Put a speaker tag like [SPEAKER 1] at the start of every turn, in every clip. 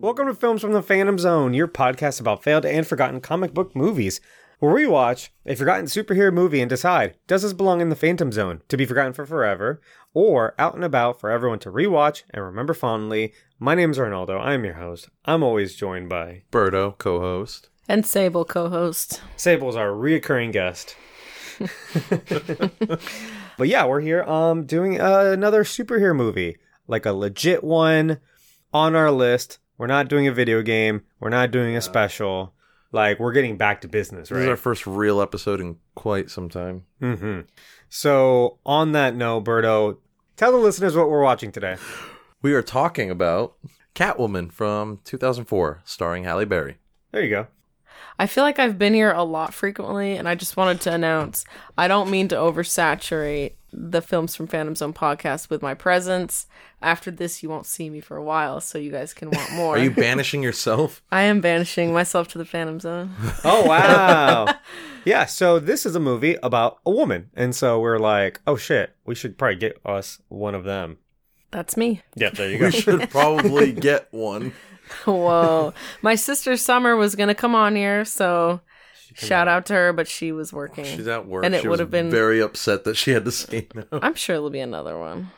[SPEAKER 1] Welcome to Films from the Phantom Zone, your podcast about failed and forgotten comic book movies, where we watch a forgotten superhero movie and decide does this belong in the Phantom Zone to be forgotten for forever, or out and about for everyone to rewatch and remember fondly. My name is Arnaldo. I'm your host. I'm always joined by
[SPEAKER 2] Birdo, co-host.
[SPEAKER 3] And Sable co host.
[SPEAKER 1] Sable's our reoccurring guest. but yeah, we're here um doing uh, another superhero movie, like a legit one on our list. We're not doing a video game. We're not doing a special. Like we're getting back to business,
[SPEAKER 2] This is our
[SPEAKER 1] right?
[SPEAKER 2] first real episode in quite some time.
[SPEAKER 1] mm-hmm. So on that note, Berto, tell the listeners what we're watching today.
[SPEAKER 2] We are talking about Catwoman from 2004, starring Halle Berry.
[SPEAKER 1] There you go.
[SPEAKER 3] I feel like I've been here a lot frequently, and I just wanted to announce I don't mean to oversaturate the Films from Phantom Zone podcast with my presence. After this, you won't see me for a while, so you guys can want more.
[SPEAKER 2] Are you banishing yourself?
[SPEAKER 3] I am banishing myself to the Phantom Zone.
[SPEAKER 1] Oh wow. yeah, so this is a movie about a woman. And so we're like, oh shit, we should probably get us one of them.
[SPEAKER 3] That's me.
[SPEAKER 1] Yeah, there you
[SPEAKER 2] We should probably get one.
[SPEAKER 3] Whoa. my sister Summer was going to come on here, so shout out to her, but she was working.
[SPEAKER 2] She's at work.
[SPEAKER 3] And it
[SPEAKER 2] She was
[SPEAKER 3] would have been-
[SPEAKER 2] very upset that she had to say no.
[SPEAKER 3] I'm sure there'll be another one.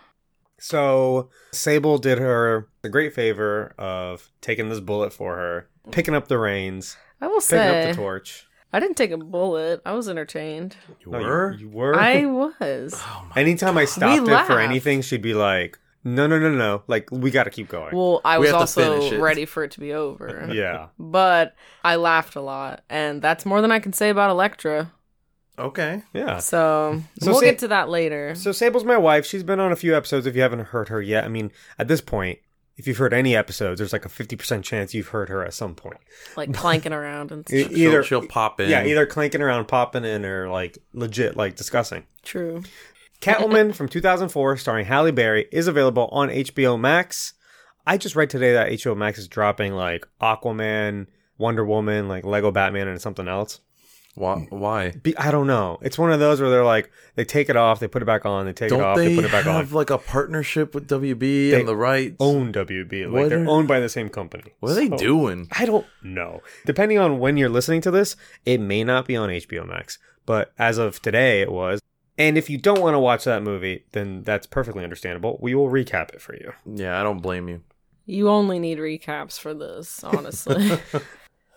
[SPEAKER 1] So Sable did her the great favor of taking this bullet for her, picking up the reins,
[SPEAKER 3] I will
[SPEAKER 1] picking
[SPEAKER 3] say,
[SPEAKER 1] up the torch.
[SPEAKER 3] I didn't take a bullet. I was entertained.
[SPEAKER 2] You
[SPEAKER 1] No,
[SPEAKER 2] were? Oh
[SPEAKER 1] You, you were.
[SPEAKER 3] I was.
[SPEAKER 1] Anytime I stopped
[SPEAKER 3] We
[SPEAKER 1] it for
[SPEAKER 3] laughed.
[SPEAKER 1] anything, she'd be like, "No, no, no, no! Like we got to keep going."
[SPEAKER 3] Well, I
[SPEAKER 2] We
[SPEAKER 3] was
[SPEAKER 2] have to finish
[SPEAKER 3] also
[SPEAKER 2] it.
[SPEAKER 3] ready for it to be over.
[SPEAKER 1] yeah.
[SPEAKER 3] But I laughed a lot, and that's more than I can say about Electra.
[SPEAKER 2] Okay.
[SPEAKER 1] Yeah.
[SPEAKER 3] So,
[SPEAKER 1] So
[SPEAKER 3] we'll
[SPEAKER 1] say-
[SPEAKER 3] get to that later.
[SPEAKER 1] So Sable's my wife. She's been on a few episodes. If you haven't heard her yet, I mean, at this point, if you've heard any episodes, there's like a fifty percent chance you've heard her at some point.
[SPEAKER 3] like clanking around and
[SPEAKER 1] E-
[SPEAKER 3] stuff.
[SPEAKER 1] either
[SPEAKER 2] she'll, she'll pop in.
[SPEAKER 1] yeah, either clanking around, popping in, or like legit like discussing.
[SPEAKER 3] True.
[SPEAKER 1] Catwoman from 2004, starring Halle Berry, is available on HBO Max. I just read today that HBO Max is dropping like Aquaman, Wonder Woman, like Lego Batman, and something else.
[SPEAKER 2] Why? why?
[SPEAKER 1] Be- I don't know. It's one of those where they're like, they take it off, they put it back on, they take it
[SPEAKER 2] Don't
[SPEAKER 1] off,
[SPEAKER 2] they,
[SPEAKER 1] they, put it back
[SPEAKER 2] have
[SPEAKER 1] on.
[SPEAKER 2] like a partnership with WB
[SPEAKER 1] They
[SPEAKER 2] and the rights?
[SPEAKER 1] Own WB. Like
[SPEAKER 2] What
[SPEAKER 1] they're
[SPEAKER 2] are-
[SPEAKER 1] owned by the same company.
[SPEAKER 2] what are they
[SPEAKER 1] So,
[SPEAKER 2] doing?
[SPEAKER 1] I don't know. Depending on when you're listening to this, it may not be on HBO Max, but as of today, it was. And if you don't want to watch that movie, then that's perfectly understandable. We will recap it for you.
[SPEAKER 2] Yeah, I don't blame you.
[SPEAKER 3] You only need recaps for this, honestly.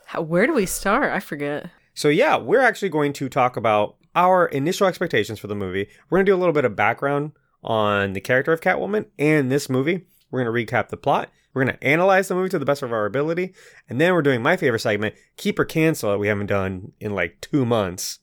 [SPEAKER 3] How, where do we start? I forget.
[SPEAKER 1] So yeah, we're actually going to talk about our initial expectations for the movie. We're going to do a little bit of background on the character of Catwoman and this movie. We're going to recap the plot. We're going to analyze the movie to the best of our ability, and then we're doing my favorite segment, keep or cancel that we haven't done in like 2 months.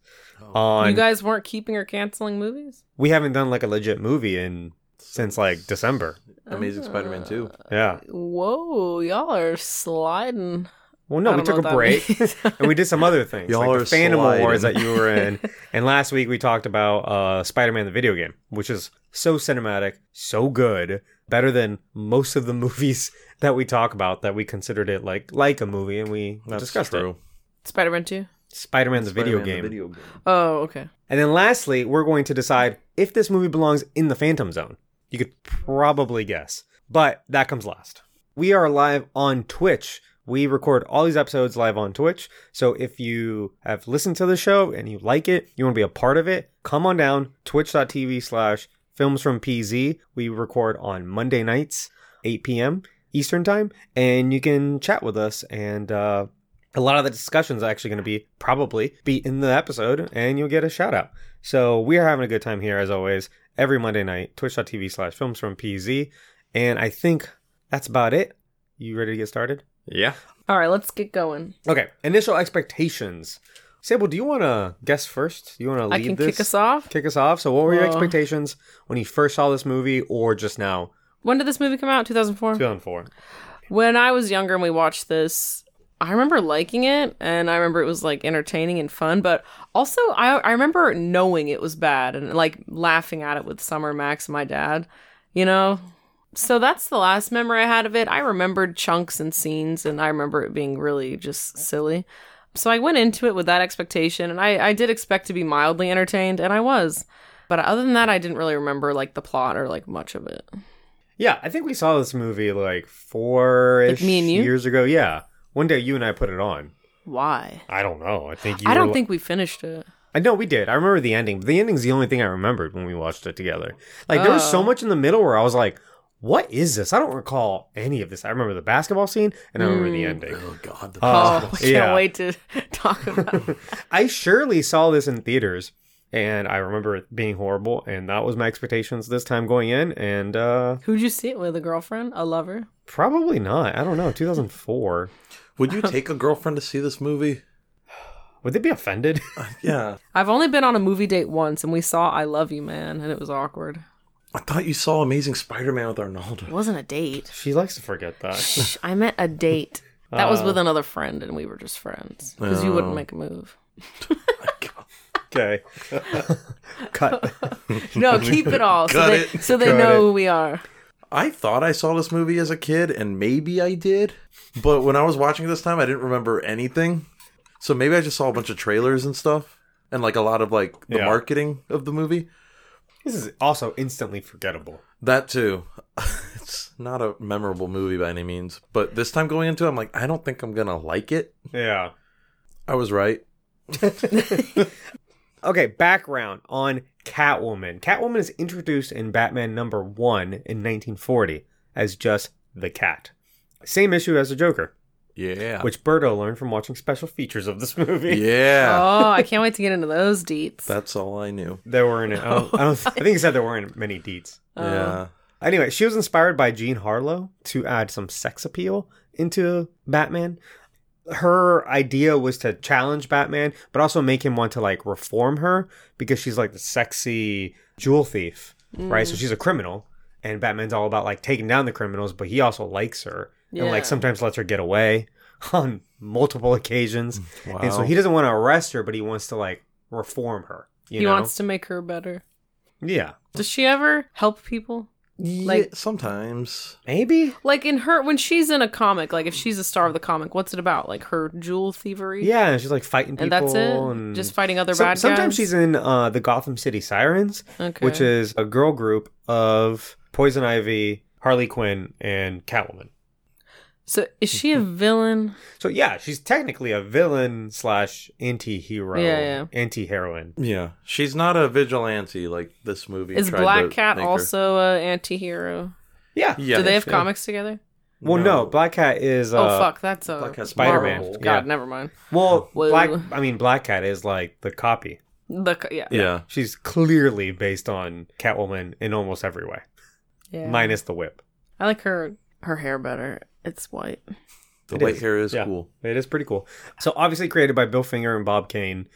[SPEAKER 1] On
[SPEAKER 3] you guys weren't keeping or canceling movies?
[SPEAKER 1] we haven't done like a legit movie in since like December.
[SPEAKER 2] Amazing Spider-Man 2.
[SPEAKER 1] Yeah.
[SPEAKER 3] Ah. Whoa, y'all are sliding.
[SPEAKER 1] Well, no,
[SPEAKER 3] I
[SPEAKER 1] we
[SPEAKER 3] don't
[SPEAKER 1] took
[SPEAKER 3] know
[SPEAKER 1] a
[SPEAKER 3] what that
[SPEAKER 1] break.
[SPEAKER 3] means.
[SPEAKER 1] and we did some other things,
[SPEAKER 2] Y'all
[SPEAKER 1] like the
[SPEAKER 2] are
[SPEAKER 1] Phantom
[SPEAKER 2] sliding.
[SPEAKER 1] Awards that you were in. and last week we talked about uh, Spider-Man the video game, which is so cinematic, so good, better than most of the movies that we talk about that we considered it like like a movie, and we
[SPEAKER 2] That's
[SPEAKER 1] discussed
[SPEAKER 2] true.
[SPEAKER 1] it.
[SPEAKER 3] Spider-Man 2?
[SPEAKER 1] Spider-Man the video
[SPEAKER 2] Spider-Man,
[SPEAKER 1] game.
[SPEAKER 2] the video game.
[SPEAKER 3] Oh, okay.
[SPEAKER 1] And then lastly, we're going to decide if this movie belongs in the Phantom Zone. You could probably guess, but that comes last. We are live on Twitch. We record all these episodes live on Twitch. So if you have listened to the show and you like it, you want to be a part of it, come on down, twitch.tv slash films from PZ. We record on Monday nights, 8 p.m. Eastern time, and you can chat with us and uh, a lot of the discussions are actually going to be probably be in the episode and you'll get a shout out so we are having a good time here as always every monday night twitch.tv slash films from pz and i think that's about it you ready to get started
[SPEAKER 2] Yeah.
[SPEAKER 3] All right, let's get going.
[SPEAKER 1] okay initial expectations sable do you want to guess first you want to lead
[SPEAKER 3] I can
[SPEAKER 1] this
[SPEAKER 3] kick us off. Uh.
[SPEAKER 1] kick us off so what were your
[SPEAKER 3] Well-
[SPEAKER 1] expectations when you first saw this movie or just now
[SPEAKER 3] When did this movie come out? 2004?
[SPEAKER 1] 2004
[SPEAKER 3] When I was younger and we watched this, I remember liking it and I remember it was like entertaining and fun, but also I, I remember knowing it was bad and like laughing at it with Summer Max and my dad, you know? So that's the last memory I had of it. I remembered chunks and scenes and I remember it being really just silly. So I went into it with that expectation and I, I did expect to be mildly entertained and I was. But other than that, I didn't really remember like the plot or like much of it.
[SPEAKER 1] Yeah, I think we saw this movie like four
[SPEAKER 3] Like me and you?
[SPEAKER 1] years ago. Yeah. One day you and I put it on.
[SPEAKER 3] Why?
[SPEAKER 1] I don't know. I think you
[SPEAKER 3] I
[SPEAKER 1] were
[SPEAKER 3] don't
[SPEAKER 1] li-
[SPEAKER 3] think we finished it.
[SPEAKER 1] I know we did. I remember the ending. But the ending's the only thing I remembered when we watched it together. Like there was so
[SPEAKER 3] Oh.
[SPEAKER 1] much in the middle where I was like, "What is this?" I don't recall any of this. I remember the basketball scene and I remember the ending.
[SPEAKER 2] Oh God, the
[SPEAKER 1] Uh,
[SPEAKER 3] Hmm. oh, I can't
[SPEAKER 1] yeah.
[SPEAKER 3] wait to talk about it.
[SPEAKER 1] I surely saw this in theaters, and I remember it being horrible. And that was my expectations this time going in, and uh,
[SPEAKER 3] Who'd you see it with? A girlfriend? A lover?
[SPEAKER 1] probably not. I don't know. 2004.
[SPEAKER 2] Would you take a girlfriend to see this movie?
[SPEAKER 1] Would they be offended?
[SPEAKER 2] Yeah.
[SPEAKER 3] I've only been on a movie date once and we saw I Love You Man and it was awkward.
[SPEAKER 2] I thought you saw Amazing Spider-Man with Arnaldo.
[SPEAKER 3] It wasn't a date.
[SPEAKER 1] she likes to forget that.
[SPEAKER 3] Shh, I meant a date. That was
[SPEAKER 1] Uh.
[SPEAKER 3] with another friend and we were just friends. Because you wouldn't
[SPEAKER 2] Oh.
[SPEAKER 3] make a move.
[SPEAKER 1] Okay. Cut.
[SPEAKER 3] No, keep it all. so
[SPEAKER 2] Cut
[SPEAKER 3] they,
[SPEAKER 2] it.
[SPEAKER 3] So they
[SPEAKER 1] Cut
[SPEAKER 3] know
[SPEAKER 1] it.
[SPEAKER 3] who we are.
[SPEAKER 2] I thought I saw this movie as a kid, and maybe I did, but when I was watching it this time, I didn't remember anything. So maybe I just saw a bunch of trailers and stuff, and like a lot of like the
[SPEAKER 1] Yeah.
[SPEAKER 2] marketing of the movie.
[SPEAKER 1] This is also instantly forgettable.
[SPEAKER 2] That too. it's not a memorable movie by any means, but this time going into it, I'm like, I don't think I'm gonna like it.
[SPEAKER 1] Yeah.
[SPEAKER 2] I was right.
[SPEAKER 1] Okay, background on Catwoman. Catwoman is introduced in Batman number one in 1940 as just the cat. Same issue as the Joker,
[SPEAKER 2] Yeah.
[SPEAKER 1] which Birdo learned from watching special features of this movie.
[SPEAKER 2] Oh. yeah.
[SPEAKER 3] Oh, I can't wait to get into those deets.
[SPEAKER 2] That's all I knew.
[SPEAKER 1] There weren't. I, don't, I, don't, I think he said there weren't many deets.
[SPEAKER 3] Oh.
[SPEAKER 2] yeah.
[SPEAKER 1] Anyway, she was inspired by Jean Harlow to add some sex appeal into Batman. Her idea was to challenge Batman, but also make him want to like reform her because she's like the sexy jewel thief, right? So
[SPEAKER 3] Mm.
[SPEAKER 1] she's a criminal, and Batman's all about like taking down the criminals, but he also likes her and
[SPEAKER 3] Yeah.
[SPEAKER 1] like sometimes lets her get away on multiple occasions.
[SPEAKER 2] Wow.
[SPEAKER 1] And so he doesn't want to arrest her, but he wants to like reform her. You
[SPEAKER 3] he
[SPEAKER 1] know?
[SPEAKER 3] wants to make her better.
[SPEAKER 1] yeah,
[SPEAKER 3] Does she ever help people?
[SPEAKER 2] like
[SPEAKER 3] like-
[SPEAKER 2] sometimes.
[SPEAKER 1] maybe.
[SPEAKER 3] Like in her when she's in a comic, like if she's a star of the comic, what's it about? Like her jewel thievery?
[SPEAKER 1] Yeah, and she's like fighting people,
[SPEAKER 3] And that's it?
[SPEAKER 1] and-
[SPEAKER 3] Just fighting other
[SPEAKER 1] Some-
[SPEAKER 3] bad
[SPEAKER 1] sometimes
[SPEAKER 3] guys?
[SPEAKER 1] she's in uh, the Gotham City Sirens,
[SPEAKER 3] Okay.
[SPEAKER 1] which is a girl group of Poison Ivy, Harley Quinn, and Catwoman.
[SPEAKER 3] So is she a villain?
[SPEAKER 1] So yeah, she's technically a villain slash anti-hero,
[SPEAKER 3] Yeah, yeah.
[SPEAKER 1] anti-heroine.
[SPEAKER 2] Yeah. She's not a vigilante like this movie.
[SPEAKER 3] Is
[SPEAKER 2] tried
[SPEAKER 3] Black
[SPEAKER 2] to
[SPEAKER 3] Cat
[SPEAKER 2] make her.
[SPEAKER 3] also a anti-hero?
[SPEAKER 1] Yeah.
[SPEAKER 2] Yeah.
[SPEAKER 3] Do they have
[SPEAKER 2] yeah.
[SPEAKER 3] comics together?
[SPEAKER 1] Well, no. Black Cat is. Uh,
[SPEAKER 3] oh fuck, that's a
[SPEAKER 2] Black Cat's
[SPEAKER 1] Spider-Man.
[SPEAKER 3] Marvel.
[SPEAKER 1] Yeah.
[SPEAKER 3] God, never mind.
[SPEAKER 1] Well,
[SPEAKER 3] Whoa.
[SPEAKER 1] Black. I mean, Black Cat is like the copy.
[SPEAKER 3] Look, yeah, yeah.
[SPEAKER 2] Yeah.
[SPEAKER 1] She's clearly based on Catwoman in almost every way, minus the whip.
[SPEAKER 3] I like her her hair better. It's white.
[SPEAKER 2] The
[SPEAKER 1] It
[SPEAKER 2] white
[SPEAKER 1] is.
[SPEAKER 2] hair is
[SPEAKER 1] Yeah.
[SPEAKER 2] cool.
[SPEAKER 1] It is pretty cool. So obviously created by Bill Finger and Bob Kane.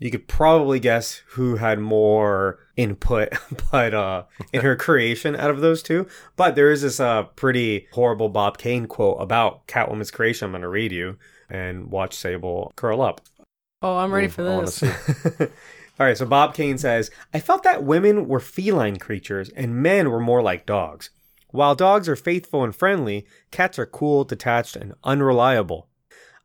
[SPEAKER 1] You could probably guess who had more input, but uh, in her creation out of those two. But there is this uh, pretty horrible Bob Kane quote about Catwoman's creation. I'm going to read you and watch Sable curl up.
[SPEAKER 3] Oh, I'm ready
[SPEAKER 2] Ooh,
[SPEAKER 3] for
[SPEAKER 2] I wanna
[SPEAKER 3] this.
[SPEAKER 2] see.
[SPEAKER 1] All right, so Bob Kane says, I felt that women were feline creatures and men were more like dogs. While dogs are faithful and friendly, cats are cool, detached, and unreliable.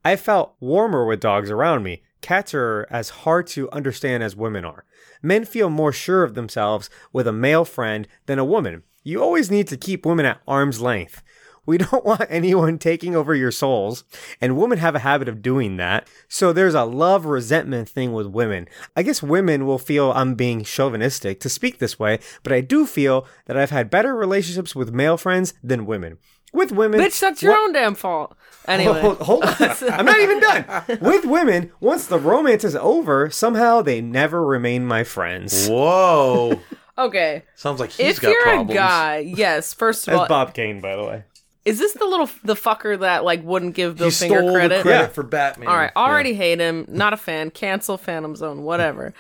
[SPEAKER 1] I felt warmer with dogs around me. Cats are as hard to understand as women are. Men feel more sure of themselves with a male friend than a woman. You always need to keep women at arm's length. We don't want anyone taking over your souls, and women have a habit of doing that. So there's a love resentment thing with women. I guess women will feel I'm being chauvinistic to speak this way, but I do feel that I've had better relationships with male friends than women. With women,
[SPEAKER 3] Bitch, that's your
[SPEAKER 1] what-
[SPEAKER 3] own damn fault. Anyway,
[SPEAKER 1] Hold, hold on. I'm not even done. With women, once the romance is over, somehow they never remain my friends.
[SPEAKER 2] Whoa.
[SPEAKER 3] okay.
[SPEAKER 2] Sounds like he's
[SPEAKER 3] if
[SPEAKER 2] got
[SPEAKER 3] you're
[SPEAKER 2] problems.
[SPEAKER 3] a guy, yes. First of all,
[SPEAKER 1] That's Bob Kane, by the way.
[SPEAKER 3] is this the little the fucker that like wouldn't give Bill
[SPEAKER 2] he
[SPEAKER 3] Finger
[SPEAKER 2] stole
[SPEAKER 3] credit?
[SPEAKER 2] the credit
[SPEAKER 1] Yeah.
[SPEAKER 2] for Batman.
[SPEAKER 3] All right, already hate him. Not a fan. Cancel Phantom Zone. Whatever.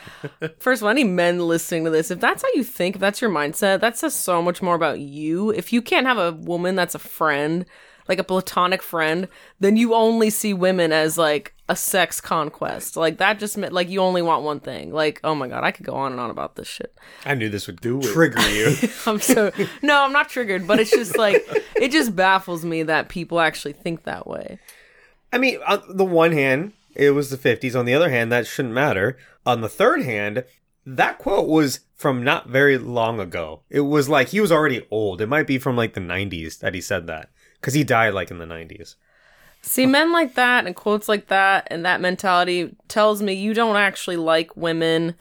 [SPEAKER 3] First of all, any men listening to this, if that's how you think, if that's your mindset, that says so much more about you. If you can't have a woman that's a friend, like a platonic friend, then you only see women as like a sex conquest. Like that just meant like you only want one thing. Like oh my god, I could go on and on about this shit.
[SPEAKER 1] I knew this would do trigger you.
[SPEAKER 3] I'm so no, I'm not triggered, but it's just like it just baffles me that people actually think that way.
[SPEAKER 1] I mean, on the one hand, it was the 50s. On the other hand, that shouldn't matter. On the third hand, That quote was from not very long ago. It was like he was already old. It might be from like the 90s that he said that because he died like in the 90s.
[SPEAKER 3] See, men like that and quotes like that and that mentality tells me you don't actually like women.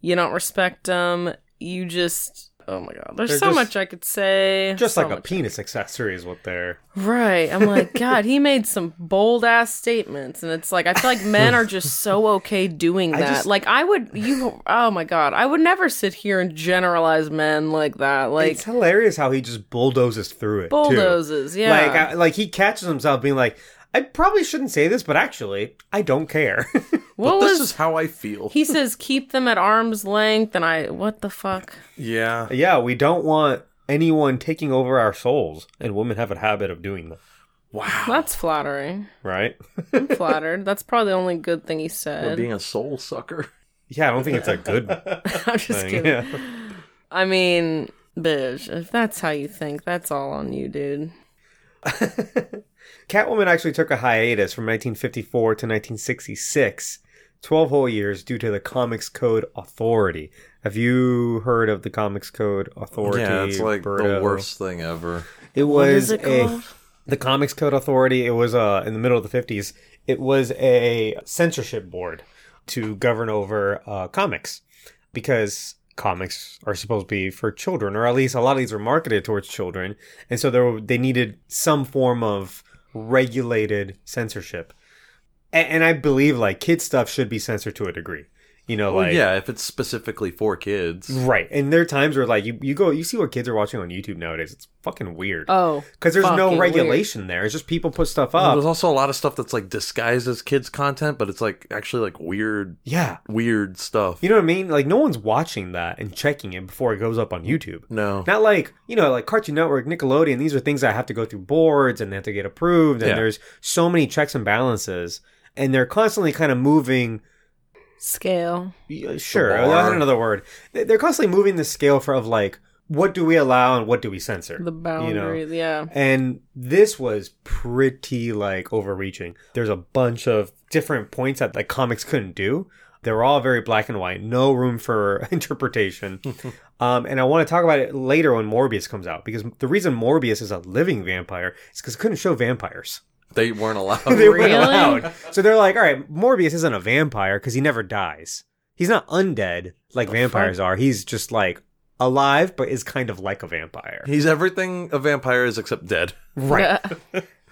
[SPEAKER 3] You don't respect them. You just. Oh my God. There's
[SPEAKER 1] They're
[SPEAKER 3] so
[SPEAKER 1] just-
[SPEAKER 3] much I could say.
[SPEAKER 1] Just
[SPEAKER 3] so
[SPEAKER 1] like a
[SPEAKER 3] much-
[SPEAKER 1] penis accessory is what they're.
[SPEAKER 3] Right. I'm like, God, he made some bold ass statements. And it's like, I feel like men are just so okay doing that.
[SPEAKER 1] just-
[SPEAKER 3] like, I would, you, oh my God, I would never sit here and generalize men like that. Like,
[SPEAKER 1] it's hilarious how he just bulldozes through it. Too.
[SPEAKER 3] bulldozes. Yeah.
[SPEAKER 1] Like, I, like he catches himself being like, I probably shouldn't say this, but actually, I don't care.
[SPEAKER 3] what
[SPEAKER 2] this
[SPEAKER 3] was,
[SPEAKER 2] is how I feel.
[SPEAKER 3] he says, keep them at arm's length. And I, what the fuck?
[SPEAKER 2] yeah.
[SPEAKER 1] yeah, we don't want anyone taking over our souls, and women have a habit of doing that,
[SPEAKER 2] Wow.
[SPEAKER 3] That's flattering.
[SPEAKER 1] right?
[SPEAKER 3] I'm flattered. That's probably the only good thing he
[SPEAKER 2] For
[SPEAKER 3] said.
[SPEAKER 2] being a soul sucker.
[SPEAKER 1] Yeah, I don't think it's a good
[SPEAKER 3] I'm just
[SPEAKER 1] thing.
[SPEAKER 3] kidding.
[SPEAKER 1] Yeah.
[SPEAKER 3] I mean, bitch, if that's how you think, that's all on you, dude.
[SPEAKER 1] Catwoman actually took a hiatus from 1954 to 1966, 12 whole years due to the Comics Code Authority. Have you heard of the Comics Code Authority?
[SPEAKER 2] Yeah, it's like
[SPEAKER 1] Roberto?
[SPEAKER 2] the worst thing ever.
[SPEAKER 1] It was
[SPEAKER 3] What is it
[SPEAKER 1] a-
[SPEAKER 3] called?
[SPEAKER 1] the Comics Code Authority. It was uh, in the middle of the 50s. It was a censorship board to govern over uh, comics because comics are supposed to be for children, or at least a lot of these were marketed towards children, and so there were, they needed some form of regulated censorship. And, and I believe like kid stuff should be censored to a degree. You know,
[SPEAKER 2] Well,
[SPEAKER 1] like
[SPEAKER 2] yeah, if it's specifically for kids.
[SPEAKER 1] right. And there are times where like you, you go you see what kids are watching on YouTube nowadays. It's fucking weird.
[SPEAKER 3] Oh,
[SPEAKER 1] because there's no
[SPEAKER 3] fucking weird.
[SPEAKER 1] regulation there. It's just people put stuff
[SPEAKER 2] Well,
[SPEAKER 1] up.
[SPEAKER 2] There's also a lot of stuff that's like disguised as kids content, but it's like actually like weird,
[SPEAKER 1] Yeah.
[SPEAKER 2] weird stuff.
[SPEAKER 1] You know what I mean? Like no one's watching that and checking it before it goes up on YouTube.
[SPEAKER 2] no,
[SPEAKER 1] Not like, you know, like Cartoon Network, Nickelodeon, these are things that have to go through boards and they have to get approved and
[SPEAKER 2] Yeah.
[SPEAKER 1] there's so many checks and balances and they're constantly kind of moving
[SPEAKER 3] scale.
[SPEAKER 1] y- uh, sure,
[SPEAKER 2] bar.
[SPEAKER 1] I had another word. They- They're constantly moving the scale for of like what do we allow and what do we censor?
[SPEAKER 3] The boundaries, yeah.
[SPEAKER 1] And this was pretty like overreaching. There's a bunch of different points that like comics couldn't do. They were all very black and white, no room for interpretation. um, and I want to talk about it later when Morbius comes out because the reason Morbius is a living vampire is because it couldn't show vampires.
[SPEAKER 2] they weren't allowed.
[SPEAKER 1] they weren't
[SPEAKER 3] Really?
[SPEAKER 1] allowed. So they're like, all right, Morbius isn't a vampire because he never dies. He's not undead like vampires are. He's just like alive, but is kind of like a vampire.
[SPEAKER 2] He's everything a vampire is except dead.
[SPEAKER 1] Right.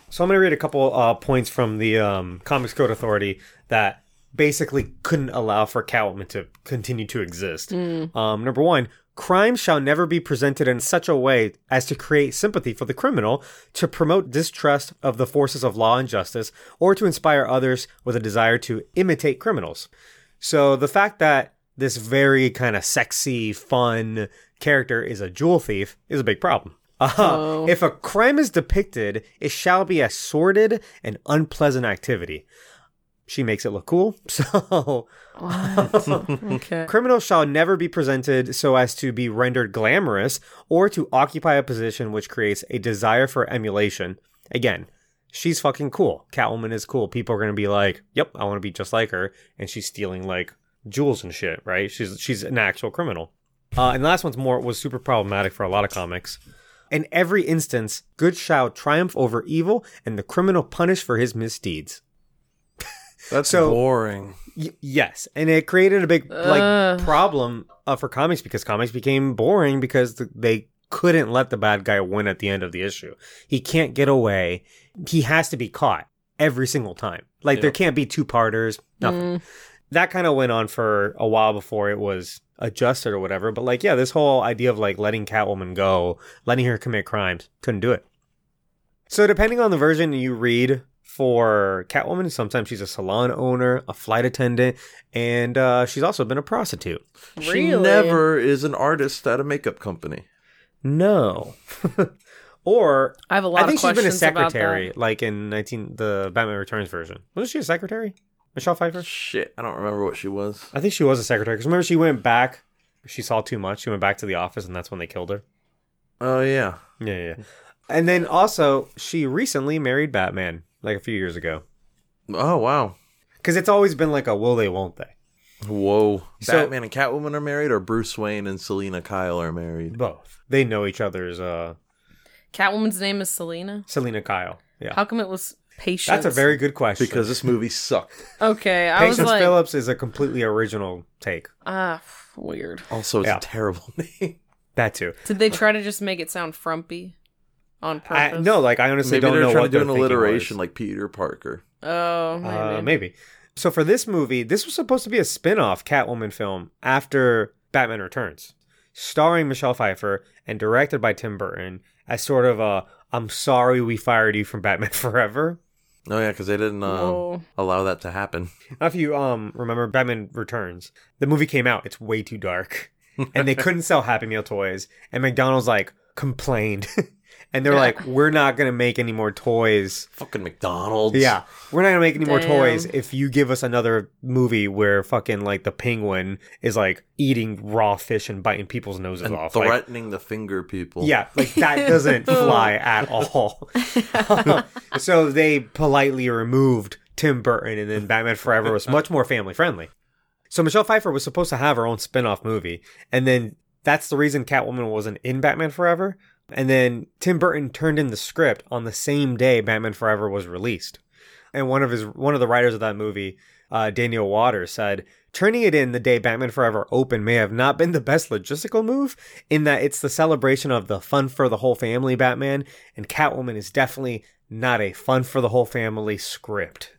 [SPEAKER 1] So I'm going to read a couple uh, points from the um, Comics Code Authority that basically couldn't allow for Catwoman to continue to exist. Um, number one, crime shall never be presented in such a way as to create sympathy for the criminal, to promote distrust of the forces of law and justice, or to inspire others with a desire to imitate criminals. So the fact that this very kind of sexy, fun character is a jewel thief is a big problem. Uh, if a crime is depicted, it shall be a sordid and unpleasant activity. She makes it look cool. So,
[SPEAKER 3] okay.
[SPEAKER 1] criminals shall never be presented so as to be rendered glamorous or to occupy a position which creates a desire for emulation. Again, she's fucking cool. Catwoman is cool. People are going to be like, "Yep, I want to be just like her." And she's stealing like jewels and shit, right? She's she's an actual criminal. Uh, and the last one's more was super problematic for a lot of comics. In every instance, good shall triumph over evil, and the criminal punished for his misdeeds.
[SPEAKER 2] That's
[SPEAKER 1] So-
[SPEAKER 2] boring.
[SPEAKER 1] Y- yes, and it created a big like
[SPEAKER 3] Ugh.
[SPEAKER 1] problem uh, for comics because comics became boring because th- they couldn't let the bad guy win at the end of the issue. He can't get away. He has to be caught every single time. Like there can't be two parters. Nothing.
[SPEAKER 3] Mm.
[SPEAKER 1] That kind of went on for a while before it was adjusted or whatever. But like, yeah, this whole idea of like letting Catwoman go, letting her commit crimes, couldn't do it. So depending on the version you read for Catwoman, sometimes she's a salon owner, a flight attendant, and uh, she's also been a prostitute.
[SPEAKER 2] She
[SPEAKER 3] Really?
[SPEAKER 2] never is an artist at a makeup company.
[SPEAKER 1] No. or
[SPEAKER 3] I have a lot
[SPEAKER 1] I think
[SPEAKER 3] of
[SPEAKER 1] she's been a
[SPEAKER 3] questions about
[SPEAKER 1] secretary, like in nineteen the Batman Returns version. Wasn't she a secretary? Michelle Pfeiffer?
[SPEAKER 2] Shit, I don't remember what she was.
[SPEAKER 1] I think she was a secretary because remember she went back. She saw too much. She went back to the office, and that's when they killed her.
[SPEAKER 2] Oh yeah,
[SPEAKER 1] Yeah, yeah. yeah. And then also, she recently married Batman, like a few years ago.
[SPEAKER 2] oh wow.
[SPEAKER 1] Because it's always been like a will they, won't they.
[SPEAKER 2] Whoa.
[SPEAKER 1] So-
[SPEAKER 2] Batman and Catwoman are married, or Bruce Wayne and Selena Kyle are married?
[SPEAKER 1] Both. They know each other's uh
[SPEAKER 3] Catwoman's name is Selena.
[SPEAKER 1] Selena Kyle. Yeah.
[SPEAKER 3] How come it was Patience?
[SPEAKER 1] That's a very good question.
[SPEAKER 2] Because this movie sucked.
[SPEAKER 3] okay. I
[SPEAKER 1] Patience
[SPEAKER 3] was like,
[SPEAKER 1] Phillips is a completely original take.
[SPEAKER 3] ah, f- weird.
[SPEAKER 2] Also, it's
[SPEAKER 1] Yeah.
[SPEAKER 2] a terrible name.
[SPEAKER 1] That too.
[SPEAKER 3] Did they try to just make it sound frumpy on
[SPEAKER 1] I,
[SPEAKER 3] purpose?
[SPEAKER 1] no, like I honestly
[SPEAKER 2] Maybe
[SPEAKER 1] don't
[SPEAKER 2] they're
[SPEAKER 1] know
[SPEAKER 2] trying
[SPEAKER 1] what
[SPEAKER 2] to do
[SPEAKER 1] their
[SPEAKER 2] an
[SPEAKER 1] thinking was.
[SPEAKER 2] alliteration like Peter Parker.
[SPEAKER 3] Oh, maybe.
[SPEAKER 1] Uh, maybe. So for this movie, this was supposed to be a spin-off Catwoman film after Batman Returns, starring Michelle Pfeiffer and directed by Tim Burton as sort of a I'm sorry we fired you from Batman Forever.
[SPEAKER 2] Oh, yeah, because they didn't um,
[SPEAKER 3] Whoa.
[SPEAKER 2] allow that to happen.
[SPEAKER 1] I don't know if you um remember Batman Returns. The movie came out, it's way too dark. And they couldn't sell Happy Meal toys and McDonald's like complained. and they're
[SPEAKER 3] Yeah.
[SPEAKER 1] like, We're not gonna make any more toys
[SPEAKER 2] Fucking McDonald's.
[SPEAKER 1] Yeah, we're not gonna make any more
[SPEAKER 3] Damn.
[SPEAKER 1] toys if you give us another movie where fucking like the penguin is like eating raw fish and biting people's noses
[SPEAKER 2] And
[SPEAKER 1] off. Like,
[SPEAKER 2] threatening the finger people.
[SPEAKER 1] yeah, like that doesn't fly at all. so they politely removed Tim Burton, and then Batman Forever was much more family friendly. So Michelle Pfeiffer was supposed to have her own spin off movie, and then that's the reason Catwoman wasn't in Batman Forever. And then Tim Burton turned in the script on the same day Batman Forever was released. And one of his one of the writers of that movie, uh, Daniel Waters, said turning it in the day Batman Forever opened may have not been the best logistical move, in that it's the celebration of the fun for the whole family Batman, and Catwoman is definitely not a fun for the whole family script.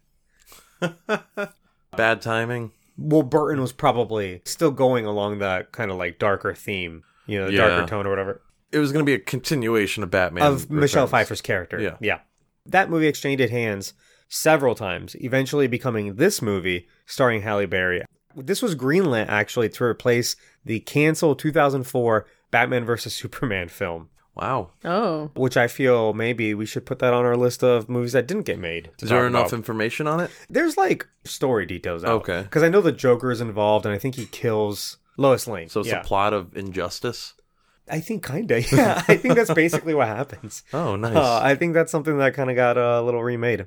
[SPEAKER 2] Bad timing.
[SPEAKER 1] Well, Burton was probably still going along that kind of like darker theme, you know, the
[SPEAKER 2] Yeah.
[SPEAKER 1] darker tone or whatever.
[SPEAKER 2] It was going to be a continuation of Batman.
[SPEAKER 1] of Michelle
[SPEAKER 2] Returns.
[SPEAKER 1] Pfeiffer's character.
[SPEAKER 2] Yeah.
[SPEAKER 1] yeah. That movie exchanged hands several times, eventually becoming this movie starring Halle Berry. This was greenlit actually to replace the canceled 2004 Batman vs Superman film,
[SPEAKER 2] Wow.
[SPEAKER 3] Oh,
[SPEAKER 1] which I feel maybe we should put that on our list of movies that didn't get made. to
[SPEAKER 2] Is there
[SPEAKER 1] talk
[SPEAKER 2] enough
[SPEAKER 1] about.
[SPEAKER 2] information on it?
[SPEAKER 1] There's like story details. Out.
[SPEAKER 2] Okay.
[SPEAKER 1] Because I know the Joker is involved, and I think he kills Lois Lane.
[SPEAKER 2] So it's
[SPEAKER 1] yeah.
[SPEAKER 2] a plot of injustice.
[SPEAKER 1] I think kinda. Yeah, I think that's basically what happens.
[SPEAKER 2] Oh, nice.
[SPEAKER 1] Uh, I think that's something that kind of got uh, a little remade.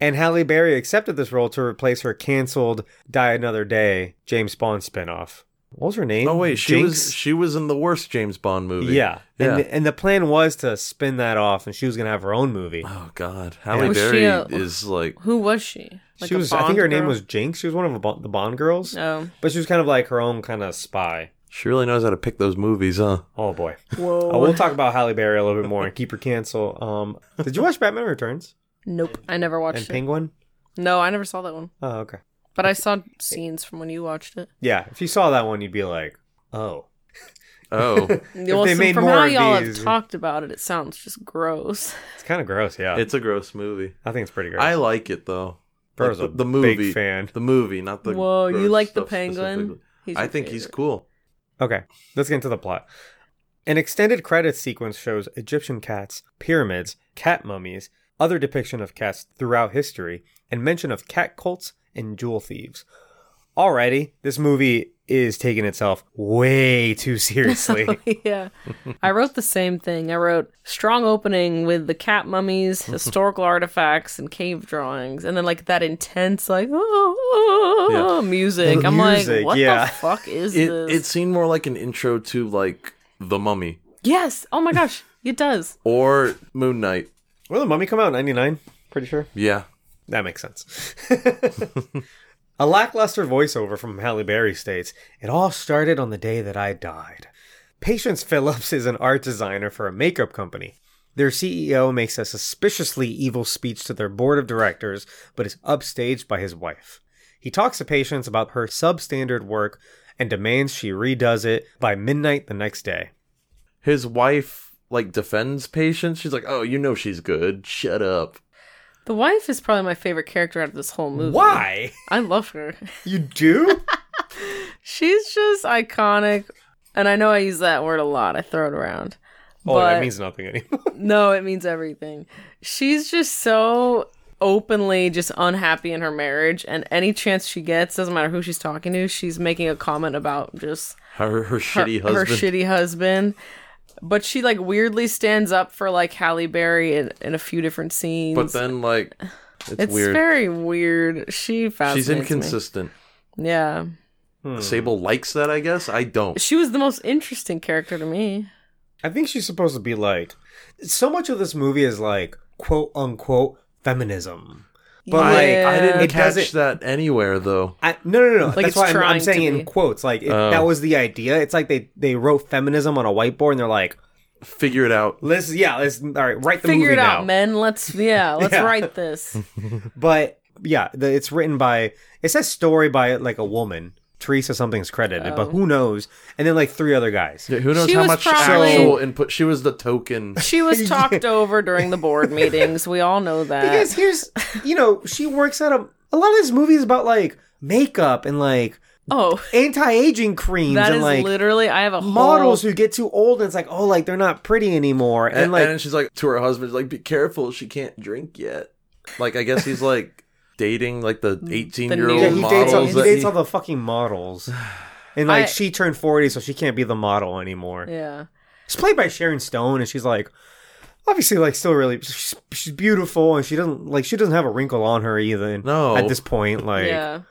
[SPEAKER 1] And Halle Berry accepted this role to replace her canceled Die Another Day James Bond spinoff. What was her name?
[SPEAKER 2] oh wait, she
[SPEAKER 1] Jinx?
[SPEAKER 2] was she was in the worst James Bond movie.
[SPEAKER 1] Yeah. And,
[SPEAKER 2] Yeah.
[SPEAKER 1] The, and the plan was to spin that off and she was going to have her own movie.
[SPEAKER 2] Oh God, Halle
[SPEAKER 3] Was she
[SPEAKER 2] Berry
[SPEAKER 3] a-
[SPEAKER 2] is like
[SPEAKER 3] who was she? Like
[SPEAKER 1] she
[SPEAKER 3] a
[SPEAKER 1] was, I
[SPEAKER 3] Bond
[SPEAKER 1] think her name
[SPEAKER 3] girl?
[SPEAKER 1] was Jinx. She was one of the Bond- the Bond girls.
[SPEAKER 3] Oh,
[SPEAKER 1] But she was kind of like her own kind of spy.
[SPEAKER 2] she really knows how to pick those movies, huh?
[SPEAKER 1] Oh boy.
[SPEAKER 3] whoa.
[SPEAKER 1] Uh, we'll talk about Halle Berry a little bit more and keep her cancel. Um, did you watch Batman Returns
[SPEAKER 3] nope, I never watched
[SPEAKER 1] and
[SPEAKER 3] it.
[SPEAKER 1] Penguin?
[SPEAKER 3] No, I never saw that one.
[SPEAKER 1] Oh, okay.
[SPEAKER 3] But I saw scenes from when you watched it.
[SPEAKER 1] Yeah. If you saw that one, you'd be like, oh.
[SPEAKER 2] Oh,
[SPEAKER 3] Well,
[SPEAKER 1] they
[SPEAKER 3] so-
[SPEAKER 1] made
[SPEAKER 3] from
[SPEAKER 1] more
[SPEAKER 3] how
[SPEAKER 1] of
[SPEAKER 3] y'all
[SPEAKER 1] these-
[SPEAKER 3] have talked about it, it sounds just gross.
[SPEAKER 1] It's kind of gross, yeah.
[SPEAKER 2] it's a gross movie.
[SPEAKER 1] I think it's pretty gross.
[SPEAKER 2] I like it though.
[SPEAKER 1] Burr's
[SPEAKER 2] Like, the,
[SPEAKER 1] a
[SPEAKER 2] the movie,
[SPEAKER 1] big fan.
[SPEAKER 2] the movie, not the.
[SPEAKER 3] Whoa, you
[SPEAKER 2] gross
[SPEAKER 3] like the
[SPEAKER 2] stuff
[SPEAKER 3] penguin?
[SPEAKER 2] specifically.
[SPEAKER 3] He's
[SPEAKER 2] I
[SPEAKER 3] your
[SPEAKER 2] think he's
[SPEAKER 3] favorite.
[SPEAKER 2] cool.
[SPEAKER 1] Okay, let's get into the plot. An extended credits sequence shows Egyptian cats, pyramids, cat mummies, other depiction of cats throughout history, and mention of cat cults and jewel thieves. Alrighty, this movie is taking itself way too seriously.
[SPEAKER 3] yeah. I wrote the same thing. I wrote strong opening with the cat mummies, historical artifacts, and cave drawings, and then like that intense like oh, oh, music. I'm
[SPEAKER 1] Music,
[SPEAKER 3] like, what
[SPEAKER 1] yeah.
[SPEAKER 3] the fuck is
[SPEAKER 2] It
[SPEAKER 3] this?
[SPEAKER 2] it seemed more like an intro to like the Mummy
[SPEAKER 3] yes. Oh my gosh, it does.
[SPEAKER 2] or Moon Knight.
[SPEAKER 1] well, the mummy come out in 99, pretty sure.
[SPEAKER 2] Yeah,
[SPEAKER 1] That makes sense. a lackluster voiceover from Halle Berry states, It all started on the day that I died. Patience Phillips is an art designer for a makeup company. Their CEO makes a suspiciously evil speech to their board of directors, but is upstaged by his wife. He talks to Patience about her substandard work and demands she redoes it by midnight the next day.
[SPEAKER 2] his wife like defends patience. She's like, oh, you know she's good. Shut up.
[SPEAKER 3] The wife is probably my favorite character out of this whole movie.
[SPEAKER 1] Why?
[SPEAKER 3] I love her.
[SPEAKER 1] You do?
[SPEAKER 3] She's just iconic, and I know I use that word a lot. I throw it around.
[SPEAKER 1] oh, that
[SPEAKER 3] But-
[SPEAKER 1] means nothing anymore.
[SPEAKER 3] No, it means everything. She's just so openly just unhappy in her marriage and any chance she gets doesn't matter who she's talking to she's making a comment about just
[SPEAKER 2] Her her
[SPEAKER 3] her,
[SPEAKER 2] shitty
[SPEAKER 3] her
[SPEAKER 2] husband.
[SPEAKER 3] shitty husband but she like weirdly stands up for like Halle Berry in, in a few different scenes
[SPEAKER 2] But then like it's,
[SPEAKER 3] it's
[SPEAKER 2] weird.
[SPEAKER 3] very weird she fascinates
[SPEAKER 2] She's
[SPEAKER 3] me.
[SPEAKER 2] inconsistent.
[SPEAKER 3] yeah
[SPEAKER 1] Hmm.
[SPEAKER 2] Sable likes that, I guess. I don't.
[SPEAKER 3] She was the most interesting character to me.
[SPEAKER 1] I think she's supposed to be like. So much of this movie is like quote unquote feminism. But,
[SPEAKER 2] I,
[SPEAKER 1] like,
[SPEAKER 2] I didn't
[SPEAKER 1] It
[SPEAKER 2] catch
[SPEAKER 1] doesn't-
[SPEAKER 2] that anywhere though.
[SPEAKER 1] I, no, no, no.
[SPEAKER 3] it's
[SPEAKER 1] That's why I'm,
[SPEAKER 3] trying
[SPEAKER 1] I'm
[SPEAKER 3] to
[SPEAKER 1] saying in
[SPEAKER 3] be.
[SPEAKER 1] quotes. Like it, that was the idea. It's like they they wrote feminism on a whiteboard and they're like,
[SPEAKER 2] Figure it out.
[SPEAKER 1] let's yeah, let's all right, write the
[SPEAKER 3] Figure
[SPEAKER 1] movie
[SPEAKER 3] it out,
[SPEAKER 1] now.
[SPEAKER 3] men. Let's yeah, let's
[SPEAKER 1] Yeah.
[SPEAKER 3] write this.
[SPEAKER 1] But yeah, the, it's written by it says story by like a woman. Teresa something's credited,
[SPEAKER 3] Oh.
[SPEAKER 1] but who knows? And then like three other guys.
[SPEAKER 2] Yeah, who knows
[SPEAKER 3] She
[SPEAKER 2] how
[SPEAKER 3] was
[SPEAKER 2] much
[SPEAKER 3] probably-
[SPEAKER 2] actual input? She was the token.
[SPEAKER 3] She was talked over during the board meetings. We all know that.
[SPEAKER 1] Because here's you know she works at a a lot of this movie is about like makeup and like
[SPEAKER 3] oh,
[SPEAKER 1] anti aging creams
[SPEAKER 3] that
[SPEAKER 1] and
[SPEAKER 3] is
[SPEAKER 1] like
[SPEAKER 3] literally. I have a
[SPEAKER 1] models
[SPEAKER 3] Whole,
[SPEAKER 1] who get too old and it's like oh like they're not pretty anymore and,
[SPEAKER 2] And,
[SPEAKER 1] like
[SPEAKER 2] and she's like to her husband, she's like, "Be careful, she can't drink yet." Like, I guess he's like dating like the
[SPEAKER 3] Mm,
[SPEAKER 2] eighteen-year-old
[SPEAKER 1] yeah,
[SPEAKER 3] old
[SPEAKER 1] he
[SPEAKER 2] models.
[SPEAKER 1] dates, all, he
[SPEAKER 2] that
[SPEAKER 1] dates
[SPEAKER 2] he-
[SPEAKER 1] all the fucking models and like
[SPEAKER 3] I-
[SPEAKER 1] she turned 40 so she can't be the model anymore
[SPEAKER 3] yeah.
[SPEAKER 1] It's played by Sharon Stone, and she's like, obviously, like still really, she's, she's beautiful, and she doesn't like she doesn't have a wrinkle on her either.
[SPEAKER 2] No.
[SPEAKER 1] at this point, like,
[SPEAKER 3] yeah.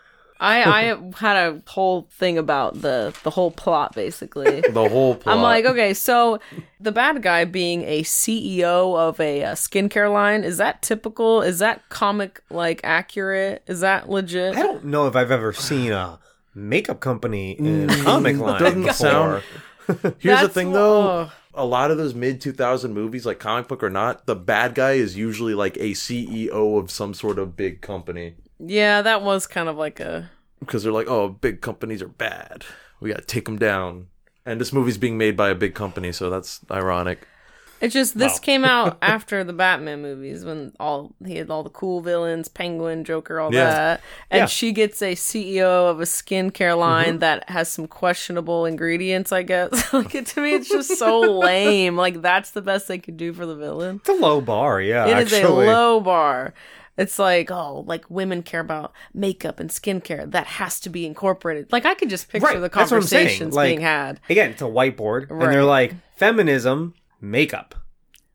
[SPEAKER 3] I, I had a whole thing about the the whole plot basically.
[SPEAKER 2] the whole plot.
[SPEAKER 3] I'm like, okay, so the bad guy being a CEO of a, uh skincare line is that typical? Is that comic like accurate? Is that legit?
[SPEAKER 1] I don't know if I've ever seen a makeup company in a comic line
[SPEAKER 2] Mm. doesn't
[SPEAKER 1] before.
[SPEAKER 2] sound- Here's the
[SPEAKER 3] That's
[SPEAKER 2] thing,
[SPEAKER 3] wh-
[SPEAKER 2] though.
[SPEAKER 3] ugh.
[SPEAKER 2] A lot of those mid 2000 movies, like comic book or not, the bad guy is usually like a CEO of some sort of big company
[SPEAKER 3] Yeah, that was kind of like a
[SPEAKER 2] because they're like, oh, big companies are bad. We got to take them down. And this movie's being made by a big company, so that's ironic.
[SPEAKER 3] It's just this came out after the Batman movies when all he had all the cool villains, Penguin, Joker, all
[SPEAKER 2] Yeah.
[SPEAKER 3] that. And
[SPEAKER 1] Yeah. Mm-hmm.
[SPEAKER 3] she gets a CEO of a skincare line that has some questionable ingredients, I guess. like it, to me it's just so lame. Like that's the best they could do for the villain.
[SPEAKER 1] It's a low bar, yeah.
[SPEAKER 3] It is
[SPEAKER 1] actually.
[SPEAKER 3] a low bar. It's like, oh, like women care about makeup and skincare. That has to be incorporated. Like I could just picture
[SPEAKER 1] Right,
[SPEAKER 3] the
[SPEAKER 1] that's what I'm saying,
[SPEAKER 3] conversations
[SPEAKER 1] like-
[SPEAKER 3] being had.
[SPEAKER 1] Again, it's a whiteboard, and
[SPEAKER 3] Right.
[SPEAKER 1] they're like feminism, makeup,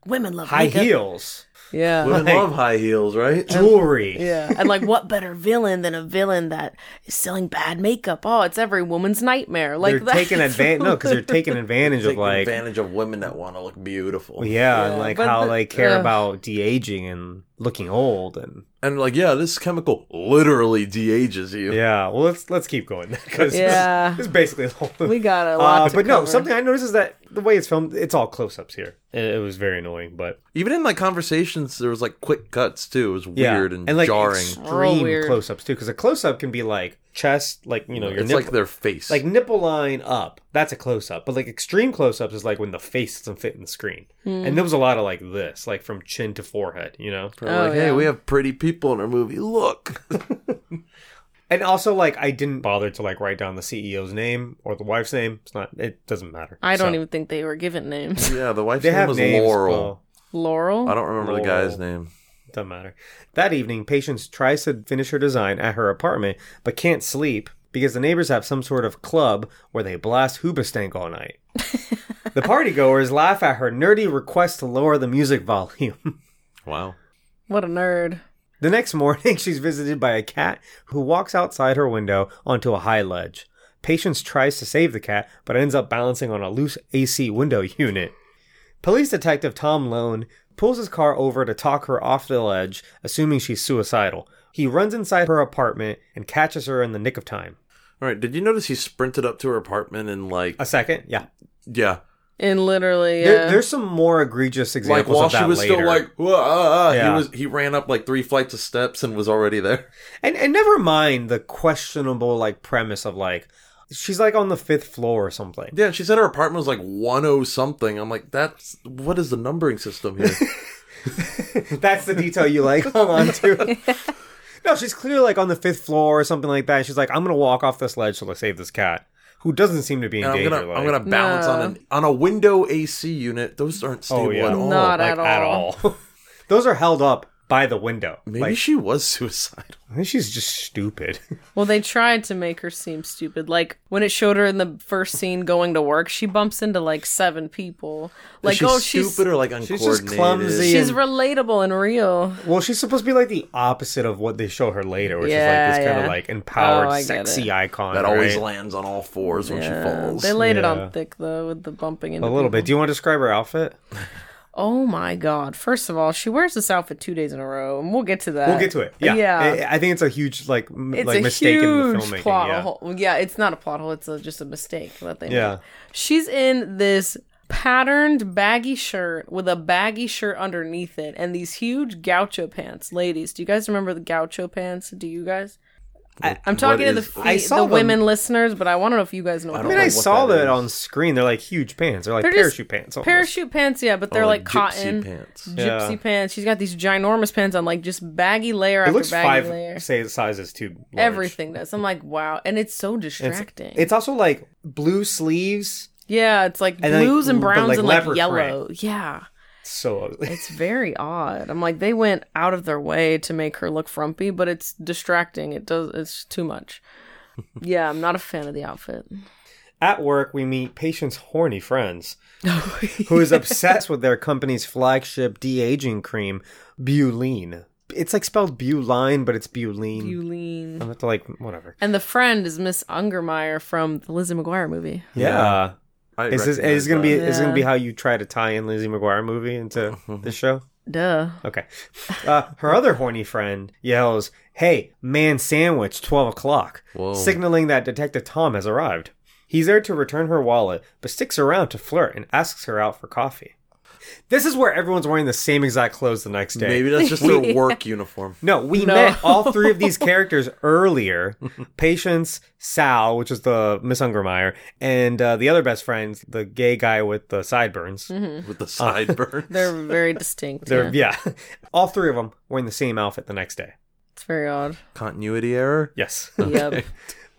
[SPEAKER 3] Women love
[SPEAKER 1] high
[SPEAKER 3] makeup.
[SPEAKER 1] heels,
[SPEAKER 3] Yeah.
[SPEAKER 2] Women
[SPEAKER 1] Like-
[SPEAKER 2] love high heels, right?
[SPEAKER 1] jewelry.
[SPEAKER 3] Yeah. And like, what better villain than a villain that is selling bad makeup? Oh, it's every woman's nightmare. Like
[SPEAKER 1] they're
[SPEAKER 3] that.
[SPEAKER 1] taking advantage. No, because they're taking advantage of
[SPEAKER 2] Take
[SPEAKER 1] like,
[SPEAKER 2] advantage of women that want to look beautiful.
[SPEAKER 1] yeah, and
[SPEAKER 3] Yeah,
[SPEAKER 1] like
[SPEAKER 3] but
[SPEAKER 1] how
[SPEAKER 3] the-
[SPEAKER 1] they care
[SPEAKER 3] ugh.
[SPEAKER 1] about de aging and looking old and.
[SPEAKER 2] And like, yeah, this chemical literally de ages you.
[SPEAKER 1] Yeah, well let's let's keep going because
[SPEAKER 3] Yeah.
[SPEAKER 1] it's basically the whole thing.
[SPEAKER 3] we got a lot
[SPEAKER 1] Uh,
[SPEAKER 3] to
[SPEAKER 1] but no,
[SPEAKER 3] cover.
[SPEAKER 1] something I noticed is that the way it's filmed, it's all close-ups here. It, it was very annoying, but
[SPEAKER 2] Even in like conversations, there was like quick cuts too. It was
[SPEAKER 1] yeah,
[SPEAKER 2] weird and,
[SPEAKER 1] like
[SPEAKER 2] jarring.
[SPEAKER 3] Real
[SPEAKER 1] extreme
[SPEAKER 3] Oh, weird.
[SPEAKER 1] close-ups too, because a close-up can be like chest, like you know your
[SPEAKER 2] it's
[SPEAKER 1] nipple,
[SPEAKER 2] like their face.
[SPEAKER 1] like nipple line up. That's a close-up, but like extreme close-ups is like when the face doesn't fit in the screen.
[SPEAKER 3] Hmm.
[SPEAKER 1] And there was a lot of like this, like from chin to forehead, you know.
[SPEAKER 2] They're like,
[SPEAKER 3] Oh,
[SPEAKER 2] hey,
[SPEAKER 3] yeah.
[SPEAKER 2] we have pretty people in our movie. Look.
[SPEAKER 1] And also, like I didn't bother to like write down the CEO's name or the wife's name. It's not. It doesn't matter.
[SPEAKER 3] I don't
[SPEAKER 1] So-
[SPEAKER 3] even think they were given names.
[SPEAKER 2] yeah, the wife's
[SPEAKER 1] They
[SPEAKER 2] name
[SPEAKER 1] have
[SPEAKER 2] was
[SPEAKER 1] names,
[SPEAKER 2] Laurel.
[SPEAKER 1] but-
[SPEAKER 3] Laurel.
[SPEAKER 2] I don't remember the guy's
[SPEAKER 1] Laurel.
[SPEAKER 2] name.
[SPEAKER 1] Doesn't matter. That evening, Patience tries to finish her design at her apartment, but can't sleep because the neighbors have some sort of club where they blast Hoobastank all night. the partygoers laugh at her nerdy request to lower the music volume.
[SPEAKER 2] Wow.
[SPEAKER 3] What a nerd.
[SPEAKER 1] the next morning, she's visited by a cat who walks outside her window onto a high ledge. Patience tries to save the cat, but ends up balancing on a loose AC window unit. Police detective Tom Lone pulls his car over to talk her off the ledge, assuming she's suicidal. He runs inside her apartment and catches her in the nick of time.
[SPEAKER 2] All right. Did you notice he sprinted up to her apartment and like,
[SPEAKER 1] A second? Yeah.
[SPEAKER 2] yeah,
[SPEAKER 3] And literally,
[SPEAKER 1] There,
[SPEAKER 3] yeah.
[SPEAKER 1] there's some more egregious
[SPEAKER 2] like
[SPEAKER 1] examples
[SPEAKER 2] while
[SPEAKER 1] of that
[SPEAKER 2] she was
[SPEAKER 1] later.
[SPEAKER 2] still like, "Whoa, ah, ah,"
[SPEAKER 1] Yeah.
[SPEAKER 2] he was he ran up like three flights of steps and was already there.
[SPEAKER 1] and and never mind the questionable like premise of like she's like on the fifth floor or something.
[SPEAKER 2] Yeah, she said her apartment was like one oh something. I'm like, that's what is the numbering system here?
[SPEAKER 1] That's the detail you like hung on to. No, she's clearly like on the fifth floor or something like that. And she's like, I'm gonna walk off this ledge to save this cat, who doesn't seem to be in
[SPEAKER 2] And I'm
[SPEAKER 1] danger.
[SPEAKER 2] gonna
[SPEAKER 1] like-
[SPEAKER 2] I'm gonna balance on
[SPEAKER 3] No.
[SPEAKER 2] an on a window AC unit. Those aren't stable
[SPEAKER 1] Oh, yeah.
[SPEAKER 2] at all.
[SPEAKER 3] Not at
[SPEAKER 1] Like, Those are held up by the window.
[SPEAKER 2] Maybe
[SPEAKER 1] Like,
[SPEAKER 2] she was suicidal.
[SPEAKER 1] I think she's just stupid.
[SPEAKER 3] Well, they tried to make her seem stupid. Like when it showed her in the first scene going to work, she bumps into like seven people. Like,
[SPEAKER 2] Like, she's
[SPEAKER 3] oh,
[SPEAKER 2] stupid
[SPEAKER 3] she's
[SPEAKER 2] or like
[SPEAKER 1] just
[SPEAKER 2] uncoordinated.
[SPEAKER 1] clumsy.
[SPEAKER 3] she's
[SPEAKER 1] and-
[SPEAKER 3] relatable and real.
[SPEAKER 1] well, she's supposed to be like the opposite of what they show her later, which is
[SPEAKER 3] Yeah,
[SPEAKER 1] like this kind
[SPEAKER 3] yeah.
[SPEAKER 1] of like empowered,
[SPEAKER 3] Oh, I get
[SPEAKER 1] sexy
[SPEAKER 3] it.
[SPEAKER 1] icon
[SPEAKER 2] That always
[SPEAKER 1] right?
[SPEAKER 2] lands on all fours when she falls.
[SPEAKER 3] They laid it
[SPEAKER 1] Yeah.
[SPEAKER 3] on thick though with the bumping into
[SPEAKER 1] a little
[SPEAKER 3] people.
[SPEAKER 1] bit. Do you want to describe her outfit?
[SPEAKER 3] Oh my god! First of all, she wears this outfit two days in a row, and we'll get to that.
[SPEAKER 1] We'll get to it. Yeah,
[SPEAKER 3] Uh, yeah.
[SPEAKER 1] I, I think it's a huge like m-
[SPEAKER 3] It's
[SPEAKER 1] like
[SPEAKER 3] a
[SPEAKER 1] mistake in the
[SPEAKER 3] huge
[SPEAKER 1] filmmaking.
[SPEAKER 3] plot
[SPEAKER 1] yeah.
[SPEAKER 3] hole. Yeah, it's not a plot hole. It's a, just a mistake that they
[SPEAKER 1] Yeah.
[SPEAKER 3] made. She's in this patterned baggy shirt with a baggy shirt underneath it, and these huge gaucho pants. Ladies, do you guys remember the gaucho pants? Do you guys? I, I'm talking to the
[SPEAKER 2] is-
[SPEAKER 3] fe-
[SPEAKER 1] I saw
[SPEAKER 3] the
[SPEAKER 1] them.
[SPEAKER 3] women listeners, but I want to know if you guys know.
[SPEAKER 1] I
[SPEAKER 3] what
[SPEAKER 1] mean,
[SPEAKER 2] know
[SPEAKER 1] I
[SPEAKER 2] what
[SPEAKER 1] saw
[SPEAKER 2] that
[SPEAKER 1] that
[SPEAKER 2] is.
[SPEAKER 1] on screen. They're like huge pants. They're like
[SPEAKER 3] They're just
[SPEAKER 1] parachute pants. Oh, Almost.
[SPEAKER 3] Parachute pants, yeah, but they're
[SPEAKER 2] Oh,
[SPEAKER 3] like
[SPEAKER 2] gypsy
[SPEAKER 3] cotton
[SPEAKER 2] pants.
[SPEAKER 3] gypsy
[SPEAKER 1] Yeah.
[SPEAKER 3] pants. She's got these ginormous pants on, like just baggy layer
[SPEAKER 1] It
[SPEAKER 3] after
[SPEAKER 1] looks
[SPEAKER 3] baggy
[SPEAKER 1] five
[SPEAKER 3] layer.
[SPEAKER 1] say sizes too. Large.
[SPEAKER 3] Everything does. I'm like, wow, and it's so distracting.
[SPEAKER 1] It's also like blue sleeves.
[SPEAKER 3] yeah, it's like
[SPEAKER 1] then, like,
[SPEAKER 3] blues and
[SPEAKER 1] but,
[SPEAKER 3] browns
[SPEAKER 1] like,
[SPEAKER 3] and like
[SPEAKER 1] leopard
[SPEAKER 3] yellow. Yeah,
[SPEAKER 1] So ugly.
[SPEAKER 3] it's very odd. I'm like, they went out of their way to make her look frumpy, but it's distracting. It does. It's too much. Yeah, I'm not a fan of the outfit.
[SPEAKER 1] At work, we meet patients' horny friends who is obsessed with their company's flagship de aging cream, Buline. It's like spelled Buline, but it's Buline.
[SPEAKER 3] Yulene.
[SPEAKER 1] I'm have to like whatever.
[SPEAKER 3] And the friend is Miss Ungermeyer from the Lizzie McGuire movie.
[SPEAKER 1] Yeah.
[SPEAKER 2] Yeah. I
[SPEAKER 1] Is this
[SPEAKER 2] recognize
[SPEAKER 1] is gonna be
[SPEAKER 2] that.
[SPEAKER 1] is gonna be
[SPEAKER 3] Yeah.
[SPEAKER 1] how you try to tie in Lizzie McGuire movie into this show?
[SPEAKER 3] Duh.
[SPEAKER 1] Okay. Uh, her other horny friend yells, "Hey, man, sandwich, twelve o'clock,"
[SPEAKER 2] Whoa.
[SPEAKER 1] signaling that Detective Tom has arrived. He's there to return her wallet, but sticks around to flirt and asks her out for coffee. This is where everyone's wearing the same exact clothes the next day.
[SPEAKER 2] Maybe that's just her work uniform.
[SPEAKER 1] No, we
[SPEAKER 3] No.
[SPEAKER 1] met all three of these characters earlier. Patience, Sal, which is the Miss Ungermeyer, and uh, the other best friends, the gay guy with the sideburns.
[SPEAKER 2] with the sideburns.
[SPEAKER 3] They're very distinct.
[SPEAKER 1] They're,
[SPEAKER 3] yeah.
[SPEAKER 1] yeah. all three of them wearing the same outfit the next day.
[SPEAKER 3] It's very odd.
[SPEAKER 2] Continuity error.
[SPEAKER 1] Yes,
[SPEAKER 3] Yep.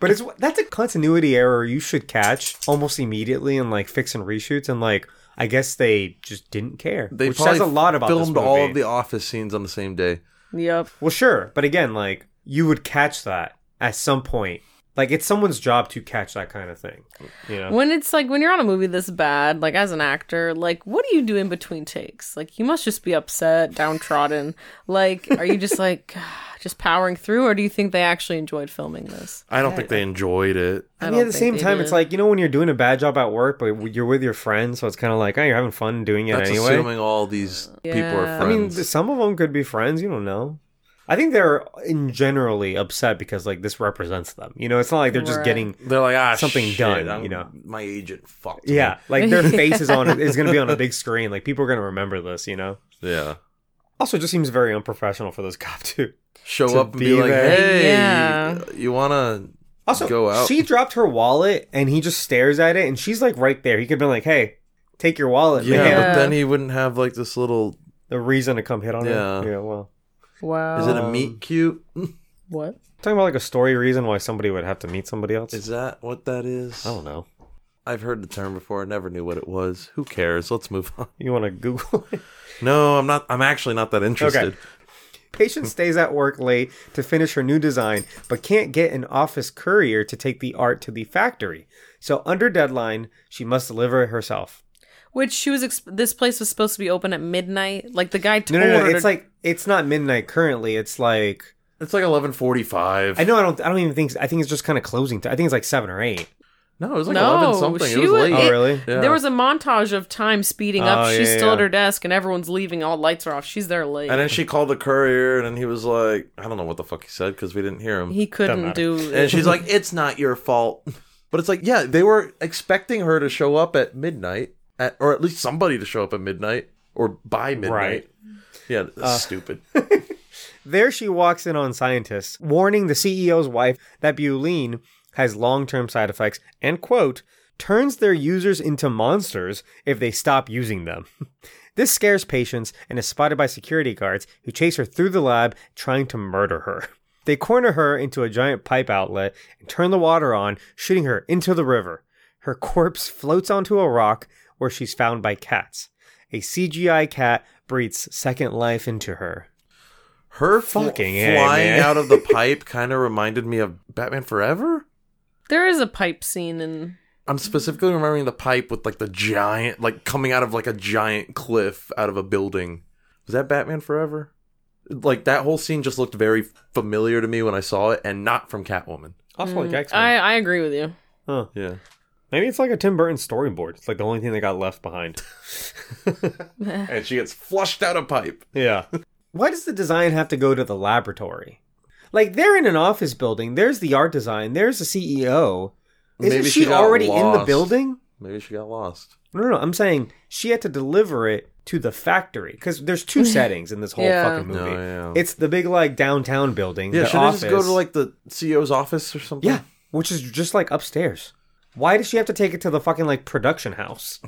[SPEAKER 1] but it's that's a continuity error you should catch almost immediately and like fix and reshoots and like I guess they just didn't care,
[SPEAKER 2] They
[SPEAKER 1] which
[SPEAKER 2] probably
[SPEAKER 1] says a lot about
[SPEAKER 2] filmed
[SPEAKER 1] this movie.
[SPEAKER 2] all of the office scenes on the same day.
[SPEAKER 3] Yep.
[SPEAKER 1] Well, sure, but again, like you would catch that at some point. Like it's someone's job to catch that kind of thing. You know,
[SPEAKER 3] When it's like when you're on a movie this bad, like as an actor, like what do you do in between takes? Like you must just be upset, downtrodden. Like are you just like just powering through or do you think they actually enjoyed filming this?
[SPEAKER 2] I don't think they enjoyed it.
[SPEAKER 3] I
[SPEAKER 1] I mean,
[SPEAKER 3] don't
[SPEAKER 1] at the
[SPEAKER 3] think
[SPEAKER 1] same
[SPEAKER 3] they
[SPEAKER 1] time, it's
[SPEAKER 3] did.
[SPEAKER 1] like you know when you're doing a bad job at work, but you're with your friends, so it's kind of like, oh, you're having fun doing it
[SPEAKER 2] That's
[SPEAKER 1] anyway.
[SPEAKER 2] assuming all these people are
[SPEAKER 3] Yeah.
[SPEAKER 1] I mean,
[SPEAKER 2] friends.
[SPEAKER 1] th- some of them could be friends. You don't know. I think they're in generally upset because like this represents them. You know, it's not like they're just
[SPEAKER 3] Right.
[SPEAKER 1] getting.
[SPEAKER 2] they're like, ah,
[SPEAKER 1] something
[SPEAKER 2] shit,
[SPEAKER 1] done,
[SPEAKER 2] I'm-
[SPEAKER 1] you know.
[SPEAKER 2] My agent fucked. me."
[SPEAKER 1] Yeah, like their faces on it is going to be on a big screen. Like people are going to remember this, you know.
[SPEAKER 2] yeah.
[SPEAKER 1] Also, it just seems very unprofessional for this cop too.
[SPEAKER 2] Show
[SPEAKER 1] To
[SPEAKER 2] up and be,
[SPEAKER 1] be
[SPEAKER 2] like,
[SPEAKER 1] there.
[SPEAKER 2] hey,
[SPEAKER 3] Yeah.
[SPEAKER 2] you wanna?
[SPEAKER 1] Also,
[SPEAKER 2] Go out.
[SPEAKER 1] she dropped her wallet and he just stares at it, and she's like right there. He could have been like, "Hey, take your wallet."
[SPEAKER 2] Yeah,
[SPEAKER 1] man."
[SPEAKER 2] but then he wouldn't have like this little.
[SPEAKER 1] The reason to come hit on
[SPEAKER 2] Yeah.
[SPEAKER 1] her. Yeah, well,
[SPEAKER 3] wow.
[SPEAKER 2] Is it a
[SPEAKER 1] Um,
[SPEAKER 2] meet cute?
[SPEAKER 3] what?
[SPEAKER 1] talking about like a story reason why somebody would have to meet somebody else.
[SPEAKER 2] Is that what that is?
[SPEAKER 1] I don't know.
[SPEAKER 2] I've heard the term before. I never knew what it was. Who cares? Let's move on.
[SPEAKER 1] You want to Google it?
[SPEAKER 2] No, I'm not. I'm actually not that interested.
[SPEAKER 1] Patient stays at work late to finish her new design, but can't get an office courier to take the art to the factory. So, under deadline, she must deliver it herself.
[SPEAKER 3] Which she was exp- this place was supposed to be open at midnight. Like the guy
[SPEAKER 1] No,
[SPEAKER 3] told
[SPEAKER 1] no, no.
[SPEAKER 3] her
[SPEAKER 1] It's
[SPEAKER 3] to-
[SPEAKER 1] like it's not midnight currently. It's like
[SPEAKER 2] It's like 11:45.
[SPEAKER 1] I know. I don't. I don't even think. I think it's just kind of closing. T- I think it's like seven or eight.
[SPEAKER 2] No, it was like
[SPEAKER 3] No,
[SPEAKER 2] 11 something. It
[SPEAKER 3] she
[SPEAKER 2] was
[SPEAKER 3] was-
[SPEAKER 2] late.
[SPEAKER 1] Oh, really?
[SPEAKER 2] Yeah.
[SPEAKER 3] There was a montage of time speeding up.
[SPEAKER 1] Oh,
[SPEAKER 3] She's
[SPEAKER 1] yeah,
[SPEAKER 3] still at
[SPEAKER 1] yeah.
[SPEAKER 3] her desk and everyone's leaving. All lights are off. She's there late.
[SPEAKER 2] And then she called the courier, and then he was like, "I don't know what the fuck he said because we didn't hear him."
[SPEAKER 3] he couldn't do
[SPEAKER 2] and she's like, "It's not your fault." But it's like, yeah, they were expecting her to show up at midnight, at, or at least somebody to show up at midnight or by midnight.
[SPEAKER 1] Right.
[SPEAKER 2] Yeah, that's stupid.
[SPEAKER 1] There she walks in on scientists, warning the CEO's wife that Buline has long term side effects and, quote, turns their users into monsters if they stop using them. this scares patients and is spotted by security guards who chase her through the lab trying to murder her. They corner her into a giant pipe outlet and turn the water on, shooting her into the river. Her corpse floats onto a rock where she's found by cats. A CGI cat breathes second life into her.
[SPEAKER 2] Her fl-
[SPEAKER 1] Fucking A,
[SPEAKER 2] flying
[SPEAKER 1] man.
[SPEAKER 2] out of the pipe kind of reminded me of Batman Forever.
[SPEAKER 3] There is a pipe scene in
[SPEAKER 2] I'm specifically remembering the pipe with like the giant, like coming out of like a giant cliff out of a building. Was that Batman Forever? Like that whole scene just looked very familiar to me when I saw it, and not from Catwoman.
[SPEAKER 1] Also, like X
[SPEAKER 3] I, I agree with you.
[SPEAKER 1] Huh.
[SPEAKER 2] Yeah,
[SPEAKER 1] Maybe it's like a Tim Burton storyboard. It's like the only thing that got left behind.
[SPEAKER 2] and she gets flushed out of pipe.
[SPEAKER 1] Yeah. Why does the design have to go to the laboratory? Like they're in an office building. There's the art design. There's the CEO. Isn't
[SPEAKER 2] Maybe
[SPEAKER 1] she,
[SPEAKER 2] she got
[SPEAKER 1] already in the
[SPEAKER 2] lost.
[SPEAKER 1] building?
[SPEAKER 2] Maybe she got lost.
[SPEAKER 1] No, no, no. I'm saying she had to deliver it to the factory because there's two settings in this whole
[SPEAKER 3] Yeah.
[SPEAKER 1] fucking movie.
[SPEAKER 2] No, yeah.
[SPEAKER 1] It's the big like downtown building.
[SPEAKER 2] Yeah,
[SPEAKER 1] the
[SPEAKER 2] should I
[SPEAKER 1] office.
[SPEAKER 2] just go to like the CEO's office or something?
[SPEAKER 1] yeah, which is just like upstairs. Why does she have to take it to the fucking like production house?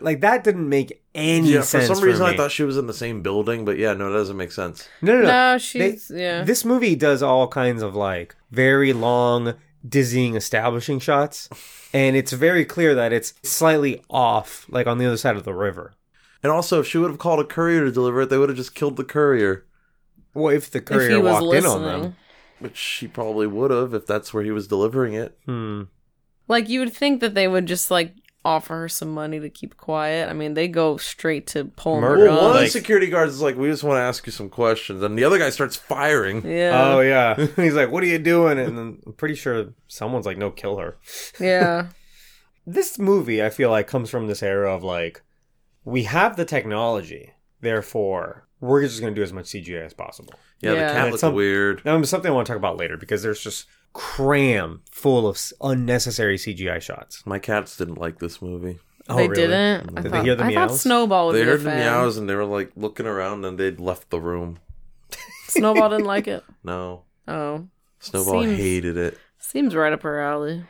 [SPEAKER 1] Like that didn't make any
[SPEAKER 2] Yeah, for
[SPEAKER 1] sense.
[SPEAKER 2] some reason
[SPEAKER 1] me.
[SPEAKER 2] I thought she was in the same building, but yeah, no, it doesn't make sense.
[SPEAKER 1] no, no, no.
[SPEAKER 3] No,
[SPEAKER 1] They-
[SPEAKER 3] she's yeah.
[SPEAKER 1] This movie does all kinds of like very long, dizzying establishing shots, and it's very clear that it's slightly off, like on the other side of the river.
[SPEAKER 2] And also, if she would have called a courier to deliver it, they would have just killed the courier,
[SPEAKER 1] Well, if the courier
[SPEAKER 3] if he was
[SPEAKER 1] walked
[SPEAKER 3] listening,
[SPEAKER 1] in on them,
[SPEAKER 2] which she probably would have if that's where he was delivering it.
[SPEAKER 1] hmm.
[SPEAKER 3] like you would think that they would just like offer her some money to keep quiet. I mean, they go straight to pulling her
[SPEAKER 1] Murder.
[SPEAKER 2] Well, one
[SPEAKER 3] drugs.
[SPEAKER 2] of the
[SPEAKER 1] Like-
[SPEAKER 2] security guards is like, "We just want to ask you some questions," and the other guy starts firing.
[SPEAKER 1] Oh
[SPEAKER 3] yeah,
[SPEAKER 1] yeah, he's like, "What are you doing?" And then I'm pretty sure someone's like, "No, kill her."
[SPEAKER 3] yeah.
[SPEAKER 1] This movie, I feel like, comes from this era of like, we have the technology, therefore we're just going to do as much CGI as possible.
[SPEAKER 2] Yeah,
[SPEAKER 3] Yeah.
[SPEAKER 2] the
[SPEAKER 3] And
[SPEAKER 2] cat
[SPEAKER 1] it's
[SPEAKER 2] looked
[SPEAKER 1] some-
[SPEAKER 2] weird.
[SPEAKER 1] Now, it's something I want to talk about later because there's just cram full of s- unnecessary CGI shots.
[SPEAKER 2] My cats didn't like this movie.
[SPEAKER 3] they didn't. I
[SPEAKER 1] Oh, Did they
[SPEAKER 3] thought,
[SPEAKER 1] hear the
[SPEAKER 3] I thought
[SPEAKER 1] meows?
[SPEAKER 3] Snowball would
[SPEAKER 2] they
[SPEAKER 3] be
[SPEAKER 2] heard
[SPEAKER 3] a
[SPEAKER 2] the
[SPEAKER 3] fan.
[SPEAKER 2] meows and they were like looking around, and they'd left the room.
[SPEAKER 3] Snowball didn't like it.
[SPEAKER 2] No,
[SPEAKER 3] Oh,
[SPEAKER 2] Snowball
[SPEAKER 3] Seems-
[SPEAKER 2] hated it.
[SPEAKER 3] seems right up her alley.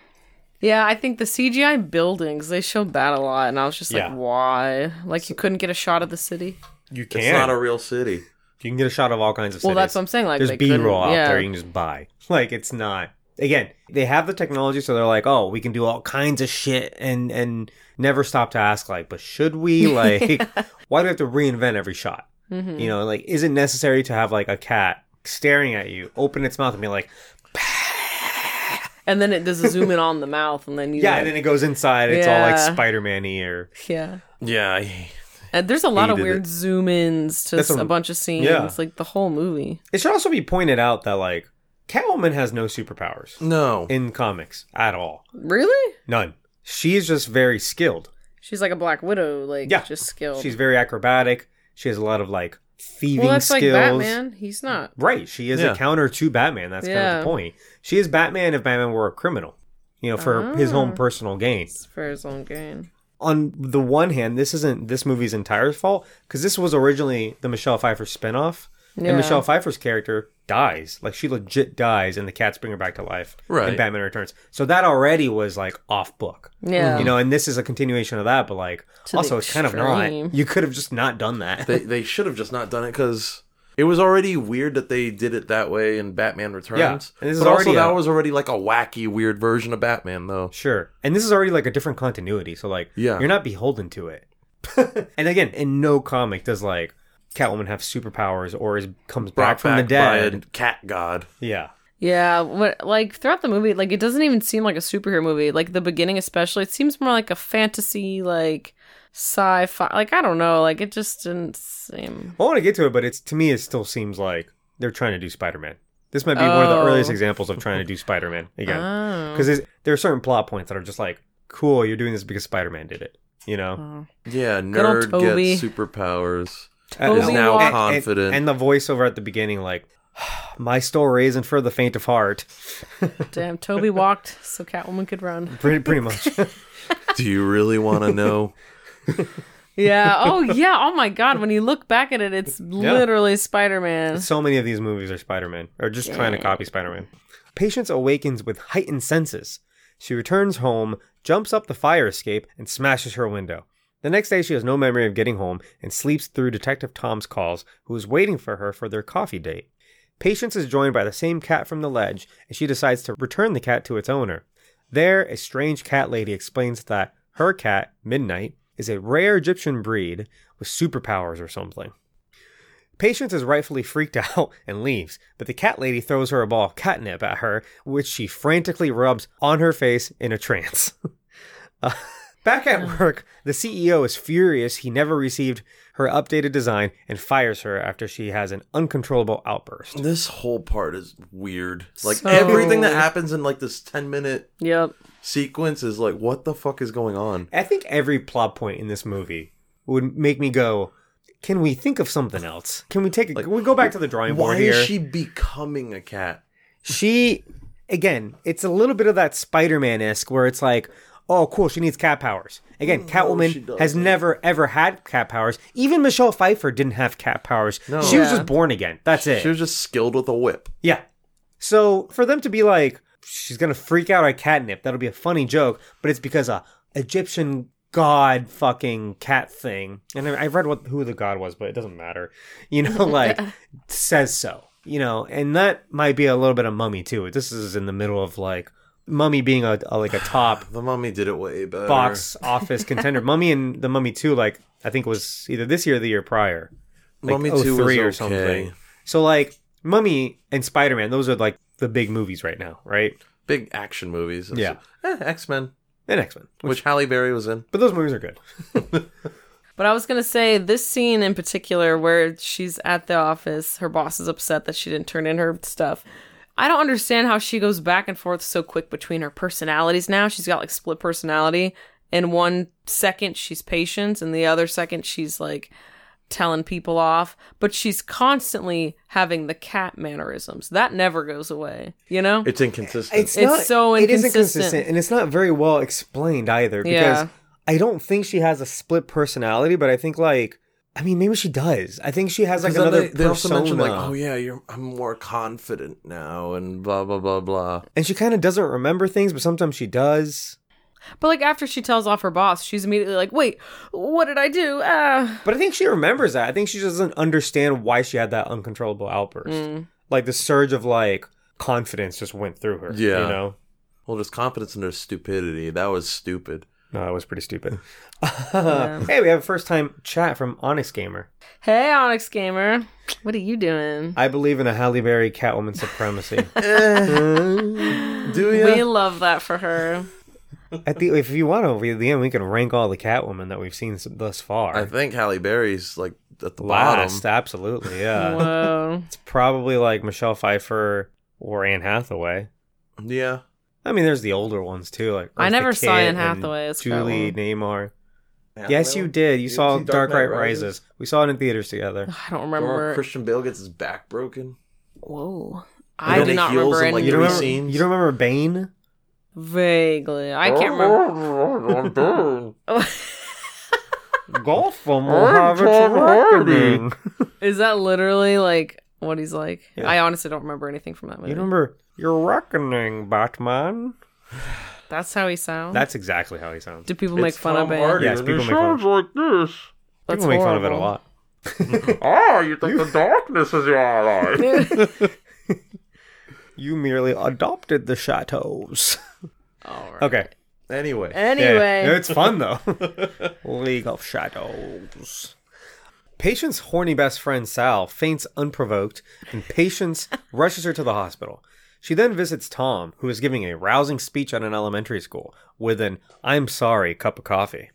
[SPEAKER 3] Yeah, I think the CGI buildings they showed that a lot, and I was just like,
[SPEAKER 1] Yeah.
[SPEAKER 3] why? Like you couldn't get a shot of the city.
[SPEAKER 1] You can.
[SPEAKER 2] It's not a real city.
[SPEAKER 1] you can get a shot of all kinds of
[SPEAKER 3] Well,
[SPEAKER 1] cities.
[SPEAKER 3] that's what I'm saying. Like
[SPEAKER 1] There's
[SPEAKER 3] they
[SPEAKER 1] B
[SPEAKER 3] couldn't-
[SPEAKER 1] roll out
[SPEAKER 3] yeah.
[SPEAKER 1] there you can just buy. Like it's not. Again, they have the technology, so they're like, oh, we can do all kinds of shit, and and never stop to ask, like, but should we? Like, why do we have to reinvent every shot?
[SPEAKER 3] Mhm.
[SPEAKER 1] You know, like, is it necessary to have like a cat staring at you, open its mouth, and be like,
[SPEAKER 3] And then it does a zoom in on the mouth, and then you
[SPEAKER 1] yeah,
[SPEAKER 3] like-
[SPEAKER 1] and then it goes inside, it's all like
[SPEAKER 3] Yeah.
[SPEAKER 1] Spider Man y or
[SPEAKER 3] yeah.
[SPEAKER 2] Yeah, I,
[SPEAKER 3] And there's a lot of
[SPEAKER 2] Hated
[SPEAKER 3] weird zoom ins to
[SPEAKER 1] That's
[SPEAKER 3] s-
[SPEAKER 1] what
[SPEAKER 3] a
[SPEAKER 1] I'm-
[SPEAKER 3] bunch of scenes,
[SPEAKER 1] Yeah.
[SPEAKER 3] like the whole movie.
[SPEAKER 1] It should also be pointed out that like Catwoman has no superpowers
[SPEAKER 2] no.
[SPEAKER 1] in comics at all.
[SPEAKER 3] Really?
[SPEAKER 1] None. She is just very skilled.
[SPEAKER 3] She's like a Black Widow, like
[SPEAKER 1] Yeah.
[SPEAKER 3] just skilled.
[SPEAKER 1] She's very acrobatic. She has a lot of like thieving
[SPEAKER 3] well, that's
[SPEAKER 1] skills.
[SPEAKER 3] like Batman. He's not.
[SPEAKER 1] Right. She is
[SPEAKER 2] Yeah.
[SPEAKER 1] a counter to Batman. That's kind
[SPEAKER 3] Yeah.
[SPEAKER 1] of the point. She is Batman if Batman were a criminal, you know, for his
[SPEAKER 3] Ah.
[SPEAKER 1] own personal gain.
[SPEAKER 3] It's for his own gain.
[SPEAKER 1] On the one hand, this isn't this movie's entire fault because this was originally the Michelle Pfeiffer spinoff.
[SPEAKER 3] Yeah.
[SPEAKER 1] And Michelle Pfeiffer's character dies. Like she legit dies and the cats bring her back to life.
[SPEAKER 2] Right.
[SPEAKER 1] And Batman returns. So that already was like off book.
[SPEAKER 3] Yeah.
[SPEAKER 1] You know, and this is a continuation of that, but like
[SPEAKER 3] To the
[SPEAKER 1] also it's kind of
[SPEAKER 3] extreme.
[SPEAKER 1] not. You could have just not done that.
[SPEAKER 2] they they should have just not done it because it was already weird that they did it that way in Batman Returns.
[SPEAKER 1] Yeah, and this is
[SPEAKER 2] but also
[SPEAKER 1] already
[SPEAKER 2] that
[SPEAKER 1] a-
[SPEAKER 2] was already like a wacky, weird version of Batman, though.
[SPEAKER 1] Sure. And this is already like a different continuity, so like
[SPEAKER 2] Yeah.
[SPEAKER 1] you're not beholden to it. and again, in no comic does like Catwoman have superpowers or is comes back from the
[SPEAKER 2] by a
[SPEAKER 1] dead.
[SPEAKER 2] cat god.
[SPEAKER 1] Yeah.
[SPEAKER 3] Yeah, what like throughout the movie, like it doesn't even seem like a superhero movie. Like the beginning, especially, it seems more like a fantasy, like sci-fi. Like I don't know, like it just didn't seem.
[SPEAKER 1] I want to get to it, but it's to me it still seems like they're trying to do Spider Man. This might be one of the
[SPEAKER 3] Oh.
[SPEAKER 1] earliest examples of trying to do Spider Man again.
[SPEAKER 3] Oh.
[SPEAKER 1] Because there are certain plot points that are just like, cool, you're doing this because Spider Man did it. You know?
[SPEAKER 3] Oh.
[SPEAKER 2] Yeah,
[SPEAKER 3] old
[SPEAKER 2] nerd
[SPEAKER 3] Toby.
[SPEAKER 2] gets superpowers.
[SPEAKER 1] And-
[SPEAKER 3] Is now
[SPEAKER 1] and-
[SPEAKER 2] confident.
[SPEAKER 1] And, and the voiceover at the beginning, like, my story isn't for the faint of heart.
[SPEAKER 3] Damn, Toby walked so Catwoman could run.
[SPEAKER 1] Pretty, pretty much.
[SPEAKER 2] Do you really want to know?
[SPEAKER 3] Yeah. Oh yeah. Oh my God. When you look back at it, it's literally Spider-Man.
[SPEAKER 1] So many of these movies are Spider Man, or just trying to copy Spider Man. Patience awakens with heightened senses. She returns home, jumps up the fire escape, and smashes her window. The next day, she has no memory of getting home and sleeps through Detective Tom's calls, who is waiting for her for their coffee date. Patience is joined by the same cat from the ledge, and she decides to return the cat to its owner. There, a strange cat lady explains that her cat, Midnight, is a rare Egyptian breed with superpowers or something. Patience is rightfully freaked out and leaves, but the cat lady throws her a ball of catnip at her, which she frantically rubs on her face in a trance. Uh, back at work, the CEO is furious he never received her updated design and fires her after she has an uncontrollable outburst.
[SPEAKER 2] This whole part is weird. Like
[SPEAKER 3] So-
[SPEAKER 2] everything that happens in like this 10 minute
[SPEAKER 3] Yep.
[SPEAKER 2] sequence is like, what the fuck is going on?
[SPEAKER 1] I think every plot point in this movie would make me go, "Can we think of something else? Can we take? A, can we go back to the drawing board
[SPEAKER 2] Why
[SPEAKER 1] here?"
[SPEAKER 2] is she becoming a cat?
[SPEAKER 1] she again it's a little bit of that spider-man-esque where it's like oh cool she needs cat powers again
[SPEAKER 2] Mm, she
[SPEAKER 1] catwoman
[SPEAKER 2] doesn't.
[SPEAKER 1] has never ever had cat powers even michelle pfeiffer didn't have cat powers she was
[SPEAKER 3] Yeah.
[SPEAKER 1] just born again that's it
[SPEAKER 2] She was just skilled with a whip.
[SPEAKER 1] yeah so for them to be like she's gonna freak out at catnip that'll be a funny joke but it's because a egyptian god fucking cat thing and i I read what who the god was but it doesn't matter you know like says so, you know, and that might be a little bit of mummy too. This is in the middle of like mummy being a, a- like a top
[SPEAKER 2] The mummy did it way better.
[SPEAKER 1] box office contender. Mummy and the Mummy Two, like I think was either this year or the year prior, like oh,
[SPEAKER 2] Mummy 2 was
[SPEAKER 1] 03
[SPEAKER 2] okay.
[SPEAKER 1] So like Mummy and Spider Man, those are like the big movies right now, right?
[SPEAKER 2] Big action movies.
[SPEAKER 1] Yeah.
[SPEAKER 2] X Men,
[SPEAKER 1] And X Men,
[SPEAKER 2] eh, which Halle Berry was in.
[SPEAKER 1] but those movies are good.
[SPEAKER 3] But I was gonna say this scene in particular, where she's at the office, her boss is upset that she didn't turn in her stuff. I don't understand how she goes back and forth so quick between her personalities. Now she's got like split personality. In one second she's patient, and the other second she's like telling people off. But she's constantly having the cat mannerisms. That never goes away. You know?
[SPEAKER 2] It's inconsistent.
[SPEAKER 1] It's,
[SPEAKER 3] It's
[SPEAKER 1] not,
[SPEAKER 3] so
[SPEAKER 1] It isn't
[SPEAKER 3] inconsistent.
[SPEAKER 1] consistent, and it's not very well explained either. Because
[SPEAKER 3] Yeah.
[SPEAKER 1] I don't think she has a split personality, but I think like, I mean, maybe she does. I think she has like
[SPEAKER 2] 'Cause then
[SPEAKER 1] another
[SPEAKER 2] they, they also
[SPEAKER 1] persona,
[SPEAKER 2] mentioned like, oh yeah, you're I'm more confident now, and blah blah blah blah.
[SPEAKER 1] and she kind of doesn't remember things, but sometimes she does.
[SPEAKER 3] But like after she tells off her boss, she's immediately like, "Wait, what did I do?" Ah.
[SPEAKER 1] But I think she remembers that. I think she doesn't understand why she had that uncontrollable outburst,
[SPEAKER 3] Mm.
[SPEAKER 1] like the surge of like confidence just went through her.
[SPEAKER 2] Yeah.
[SPEAKER 1] you know,
[SPEAKER 2] Well, there's confidence in their stupidity. That was stupid.
[SPEAKER 1] no, that was pretty stupid. Hey, we have a first time chat from Onyx Gamer.
[SPEAKER 3] Hey, Onyx Gamer, what are you doing?
[SPEAKER 1] I believe in a Halle Berry Catwoman supremacy.
[SPEAKER 2] Do
[SPEAKER 3] We
[SPEAKER 2] you?
[SPEAKER 3] love that for her.
[SPEAKER 1] At the, if you want to, at the end, we can rank all the Catwoman that we've seen s- thus far.
[SPEAKER 2] I think Halle Berry's like at the
[SPEAKER 1] Last,
[SPEAKER 2] bottom.
[SPEAKER 1] absolutely, yeah.
[SPEAKER 3] Whoa.
[SPEAKER 1] It's probably like Michelle Pfeiffer or Anne Hathaway.
[SPEAKER 2] Yeah,
[SPEAKER 1] I mean, there's the older ones too. Like
[SPEAKER 3] I
[SPEAKER 1] Eartha
[SPEAKER 3] never saw
[SPEAKER 1] Kitt
[SPEAKER 3] Anne
[SPEAKER 1] and
[SPEAKER 3] Hathaway as
[SPEAKER 1] Julie Neymar. Yes, you did. You
[SPEAKER 2] didn't
[SPEAKER 1] saw
[SPEAKER 2] see
[SPEAKER 1] Dark Knight Rises. We saw it in theaters together.
[SPEAKER 3] I don't
[SPEAKER 2] Or
[SPEAKER 3] remember.
[SPEAKER 2] Christian Bale gets his back broken.
[SPEAKER 3] Whoa.
[SPEAKER 2] And
[SPEAKER 3] I
[SPEAKER 2] then
[SPEAKER 3] do
[SPEAKER 2] it
[SPEAKER 3] not
[SPEAKER 2] heals
[SPEAKER 3] remember
[SPEAKER 2] in, like,
[SPEAKER 3] any
[SPEAKER 1] You don't
[SPEAKER 2] three
[SPEAKER 1] remember?
[SPEAKER 2] scenes.
[SPEAKER 1] You don't remember Bane?
[SPEAKER 3] vaguely. I can't remember.
[SPEAKER 1] Gotham will have its reckoning.
[SPEAKER 3] Is that literally like what he's like?
[SPEAKER 1] Yeah.
[SPEAKER 3] I honestly don't remember anything from that movie.
[SPEAKER 1] You remember your reckoning, Batman?
[SPEAKER 3] That's how he sounds.
[SPEAKER 1] That's exactly how he sounds.
[SPEAKER 3] do people make
[SPEAKER 2] It's
[SPEAKER 3] fun
[SPEAKER 2] Tom
[SPEAKER 3] of it?
[SPEAKER 2] Hardy,
[SPEAKER 1] Yes,
[SPEAKER 2] and
[SPEAKER 1] people
[SPEAKER 2] it
[SPEAKER 1] make fun-
[SPEAKER 2] sounds like this.
[SPEAKER 3] That's
[SPEAKER 1] People make fun of it a
[SPEAKER 3] horrible.
[SPEAKER 1] lot.
[SPEAKER 2] Ah, you think the darkness is your ally?
[SPEAKER 1] You merely adopted the chateaus.
[SPEAKER 3] All right.
[SPEAKER 1] Okay.
[SPEAKER 2] Anyway,
[SPEAKER 3] Anyway,
[SPEAKER 1] Yeah, it's fun though. League of Shadows. Patient's horny best friend Sal faints unprovoked, and Patience rushes her to the hospital. She then visits Tom, who is giving a rousing speech at an elementary school with an I'm sorry cup of coffee.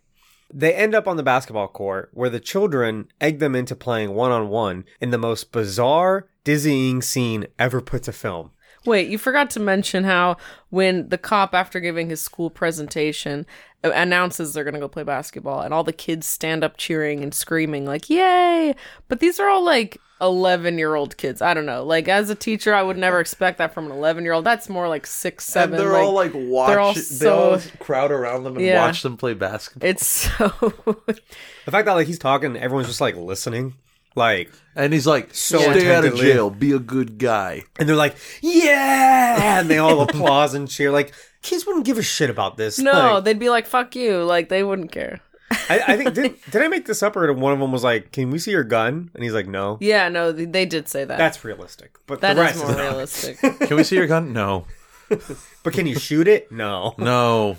[SPEAKER 1] They end up on the basketball court where the children egg them into playing one on one in the most bizarre, dizzying scene ever put to film.
[SPEAKER 3] Wait, you forgot to mention how when the cop, after giving his school presentation, uh, announces they're going to go play basketball, and all the kids stand up cheering and screaming, like, yay! But these are all like 11 year old kids. I don't know. Like, as a teacher, I would never expect that from an 11 year old. That's more like six, seven.
[SPEAKER 2] and they're all like watch.
[SPEAKER 3] they're all
[SPEAKER 2] They all
[SPEAKER 3] so-
[SPEAKER 2] crowd around them and
[SPEAKER 3] Yeah.
[SPEAKER 2] watch them play basketball.
[SPEAKER 3] it's so.
[SPEAKER 1] The fact that like he's talking, and everyone's just like listening, like
[SPEAKER 2] And he's like,
[SPEAKER 1] So
[SPEAKER 2] stay out of
[SPEAKER 1] intently.
[SPEAKER 2] jail, be a good guy.
[SPEAKER 1] And they're like, yeah! And they all applause and cheer. Like, kids wouldn't give a shit about this.
[SPEAKER 3] no,
[SPEAKER 1] Like,
[SPEAKER 3] they'd be like, fuck you. Like, they wouldn't care.
[SPEAKER 1] I, I think, did, did I make this up? Or one of them was like, can we see your gun? And he's like, no.
[SPEAKER 3] Yeah, no, th- they did say that.
[SPEAKER 1] That's realistic. But
[SPEAKER 3] that
[SPEAKER 1] the
[SPEAKER 3] is
[SPEAKER 1] rest is,
[SPEAKER 3] more
[SPEAKER 1] not.
[SPEAKER 3] realistic.
[SPEAKER 2] Can we see your gun? No,
[SPEAKER 1] But can you shoot it? No.
[SPEAKER 2] no.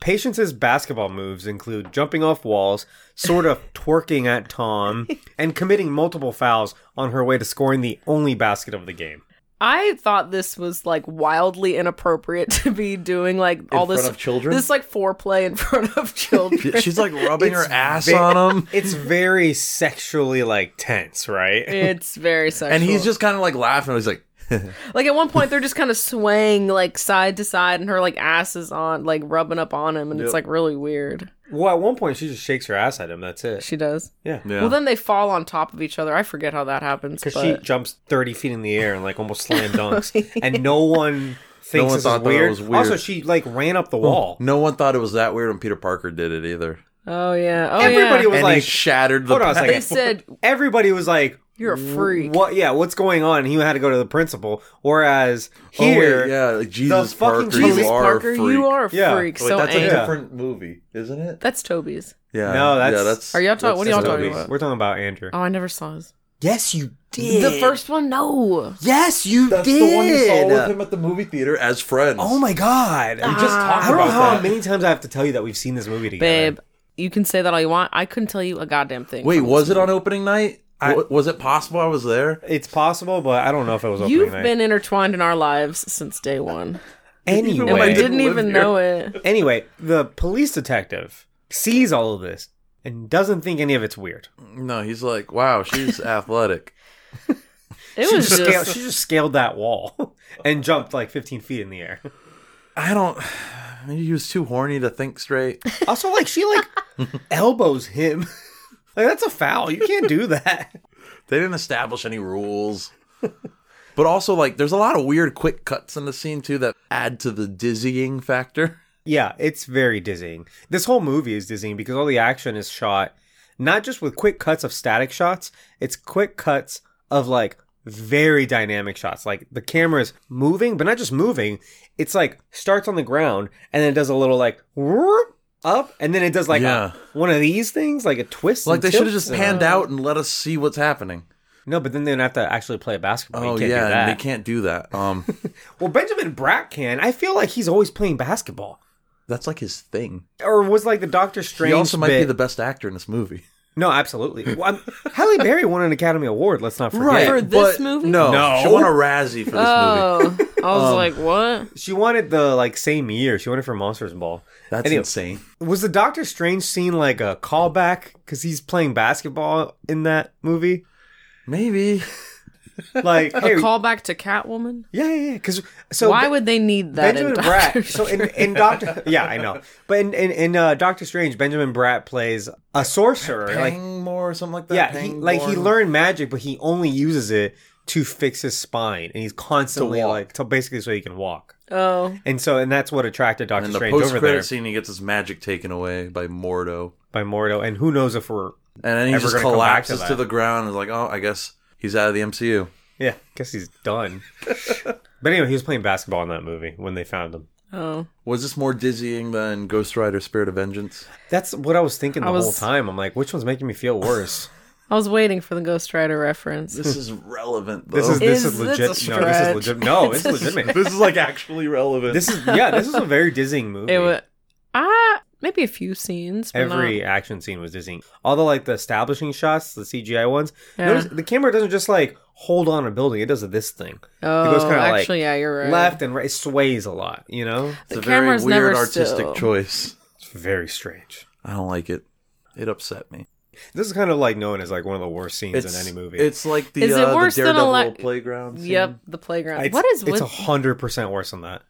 [SPEAKER 1] Patience's basketball moves include jumping off walls, sort of twerking at Tom, and committing multiple fouls on her way to scoring the only basket of the game.
[SPEAKER 3] I thought this was like wildly inappropriate to be doing like all
[SPEAKER 2] front
[SPEAKER 3] this
[SPEAKER 2] of children?
[SPEAKER 3] This like foreplay in front of children.
[SPEAKER 2] She's like rubbing her
[SPEAKER 1] It's
[SPEAKER 2] ass
[SPEAKER 1] ve-
[SPEAKER 2] on him.
[SPEAKER 1] It's very sexually like tense, right?
[SPEAKER 3] it's very sexual.
[SPEAKER 2] And he's just kind of like laughing. He's like,
[SPEAKER 3] like at one point they're just kind of swaying like side to side, and her like ass is on like rubbing up on him, and
[SPEAKER 2] Yep.
[SPEAKER 3] it's like really weird.
[SPEAKER 1] Well, at one point she just shakes her ass at him. That's it.
[SPEAKER 3] She does.
[SPEAKER 1] Yeah.
[SPEAKER 2] yeah.
[SPEAKER 3] Well, then they fall on top of each other. I forget how that happens.
[SPEAKER 1] Because
[SPEAKER 3] But Oh,
[SPEAKER 1] she jumps 30 feet in the air and like almost slam dunks. and no one thinks
[SPEAKER 2] one
[SPEAKER 1] this
[SPEAKER 2] thought
[SPEAKER 1] is
[SPEAKER 2] that
[SPEAKER 1] weird.
[SPEAKER 2] was weird. Oh,
[SPEAKER 1] Also, she like ran up the wall.
[SPEAKER 2] no one thought it was that weird when Peter Parker did it either.
[SPEAKER 3] oh yeah, oh
[SPEAKER 1] Everybody
[SPEAKER 3] yeah.
[SPEAKER 1] was
[SPEAKER 2] and he
[SPEAKER 1] like,
[SPEAKER 2] shattered the.
[SPEAKER 1] hold on a
[SPEAKER 2] pa-
[SPEAKER 1] second.
[SPEAKER 3] They said
[SPEAKER 1] everybody was like,
[SPEAKER 3] you're a freak.
[SPEAKER 1] What? Yeah, what's going on? And he had to go to the principal. Whereas
[SPEAKER 2] Oh, wait,
[SPEAKER 1] here,
[SPEAKER 2] yeah, like Jesus
[SPEAKER 1] fucking
[SPEAKER 2] Parker,
[SPEAKER 1] Jesus
[SPEAKER 2] you are
[SPEAKER 3] Parker,
[SPEAKER 2] a freak.
[SPEAKER 3] you are a
[SPEAKER 1] Yeah.
[SPEAKER 3] freak.
[SPEAKER 2] Wait,
[SPEAKER 3] so
[SPEAKER 2] that's
[SPEAKER 3] angry.
[SPEAKER 2] a
[SPEAKER 1] Yeah.
[SPEAKER 2] different movie, isn't it?
[SPEAKER 3] That's Toby's.
[SPEAKER 2] Yeah.
[SPEAKER 1] No, that's-
[SPEAKER 2] Yeah, that's
[SPEAKER 3] Are y'all talking- what are y'all
[SPEAKER 2] that's
[SPEAKER 3] talking
[SPEAKER 2] Toby's.
[SPEAKER 3] about?
[SPEAKER 1] we're talking about Andrew.
[SPEAKER 3] Oh, I never saw his.
[SPEAKER 4] Yes, you did.
[SPEAKER 3] The first one, no.
[SPEAKER 4] Yes, you
[SPEAKER 2] That's
[SPEAKER 4] did.
[SPEAKER 2] the one you saw with him at the movie theater as friends.
[SPEAKER 4] Oh my god.
[SPEAKER 1] We just
[SPEAKER 3] Ah.
[SPEAKER 1] talked
[SPEAKER 4] I don't know
[SPEAKER 1] about
[SPEAKER 4] how
[SPEAKER 1] that. many times I have to tell you that we've seen this movie together.
[SPEAKER 3] Babe, you can say that all you want. I couldn't tell you a goddamn thing.
[SPEAKER 2] Wait, was it on opening night?
[SPEAKER 1] I-
[SPEAKER 2] Wa- was it possible I was there?
[SPEAKER 1] It's possible, but I don't know if it was opening
[SPEAKER 3] You've
[SPEAKER 1] night.
[SPEAKER 3] been intertwined in our lives since day one.
[SPEAKER 1] anyway.
[SPEAKER 2] Even
[SPEAKER 3] And
[SPEAKER 2] when
[SPEAKER 3] we
[SPEAKER 2] I
[SPEAKER 3] didn't
[SPEAKER 2] didn't live
[SPEAKER 3] even
[SPEAKER 2] here.
[SPEAKER 3] know it.
[SPEAKER 1] Anyway, the police detective sees all of this and doesn't think any of it's weird.
[SPEAKER 2] No, he's like, wow, she's athletic.
[SPEAKER 3] It
[SPEAKER 1] She
[SPEAKER 3] was
[SPEAKER 1] just, scaled,
[SPEAKER 3] just.
[SPEAKER 1] she just scaled that wall and jumped like 15 feet in the air.
[SPEAKER 2] I don't. Maybe he was too horny to think straight.
[SPEAKER 1] Also, like she like elbows him. Like that's a foul. You can't do that.
[SPEAKER 2] They didn't establish any rules. But also, like, there's a lot of weird quick cuts in the scene too that add to the dizzying factor.
[SPEAKER 1] Yeah, it's very dizzying. This whole movie is dizzying because all the action is shot not just with quick cuts of static shots, it's quick cuts of like very dynamic shots. Like the camera's moving, but not just moving. It's like starts on the ground and then it does a little like whoop, up and then it does like a-
[SPEAKER 2] Yeah.
[SPEAKER 1] one of these things, like a twist.
[SPEAKER 2] Like,
[SPEAKER 1] and
[SPEAKER 2] they should have
[SPEAKER 1] tilts
[SPEAKER 2] just
[SPEAKER 1] and-
[SPEAKER 2] panned out and let us see what's happening.
[SPEAKER 1] No, but then they'd have to actually play basketball.
[SPEAKER 2] Oh
[SPEAKER 1] you can't do
[SPEAKER 2] yeah,
[SPEAKER 1] that.
[SPEAKER 2] and they can't do that. Um,
[SPEAKER 1] Well, Benjamin Bratt can. I feel like he's always playing basketball.
[SPEAKER 2] that's like his thing.
[SPEAKER 1] Or was like the Doctor Strange.
[SPEAKER 2] he also might
[SPEAKER 1] bit-
[SPEAKER 2] be the best actor in this movie.
[SPEAKER 1] No, absolutely. Well, I'm- Halle Berry won an Academy Award. Let's not forget.
[SPEAKER 3] For this movie?
[SPEAKER 2] No,
[SPEAKER 1] No.
[SPEAKER 2] she won a Razzie for this movie.
[SPEAKER 3] Oh, I
[SPEAKER 1] Um,
[SPEAKER 3] was like, what?
[SPEAKER 1] She wanted the like same year. She wanted for Monsters Ball.
[SPEAKER 2] That's
[SPEAKER 1] Anyway.
[SPEAKER 2] insane.
[SPEAKER 1] Was the Doctor Strange scene like a callback because he's playing basketball in that movie?
[SPEAKER 2] Maybe
[SPEAKER 1] Like,
[SPEAKER 3] A
[SPEAKER 1] hey,
[SPEAKER 3] callback to Catwoman?
[SPEAKER 1] yeah, yeah, yeah. Because so
[SPEAKER 3] Why
[SPEAKER 1] Be-
[SPEAKER 3] would they need that?
[SPEAKER 1] Benjamin
[SPEAKER 3] in
[SPEAKER 1] Bratt?
[SPEAKER 3] Doctor
[SPEAKER 1] So in, in Doctor, yeah, I know. But in in, in uh, Doctor Strange, Benjamin Bratt plays a sorcerer. Like,
[SPEAKER 2] Pangmore or something like that.
[SPEAKER 1] yeah, he, like he
[SPEAKER 2] Pangborn.
[SPEAKER 1] learned magic, but he only uses it to fix his spine, and he's constantly
[SPEAKER 2] walk.
[SPEAKER 1] like, to basically so he can walk.
[SPEAKER 3] Oh,
[SPEAKER 1] And so, and that's what attracted Doctor
[SPEAKER 2] And the
[SPEAKER 1] Strange over there
[SPEAKER 2] post-credit scene, he gets his magic taken away by Mordo,
[SPEAKER 1] by Mordo. And who knows if we're,
[SPEAKER 2] and then he
[SPEAKER 1] Ever
[SPEAKER 2] just
[SPEAKER 1] gonna come back to
[SPEAKER 2] collapses to,
[SPEAKER 1] that.
[SPEAKER 2] the ground and is like, "Oh, I guess he's out of the MCU."
[SPEAKER 1] yeah, guess he's done. but anyway, he was playing basketball in that movie when they found him.
[SPEAKER 3] oh.
[SPEAKER 2] Was this more dizzying than Ghost Rider: Spirit of Vengeance?
[SPEAKER 1] That's what I was thinking the
[SPEAKER 3] I was-
[SPEAKER 1] whole time. I'm like, which one's making me feel worse?
[SPEAKER 3] I was waiting for the Ghost Rider reference.
[SPEAKER 2] This is relevant. Though.
[SPEAKER 1] This is this is,
[SPEAKER 3] Is
[SPEAKER 1] legit.
[SPEAKER 3] this
[SPEAKER 1] no,
[SPEAKER 3] a
[SPEAKER 1] this is
[SPEAKER 3] stretch?
[SPEAKER 1] legit. No, it's legitimate.
[SPEAKER 2] this is like actually relevant.
[SPEAKER 1] this is yeah. This is a very dizzying movie.
[SPEAKER 3] it was. Ah, maybe a few scenes. But
[SPEAKER 1] Every
[SPEAKER 3] Not,
[SPEAKER 1] action scene was dizzying. Although, like the establishing shots, the CGI ones,
[SPEAKER 3] Yeah.
[SPEAKER 1] notice the camera doesn't just like hold on a building. It does this thing,
[SPEAKER 3] oh,
[SPEAKER 1] goes kinda like
[SPEAKER 3] actually, yeah, you're right.
[SPEAKER 1] left and right. It sways a lot. You know,
[SPEAKER 2] It's
[SPEAKER 3] The
[SPEAKER 2] a very
[SPEAKER 3] camera's
[SPEAKER 2] weird
[SPEAKER 3] never
[SPEAKER 2] artistic
[SPEAKER 3] still.
[SPEAKER 2] choice.
[SPEAKER 1] it's very strange.
[SPEAKER 2] I don't like it. It upset me.
[SPEAKER 1] This is kind of like known as like one of the worst scenes
[SPEAKER 2] it's,
[SPEAKER 1] in any movie.
[SPEAKER 2] It's like the,
[SPEAKER 3] Is it
[SPEAKER 2] uh,
[SPEAKER 3] worse
[SPEAKER 2] the
[SPEAKER 3] than a
[SPEAKER 2] Daredevil
[SPEAKER 3] le-
[SPEAKER 2] playground. scene.
[SPEAKER 3] Yep, the playground.
[SPEAKER 1] It's-
[SPEAKER 3] what is
[SPEAKER 1] It's
[SPEAKER 3] with?
[SPEAKER 1] a hundred percent worse than that.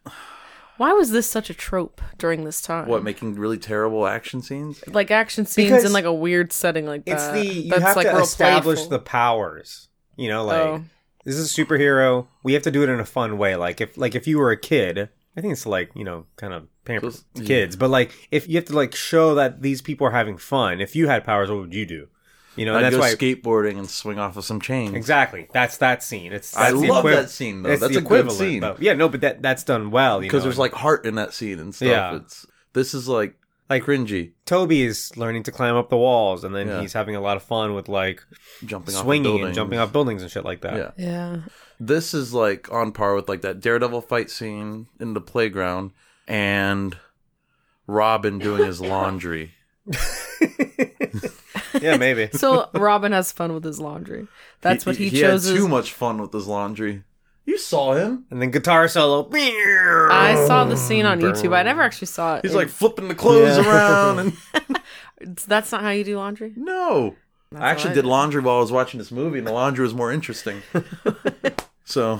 [SPEAKER 3] why was this such a trope during this time?
[SPEAKER 2] What making really terrible action scenes?
[SPEAKER 3] like action scenes
[SPEAKER 1] Because
[SPEAKER 3] in like a weird setting like that.
[SPEAKER 1] It's the you
[SPEAKER 3] Uh, That's
[SPEAKER 1] have
[SPEAKER 3] like
[SPEAKER 1] to
[SPEAKER 3] real
[SPEAKER 1] establish
[SPEAKER 3] playful.
[SPEAKER 1] the powers. You know, like
[SPEAKER 3] Oh.
[SPEAKER 1] this is a superhero. We have to do it in a fun way. Like if like if you were a kid, I think it's like you know kind of pampers
[SPEAKER 2] Just-
[SPEAKER 1] kids. But like if you have to like show that these people are having fun. If you had powers, what would you do? You know, and
[SPEAKER 2] I'd
[SPEAKER 1] that's
[SPEAKER 2] go
[SPEAKER 1] why
[SPEAKER 2] skateboarding and swing off of some chains.
[SPEAKER 1] exactly. That's that scene. It's
[SPEAKER 2] I
[SPEAKER 1] that's the
[SPEAKER 2] love
[SPEAKER 1] equiv-
[SPEAKER 2] that scene though.
[SPEAKER 1] it's
[SPEAKER 2] That's
[SPEAKER 1] the
[SPEAKER 2] a good
[SPEAKER 1] equivalent,
[SPEAKER 2] scene
[SPEAKER 1] though.
[SPEAKER 2] because
[SPEAKER 1] Yeah, no, but that that's done well. Because
[SPEAKER 2] there's like heart in that scene and stuff.
[SPEAKER 1] Yeah.
[SPEAKER 2] It's this is like
[SPEAKER 1] Like-
[SPEAKER 2] cringy
[SPEAKER 1] Toby is learning to climb up the walls, and then
[SPEAKER 2] Yeah.
[SPEAKER 1] he's having a lot of fun with like
[SPEAKER 2] jumping off
[SPEAKER 1] swinging
[SPEAKER 2] buildings.
[SPEAKER 1] and jumping off buildings and shit like that.
[SPEAKER 2] Yeah,
[SPEAKER 3] yeah.
[SPEAKER 2] this is like on par with like that Daredevil fight scene in the playground and Robin doing his laundry.
[SPEAKER 1] yeah, maybe.
[SPEAKER 3] So Robin has fun with his laundry. That's what he,
[SPEAKER 2] he
[SPEAKER 3] chose.
[SPEAKER 2] Had too much fun with his laundry. You saw him.
[SPEAKER 1] And then guitar solo.
[SPEAKER 3] I saw the scene on YouTube. I never actually saw it.
[SPEAKER 2] He's
[SPEAKER 3] in-
[SPEAKER 2] like flipping the clothes
[SPEAKER 1] Yeah.
[SPEAKER 2] around and
[SPEAKER 3] that's not how you do laundry.
[SPEAKER 2] no. I
[SPEAKER 3] what
[SPEAKER 2] actually
[SPEAKER 3] I
[SPEAKER 2] did
[SPEAKER 3] did.
[SPEAKER 2] laundry while I was watching this movie, and the laundry was more interesting. so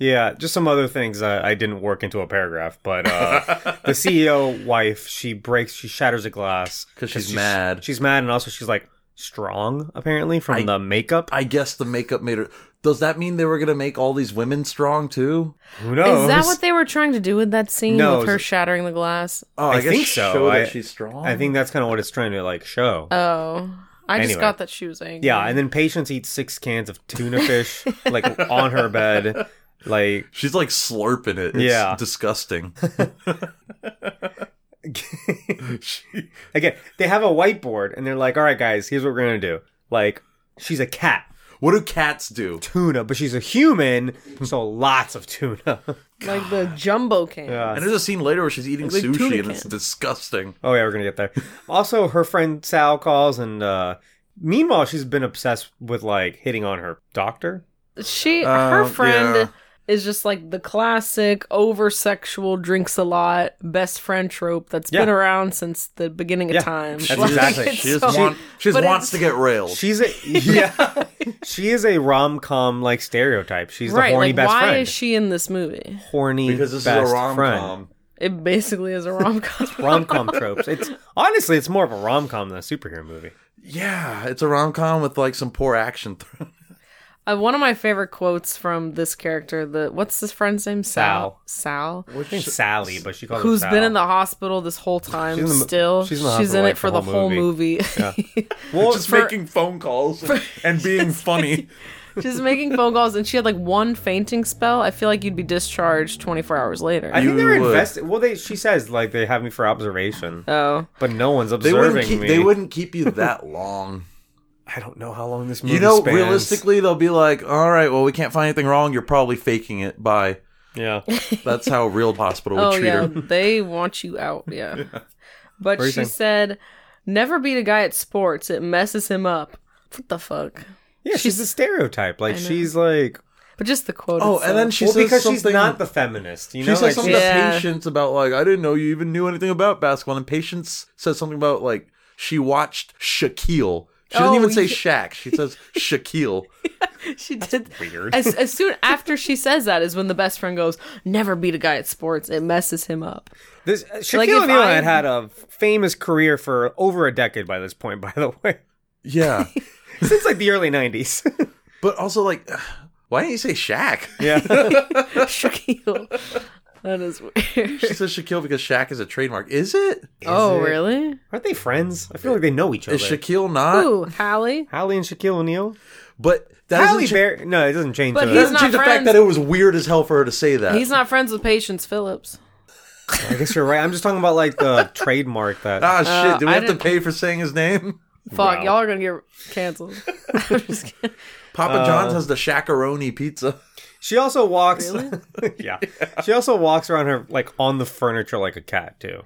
[SPEAKER 1] Yeah, just some other things uh, I didn't work into a paragraph, but uh, the CEO wife, she breaks, she shatters a glass
[SPEAKER 2] 'Cause she's mad.
[SPEAKER 1] She's mad, and also she's like strong apparently from
[SPEAKER 2] I-
[SPEAKER 1] the makeup.
[SPEAKER 2] I guess the makeup made her. Does that mean they were gonna make all these women strong too?
[SPEAKER 1] Who knows?
[SPEAKER 3] Is that what they were trying to do with that scene
[SPEAKER 1] No,
[SPEAKER 3] with her
[SPEAKER 1] it's-
[SPEAKER 3] shattering the glass?
[SPEAKER 2] Oh,
[SPEAKER 1] I think so.
[SPEAKER 2] Show
[SPEAKER 1] I-
[SPEAKER 2] that she's strong.
[SPEAKER 1] I think that's kind of what it's trying to like show.
[SPEAKER 3] Oh, I just
[SPEAKER 1] Anyway.
[SPEAKER 3] got that she was angry.
[SPEAKER 1] yeah, and then patience eats six cans of tuna fish like on her bed, like
[SPEAKER 2] she's like slurping it. It's
[SPEAKER 1] Yeah.
[SPEAKER 2] disgusting. She-
[SPEAKER 1] Again, they have a whiteboard and they're like, all right, guys, here's what we're going to do. Like, she's a cat,
[SPEAKER 2] what do cats do?
[SPEAKER 1] tuna, but she's a human, so lots of tuna.
[SPEAKER 3] like the jumbo can.
[SPEAKER 1] Yeah.
[SPEAKER 2] And there's a scene later where she's eating
[SPEAKER 3] Like tuna
[SPEAKER 2] sushi, and it's
[SPEAKER 3] cans.
[SPEAKER 2] disgusting.
[SPEAKER 1] Oh, yeah, we're going to get there. Also, her friend Sal calls, and uh, meanwhile, she's been obsessed with like hitting on her doctor.
[SPEAKER 3] She, her
[SPEAKER 2] Um,
[SPEAKER 3] friend,
[SPEAKER 2] yeah.
[SPEAKER 3] is just like the classic over sexual, drinks a lot, best friend trope that's been
[SPEAKER 1] Yeah.
[SPEAKER 3] around since the beginning of
[SPEAKER 1] Yeah,
[SPEAKER 3] time.
[SPEAKER 1] that's
[SPEAKER 3] Like,
[SPEAKER 1] exactly-
[SPEAKER 3] it's
[SPEAKER 2] She just,
[SPEAKER 3] so-
[SPEAKER 2] want, she just
[SPEAKER 3] but
[SPEAKER 2] wants to
[SPEAKER 3] it's-
[SPEAKER 2] get railed.
[SPEAKER 1] She's a yeah, she is a rom com like stereotype. She's the
[SPEAKER 3] right,
[SPEAKER 1] horny
[SPEAKER 3] like,
[SPEAKER 1] best
[SPEAKER 3] why
[SPEAKER 1] friend.
[SPEAKER 3] is she in this movie?
[SPEAKER 1] horny
[SPEAKER 2] because this is a
[SPEAKER 1] best
[SPEAKER 2] rom
[SPEAKER 1] friend.
[SPEAKER 2] com.
[SPEAKER 3] It basically is a rom com.
[SPEAKER 1] Rom com tropes. It's honestly, it's more of a rom com than a superhero movie.
[SPEAKER 2] Yeah, it's a rom com with like some poor action. Th-
[SPEAKER 3] Uh, one of my favorite quotes from this character, the what's this friend's name?
[SPEAKER 1] Sal.
[SPEAKER 3] Sal.
[SPEAKER 1] I think Sally, but she calls her
[SPEAKER 3] Who's
[SPEAKER 1] Sal.
[SPEAKER 3] been in the hospital this whole time?
[SPEAKER 1] She's in the-
[SPEAKER 3] still,
[SPEAKER 1] she's in the hospital,
[SPEAKER 3] it
[SPEAKER 1] like,
[SPEAKER 3] for the whole movie.
[SPEAKER 1] well,
[SPEAKER 2] just
[SPEAKER 3] for-
[SPEAKER 2] making phone calls and being funny.
[SPEAKER 3] she's making phone calls, and she had like one fainting spell. I feel like you'd be discharged 24 hours later.
[SPEAKER 1] I think
[SPEAKER 2] You
[SPEAKER 1] they're
[SPEAKER 2] would.
[SPEAKER 1] invested. Well, they she says like they have me for observation,
[SPEAKER 3] oh,
[SPEAKER 1] but no one's
[SPEAKER 2] They wouldn't,
[SPEAKER 1] observing
[SPEAKER 2] keep,
[SPEAKER 1] me.
[SPEAKER 2] they wouldn't keep you that long.
[SPEAKER 1] I don't know how long this movie.
[SPEAKER 2] you know,
[SPEAKER 1] spans.
[SPEAKER 2] realistically, they'll be like, "All right, well, we can't find anything wrong. You're probably faking it." By
[SPEAKER 1] yeah.
[SPEAKER 2] that's how a real hospital would
[SPEAKER 3] oh
[SPEAKER 2] treat
[SPEAKER 3] yeah,
[SPEAKER 2] her.
[SPEAKER 3] they want you out. Yeah, but
[SPEAKER 1] What are you
[SPEAKER 3] she
[SPEAKER 1] saying?
[SPEAKER 3] said, "Never beat a guy at sports. It messes him up." What the fuck?
[SPEAKER 1] Yeah, she's a stereotype. Like
[SPEAKER 3] I know.
[SPEAKER 1] she's like,
[SPEAKER 3] But just the quote.
[SPEAKER 2] Oh,
[SPEAKER 3] itself.
[SPEAKER 2] and then she
[SPEAKER 1] well,
[SPEAKER 2] says
[SPEAKER 1] because
[SPEAKER 2] something.
[SPEAKER 1] she's not the feminist. You
[SPEAKER 2] she
[SPEAKER 1] know,
[SPEAKER 2] says
[SPEAKER 1] like,
[SPEAKER 2] something
[SPEAKER 1] she's-
[SPEAKER 3] she- Yeah.
[SPEAKER 2] to Patience about like, "I didn't know you even knew anything about basketball." And Patience says something about like she watched Shaquille. She doesn't
[SPEAKER 3] Oh,
[SPEAKER 2] even say
[SPEAKER 3] yeah.
[SPEAKER 2] Shaq. She says Shaquille.
[SPEAKER 3] she did
[SPEAKER 1] weird.
[SPEAKER 3] As, as soon after she says that is when the best friend goes, "Never beat a guy at sports. It messes him up."
[SPEAKER 1] this uh, Shaquille
[SPEAKER 3] Like, if
[SPEAKER 1] O'Neal
[SPEAKER 3] I-
[SPEAKER 1] had had a famous career for over a decade by this point. By the way,
[SPEAKER 2] Yeah,
[SPEAKER 1] since like the early nineties.
[SPEAKER 2] but also like, why didn't you say Shaq?
[SPEAKER 1] yeah,
[SPEAKER 3] Shaquille, that is
[SPEAKER 2] She
[SPEAKER 3] weird.
[SPEAKER 2] says Shaquille because Shaq is a trademark. Is it?
[SPEAKER 3] oh,
[SPEAKER 1] it?
[SPEAKER 3] really?
[SPEAKER 1] aren't they friends? I feel like they know each other.
[SPEAKER 2] Is Shaquille
[SPEAKER 1] Uh,
[SPEAKER 2] not?
[SPEAKER 3] Ooh, Hallie.
[SPEAKER 1] Hallie and Shaquille O'Neal.
[SPEAKER 2] But that doesn't
[SPEAKER 1] Halle
[SPEAKER 2] cha-
[SPEAKER 1] Berry. No, it doesn't change.
[SPEAKER 3] But
[SPEAKER 1] the-
[SPEAKER 3] he's
[SPEAKER 2] doesn't
[SPEAKER 3] not
[SPEAKER 2] change the fact
[SPEAKER 3] friends.
[SPEAKER 2] that it was weird as hell for her to say that.
[SPEAKER 3] He's not friends with Patience Phillips.
[SPEAKER 1] I guess you're right. I'm just talking about like the trademark that.
[SPEAKER 2] Ah, shit. Do we
[SPEAKER 3] Uh, I
[SPEAKER 2] have to
[SPEAKER 3] didn't-
[SPEAKER 2] pay for saying his name?
[SPEAKER 3] Fuck,
[SPEAKER 1] Wow.
[SPEAKER 3] y'all are gonna get canceled. I'm just kidding.
[SPEAKER 1] Uh,
[SPEAKER 2] Papa John's has the shakaroni pizza.
[SPEAKER 1] She also walks. yeah. She also walks around her like on the furniture like a cat too.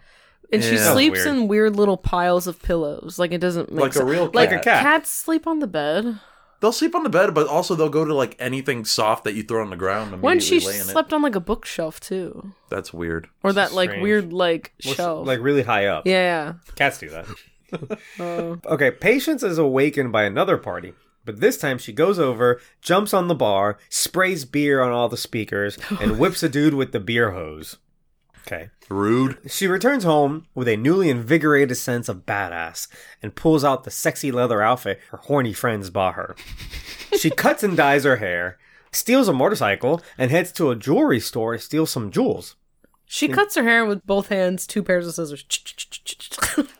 [SPEAKER 3] And she
[SPEAKER 2] Yeah.
[SPEAKER 3] sleeps
[SPEAKER 1] Weird.
[SPEAKER 3] in weird little piles of pillows. Like it doesn't make
[SPEAKER 2] Like a
[SPEAKER 3] sense.
[SPEAKER 2] real
[SPEAKER 3] like
[SPEAKER 2] cat.
[SPEAKER 1] cat.
[SPEAKER 3] cats sleep on the bed.
[SPEAKER 2] They'll sleep on the bed, but also they'll go to like anything soft that you throw on the ground.
[SPEAKER 3] When
[SPEAKER 2] immediately
[SPEAKER 3] she
[SPEAKER 2] lay in
[SPEAKER 3] slept on like a bookshelf too,
[SPEAKER 2] it. that's weird.
[SPEAKER 3] or that like
[SPEAKER 1] strange.
[SPEAKER 3] weird like
[SPEAKER 1] Well, she-
[SPEAKER 3] shelf.
[SPEAKER 1] Like really high up.
[SPEAKER 3] yeah,
[SPEAKER 1] Cats do that.
[SPEAKER 3] yeah. Oh.
[SPEAKER 1] Okay, Patience is awakened by another party. But this time she goes over, jumps on the bar, sprays beer on all the speakers, and whips a dude with the beer hose. Okay.
[SPEAKER 2] Rude.
[SPEAKER 1] She returns home with a newly invigorated sense of badass and pulls out the sexy leather outfit her horny friends bought her. she cuts and dyes her hair, steals a motorcycle, and heads to a jewelry store to steal some jewels.
[SPEAKER 3] She cuts her hair with both hands, two pairs of scissors.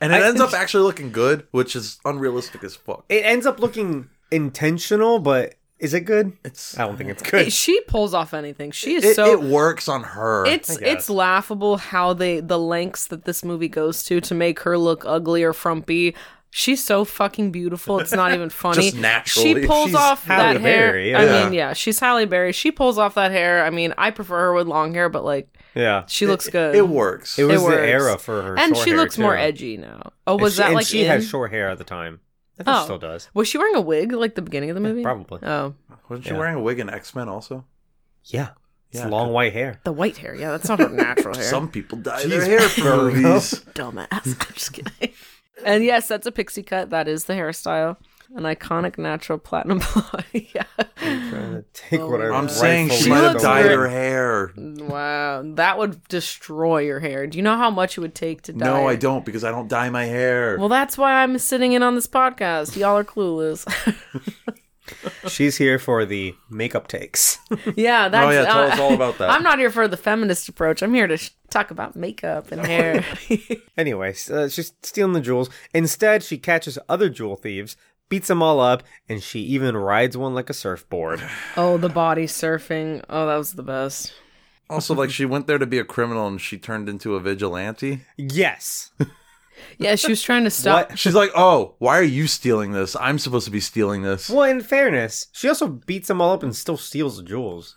[SPEAKER 2] And it ends up actually looking good, which is unrealistic as fuck.
[SPEAKER 1] It ends up looking intentional, but is it good?
[SPEAKER 2] It's
[SPEAKER 1] I don't think it's good.
[SPEAKER 3] she pulls off anything. She is
[SPEAKER 2] it,
[SPEAKER 3] so
[SPEAKER 2] it works on her.
[SPEAKER 3] it's
[SPEAKER 1] guess.
[SPEAKER 3] it's laughable how they the lengths that this movie goes to to make her look ugly or frumpy. She's so fucking beautiful. It's not even funny.
[SPEAKER 2] Just naturally.
[SPEAKER 3] She pulls
[SPEAKER 1] She's
[SPEAKER 3] off
[SPEAKER 1] Halle
[SPEAKER 3] that hair.
[SPEAKER 1] Berry,
[SPEAKER 3] I
[SPEAKER 1] yeah.
[SPEAKER 3] mean, yeah, she's Halle Berry. She pulls off that hair. I mean, I prefer her with long hair, but like
[SPEAKER 1] Yeah.
[SPEAKER 3] She looks good.
[SPEAKER 2] It, works.
[SPEAKER 1] It was the
[SPEAKER 3] works.
[SPEAKER 1] era for her.
[SPEAKER 3] and
[SPEAKER 1] short
[SPEAKER 3] she
[SPEAKER 1] hair,
[SPEAKER 3] looks more
[SPEAKER 1] too.
[SPEAKER 3] edgy now. Oh,
[SPEAKER 1] And
[SPEAKER 3] was
[SPEAKER 1] she-
[SPEAKER 3] that
[SPEAKER 1] and
[SPEAKER 3] like
[SPEAKER 1] she
[SPEAKER 3] in?
[SPEAKER 1] had short hair at the time? I think
[SPEAKER 3] Oh.
[SPEAKER 1] she still does.
[SPEAKER 3] was she wearing a wig like the beginning of the movie?
[SPEAKER 1] probably.
[SPEAKER 3] Oh,
[SPEAKER 2] Wasn't she
[SPEAKER 1] Yeah.
[SPEAKER 2] wearing a wig in X Men also?
[SPEAKER 1] Yeah. It's
[SPEAKER 2] Yeah.
[SPEAKER 1] long white hair.
[SPEAKER 3] the white hair. Yeah, that's not her natural hair.
[SPEAKER 2] Some people dye
[SPEAKER 1] Jeez,
[SPEAKER 2] their hair for
[SPEAKER 1] Virgo.
[SPEAKER 2] movies.
[SPEAKER 3] dumbass. I'm just kidding. And yes, that's a pixie cut. That is the hairstyle. An iconic natural platinum blonde. yeah.
[SPEAKER 1] Trying to take
[SPEAKER 3] Oh,
[SPEAKER 1] what I
[SPEAKER 3] I'm
[SPEAKER 2] I'm
[SPEAKER 1] rightfully
[SPEAKER 2] saying she
[SPEAKER 3] She
[SPEAKER 2] might have
[SPEAKER 3] looks
[SPEAKER 2] dyed
[SPEAKER 3] great.
[SPEAKER 2] her hair.
[SPEAKER 3] Wow, that would destroy your hair. Do you know how much it would take to dye?
[SPEAKER 2] No, I
[SPEAKER 3] it?
[SPEAKER 2] don't because I don't dye my hair.
[SPEAKER 3] Well, that's why I'm sitting in on this podcast. Y'all are clueless.
[SPEAKER 1] She's here for the makeup takes.
[SPEAKER 3] yeah, that's.
[SPEAKER 2] oh yeah, tell
[SPEAKER 3] uh,
[SPEAKER 2] us all about that.
[SPEAKER 3] I'm not here for the feminist approach. I'm here to sh- talk about makeup and hair.
[SPEAKER 1] anyway, s- uh, she's stealing the jewels. Instead, she catches other jewel thieves, beats them all up, and she even rides one like a surfboard.
[SPEAKER 3] oh, the body surfing. Oh, that was the best.
[SPEAKER 2] also, like she went there to be a criminal and she turned into a vigilante.
[SPEAKER 1] Yes.
[SPEAKER 3] Yeah, she was trying to stop.
[SPEAKER 1] What?
[SPEAKER 2] She's like, "Oh, why are you stealing this? I'm supposed to be stealing this."
[SPEAKER 1] Well, in fairness, she also beats them all up and still steals the jewels.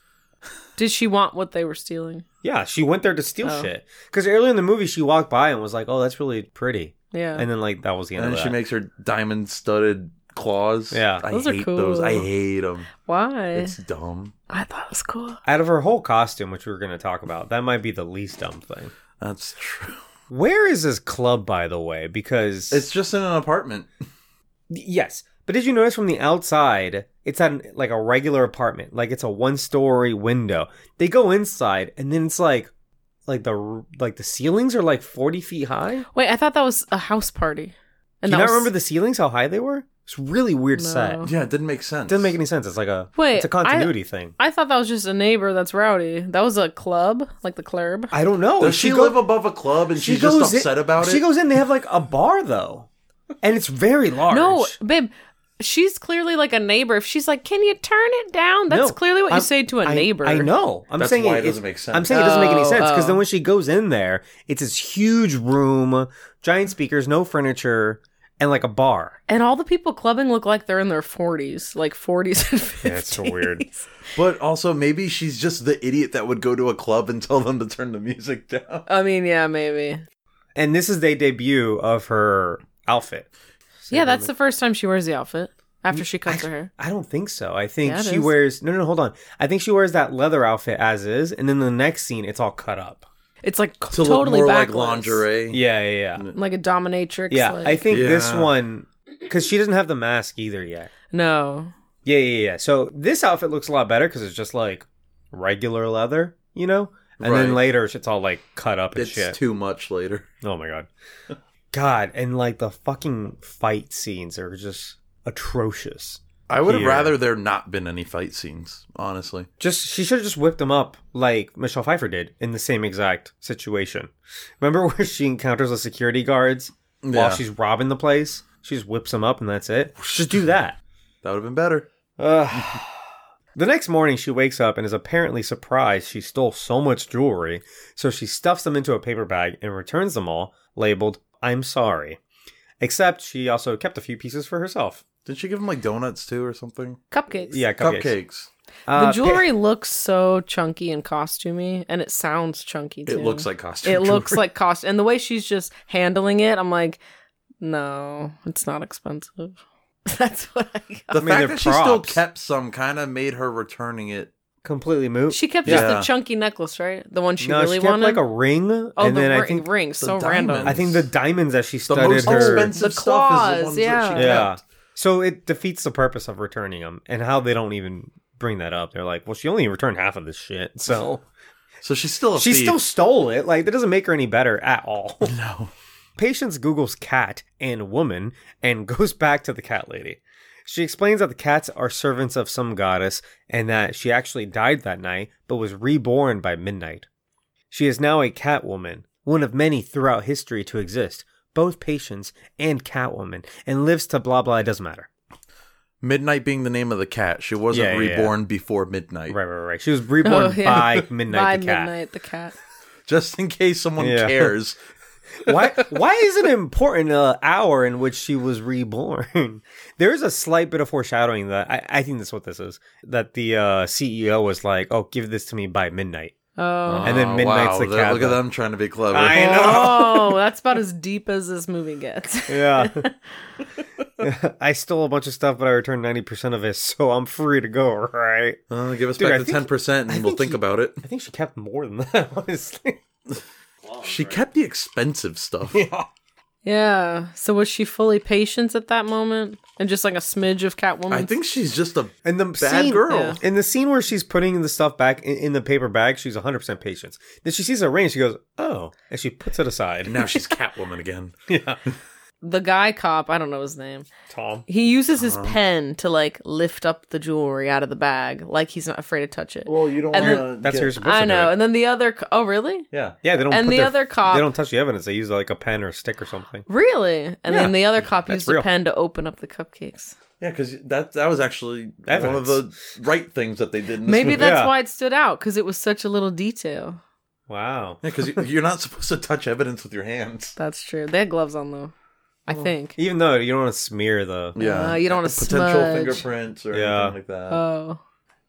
[SPEAKER 3] Did she want what they were stealing?
[SPEAKER 1] Yeah, she went there to steal
[SPEAKER 3] Oh.
[SPEAKER 1] shit. Because earlier in the movie, she walked by and was like, "Oh, that's really pretty,"
[SPEAKER 3] Yeah.
[SPEAKER 1] and then like that was the end
[SPEAKER 2] And then
[SPEAKER 1] of
[SPEAKER 2] she
[SPEAKER 1] that.
[SPEAKER 2] makes her diamond-studded claws.
[SPEAKER 1] Yeah.
[SPEAKER 2] I
[SPEAKER 3] Those are
[SPEAKER 2] hate those. I
[SPEAKER 3] cool.
[SPEAKER 2] hate them.
[SPEAKER 3] Why?
[SPEAKER 2] It's dumb.
[SPEAKER 3] I thought it was cool.
[SPEAKER 1] Out of her whole costume, which we were going to talk about, that might be the least dumb thing.
[SPEAKER 2] That's true.
[SPEAKER 1] Where is this club, by the way? Because
[SPEAKER 2] It's just in an apartment.
[SPEAKER 1] Yes. But did you notice from the outside, it's at an, like a regular apartment, like it's a one-story window. They go inside, and then it's like, like the r- like the ceilings are like forty feet high.
[SPEAKER 3] Wait, I thought that was a house party.
[SPEAKER 1] Do you
[SPEAKER 3] that
[SPEAKER 1] not
[SPEAKER 3] was-
[SPEAKER 1] remember the ceilings? How high they were? It's really weird
[SPEAKER 3] No.
[SPEAKER 1] set.
[SPEAKER 2] Yeah, it didn't make sense.
[SPEAKER 1] It doesn't make any sense. It's like a
[SPEAKER 3] Wait,
[SPEAKER 1] It's a continuity thing.
[SPEAKER 3] I thought that was just a neighbor that's rowdy. That was a club, like the club.
[SPEAKER 1] I don't know.
[SPEAKER 2] Does she,
[SPEAKER 1] Oh, go-
[SPEAKER 2] live above a club and she's just
[SPEAKER 1] goes in-
[SPEAKER 2] upset about it?
[SPEAKER 1] She goes in. They have like a bar though, and it's very large.
[SPEAKER 3] No, babe, she's clearly like a neighbor. If she's like, "Can you turn it down?" That's
[SPEAKER 1] No,
[SPEAKER 3] clearly what
[SPEAKER 1] I'm-
[SPEAKER 3] you say to a
[SPEAKER 1] I-
[SPEAKER 3] neighbor.
[SPEAKER 1] I, know. I'm
[SPEAKER 2] That's
[SPEAKER 1] saying
[SPEAKER 2] why it
[SPEAKER 1] it's-
[SPEAKER 2] doesn't make sense.
[SPEAKER 1] I'm saying it doesn't make any
[SPEAKER 3] Oh,
[SPEAKER 1] sense because
[SPEAKER 3] oh.
[SPEAKER 1] then when she goes in there, it's this huge room, giant speakers, no furniture, and like a bar.
[SPEAKER 3] And all the people clubbing look like they're in their forties, like forties and fifties.
[SPEAKER 1] Yeah, it's so weird.
[SPEAKER 2] But also, maybe she's just the idiot that would go to a club and tell them to turn the music down.
[SPEAKER 3] I mean, yeah, maybe.
[SPEAKER 1] And this is the debut of her outfit.
[SPEAKER 3] yeah, that's the first time she wears the outfit after she cuts her hair.
[SPEAKER 1] I don't think so. I think
[SPEAKER 3] Yeah, it
[SPEAKER 1] she
[SPEAKER 3] is.
[SPEAKER 1] wears no, no, no, hold on. I think she wears that leather outfit as is, and then the next scene, it's all cut up.
[SPEAKER 3] It's like
[SPEAKER 2] To
[SPEAKER 3] totally
[SPEAKER 2] look more like
[SPEAKER 3] backwards.
[SPEAKER 2] lingerie.
[SPEAKER 1] Yeah, yeah, yeah.
[SPEAKER 3] like a dominatrix.
[SPEAKER 1] Yeah,
[SPEAKER 3] like-
[SPEAKER 1] I think this
[SPEAKER 2] Yeah.
[SPEAKER 1] one because she doesn't have the mask either yet.
[SPEAKER 3] no.
[SPEAKER 1] Yeah, yeah, yeah. So this outfit looks a lot better because it's just like regular leather, you know. And then
[SPEAKER 2] Right.
[SPEAKER 1] later, it's all like cut up and
[SPEAKER 2] It's
[SPEAKER 1] shit.
[SPEAKER 2] too much later.
[SPEAKER 1] oh my god, God! And like the fucking fight scenes are just atrocious.
[SPEAKER 2] I would have
[SPEAKER 1] Here.
[SPEAKER 2] rather there not been any fight scenes, honestly.
[SPEAKER 1] Just she should have just whipped them up like Michelle Pfeiffer did in the same exact situation. Remember where she encounters the security guards
[SPEAKER 2] Yeah.
[SPEAKER 1] while she's robbing the place? She just whips them up and that's it. Just do that.
[SPEAKER 2] That would have been better.
[SPEAKER 1] Ugh. the next morning, she wakes up and is apparently surprised she stole so much jewelry, so she stuffs them into a paper bag and returns them all, labeled, I'm sorry. Except she also kept a few pieces for herself.
[SPEAKER 2] Didn't she give him like donuts too or something?
[SPEAKER 3] Cupcakes.
[SPEAKER 1] Yeah, cupcakes.
[SPEAKER 2] Cupcakes.
[SPEAKER 1] Uh,
[SPEAKER 3] the jewelry looks so chunky and costumey, and it sounds chunky too.
[SPEAKER 2] It looks like costume.
[SPEAKER 3] it looks
[SPEAKER 2] jewelry.
[SPEAKER 3] like cost, and the way she's just handling it, I'm like, no, it's not expensive. That's what I got.
[SPEAKER 2] the
[SPEAKER 1] I mean,
[SPEAKER 2] fact
[SPEAKER 1] they're
[SPEAKER 2] that she still
[SPEAKER 1] props.
[SPEAKER 2] kept some kind of made her returning it.
[SPEAKER 1] completely moot.
[SPEAKER 3] She kept just
[SPEAKER 2] Yeah.
[SPEAKER 3] the chunky necklace, right? The one she
[SPEAKER 1] no,
[SPEAKER 3] really
[SPEAKER 1] she kept
[SPEAKER 3] wanted.
[SPEAKER 1] like a ring,
[SPEAKER 3] oh,
[SPEAKER 1] and
[SPEAKER 3] the
[SPEAKER 1] then
[SPEAKER 3] ring,
[SPEAKER 1] I think
[SPEAKER 3] ring, so random.
[SPEAKER 2] diamonds.
[SPEAKER 1] I think the diamonds that she
[SPEAKER 2] The
[SPEAKER 1] studded
[SPEAKER 2] most
[SPEAKER 1] her.
[SPEAKER 2] expensive stuff
[SPEAKER 3] The
[SPEAKER 2] is
[SPEAKER 3] claws,
[SPEAKER 2] the ones
[SPEAKER 3] yeah.
[SPEAKER 2] that she
[SPEAKER 1] Yeah.
[SPEAKER 2] kept.
[SPEAKER 1] So it defeats the purpose of returning them, and how they don't even bring that up. They're like, well, she only returned half of this shit, so.
[SPEAKER 2] So she's still a
[SPEAKER 1] She
[SPEAKER 2] thief.
[SPEAKER 1] still stole it. Like that doesn't make her any better at all.
[SPEAKER 2] no.
[SPEAKER 1] Patience Googles cat and woman and goes back to the cat lady. She explains that the cats are servants of some goddess and that she actually died that night but was reborn by midnight. She is now a catwoman, one of many throughout history to exist, both Patience and Catwoman, and lives to blah blah, it doesn't matter.
[SPEAKER 2] Midnight being the name of the cat. She wasn't
[SPEAKER 1] Yeah, yeah, yeah.
[SPEAKER 2] reborn before midnight.
[SPEAKER 1] Right, right, right. She was reborn
[SPEAKER 3] Oh, yeah.
[SPEAKER 1] by midnight
[SPEAKER 3] by
[SPEAKER 1] the cat.
[SPEAKER 3] midnight, the cat.
[SPEAKER 2] Just in case someone
[SPEAKER 1] Yeah.
[SPEAKER 2] cares.
[SPEAKER 1] why why is it important uh, hour in which she was reborn there is a slight bit of E foreshadowing that I, I think that's what this is that the uh, ceo was like oh give this to me by midnight
[SPEAKER 3] Oh.
[SPEAKER 1] And then
[SPEAKER 2] Oh,
[SPEAKER 1] Midnight
[SPEAKER 2] wow,
[SPEAKER 1] Cicada.
[SPEAKER 2] that- Look at them trying to be clever.
[SPEAKER 1] I know.
[SPEAKER 3] Oh, that's about as deep as this movie gets.
[SPEAKER 1] Yeah. I stole a bunch of stuff, but I returned 90% of it, so I'm free to go, right?
[SPEAKER 2] Uh, give us
[SPEAKER 1] Dude, I
[SPEAKER 2] back the
[SPEAKER 1] think-
[SPEAKER 2] ten percent,
[SPEAKER 1] I
[SPEAKER 2] and we'll
[SPEAKER 1] think
[SPEAKER 2] think
[SPEAKER 1] he-
[SPEAKER 2] about it.
[SPEAKER 1] I think she kept more than that, honestly.
[SPEAKER 2] She kept the expensive stuff.
[SPEAKER 3] Yeah. So was she fully patient at that moment? And just like a smidge of Catwoman?
[SPEAKER 2] I think she's just a
[SPEAKER 1] And the
[SPEAKER 2] Bad
[SPEAKER 1] scene,
[SPEAKER 2] girl.
[SPEAKER 1] Yeah. In the scene where she's putting the stuff back in, in the paper bag, she's 100% patient. Then she sees a ring, she goes, "Oh," and she puts it aside.
[SPEAKER 2] now she's Catwoman again.
[SPEAKER 1] yeah,
[SPEAKER 3] the guy cop, I don't know his name,
[SPEAKER 1] Tom.
[SPEAKER 3] he uses his
[SPEAKER 1] Uh-huh.
[SPEAKER 3] pen to like lift up the jewelry out of the bag, like he's not afraid to touch it.
[SPEAKER 2] Well, you don't
[SPEAKER 3] And
[SPEAKER 2] wanna
[SPEAKER 3] wanna
[SPEAKER 1] That's
[SPEAKER 2] get-
[SPEAKER 1] who you're supposed to
[SPEAKER 3] I
[SPEAKER 1] do
[SPEAKER 3] know.
[SPEAKER 1] it.
[SPEAKER 3] And then the other, co- oh, really?
[SPEAKER 2] Yeah.
[SPEAKER 1] Yeah, they don't.
[SPEAKER 3] and
[SPEAKER 1] put
[SPEAKER 3] the
[SPEAKER 1] their-
[SPEAKER 3] other cop-
[SPEAKER 1] they don't touch the evidence. They use like a pen or a stick or something.
[SPEAKER 3] Really? And then the other cop
[SPEAKER 1] that's
[SPEAKER 3] used
[SPEAKER 1] real.
[SPEAKER 3] a pen to open up the cupcakes.
[SPEAKER 2] Yeah, because that that was actually one
[SPEAKER 1] Evidence.
[SPEAKER 2] of the right things that they did. In this
[SPEAKER 3] Maybe
[SPEAKER 2] movie.
[SPEAKER 3] that's
[SPEAKER 1] Yeah.
[SPEAKER 3] why it stood out because it was such a little detail.
[SPEAKER 1] Wow.
[SPEAKER 2] Yeah, because you're not supposed to touch evidence with your hands.
[SPEAKER 3] That's true. They had gloves on though. I
[SPEAKER 1] Oh.
[SPEAKER 3] think.
[SPEAKER 1] Even though you don't want to smear the.
[SPEAKER 3] Uh, you don't want to
[SPEAKER 2] potential
[SPEAKER 3] smudge.
[SPEAKER 2] fingerprints or
[SPEAKER 1] Yeah.
[SPEAKER 2] anything like that.
[SPEAKER 3] Oh.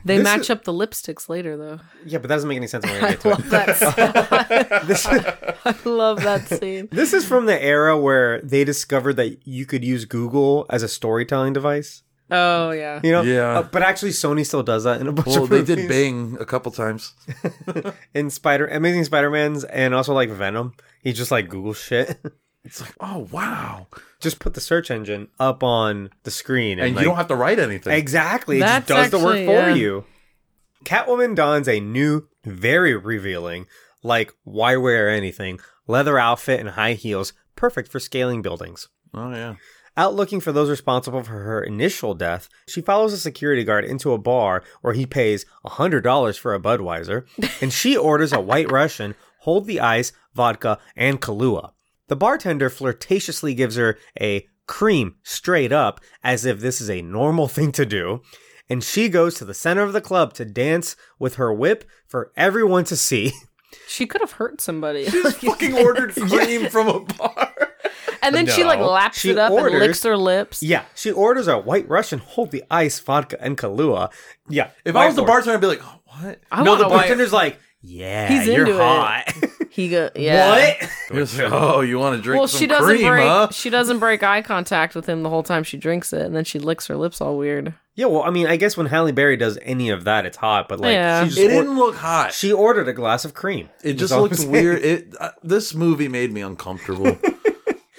[SPEAKER 3] They
[SPEAKER 1] This
[SPEAKER 3] match
[SPEAKER 1] is-
[SPEAKER 3] up the lipsticks later though.
[SPEAKER 1] Yeah, but that doesn't make any sense. When I
[SPEAKER 3] I
[SPEAKER 1] get to it.
[SPEAKER 3] love that.
[SPEAKER 1] This,
[SPEAKER 3] I love that scene.
[SPEAKER 1] this is from the era where they discovered that you could use Google as a storytelling device.
[SPEAKER 3] Oh yeah.
[SPEAKER 1] You know,
[SPEAKER 2] Yeah.
[SPEAKER 1] Uh, but actually, Sony still does that in a bunch
[SPEAKER 2] well,
[SPEAKER 1] of
[SPEAKER 2] they did
[SPEAKER 1] movies.
[SPEAKER 2] Bing a couple times.
[SPEAKER 1] in Spider Amazing Spider Man's and also like Venom. He just like Google shit.
[SPEAKER 2] It's like, oh wow,
[SPEAKER 1] just put the search engine up on the screen and,
[SPEAKER 2] and
[SPEAKER 1] like,
[SPEAKER 2] you don't have to write anything.
[SPEAKER 1] exactly it just
[SPEAKER 3] That's
[SPEAKER 1] does the work
[SPEAKER 3] actually-
[SPEAKER 1] for
[SPEAKER 3] yeah.
[SPEAKER 1] you. Catwoman dons a new, very revealing, like why wear anything, leather outfit and high heels, perfect for scaling buildings.
[SPEAKER 2] oh yeah,
[SPEAKER 1] Out looking for those responsible for her initial death, she follows a security guard into a bar where he pays $100 for a Budweiser, and she orders a white Russian, hold the ice, vodka, and Kahlua. The bartender flirtatiously gives her a cream straight up as if this is a normal thing to do, and she goes to the center of the club to dance with her whip for everyone to see.
[SPEAKER 3] She could have hurt somebody.
[SPEAKER 2] fucking ordered cream from a bar.
[SPEAKER 3] and then she like
[SPEAKER 1] No.
[SPEAKER 3] laps
[SPEAKER 1] She
[SPEAKER 3] it up
[SPEAKER 1] orders-
[SPEAKER 3] and licks her lips.
[SPEAKER 1] Yeah, she orders a white Russian, hold the ice, vodka, and Kahlua. Yeah.
[SPEAKER 2] If I was the
[SPEAKER 1] whiteboard.
[SPEAKER 2] bartender, I'd be like, oh, what?
[SPEAKER 3] I
[SPEAKER 1] no,
[SPEAKER 3] want
[SPEAKER 1] the
[SPEAKER 3] to watch
[SPEAKER 1] bartender's like, yeah,
[SPEAKER 3] He's
[SPEAKER 1] you're
[SPEAKER 3] into it.
[SPEAKER 1] hot.
[SPEAKER 3] He go yeah.
[SPEAKER 1] What?
[SPEAKER 2] You're just like, oh, you want to drink
[SPEAKER 3] Well,
[SPEAKER 2] some
[SPEAKER 3] she doesn't
[SPEAKER 2] cream,
[SPEAKER 3] break.
[SPEAKER 2] huh?
[SPEAKER 3] She doesn't break eye contact with him the whole time she drinks it, and then she licks her lips all weird.
[SPEAKER 1] Yeah, well, I mean, I guess when Halle Berry does any of that, it's hot. But like,
[SPEAKER 3] Yeah.
[SPEAKER 1] she, just
[SPEAKER 2] It
[SPEAKER 1] or-
[SPEAKER 2] didn't look hot.
[SPEAKER 1] she ordered a glass of cream.
[SPEAKER 2] It
[SPEAKER 1] That's
[SPEAKER 2] just
[SPEAKER 1] all I'm
[SPEAKER 2] looked
[SPEAKER 1] saying.
[SPEAKER 2] weird. It uh, this movie made me uncomfortable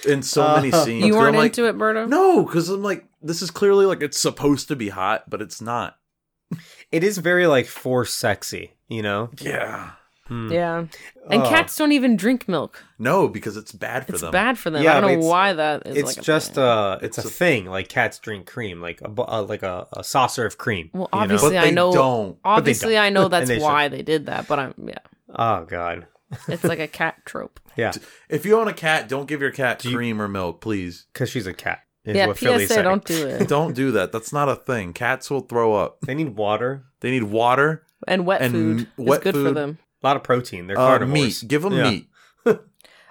[SPEAKER 2] in so many scenes.
[SPEAKER 3] You
[SPEAKER 2] 'Cause I'm
[SPEAKER 3] weren't
[SPEAKER 2] like,
[SPEAKER 3] into it, Berto?
[SPEAKER 2] No, because I'm like, this is clearly like it's supposed to be hot, but it's not.
[SPEAKER 1] It is very like force sexy, you know.
[SPEAKER 2] Yeah.
[SPEAKER 3] Mm. Yeah. And
[SPEAKER 1] Oh.
[SPEAKER 3] cats don't even drink milk.
[SPEAKER 2] No, because it's bad for
[SPEAKER 3] It's
[SPEAKER 2] them.
[SPEAKER 3] bad for them.
[SPEAKER 1] Yeah,
[SPEAKER 3] I
[SPEAKER 1] but
[SPEAKER 3] don't know
[SPEAKER 1] it's-
[SPEAKER 3] why that is.
[SPEAKER 1] It's
[SPEAKER 3] like a
[SPEAKER 1] just uh,
[SPEAKER 3] thing.
[SPEAKER 1] a, it's,
[SPEAKER 2] It's
[SPEAKER 1] a,
[SPEAKER 2] a-
[SPEAKER 1] thing. Like cats drink cream, like a bu- uh, like a, a saucer of cream.
[SPEAKER 3] Well,
[SPEAKER 1] you know?
[SPEAKER 3] obviously,
[SPEAKER 2] But
[SPEAKER 3] I
[SPEAKER 2] they
[SPEAKER 3] know.
[SPEAKER 2] don't.
[SPEAKER 1] But they
[SPEAKER 3] Obviously,
[SPEAKER 1] don't.
[SPEAKER 3] I know
[SPEAKER 1] And
[SPEAKER 3] that's
[SPEAKER 1] they should.
[SPEAKER 3] why they did that. But I'm yeah.
[SPEAKER 1] Oh god.
[SPEAKER 3] It's like a cat trope.
[SPEAKER 1] Yeah,
[SPEAKER 2] If you own a cat, don't give your cat cream or milk, please.
[SPEAKER 1] because she's a cat. is
[SPEAKER 3] yeah.
[SPEAKER 1] what Philly's
[SPEAKER 3] PSA,
[SPEAKER 1] saying.
[SPEAKER 3] don't do it.
[SPEAKER 2] Don't do that. That's not a thing. Cats will throw up.
[SPEAKER 1] They need water,
[SPEAKER 2] They need water,
[SPEAKER 3] And wet
[SPEAKER 2] And
[SPEAKER 3] food
[SPEAKER 2] wet
[SPEAKER 3] is good for
[SPEAKER 2] food-
[SPEAKER 3] them.
[SPEAKER 1] a lot of protein. They're
[SPEAKER 2] uh,
[SPEAKER 1] carnivores.
[SPEAKER 2] meat. Give them
[SPEAKER 1] Yeah.
[SPEAKER 2] meat.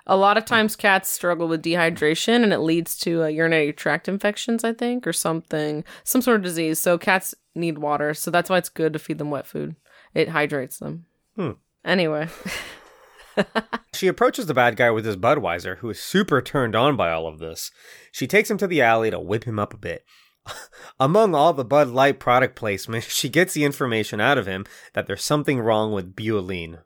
[SPEAKER 3] A lot of
[SPEAKER 1] Hmm.
[SPEAKER 3] times, cats struggle with dehydration, and it leads to uh, urinary tract infections, I think, or something, some sort of disease. So cats need water, so that's why it's good to feed them wet food. It hydrates them.
[SPEAKER 1] Hmm.
[SPEAKER 3] Anyway,
[SPEAKER 1] She approaches the bad guy with his Budweiser, who is super turned on by all of this. She takes him to the alley to whip him up a bit. Among all the Bud Light product placement, she gets the information out of him that there's something wrong with Buline.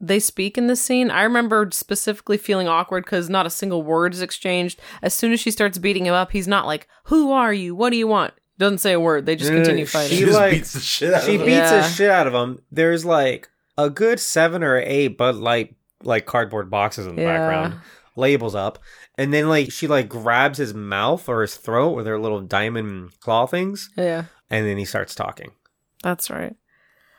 [SPEAKER 3] they speak in this scene. I remember specifically feeling awkward because not a single word is exchanged. As soon as she starts beating him up, he's not like, "Who are you? What do you want?" Doesn't say a word. They just
[SPEAKER 1] No, no, no,
[SPEAKER 3] continue
[SPEAKER 1] she
[SPEAKER 3] fighting.
[SPEAKER 2] She
[SPEAKER 1] was-
[SPEAKER 2] just
[SPEAKER 1] like-
[SPEAKER 2] beats the shit out
[SPEAKER 1] She
[SPEAKER 2] of
[SPEAKER 1] beats
[SPEAKER 2] them.
[SPEAKER 3] Yeah.
[SPEAKER 1] the shit out of him. There's like a good seven or eight Bud Light like cardboard boxes in the
[SPEAKER 3] Yeah.
[SPEAKER 1] background, labels up, and then like she like grabs his mouth or his throat with her little diamond claw things,
[SPEAKER 3] yeah,
[SPEAKER 1] and then he starts talking.
[SPEAKER 3] that's right.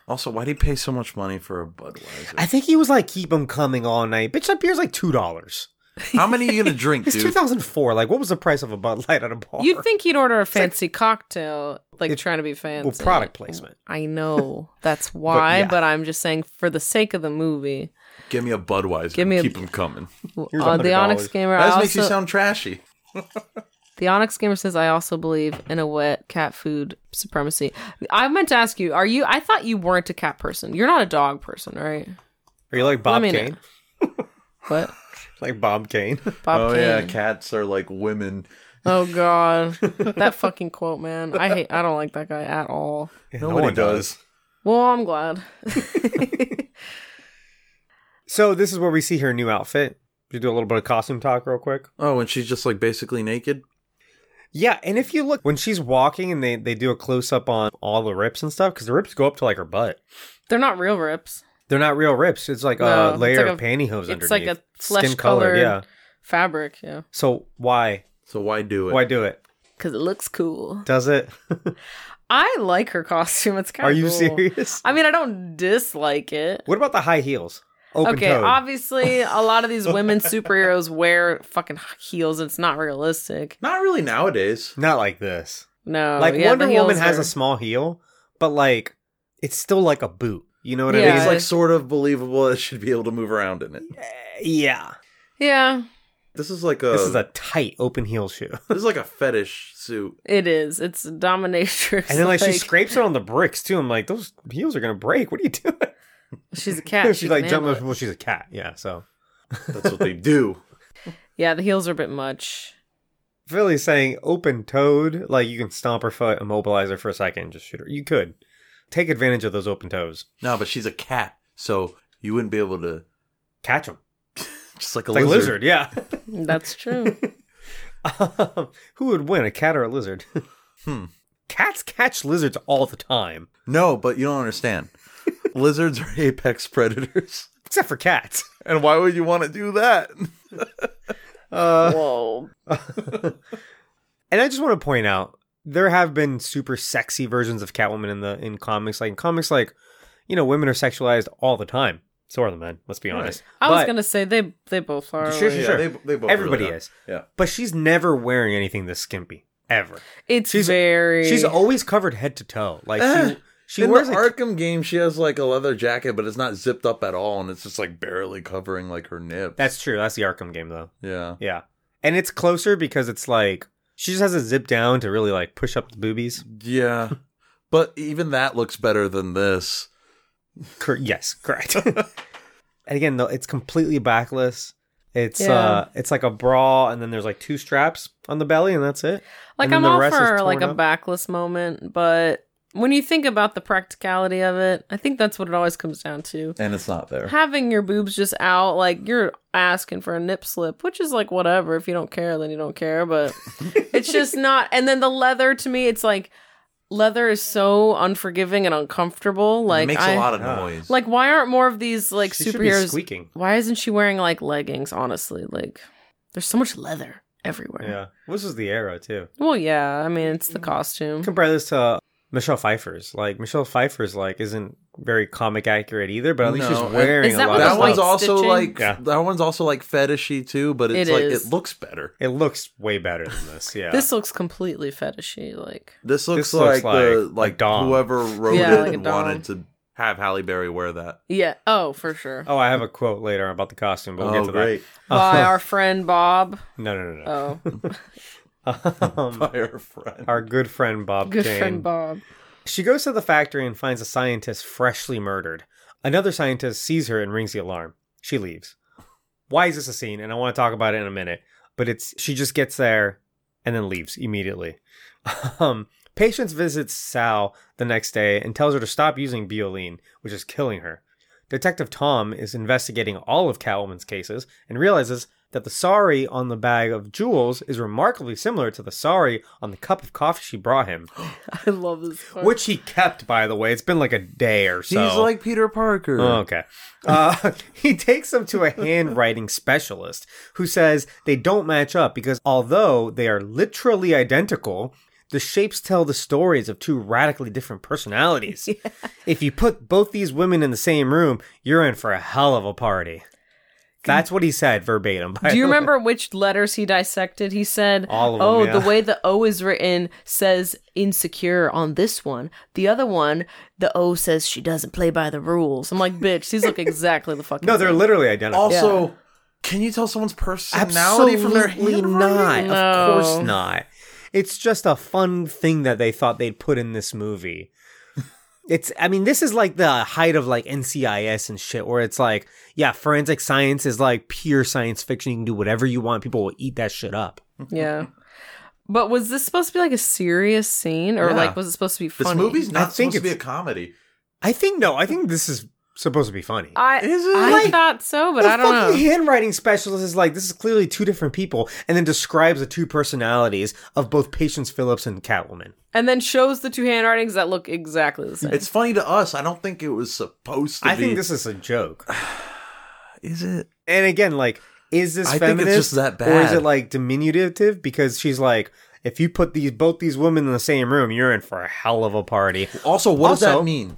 [SPEAKER 2] Also, why do you pay so much money for a Budweiser?
[SPEAKER 1] I think he was like, "Keep him coming all night, bitch." That beer's like two dollars.
[SPEAKER 2] How many are you gonna drink,
[SPEAKER 1] It's
[SPEAKER 2] dude?
[SPEAKER 1] 2004. Like, what was the price of a Bud Light at a bar?
[SPEAKER 3] You'd think he'd order a fancy cocktail, like
[SPEAKER 1] It-
[SPEAKER 3] trying to be fancy.
[SPEAKER 1] well, product placement.
[SPEAKER 3] I know that's why,
[SPEAKER 1] yeah.
[SPEAKER 3] but, I'm just saying for the sake of the movie,
[SPEAKER 2] Give me a Budweiser.
[SPEAKER 3] Give me a-
[SPEAKER 2] Keep them coming.
[SPEAKER 3] w-
[SPEAKER 1] Here's
[SPEAKER 3] uh, the
[SPEAKER 1] $100.
[SPEAKER 3] Onyx Gamer.
[SPEAKER 2] That
[SPEAKER 3] I
[SPEAKER 2] makes you
[SPEAKER 3] also-
[SPEAKER 2] sound trashy.
[SPEAKER 3] The Onyx Gamer says, I also believe in a wet cat food supremacy. I meant to ask you, are you, I thought you weren't a cat person. You're not a dog person, right?
[SPEAKER 1] Are you like Bob
[SPEAKER 3] mean, uh,
[SPEAKER 1] Kane?
[SPEAKER 3] What?
[SPEAKER 1] Like Bob Kane?
[SPEAKER 3] Bob
[SPEAKER 2] oh yeah,
[SPEAKER 3] Kane.
[SPEAKER 2] cats are like women.
[SPEAKER 3] Oh God, that fucking quote, man. I hate. I don't like that guy at all.
[SPEAKER 2] Nobody
[SPEAKER 1] one
[SPEAKER 2] does.
[SPEAKER 3] Well, I'm glad.
[SPEAKER 1] So this is where we see her new outfit. We do a little bit of costume talk real quick.
[SPEAKER 2] Oh, and she's just like basically naked.
[SPEAKER 1] Yeah, and if you look when she's walking and they, they do a close up on all the rips and stuff, because the rips go up to like her butt.
[SPEAKER 3] They're not real rips.
[SPEAKER 1] They're not real rips. It's like
[SPEAKER 3] No,
[SPEAKER 1] a
[SPEAKER 3] it's
[SPEAKER 1] layer
[SPEAKER 3] like
[SPEAKER 1] of
[SPEAKER 3] a-
[SPEAKER 1] pantyhose underneath.
[SPEAKER 3] It's like a
[SPEAKER 1] Skin
[SPEAKER 3] flesh
[SPEAKER 1] colored,
[SPEAKER 3] colored
[SPEAKER 1] yeah.
[SPEAKER 3] fabric, yeah,
[SPEAKER 1] So why
[SPEAKER 2] So why do it?
[SPEAKER 1] why do it?
[SPEAKER 3] because it looks cool.
[SPEAKER 1] Does it?
[SPEAKER 3] I like her costume. It's kind of.
[SPEAKER 1] Are you serious?
[SPEAKER 3] I mean, I don't dislike it.
[SPEAKER 1] What about the high heels? Open
[SPEAKER 3] Okay,
[SPEAKER 1] toed.
[SPEAKER 3] obviously, a lot of these women superheroes wear fucking heels. It's not realistic.
[SPEAKER 2] Not really nowadays.
[SPEAKER 1] Not like this.
[SPEAKER 3] No,
[SPEAKER 1] like
[SPEAKER 3] Oh, yeah, the
[SPEAKER 1] Wonder Woman
[SPEAKER 3] heels
[SPEAKER 1] has
[SPEAKER 3] are-
[SPEAKER 1] a small heel, but like it's still like a boot. You know what I
[SPEAKER 3] Yeah.
[SPEAKER 1] mean?
[SPEAKER 2] It's
[SPEAKER 1] It's like-
[SPEAKER 2] like sort of believable. It should be able to move around in it.
[SPEAKER 1] yeah.
[SPEAKER 3] Yeah,
[SPEAKER 2] This is like a
[SPEAKER 1] This is a tight open heel shoe.
[SPEAKER 2] this is like a fetish suit.
[SPEAKER 3] it is. It's dominatrix.
[SPEAKER 1] And then like, she
[SPEAKER 3] like,
[SPEAKER 1] scrapes it on the bricks too. I'm like, those heels are gonna break. What are you doing?
[SPEAKER 3] she's a cat.
[SPEAKER 1] she's
[SPEAKER 3] she
[SPEAKER 1] like
[SPEAKER 3] can
[SPEAKER 1] jumping.
[SPEAKER 3] handle
[SPEAKER 1] Well, she's a cat. Yeah. So
[SPEAKER 2] That's what they do.
[SPEAKER 3] Yeah, the heels are a bit much.
[SPEAKER 1] Philly's saying open toed, like you can stomp her foot, immobilize her for a second, and just shoot her. You could take advantage of those open toes,
[SPEAKER 2] No, but she's a cat, so you wouldn't be able to
[SPEAKER 1] catch them
[SPEAKER 2] just like a
[SPEAKER 1] like a lizard.
[SPEAKER 2] lizard.
[SPEAKER 1] Yeah.
[SPEAKER 3] That's true.
[SPEAKER 1] Um, who would win, a cat or a lizard?
[SPEAKER 2] Hmm.
[SPEAKER 1] Cats catch lizards all the time,
[SPEAKER 2] No, but you don't understand. Lizards are apex predators.
[SPEAKER 1] except for cats.
[SPEAKER 2] And why would you want to do that? Uh.
[SPEAKER 3] Whoa.
[SPEAKER 1] And I just want to point out there have been super sexy versions of Catwoman in the in comics. Like in comics, like you know, women are sexualized all the time. So are the men. Let's be
[SPEAKER 2] Right.
[SPEAKER 1] honest.
[SPEAKER 3] I was
[SPEAKER 1] But-
[SPEAKER 3] gonna say they they both are.
[SPEAKER 1] Sure,
[SPEAKER 3] like-
[SPEAKER 1] sure, sure.
[SPEAKER 2] they, they both
[SPEAKER 1] Everybody
[SPEAKER 2] really are.
[SPEAKER 1] is.
[SPEAKER 2] Yeah.
[SPEAKER 1] But she's never wearing anything this skimpy ever.
[SPEAKER 3] It's
[SPEAKER 1] She's-
[SPEAKER 3] very.
[SPEAKER 1] She's always covered head to toe. Like
[SPEAKER 2] Eh,
[SPEAKER 1] she, she
[SPEAKER 2] in
[SPEAKER 1] wears
[SPEAKER 2] the
[SPEAKER 1] a,
[SPEAKER 2] Arkham game, she has like a leather jacket, but it's not zipped up at all, and it's just like barely covering like her nip.
[SPEAKER 1] That's true. That's the Arkham game though.
[SPEAKER 2] yeah.
[SPEAKER 1] Yeah, and it's closer because it's like she just has a zip down to really like push up the boobies.
[SPEAKER 2] Yeah. But even that looks better than this.
[SPEAKER 1] Cor- yes, correct. and again, though, it's completely backless. It's
[SPEAKER 3] Yeah.
[SPEAKER 1] uh, it's like a bra, and then there's like two straps on the belly, and that's it.
[SPEAKER 3] like
[SPEAKER 1] and then
[SPEAKER 3] I'm
[SPEAKER 1] the
[SPEAKER 3] all
[SPEAKER 1] rest is
[SPEAKER 3] for like
[SPEAKER 1] torn
[SPEAKER 3] a
[SPEAKER 1] up.
[SPEAKER 3] backless moment, but when you think about the practicality of it, I think that's what it always comes down to.
[SPEAKER 2] And it's not there.
[SPEAKER 3] Having your boobs just out, like you're asking for a nip slip, which is like whatever. If you don't care, then you don't care. But it's just not. And then the leather to me, it's like leather is so unforgiving and uncomfortable. Like
[SPEAKER 2] it makes
[SPEAKER 3] I-
[SPEAKER 2] a lot of
[SPEAKER 1] Yeah.
[SPEAKER 2] noise.
[SPEAKER 3] Like, why aren't more of these like
[SPEAKER 1] She should be
[SPEAKER 3] superheroes?
[SPEAKER 1] squeaking.
[SPEAKER 3] Why isn't she wearing like leggings? Honestly, like there's so much leather everywhere.
[SPEAKER 1] Yeah, this is the era too.
[SPEAKER 3] Well, yeah. I mean, it's the costume.
[SPEAKER 1] compare this to Michelle Pfeiffer's. Like Michelle Pfeiffer's like isn't very comic accurate either, but at least
[SPEAKER 2] No,
[SPEAKER 1] she's
[SPEAKER 2] and-
[SPEAKER 1] wearing
[SPEAKER 3] Is
[SPEAKER 1] a
[SPEAKER 3] that
[SPEAKER 1] lot
[SPEAKER 3] what
[SPEAKER 1] of
[SPEAKER 2] that
[SPEAKER 3] the
[SPEAKER 1] stuff.
[SPEAKER 2] one's
[SPEAKER 3] white
[SPEAKER 2] also
[SPEAKER 3] stitching?
[SPEAKER 2] like
[SPEAKER 1] Yeah.
[SPEAKER 2] that one's also like fetishy too, but it's
[SPEAKER 3] It
[SPEAKER 2] like
[SPEAKER 3] is.
[SPEAKER 2] it looks better.
[SPEAKER 1] It looks way better than this. Yeah.
[SPEAKER 3] This looks completely fetishy. Like,
[SPEAKER 2] This looks
[SPEAKER 1] This looks
[SPEAKER 2] like,
[SPEAKER 1] like
[SPEAKER 2] the
[SPEAKER 1] a
[SPEAKER 2] like
[SPEAKER 1] dong.
[SPEAKER 2] whoever wrote
[SPEAKER 3] Yeah,
[SPEAKER 2] it
[SPEAKER 3] like a dong.
[SPEAKER 2] wanted to have Halle Berry wear that.
[SPEAKER 3] yeah. Oh, for sure.
[SPEAKER 1] oh, I have a quote later about the costume, but we'll
[SPEAKER 2] Oh,
[SPEAKER 1] get to
[SPEAKER 3] By our friend Bob.
[SPEAKER 1] that. No, no, no,
[SPEAKER 3] Oh,
[SPEAKER 1] no. Um,
[SPEAKER 2] By her friend.
[SPEAKER 1] our good friend Bob
[SPEAKER 3] good
[SPEAKER 1] Kane.
[SPEAKER 3] friend Bob.
[SPEAKER 1] She goes to the factory and finds a scientist freshly murdered. Another scientist sees her and rings the alarm. She leaves. Why is this a scene? And I want to talk about it in a minute. But it's she just gets there and then leaves immediately. Um, Patience visits Sal the next day and tells her to stop using bioline, which is killing her. Detective Tom is investigating all of Catwoman's cases and realizes that the sorry on the bag of jewels is remarkably similar to the sorry on the cup of coffee she brought him.
[SPEAKER 3] I love this. Part.
[SPEAKER 1] Which he kept, by the way. It's been like a day or so.
[SPEAKER 2] He's like Peter Parker.
[SPEAKER 1] Oh, okay. Uh, he takes them to a handwriting specialist who says they don't match up because although they are literally identical, the shapes tell the stories of two radically different personalities. If you put both these women in the same room, you're in for a hell of a party. That's what he said verbatim. by
[SPEAKER 3] Do you
[SPEAKER 1] the way.
[SPEAKER 3] remember which letters he dissected? He said,
[SPEAKER 1] All of them,
[SPEAKER 3] "Oh,
[SPEAKER 1] yeah.
[SPEAKER 3] the way the O is written says insecure on this one. The other one, the O says she doesn't play by the rules." I'm like, "Bitch, these look exactly the fucking."
[SPEAKER 1] No, they're
[SPEAKER 3] same.
[SPEAKER 1] literally identical.
[SPEAKER 2] Also, can you tell someone's personality from their handwriting?
[SPEAKER 1] not. Of
[SPEAKER 3] No.
[SPEAKER 1] course not. It's just a fun thing that they thought they'd put in this movie. It's I mean, this is like the height of like NCIS and shit, where it's like, yeah, forensic science is like pure science fiction. You can do whatever you want, people will eat that shit up.
[SPEAKER 3] Yeah. But was this supposed to be like a serious scene or
[SPEAKER 2] Yeah.
[SPEAKER 3] like was it supposed to be
[SPEAKER 2] This
[SPEAKER 3] funny?
[SPEAKER 2] movie's
[SPEAKER 1] I
[SPEAKER 2] not
[SPEAKER 1] think
[SPEAKER 2] supposed to be a
[SPEAKER 1] it's-
[SPEAKER 2] comedy.
[SPEAKER 1] I think no, I think this is supposed to be funny.
[SPEAKER 3] I
[SPEAKER 2] Is it?
[SPEAKER 3] I
[SPEAKER 1] Like,
[SPEAKER 3] thought so, Uh, but
[SPEAKER 1] the
[SPEAKER 3] I don't know.
[SPEAKER 1] fucking handwriting specialist is like, this is clearly two different people, and then describes the two personalities of both Patience Phillips and Catwoman.
[SPEAKER 3] and then shows the two handwritings that look exactly the same.
[SPEAKER 2] It's funny to us. I don't think it was supposed to
[SPEAKER 1] I
[SPEAKER 2] be.
[SPEAKER 1] think this is a joke.
[SPEAKER 2] is it.
[SPEAKER 1] And again, like, is this
[SPEAKER 2] I think it's
[SPEAKER 1] feminist
[SPEAKER 2] just that
[SPEAKER 1] or is
[SPEAKER 2] bad.
[SPEAKER 1] it like diminutive? Because she's like, if you put these both these women in the same room, you're in for a hell of a party.
[SPEAKER 2] Also, what does
[SPEAKER 1] Also-
[SPEAKER 2] that mean?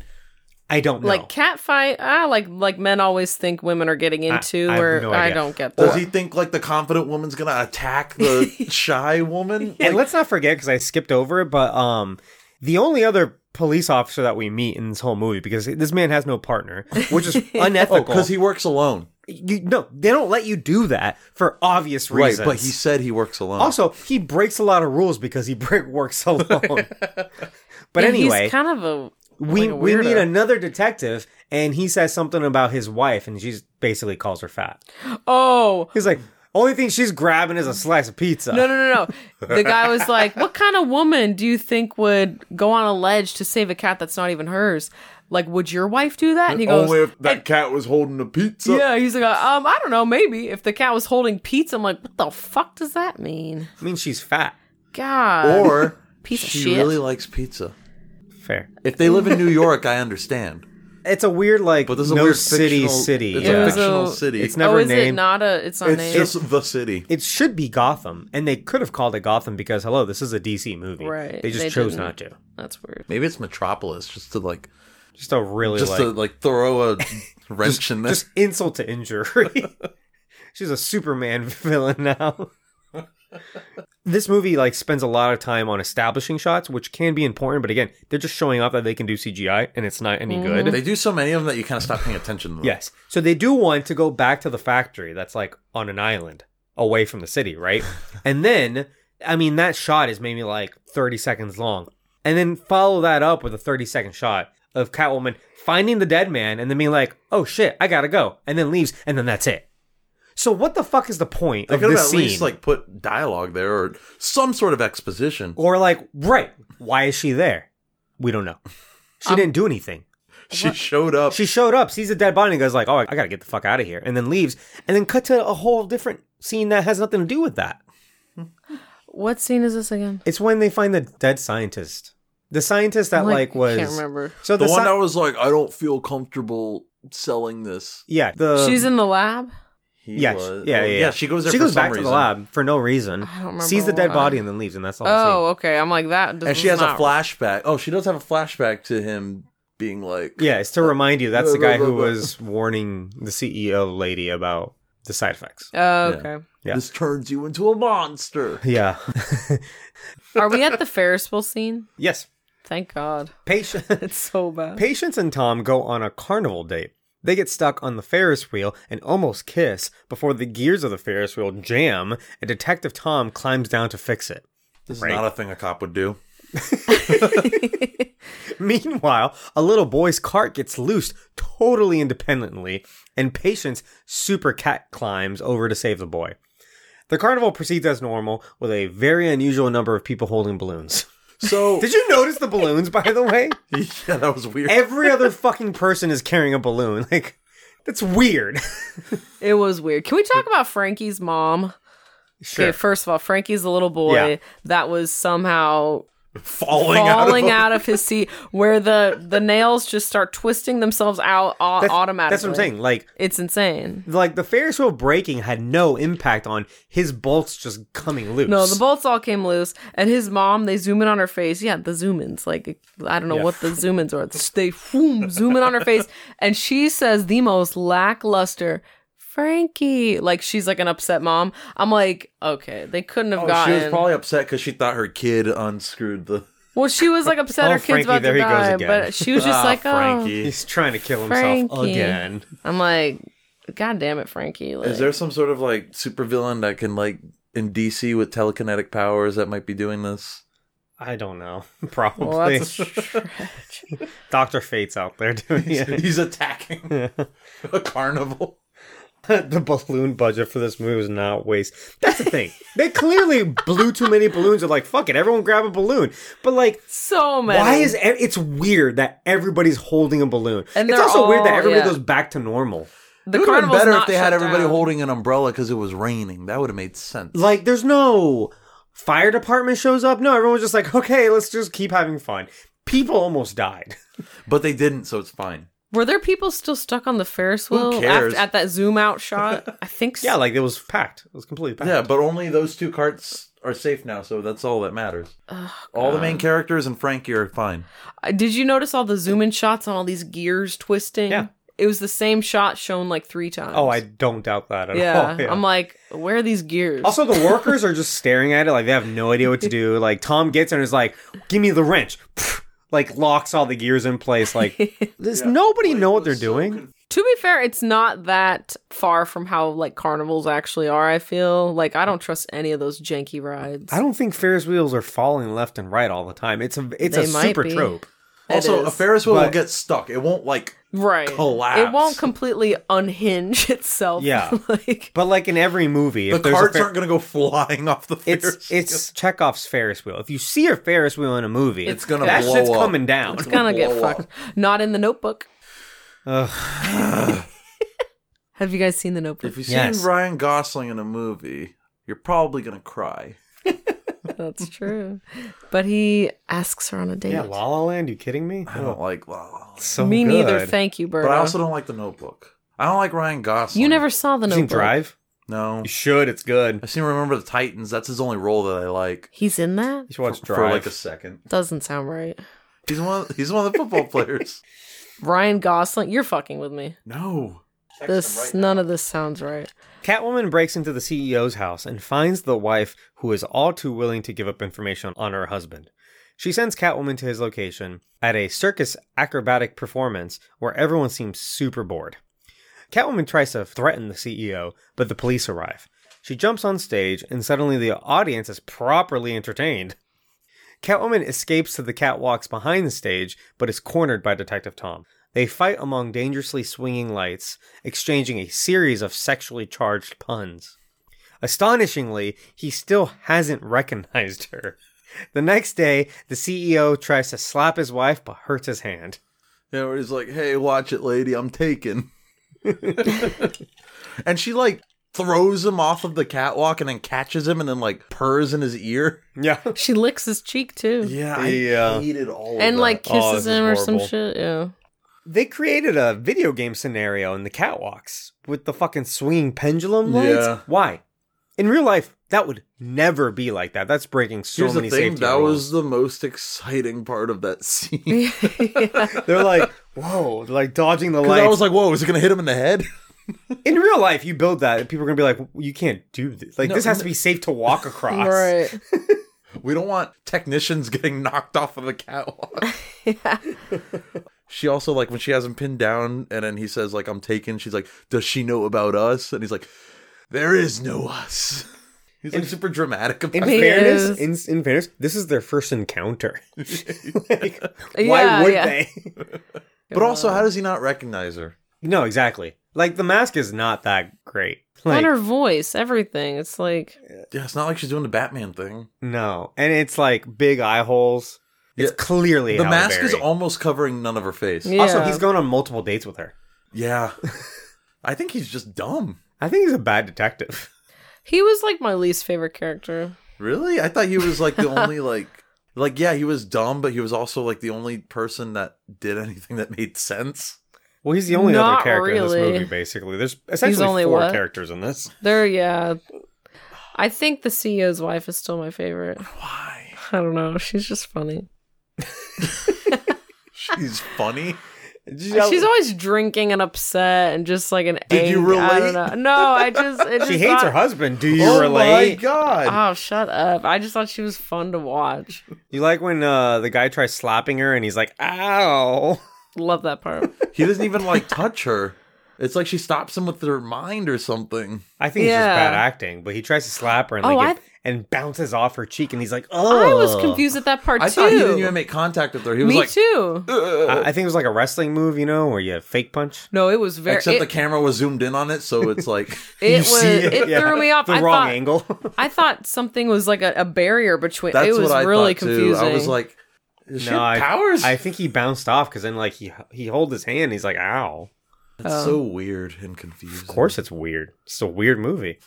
[SPEAKER 1] I don't know.
[SPEAKER 3] Like cat fight, ah, like like men always think women are getting into,
[SPEAKER 1] I have
[SPEAKER 3] or
[SPEAKER 1] no
[SPEAKER 3] I
[SPEAKER 1] idea.
[SPEAKER 3] don't get
[SPEAKER 2] Does
[SPEAKER 3] that.
[SPEAKER 2] he think like the confident woman's gonna attack the shy woman?
[SPEAKER 1] and let's not forget because I skipped over it, but um, the only other police officer that we meet in this whole movie because this man has no partner, which is
[SPEAKER 2] Oh,
[SPEAKER 1] unethical.
[SPEAKER 2] because he works alone,
[SPEAKER 1] you, no, they don't let you do that for obvious reasons.
[SPEAKER 2] right? But he said he works alone.
[SPEAKER 1] also he breaks a lot of rules because he break works alone. but
[SPEAKER 3] Yeah,
[SPEAKER 1] anyway,
[SPEAKER 3] he's kind of a
[SPEAKER 1] we
[SPEAKER 3] like a
[SPEAKER 1] we meet
[SPEAKER 3] weirdo.
[SPEAKER 1] another detective, and he says something about his wife, and she basically calls her fat.
[SPEAKER 3] oh
[SPEAKER 1] He's like, only thing she's grabbing is a slice of pizza.
[SPEAKER 3] no no no no. the guy was like, "What kind of woman do you think would go on a ledge to save a cat that's not even hers? Like, would your wife do that?" And he goes,
[SPEAKER 2] only if that cat was holding a pizza.
[SPEAKER 3] "Yeah." He's like, "Um, I don't know. Maybe if the cat was holding pizza, I'm like, what the fuck does that mean?
[SPEAKER 1] I mean, she's fat.
[SPEAKER 3] God,
[SPEAKER 2] Or
[SPEAKER 3] Piece of
[SPEAKER 2] she
[SPEAKER 3] shit.
[SPEAKER 2] really likes pizza.
[SPEAKER 1] Fair.
[SPEAKER 2] If they live in New York, I understand.
[SPEAKER 1] It's a weird like
[SPEAKER 2] But this is a
[SPEAKER 1] no
[SPEAKER 2] weird
[SPEAKER 1] city
[SPEAKER 2] fictional-
[SPEAKER 1] city.
[SPEAKER 2] It's
[SPEAKER 3] Yeah.
[SPEAKER 2] a
[SPEAKER 3] It was a-
[SPEAKER 2] fictional city.
[SPEAKER 1] It's
[SPEAKER 2] It's,
[SPEAKER 1] never
[SPEAKER 3] oh, is it
[SPEAKER 1] named.
[SPEAKER 3] not a? It's not named.
[SPEAKER 2] just the city.
[SPEAKER 1] it should be Gotham, and they could have called it Gotham because hello, this is a DC movie.
[SPEAKER 3] Right,
[SPEAKER 1] They just
[SPEAKER 3] they
[SPEAKER 1] chose
[SPEAKER 3] didn't.
[SPEAKER 1] not to.
[SPEAKER 3] That's weird.
[SPEAKER 2] Maybe it's Metropolis, just to like,
[SPEAKER 1] Just a really
[SPEAKER 2] just
[SPEAKER 1] like
[SPEAKER 2] to like throw a wrench in this.
[SPEAKER 1] just insult to injury. She's a Superman villain now. this movie like spends a lot of time on establishing shots, which can be important, but again, they're just showing off that they can do CGI, and it's not any good.
[SPEAKER 2] they do so many of them that you kind of stop paying attention. to them.
[SPEAKER 1] Yes, so they do one to go back to the factory that's like on an island away from the city, right? and then, I mean, that shot is maybe like thirty seconds long, and then follow that up with a thirty second shot of Catwoman finding the dead man, and then being like, "Oh shit, I gotta go," and then leaves, and then that's it. So what the fuck is the point
[SPEAKER 2] They
[SPEAKER 1] of
[SPEAKER 2] could have
[SPEAKER 1] this
[SPEAKER 2] at
[SPEAKER 1] scene?
[SPEAKER 2] least like put dialogue there or some sort of exposition.
[SPEAKER 1] or like, right? Why is she there? We don't know.
[SPEAKER 2] Um,
[SPEAKER 1] She didn't do anything.
[SPEAKER 2] She showed up.
[SPEAKER 1] She showed up, sees a dead body, and goes like, "Oh, I gotta get the fuck out of here," and then leaves, and then cut to a whole different scene that has nothing to do with that.
[SPEAKER 3] What scene is this again?
[SPEAKER 1] It's when they find the dead scientist, the scientist that like, was
[SPEAKER 3] can't remember.
[SPEAKER 1] so
[SPEAKER 2] the
[SPEAKER 1] the,
[SPEAKER 2] one
[SPEAKER 1] sci-
[SPEAKER 2] that was like, I don't feel comfortable selling this.
[SPEAKER 1] yeah
[SPEAKER 2] um,
[SPEAKER 1] the
[SPEAKER 3] She's in the lab.
[SPEAKER 2] He
[SPEAKER 1] yeah,
[SPEAKER 2] was-
[SPEAKER 1] yeah yeah
[SPEAKER 2] well, She goes there
[SPEAKER 1] she
[SPEAKER 2] for
[SPEAKER 1] goes
[SPEAKER 2] some
[SPEAKER 1] back to
[SPEAKER 2] reason.
[SPEAKER 1] the lab for no reason.
[SPEAKER 3] don't remember
[SPEAKER 1] sees the dead
[SPEAKER 3] why.
[SPEAKER 1] body and then leaves, and that's all.
[SPEAKER 3] Oh, okay. I'm like that. does
[SPEAKER 2] And she has a
[SPEAKER 3] not-
[SPEAKER 2] flashback. Oh, she does have a flashback to him being like,
[SPEAKER 1] yeah, it's to remind you that's the guy who was warning the CEO lady about the side effects.
[SPEAKER 3] Oh, okay.
[SPEAKER 1] Yeah.
[SPEAKER 2] this turns you into a monster.
[SPEAKER 1] Yeah.
[SPEAKER 3] Are we at the Ferris wheel scene?
[SPEAKER 1] yes.
[SPEAKER 3] Thank God.
[SPEAKER 1] Patient.
[SPEAKER 3] It's so bad.
[SPEAKER 1] Patience and Tom go on a carnival date. They get stuck on the Ferris wheel and almost kiss before the gears of the Ferris wheel jam and Detective Tom climbs down to fix it.
[SPEAKER 2] This is
[SPEAKER 1] Right.
[SPEAKER 2] not a thing a cop would do.
[SPEAKER 1] Meanwhile, a little boy's cart gets loosed totally independently, and Patience super cat climbs over to save the boy. The carnival proceeds as normal with a very unusual number of people holding balloons.
[SPEAKER 2] So
[SPEAKER 1] Did you notice the balloons, by the way?
[SPEAKER 2] yeah, that was weird.
[SPEAKER 1] Every other fucking person is carrying a balloon. Like, that's weird.
[SPEAKER 3] It was weird. Can we talk about Frankie's mom?
[SPEAKER 1] Sure.
[SPEAKER 3] Okay, first of all, Frankie's the little boy
[SPEAKER 1] Yeah.
[SPEAKER 3] that was somehow
[SPEAKER 2] falling,
[SPEAKER 3] falling
[SPEAKER 2] out.
[SPEAKER 3] out of his seat, where the the nails just start twisting themselves out au- automatically.
[SPEAKER 1] That's what I'm saying. Like,
[SPEAKER 3] It's insane.
[SPEAKER 1] like the Ferris wheel breaking had no impact on his bolts just coming loose.
[SPEAKER 3] No, the bolts all came loose, and his mom. They zoom in on her face. Yeah, the zoom ins. Like I don't know what the zoom ins are. They boom, zoom in on her face, and she says the most lackluster. Frankie, like she's like an upset mom. I'm like, okay, they couldn't have
[SPEAKER 2] Oh, she
[SPEAKER 3] gotten.
[SPEAKER 2] was probably upset because she thought her kid unscrewed the.
[SPEAKER 3] well, she was like
[SPEAKER 1] Oh,
[SPEAKER 3] upset her kid's
[SPEAKER 1] Frankie,
[SPEAKER 3] about
[SPEAKER 1] there
[SPEAKER 3] to
[SPEAKER 1] he goes
[SPEAKER 3] die,
[SPEAKER 1] again.
[SPEAKER 3] but she was just
[SPEAKER 2] Ah,
[SPEAKER 3] like, oh,
[SPEAKER 2] Frankie.
[SPEAKER 1] he's trying to kill himself
[SPEAKER 3] Frankie.
[SPEAKER 1] again.
[SPEAKER 3] I'm like, god damn it, Frankie. Like,
[SPEAKER 2] Is there some sort of like supervillain that can like in DC with telekinetic powers that might be doing this?
[SPEAKER 1] I don't know. Probably.
[SPEAKER 3] Well, that's a stretch.
[SPEAKER 1] Dr. Fate's out there doing it.
[SPEAKER 2] He's attacking a carnival.
[SPEAKER 1] the balloon budget for this movie was not waste. That's the thing. They clearly blew too many balloons. They're like, fuck it, everyone grab a balloon. But like,
[SPEAKER 3] so many.
[SPEAKER 1] why is e- it's weird that everybody's holding a balloon?
[SPEAKER 3] And
[SPEAKER 1] it's
[SPEAKER 3] they're
[SPEAKER 1] also weird that
[SPEAKER 3] all-
[SPEAKER 1] everybody
[SPEAKER 3] yeah.
[SPEAKER 1] goes back to normal.
[SPEAKER 3] the
[SPEAKER 2] it would have been
[SPEAKER 3] carnival's
[SPEAKER 2] better
[SPEAKER 3] not
[SPEAKER 2] if they had
[SPEAKER 3] shut
[SPEAKER 2] everybody
[SPEAKER 3] down.
[SPEAKER 2] holding an umbrella because it was raining. That would have made sense.
[SPEAKER 1] Like, there's no fire department shows up. No, everyone's just like, okay, let's just keep having fun. People almost died.
[SPEAKER 2] But they didn't, so it's fine.
[SPEAKER 3] Were there people still stuck on the Ferris
[SPEAKER 2] Who
[SPEAKER 3] wheel
[SPEAKER 2] cares?
[SPEAKER 3] After, at that zoom out shot? I think so.
[SPEAKER 1] Yeah, like it was packed. It was completely packed.
[SPEAKER 2] Yeah, but only those two carts are safe now, so that's all that matters. all the main characters and Frankie are fine.
[SPEAKER 3] Uh, Did you notice all the zoom in shots on all these gears twisting?
[SPEAKER 1] Yeah.
[SPEAKER 3] It was the same shot shown like three times.
[SPEAKER 1] Oh, I don't doubt that at
[SPEAKER 3] Yeah.
[SPEAKER 1] all. Yeah.
[SPEAKER 3] I'm like, where are these gears?
[SPEAKER 1] Also, the workers are just staring at it like they have no idea what to do. Like Tom gets there and is like, "Give me the wrench," like locks all the gears in place. Like, does nobody know what they're doing?
[SPEAKER 3] to be fair, it's not that far from how like carnivals actually are, I feel. Like I don't trust any of those janky rides.
[SPEAKER 1] I don't think Ferris wheels are falling left and right all the time. It's a it's a
[SPEAKER 3] They might
[SPEAKER 1] super
[SPEAKER 3] be.
[SPEAKER 1] trope.
[SPEAKER 3] It
[SPEAKER 2] Also,
[SPEAKER 3] is.
[SPEAKER 2] a Ferris wheel will
[SPEAKER 1] But-
[SPEAKER 2] get stuck. It won't like
[SPEAKER 3] right.
[SPEAKER 2] collapse.
[SPEAKER 3] It won't completely unhinge itself.
[SPEAKER 1] Yeah.
[SPEAKER 3] like
[SPEAKER 1] But like in every movie, if
[SPEAKER 2] the
[SPEAKER 1] there's a
[SPEAKER 2] carts
[SPEAKER 1] Fer-
[SPEAKER 2] aren't going to go flying off the Ferris.
[SPEAKER 1] it's
[SPEAKER 2] wheel.
[SPEAKER 1] it's Chekhov's Ferris wheel. If you see a Ferris wheel in a movie,
[SPEAKER 2] It's gonna
[SPEAKER 1] that
[SPEAKER 2] blow
[SPEAKER 1] shit's
[SPEAKER 2] up.
[SPEAKER 1] coming down.
[SPEAKER 3] it's gonna get
[SPEAKER 2] blow up.
[SPEAKER 3] fucked. Not in the notebook.
[SPEAKER 1] Ugh.
[SPEAKER 3] Have you guys seen the notebook?
[SPEAKER 2] if you've
[SPEAKER 1] Yes.
[SPEAKER 2] seen Ryan Gosling in a movie, you're probably going to cry.
[SPEAKER 3] That's true. But he asks her on a date.
[SPEAKER 1] yeah, La La Land. You kidding me? Oh,
[SPEAKER 2] I don't like La La Land.
[SPEAKER 1] So
[SPEAKER 3] Me neither.
[SPEAKER 1] good.
[SPEAKER 3] Thank you, Berta.
[SPEAKER 2] But I also don't like The Notebook. I don't like Ryan Gosling.
[SPEAKER 3] you never saw the
[SPEAKER 1] You seen
[SPEAKER 3] notebook.
[SPEAKER 1] Drive?
[SPEAKER 2] No.
[SPEAKER 1] You should. It's good.
[SPEAKER 2] I seem to remember the Titans. That's his only role that I like.
[SPEAKER 3] He's in that.
[SPEAKER 1] You should watch
[SPEAKER 2] for,
[SPEAKER 1] Drive.
[SPEAKER 2] for like a second.
[SPEAKER 3] Doesn't sound right.
[SPEAKER 2] He's one. Of, he's one of the football players.
[SPEAKER 3] Ryan Gosling, you're fucking with me.
[SPEAKER 2] No.
[SPEAKER 3] This none of this sounds right.
[SPEAKER 1] Catwoman breaks into the CEO's house and finds the wife who is all too willing to give up information on her husband. She sends Catwoman to his location at a circus acrobatic performance where everyone seems super bored. Catwoman tries to threaten the CEO, but the police arrive. She jumps on stage and suddenly the audience is properly entertained. Catwoman escapes to the catwalks behind the stage, but is cornered by Detective Tom. They fight among dangerously swinging lights, exchanging a series of sexually charged puns. Astonishingly, he still hasn't recognized her. The next day, the CEO tries to slap his wife but hurts his hand.
[SPEAKER 2] Yeah, where he's like, "Hey, watch it, lady. I'm taken." and she like throws him off of the catwalk and then catches him and then like purrs in his ear.
[SPEAKER 1] Yeah.
[SPEAKER 3] She licks his cheek too.
[SPEAKER 2] Yeah, I
[SPEAKER 1] Yeah.
[SPEAKER 2] hated all of
[SPEAKER 3] And
[SPEAKER 2] that.
[SPEAKER 3] like
[SPEAKER 1] Oh, this
[SPEAKER 3] kisses
[SPEAKER 1] is
[SPEAKER 3] him or some
[SPEAKER 1] horrible.
[SPEAKER 3] shit. Yeah.
[SPEAKER 1] They created a video game scenario in the catwalks with the fucking swinging pendulum lights.
[SPEAKER 2] Yeah.
[SPEAKER 1] Why? In real life, that would never be like that. That's breaking so
[SPEAKER 2] Here's the
[SPEAKER 1] many
[SPEAKER 2] thing.
[SPEAKER 1] safety
[SPEAKER 2] That
[SPEAKER 1] rules.
[SPEAKER 2] was the most exciting part of that scene.
[SPEAKER 1] They're like, whoa, like dodging the
[SPEAKER 2] 'Cause I
[SPEAKER 1] lights.
[SPEAKER 2] was like, "Whoa, is it gonna hit him in the head?"
[SPEAKER 1] in real life, you build that, and people are gonna be like, "You can't do this. Like,
[SPEAKER 2] No,
[SPEAKER 1] this has to be safe to walk across."
[SPEAKER 3] Right.
[SPEAKER 2] We don't want technicians getting knocked off of the catwalk. she also like when she has him pinned down and then he says like I'm taken, she's like, Does she know about us? And he's like, There is no us. He's like super dramatic about
[SPEAKER 1] In
[SPEAKER 2] it.
[SPEAKER 3] He
[SPEAKER 1] fairness,
[SPEAKER 3] is.
[SPEAKER 1] in, in fairness, this is their first encounter. like,
[SPEAKER 3] Yeah,
[SPEAKER 1] why would
[SPEAKER 3] yeah.
[SPEAKER 1] they?
[SPEAKER 2] But also, how does he not recognize her?
[SPEAKER 1] no, exactly. Like the mask is not that great.
[SPEAKER 3] and her
[SPEAKER 1] Like,
[SPEAKER 3] voice, everything. It's like
[SPEAKER 2] Yeah, it's not like she's doing the Batman thing.
[SPEAKER 1] no, and it's like big eye holes. It's
[SPEAKER 2] Yeah.
[SPEAKER 1] clearly
[SPEAKER 2] the
[SPEAKER 1] Halle
[SPEAKER 2] mask is
[SPEAKER 1] Berry.
[SPEAKER 2] almost covering none of her face.
[SPEAKER 3] Yeah.
[SPEAKER 1] Also, he's going on multiple dates with her.
[SPEAKER 2] Yeah. I think he's just dumb.
[SPEAKER 1] I think he's a bad detective.
[SPEAKER 3] he was like my least favorite character.
[SPEAKER 2] Really? I thought he was like the only like like yeah, he was dumb, but he was also like the only person that did anything that made sense.
[SPEAKER 1] Well, he's the only other
[SPEAKER 3] Not
[SPEAKER 1] character in
[SPEAKER 3] really.
[SPEAKER 1] this movie. Basically, there's essentially
[SPEAKER 3] only
[SPEAKER 1] four
[SPEAKER 3] what?
[SPEAKER 1] characters in this.
[SPEAKER 3] There, yeah. I think the CEO's wife is still my favorite.
[SPEAKER 2] Why?
[SPEAKER 3] I don't know. She's just funny.
[SPEAKER 2] She's funny.
[SPEAKER 3] She's always drinking and upset and just like an.
[SPEAKER 2] Did you
[SPEAKER 3] ang- I
[SPEAKER 2] relate?
[SPEAKER 3] don't know. No, I just. It just
[SPEAKER 1] She hates
[SPEAKER 3] thought-
[SPEAKER 1] her husband. Do you
[SPEAKER 2] oh
[SPEAKER 1] relate?
[SPEAKER 2] my god.
[SPEAKER 3] Oh, shut up! I just thought she was fun to watch.
[SPEAKER 1] You like when uh, the guy tries slapping her and he's like, "Ow!"
[SPEAKER 3] Love that part.
[SPEAKER 2] He doesn't even like touch her. It's like she stops him with her mind or something.
[SPEAKER 1] I think it's
[SPEAKER 3] Yeah.
[SPEAKER 1] just bad acting, but he tries to slap her and
[SPEAKER 3] Oh,
[SPEAKER 1] like
[SPEAKER 3] I
[SPEAKER 1] it, and bounces off her cheek, and he's like, "Oh!"
[SPEAKER 3] I was confused at that part
[SPEAKER 2] I
[SPEAKER 3] too.
[SPEAKER 2] thought he didn't even make contact with her. He was
[SPEAKER 3] Me
[SPEAKER 2] like,
[SPEAKER 3] too.
[SPEAKER 1] I, I think it was like a wrestling move, you know, where you fake punch.
[SPEAKER 3] No, it was very.
[SPEAKER 2] except
[SPEAKER 3] it,
[SPEAKER 2] the camera was zoomed in on it, so it's like
[SPEAKER 3] it was. It,
[SPEAKER 1] Yeah.
[SPEAKER 3] threw me off.
[SPEAKER 1] The
[SPEAKER 3] I
[SPEAKER 1] wrong
[SPEAKER 3] thought,
[SPEAKER 1] angle.
[SPEAKER 3] I thought something was like a, a barrier between.
[SPEAKER 2] that's
[SPEAKER 3] it was
[SPEAKER 2] what I
[SPEAKER 3] really
[SPEAKER 2] thought
[SPEAKER 3] confusing.
[SPEAKER 2] too. I was like, is she
[SPEAKER 1] no,
[SPEAKER 2] have powers?
[SPEAKER 1] I, I think he bounced off because then like he he hold his hand, he's like, "Ow!"
[SPEAKER 2] That's so
[SPEAKER 3] Oh.
[SPEAKER 2] weird and confusing.
[SPEAKER 1] Of course, it's weird. It's a weird movie.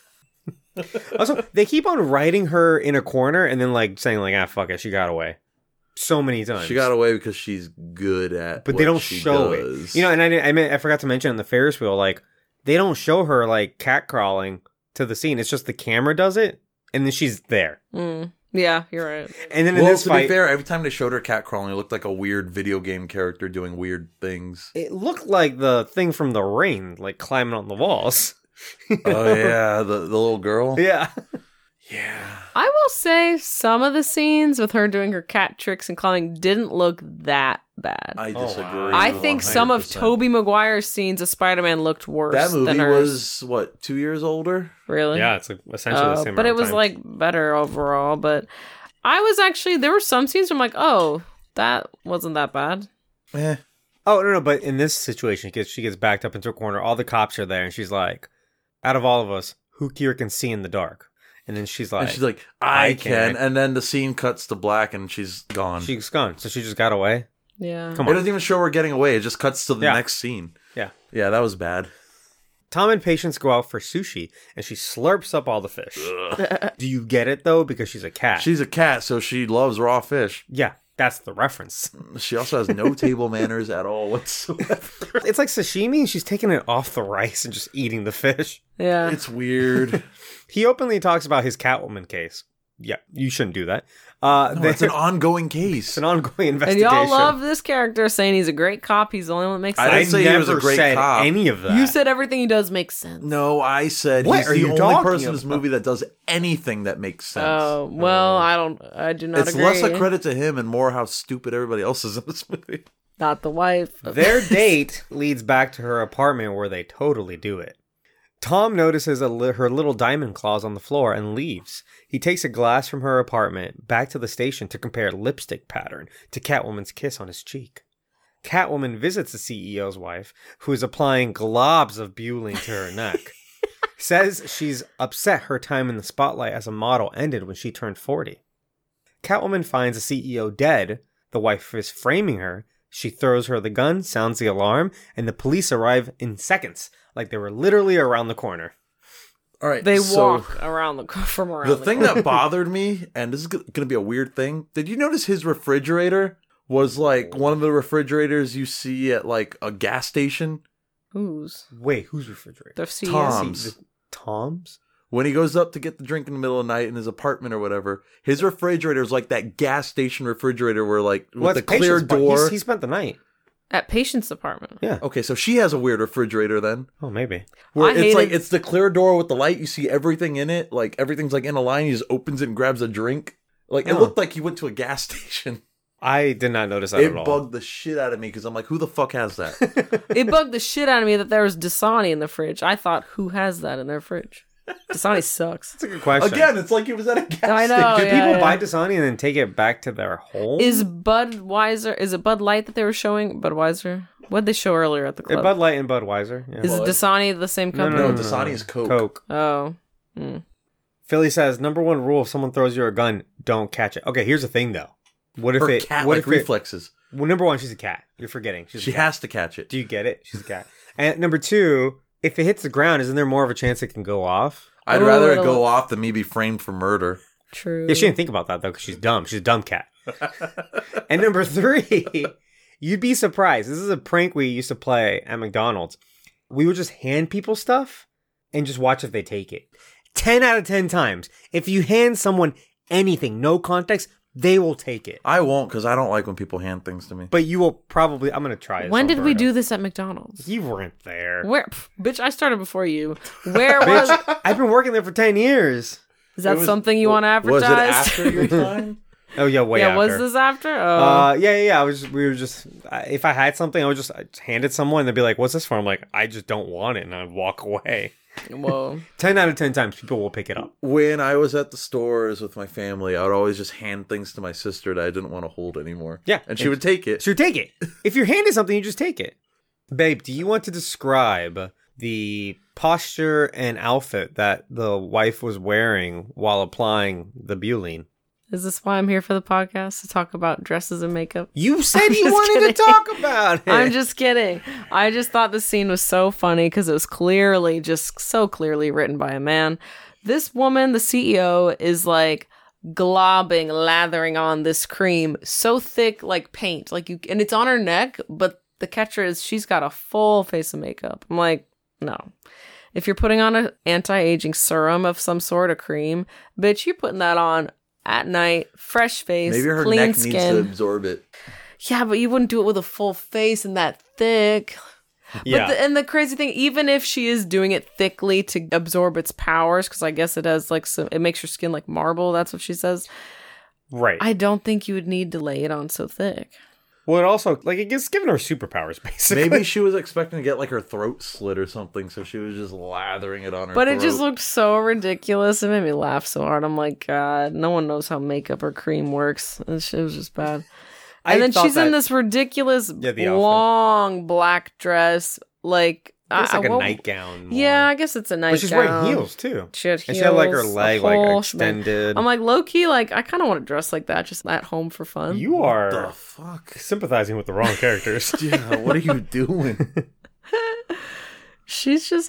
[SPEAKER 1] also, they keep on writing her in a corner and then like saying like, "Ah, fuck it, she got away." So many times
[SPEAKER 2] she got away because she's good at.
[SPEAKER 1] but they
[SPEAKER 2] what
[SPEAKER 1] don't
[SPEAKER 2] she
[SPEAKER 1] show it.
[SPEAKER 2] does.
[SPEAKER 1] You know, and I didn't- I meant I forgot to mention on the Ferris wheel, like they don't show her like cat crawling to the scene. It's just the camera does it, and then she's there.
[SPEAKER 3] Mm. yeah, you're right.
[SPEAKER 1] And then in
[SPEAKER 2] well,
[SPEAKER 1] this
[SPEAKER 2] to
[SPEAKER 1] fight,
[SPEAKER 2] be fair, every time they showed her cat crawling, it looked like a weird video game character doing weird things.
[SPEAKER 1] it looked like the thing from the rain, like climbing on the walls.
[SPEAKER 2] oh yeah, the, the little girl.
[SPEAKER 1] Yeah,
[SPEAKER 2] Yeah.
[SPEAKER 3] I will say some of the scenes with her doing her cat tricks and climbing didn't look that bad. I,
[SPEAKER 2] I
[SPEAKER 1] Oh, wow.
[SPEAKER 2] disagree.
[SPEAKER 3] think some of
[SPEAKER 2] 100%.
[SPEAKER 3] Toby Maguire's scenes of Spider-Man looked worse
[SPEAKER 2] that movie
[SPEAKER 3] than hers.
[SPEAKER 2] was what two years older.
[SPEAKER 3] really,
[SPEAKER 1] yeah, it's like, essentially
[SPEAKER 3] Uh,
[SPEAKER 1] the same. amount
[SPEAKER 3] but it
[SPEAKER 1] of
[SPEAKER 3] was
[SPEAKER 1] time.
[SPEAKER 3] like better overall. But I was actually there were some scenes where I'm like, oh, that wasn't that bad.
[SPEAKER 2] Eh.
[SPEAKER 1] oh no, no. But in this situation, she gets she gets backed up into a corner. All the cops are there, and she's like, out of all of us, who here can see in the dark? And then she's like,
[SPEAKER 2] And she's like, I,
[SPEAKER 1] I
[SPEAKER 2] can.
[SPEAKER 1] can.
[SPEAKER 2] And then the scene cuts to black and she's gone.
[SPEAKER 1] she's gone. So she just got away.
[SPEAKER 3] Yeah,
[SPEAKER 1] Come
[SPEAKER 2] it
[SPEAKER 1] on.
[SPEAKER 2] doesn't even show her getting away. It just cuts to the
[SPEAKER 1] Yeah.
[SPEAKER 2] next scene.
[SPEAKER 1] Yeah.
[SPEAKER 2] Yeah, that was bad.
[SPEAKER 1] Tom and Patience go out for sushi, and she slurps up all the fish. Do you get it though? Because she's a cat.
[SPEAKER 2] She's a cat, so she loves raw fish.
[SPEAKER 1] yeah, that's the reference.
[SPEAKER 2] She also has no table manners at all whatsoever.
[SPEAKER 1] It's like sashimi, and she's taking it off the rice and just eating the fish.
[SPEAKER 3] yeah.
[SPEAKER 2] It's weird.
[SPEAKER 1] He openly talks about his Catwoman case. Yeah, you shouldn't do that. Uh,
[SPEAKER 2] No,
[SPEAKER 1] they-
[SPEAKER 2] it's an ongoing
[SPEAKER 1] it's
[SPEAKER 2] case.
[SPEAKER 1] an ongoing
[SPEAKER 3] and
[SPEAKER 1] investigation.
[SPEAKER 3] y'all love this character saying he's a great cop. He's the only one that makes
[SPEAKER 1] I
[SPEAKER 2] I
[SPEAKER 3] sense.
[SPEAKER 2] didn't say he
[SPEAKER 1] never
[SPEAKER 2] was a great
[SPEAKER 1] said
[SPEAKER 2] cop.
[SPEAKER 1] any of that.
[SPEAKER 3] You said everything he does makes sense.
[SPEAKER 2] No, I said
[SPEAKER 1] What
[SPEAKER 2] he's
[SPEAKER 1] are
[SPEAKER 2] the
[SPEAKER 1] you
[SPEAKER 2] only
[SPEAKER 1] talking
[SPEAKER 2] person in this
[SPEAKER 1] about?
[SPEAKER 2] movie that does anything that makes sense. Uh,
[SPEAKER 3] Oh well, I don't. I do not
[SPEAKER 2] it's
[SPEAKER 3] agree.
[SPEAKER 2] less a credit to him and more how stupid everybody else is in this movie.
[SPEAKER 3] Not the wife.
[SPEAKER 1] Their date leads back to her apartment where they totally do it. Tom notices a li- her little diamond claws on the floor and leaves. He takes a glass from her apartment back to the station to compare lipstick pattern to Catwoman's kiss on his cheek. Catwoman visits the CEO's wife, who is applying globs of beuling to her neck. Says she's upset her time in the spotlight as a model ended when she turned 40. Catwoman finds the CEO dead. The wife is framing her. She throws her the gun, sounds the alarm, and the police arrive in seconds, like they were literally around the corner.
[SPEAKER 2] All right.
[SPEAKER 3] They
[SPEAKER 2] so-
[SPEAKER 3] walk around the from around.
[SPEAKER 2] The thing that bothered me, and this is going to be a weird thing. Did you notice his refrigerator was like one of the refrigerators you see at like a gas station?
[SPEAKER 3] who's
[SPEAKER 1] Wait, whose refrigerator?
[SPEAKER 3] the E CEO.
[SPEAKER 2] Tom.
[SPEAKER 1] See, the- Tom's?
[SPEAKER 2] When he goes up to get the drink in the middle of the night in his apartment or whatever, his refrigerator is like that gas station refrigerator where like with
[SPEAKER 1] Well,
[SPEAKER 2] the
[SPEAKER 1] that's
[SPEAKER 2] clear
[SPEAKER 1] Patience, but
[SPEAKER 2] door. Oh.
[SPEAKER 1] he's- he spent the night.
[SPEAKER 3] at patient's apartment.
[SPEAKER 1] Yeah.
[SPEAKER 2] Okay, so she has a weird refrigerator then.
[SPEAKER 1] Oh, maybe.
[SPEAKER 2] Where
[SPEAKER 3] I
[SPEAKER 2] it's
[SPEAKER 3] hated-
[SPEAKER 2] like it's the clear door with the light, you see everything in it, like everything's like in a line, he just opens it and grabs a drink. Like it
[SPEAKER 1] Huh.
[SPEAKER 2] looked like he went to a gas station.
[SPEAKER 1] I did not notice that
[SPEAKER 2] It
[SPEAKER 1] at all.
[SPEAKER 2] bugged the shit out of me because I'm like, who the fuck has that?
[SPEAKER 3] It bugged the shit out of me that there was Dasani in the fridge. I thought, who has that in their fridge? Dasani sucks.
[SPEAKER 1] That's a good question.
[SPEAKER 2] Again, it's like it was at a gas
[SPEAKER 3] I know,
[SPEAKER 2] station.
[SPEAKER 1] do
[SPEAKER 3] yeah,
[SPEAKER 1] people
[SPEAKER 3] yeah.
[SPEAKER 1] buy Dasani and then take it back to their home?
[SPEAKER 3] Is Budweiser? Is it Bud Light that they were showing? Budweiser. What would they show earlier at the
[SPEAKER 1] Uh,
[SPEAKER 3] club?
[SPEAKER 1] Bud Light and Budweiser? Yeah.
[SPEAKER 3] is Dasani the same
[SPEAKER 1] No,
[SPEAKER 3] company?
[SPEAKER 2] No, Dasani is Coke.
[SPEAKER 1] Coke.
[SPEAKER 3] Oh, Mm.
[SPEAKER 1] Philly says number one rule: if someone throws you a gun, don't catch it. Okay, here's the thing though. What if
[SPEAKER 2] Her
[SPEAKER 1] it?
[SPEAKER 2] cat
[SPEAKER 1] what if
[SPEAKER 2] like
[SPEAKER 1] it-
[SPEAKER 2] reflexes.
[SPEAKER 1] well, number one, she's a cat. You're forgetting. She's
[SPEAKER 2] She
[SPEAKER 1] a cat.
[SPEAKER 2] has to catch it.
[SPEAKER 1] Do you get it? She's a cat. And number two, if it hits the ground, isn't there more of a chance it can go off?
[SPEAKER 2] I'd
[SPEAKER 3] Ooh,
[SPEAKER 2] rather it
[SPEAKER 3] it'll-
[SPEAKER 2] go off than me be framed for murder.
[SPEAKER 3] true.
[SPEAKER 1] Yeah, she didn't think about that though, because she's dumb. She's a dumb cat. and number three, you'd be surprised. This is a prank we used to play at McDonald's. We would just hand people stuff and just watch if they take it. Ten out of ten times, if you hand someone anything, no context, they will take it.
[SPEAKER 2] I won't because I don't like when people hand things to me.
[SPEAKER 1] But you will probably. I'm gonna try. This
[SPEAKER 3] when did we
[SPEAKER 1] Alberto.
[SPEAKER 3] do this at McDonald's?
[SPEAKER 1] You weren't there.
[SPEAKER 3] Where, pff, bitch? I started before you. Where was?
[SPEAKER 1] Bitch, I've been working there for ten years.
[SPEAKER 3] Is that something you want to
[SPEAKER 2] Was
[SPEAKER 3] advertise?
[SPEAKER 2] it after your time?
[SPEAKER 1] Oh yeah, way
[SPEAKER 3] yeah,
[SPEAKER 1] after.
[SPEAKER 3] was this after? Oh.
[SPEAKER 1] Uh, yeah, yeah, yeah. I was. Just, we were just. I, if I had something, I would just I'd hand it someone. and They'd be like, "What's this for?" I'm like, "I just don't want it," and I'd walk away.
[SPEAKER 3] Whoa.
[SPEAKER 1] Ten out of ten times, people will pick it up.
[SPEAKER 2] When I was at the stores with my family, I would always just hand things to my sister that I didn't want to hold anymore.
[SPEAKER 1] Yeah.
[SPEAKER 2] And she would take it.
[SPEAKER 1] So you take it. If you're handed something, you just take it. Babe, do you want to describe the posture and outfit that the wife was wearing while applying the Buline?
[SPEAKER 3] Is this why I'm here for the podcast to talk about dresses and makeup?
[SPEAKER 1] You said you
[SPEAKER 3] just
[SPEAKER 1] wanted to
[SPEAKER 3] kidding.
[SPEAKER 1] talk about it.
[SPEAKER 3] I'm just kidding. I just thought the scene was so funny because it was clearly, just so clearly written by a man. This woman, the CEO, is like globbing, lathering on this cream so thick, like paint, like you, and it's on her neck. But the catcher is she's got a full face of makeup. I'm like, no. If you're putting on an anti-aging serum of some sort, a cream, bitch, you're putting that on at night, fresh face,
[SPEAKER 2] Maybe her
[SPEAKER 3] clean
[SPEAKER 2] neck
[SPEAKER 3] skin.
[SPEAKER 2] needs to absorb it.
[SPEAKER 3] Yeah, but you wouldn't do it with a full face and that thick.
[SPEAKER 1] yeah.
[SPEAKER 3] But the, and the crazy thing, even if she is doing it thickly to absorb its powers, because I guess it has like some, it makes your skin like marble. That's what she says.
[SPEAKER 1] right.
[SPEAKER 3] I don't think you would need to lay it on so thick.
[SPEAKER 1] well, it also like it gets given her superpowers basically.
[SPEAKER 2] Maybe she was expecting to get like her throat slit or something, so she was just lathering it on her.
[SPEAKER 3] But it just
[SPEAKER 2] throat.
[SPEAKER 3] looked so ridiculous. It made me laugh so hard. I'm like, God, no one knows how makeup or cream works. And shit was just bad.
[SPEAKER 1] I
[SPEAKER 3] And then
[SPEAKER 1] thought
[SPEAKER 3] she's in
[SPEAKER 1] that-
[SPEAKER 3] this ridiculous
[SPEAKER 1] Yeah, the outfit.
[SPEAKER 3] long black dress, like
[SPEAKER 1] It's
[SPEAKER 3] I-
[SPEAKER 1] like a
[SPEAKER 3] what-
[SPEAKER 1] nightgown. more.
[SPEAKER 3] Yeah, I guess it's a nice.
[SPEAKER 1] but she's wearing heels too.
[SPEAKER 3] She had
[SPEAKER 1] And
[SPEAKER 3] heels.
[SPEAKER 1] she had like her
[SPEAKER 3] a
[SPEAKER 1] leg
[SPEAKER 3] whole
[SPEAKER 1] like
[SPEAKER 3] shebang.
[SPEAKER 1] extended.
[SPEAKER 3] I'm like low key. Like I kind of want to dress like that, just at home for fun.
[SPEAKER 1] you are
[SPEAKER 2] the fuck.
[SPEAKER 1] sympathizing with the wrong characters.
[SPEAKER 2] Yeah, what are you doing?
[SPEAKER 3] She's just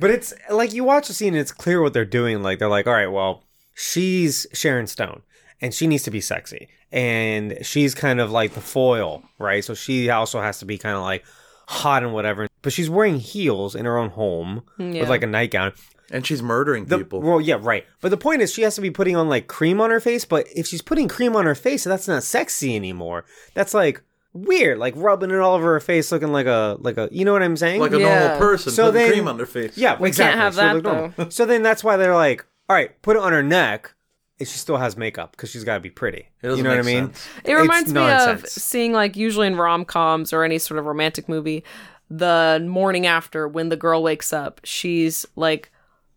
[SPEAKER 1] But it's like you watch the scene and it's clear what they're doing. Like they're like, all right, well, she's Sharon Stone and she needs to be sexy. And she's kind of like the foil, right? So she also has to be kind of like hot and whatever. But she's wearing heels in her own home
[SPEAKER 3] Yeah.
[SPEAKER 1] with like a nightgown.
[SPEAKER 2] and she's murdering
[SPEAKER 1] The-
[SPEAKER 2] people.
[SPEAKER 1] Well, yeah, right. But the point is, she has to be putting on like cream on her face. But if she's putting cream on her face, that's not sexy anymore. That's like weird, like rubbing it all over her face, looking like a like a. You know what I'm saying?
[SPEAKER 2] like a
[SPEAKER 3] Yeah.
[SPEAKER 2] normal person
[SPEAKER 1] So
[SPEAKER 2] putting
[SPEAKER 1] then-
[SPEAKER 2] cream on their face.
[SPEAKER 1] Yeah,
[SPEAKER 3] We
[SPEAKER 1] exactly.
[SPEAKER 3] can't have
[SPEAKER 1] So they
[SPEAKER 3] that,
[SPEAKER 1] look normal. So then that's why they're like, all right, put it on her neck. And she still has makeup because she's got to be pretty.
[SPEAKER 2] It doesn't
[SPEAKER 1] You know what I
[SPEAKER 2] make
[SPEAKER 1] mean?
[SPEAKER 2] sense.
[SPEAKER 3] It
[SPEAKER 1] It's
[SPEAKER 3] reminds me of
[SPEAKER 1] nonsense.
[SPEAKER 3] seeing like usually in rom coms or any sort of romantic movie, the morning after when the girl wakes up, she's like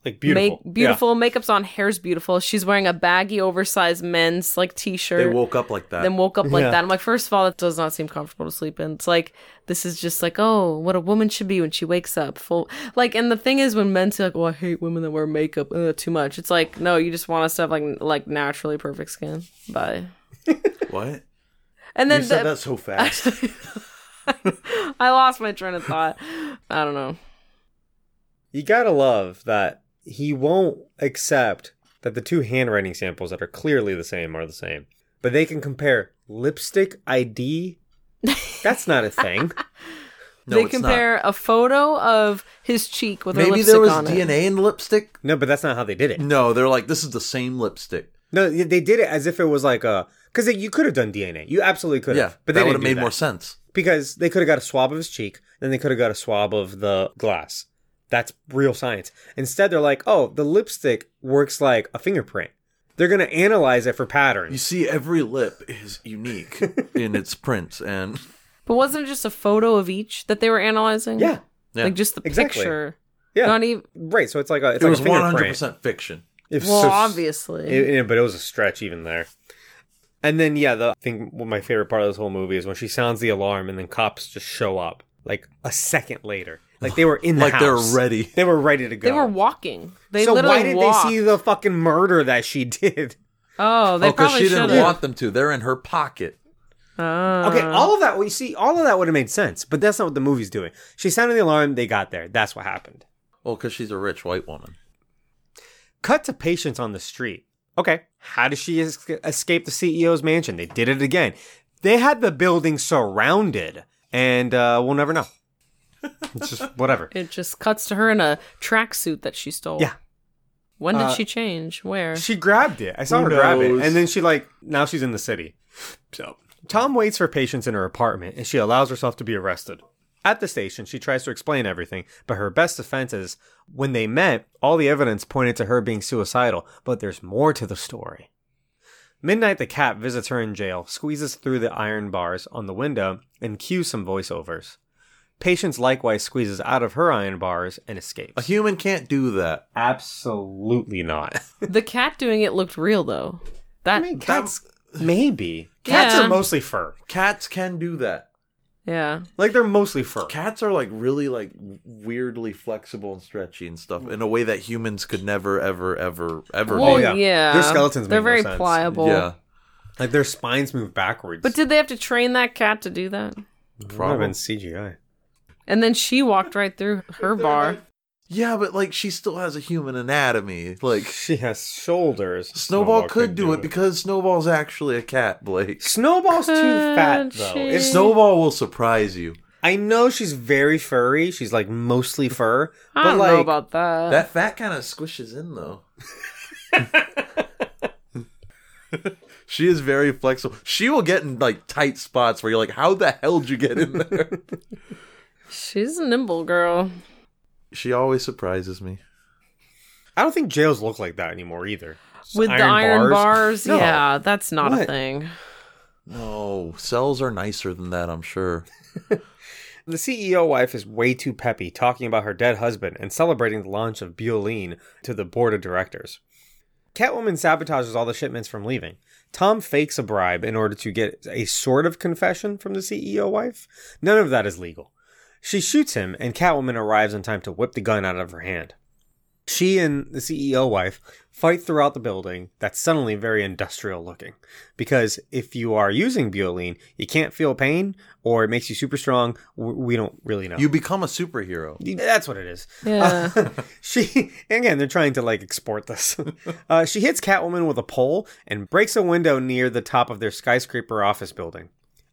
[SPEAKER 1] like beautiful,
[SPEAKER 3] make beautiful makeup's on, hair's beautiful. She's wearing a baggy, oversized men's like t-shirt.
[SPEAKER 2] They woke up like that.
[SPEAKER 3] then woke up like
[SPEAKER 1] Yeah.
[SPEAKER 3] that. I'm like, first of all, that does not seem comfortable to sleep in. It's like this is just like, oh, what a woman should be when she wakes up full. Like, and the thing is, when men say like, oh, I hate women that wear makeup uh, too much. It's like, no, you just want us to have like n- like naturally perfect skin. Bye.
[SPEAKER 2] what?
[SPEAKER 3] And then
[SPEAKER 2] you said
[SPEAKER 3] the-
[SPEAKER 2] that so fast.
[SPEAKER 3] I lost my train of thought. I don't know.
[SPEAKER 1] Yeah, you gotta love that he won't accept that the two handwriting samples that are clearly the same are the same, but they can compare lipstick ID. That's not a thing.
[SPEAKER 2] No,
[SPEAKER 3] they
[SPEAKER 2] it's not.
[SPEAKER 3] compare a photo of his cheek with her
[SPEAKER 2] Maybe
[SPEAKER 3] lipstick
[SPEAKER 2] there was
[SPEAKER 3] on it.
[SPEAKER 2] DNA in the lipstick.
[SPEAKER 1] No, but that's not how they did it.
[SPEAKER 2] No, they're like this is the same lipstick.
[SPEAKER 1] No, they did it as if it was like a because you could have done DNA. You absolutely could have.
[SPEAKER 2] Yeah,
[SPEAKER 1] but
[SPEAKER 2] but
[SPEAKER 1] they
[SPEAKER 2] that would
[SPEAKER 1] didn't
[SPEAKER 2] have
[SPEAKER 1] do
[SPEAKER 2] made
[SPEAKER 1] that.
[SPEAKER 2] more sense.
[SPEAKER 1] because they could have got a swab of his cheek, then they could have got a swab of the glass. That's real science. Instead, they're like, oh, the lipstick works like a fingerprint. They're gonna analyze it for
[SPEAKER 2] You
[SPEAKER 1] patterns.
[SPEAKER 2] see, every lip is unique in its prints, and
[SPEAKER 3] But wasn't it just a photo of each that they were analyzing?
[SPEAKER 1] Yeah,
[SPEAKER 2] yeah,
[SPEAKER 3] like just the
[SPEAKER 1] exactly.
[SPEAKER 3] picture.
[SPEAKER 1] yeah,
[SPEAKER 3] Not even.
[SPEAKER 1] right. So it's like a it's
[SPEAKER 2] it
[SPEAKER 1] like
[SPEAKER 2] was
[SPEAKER 1] a
[SPEAKER 2] one hundred
[SPEAKER 1] fingerprint.
[SPEAKER 2] percent fiction.
[SPEAKER 1] If
[SPEAKER 3] Well,
[SPEAKER 1] so-
[SPEAKER 3] obviously.
[SPEAKER 1] It- yeah, but it was a stretch even there. And then yeah, the I think one of my favorite part of this whole movie is when she sounds the alarm and then cops just show up like a second later. Like they were in the
[SPEAKER 2] Like they're
[SPEAKER 1] house.
[SPEAKER 2] ready.
[SPEAKER 1] They were ready to go.
[SPEAKER 3] They were walking. They
[SPEAKER 1] so
[SPEAKER 3] literally
[SPEAKER 1] why did
[SPEAKER 3] walked.
[SPEAKER 1] they see the fucking murder that she did?
[SPEAKER 3] Oh, they
[SPEAKER 2] Oh, because
[SPEAKER 3] probably
[SPEAKER 2] she didn't
[SPEAKER 3] should've.
[SPEAKER 2] want them to. They're in her pocket.
[SPEAKER 3] Ah.
[SPEAKER 1] Okay, all of that. You see, all of that would have made sense, but that's not what the movie's doing. She sounded the alarm. They got there. That's what happened.
[SPEAKER 2] Well, because Oh, she's a rich white woman.
[SPEAKER 1] Cut to patients on the street. Okay, how does she es- escape the CEO's mansion? They did it again. They had the building surrounded, and uh, we'll never know. It's just whatever.
[SPEAKER 3] It just cuts to her in a tracksuit that she stole.
[SPEAKER 1] Yeah.
[SPEAKER 3] When did
[SPEAKER 1] Uh,
[SPEAKER 3] she change? Where?
[SPEAKER 1] She grabbed it. I saw
[SPEAKER 2] Who
[SPEAKER 1] her grab it.
[SPEAKER 2] knows?
[SPEAKER 1] And then she like now she's in the city. So Tom waits for patients in her apartment and she allows herself to be arrested. At the station, she tries to explain everything, but her best defense is when they met, all the evidence pointed to her being suicidal, but there's more to the story. Midnight the cat visits her in jail, squeezes through the iron bars on the window, and cues some voiceovers. Patience likewise squeezes out of her iron bars and escapes.
[SPEAKER 2] A human can't do that.
[SPEAKER 1] Absolutely not.
[SPEAKER 3] The cat doing it looked real though. That
[SPEAKER 1] I mean, cats, maybe. Cats
[SPEAKER 3] Yeah.
[SPEAKER 1] are mostly fur.
[SPEAKER 2] Cats can do that.
[SPEAKER 3] yeah.
[SPEAKER 1] Like, they're mostly fur.
[SPEAKER 2] Cats are like really like weirdly flexible and stretchy and stuff in a way that humans could never ever ever ever
[SPEAKER 3] Well,
[SPEAKER 1] Oh,
[SPEAKER 2] be.
[SPEAKER 1] yeah.
[SPEAKER 3] yeah.
[SPEAKER 1] Their skeletons
[SPEAKER 3] They're
[SPEAKER 1] make no
[SPEAKER 3] very
[SPEAKER 1] sense.
[SPEAKER 3] pliable.
[SPEAKER 2] Yeah.
[SPEAKER 1] Like, their spines move backwards.
[SPEAKER 3] But did they have to train that cat to do that?
[SPEAKER 1] Probably
[SPEAKER 2] Problem.
[SPEAKER 1] been CGI.
[SPEAKER 3] And then she walked right through her bar.
[SPEAKER 2] Yeah, but like she still has a human anatomy. Like
[SPEAKER 1] She has shoulders.
[SPEAKER 2] Snowball, could do it, because Snowball's actually a cat, Blake.
[SPEAKER 1] Snowball's too
[SPEAKER 3] Could
[SPEAKER 1] fat though.
[SPEAKER 3] she?
[SPEAKER 1] It's so
[SPEAKER 2] Snowball will surprise you.
[SPEAKER 1] I know she's very furry. She's like mostly fur.
[SPEAKER 3] I
[SPEAKER 1] but
[SPEAKER 3] don't
[SPEAKER 1] like,
[SPEAKER 3] know about that.
[SPEAKER 2] That fat kind of squishes in though. she is very flexible. She will get in like tight spots where you're like, "How the hell did you get in there?"
[SPEAKER 3] She's a nimble girl.
[SPEAKER 2] she always surprises me.
[SPEAKER 1] I don't think jails look like that anymore either. Just
[SPEAKER 3] With the iron bars,
[SPEAKER 1] No.
[SPEAKER 3] yeah, that's not a
[SPEAKER 1] What?
[SPEAKER 3] thing.
[SPEAKER 2] No, cells are nicer than that, I'm sure.
[SPEAKER 1] The CEO wife is way too peppy talking about her dead husband and celebrating the launch of Buline to the board of directors. Catwoman sabotages all the shipments from leaving. Tom fakes a bribe in order to get a sort of confession from the CEO wife. None of that is legal. She shoots him, and Catwoman arrives in time to whip the gun out of her hand. She and the CEO wife fight throughout the building that's suddenly very industrial looking. Because if you are using Buline, you can't feel pain or it makes you super strong. W- We don't really know.
[SPEAKER 2] You become a superhero.
[SPEAKER 1] That's what it is.
[SPEAKER 3] Yeah.
[SPEAKER 1] she and again, they're trying to like export this. uh, she hits Catwoman with a pole and breaks a window near the top of their skyscraper office building.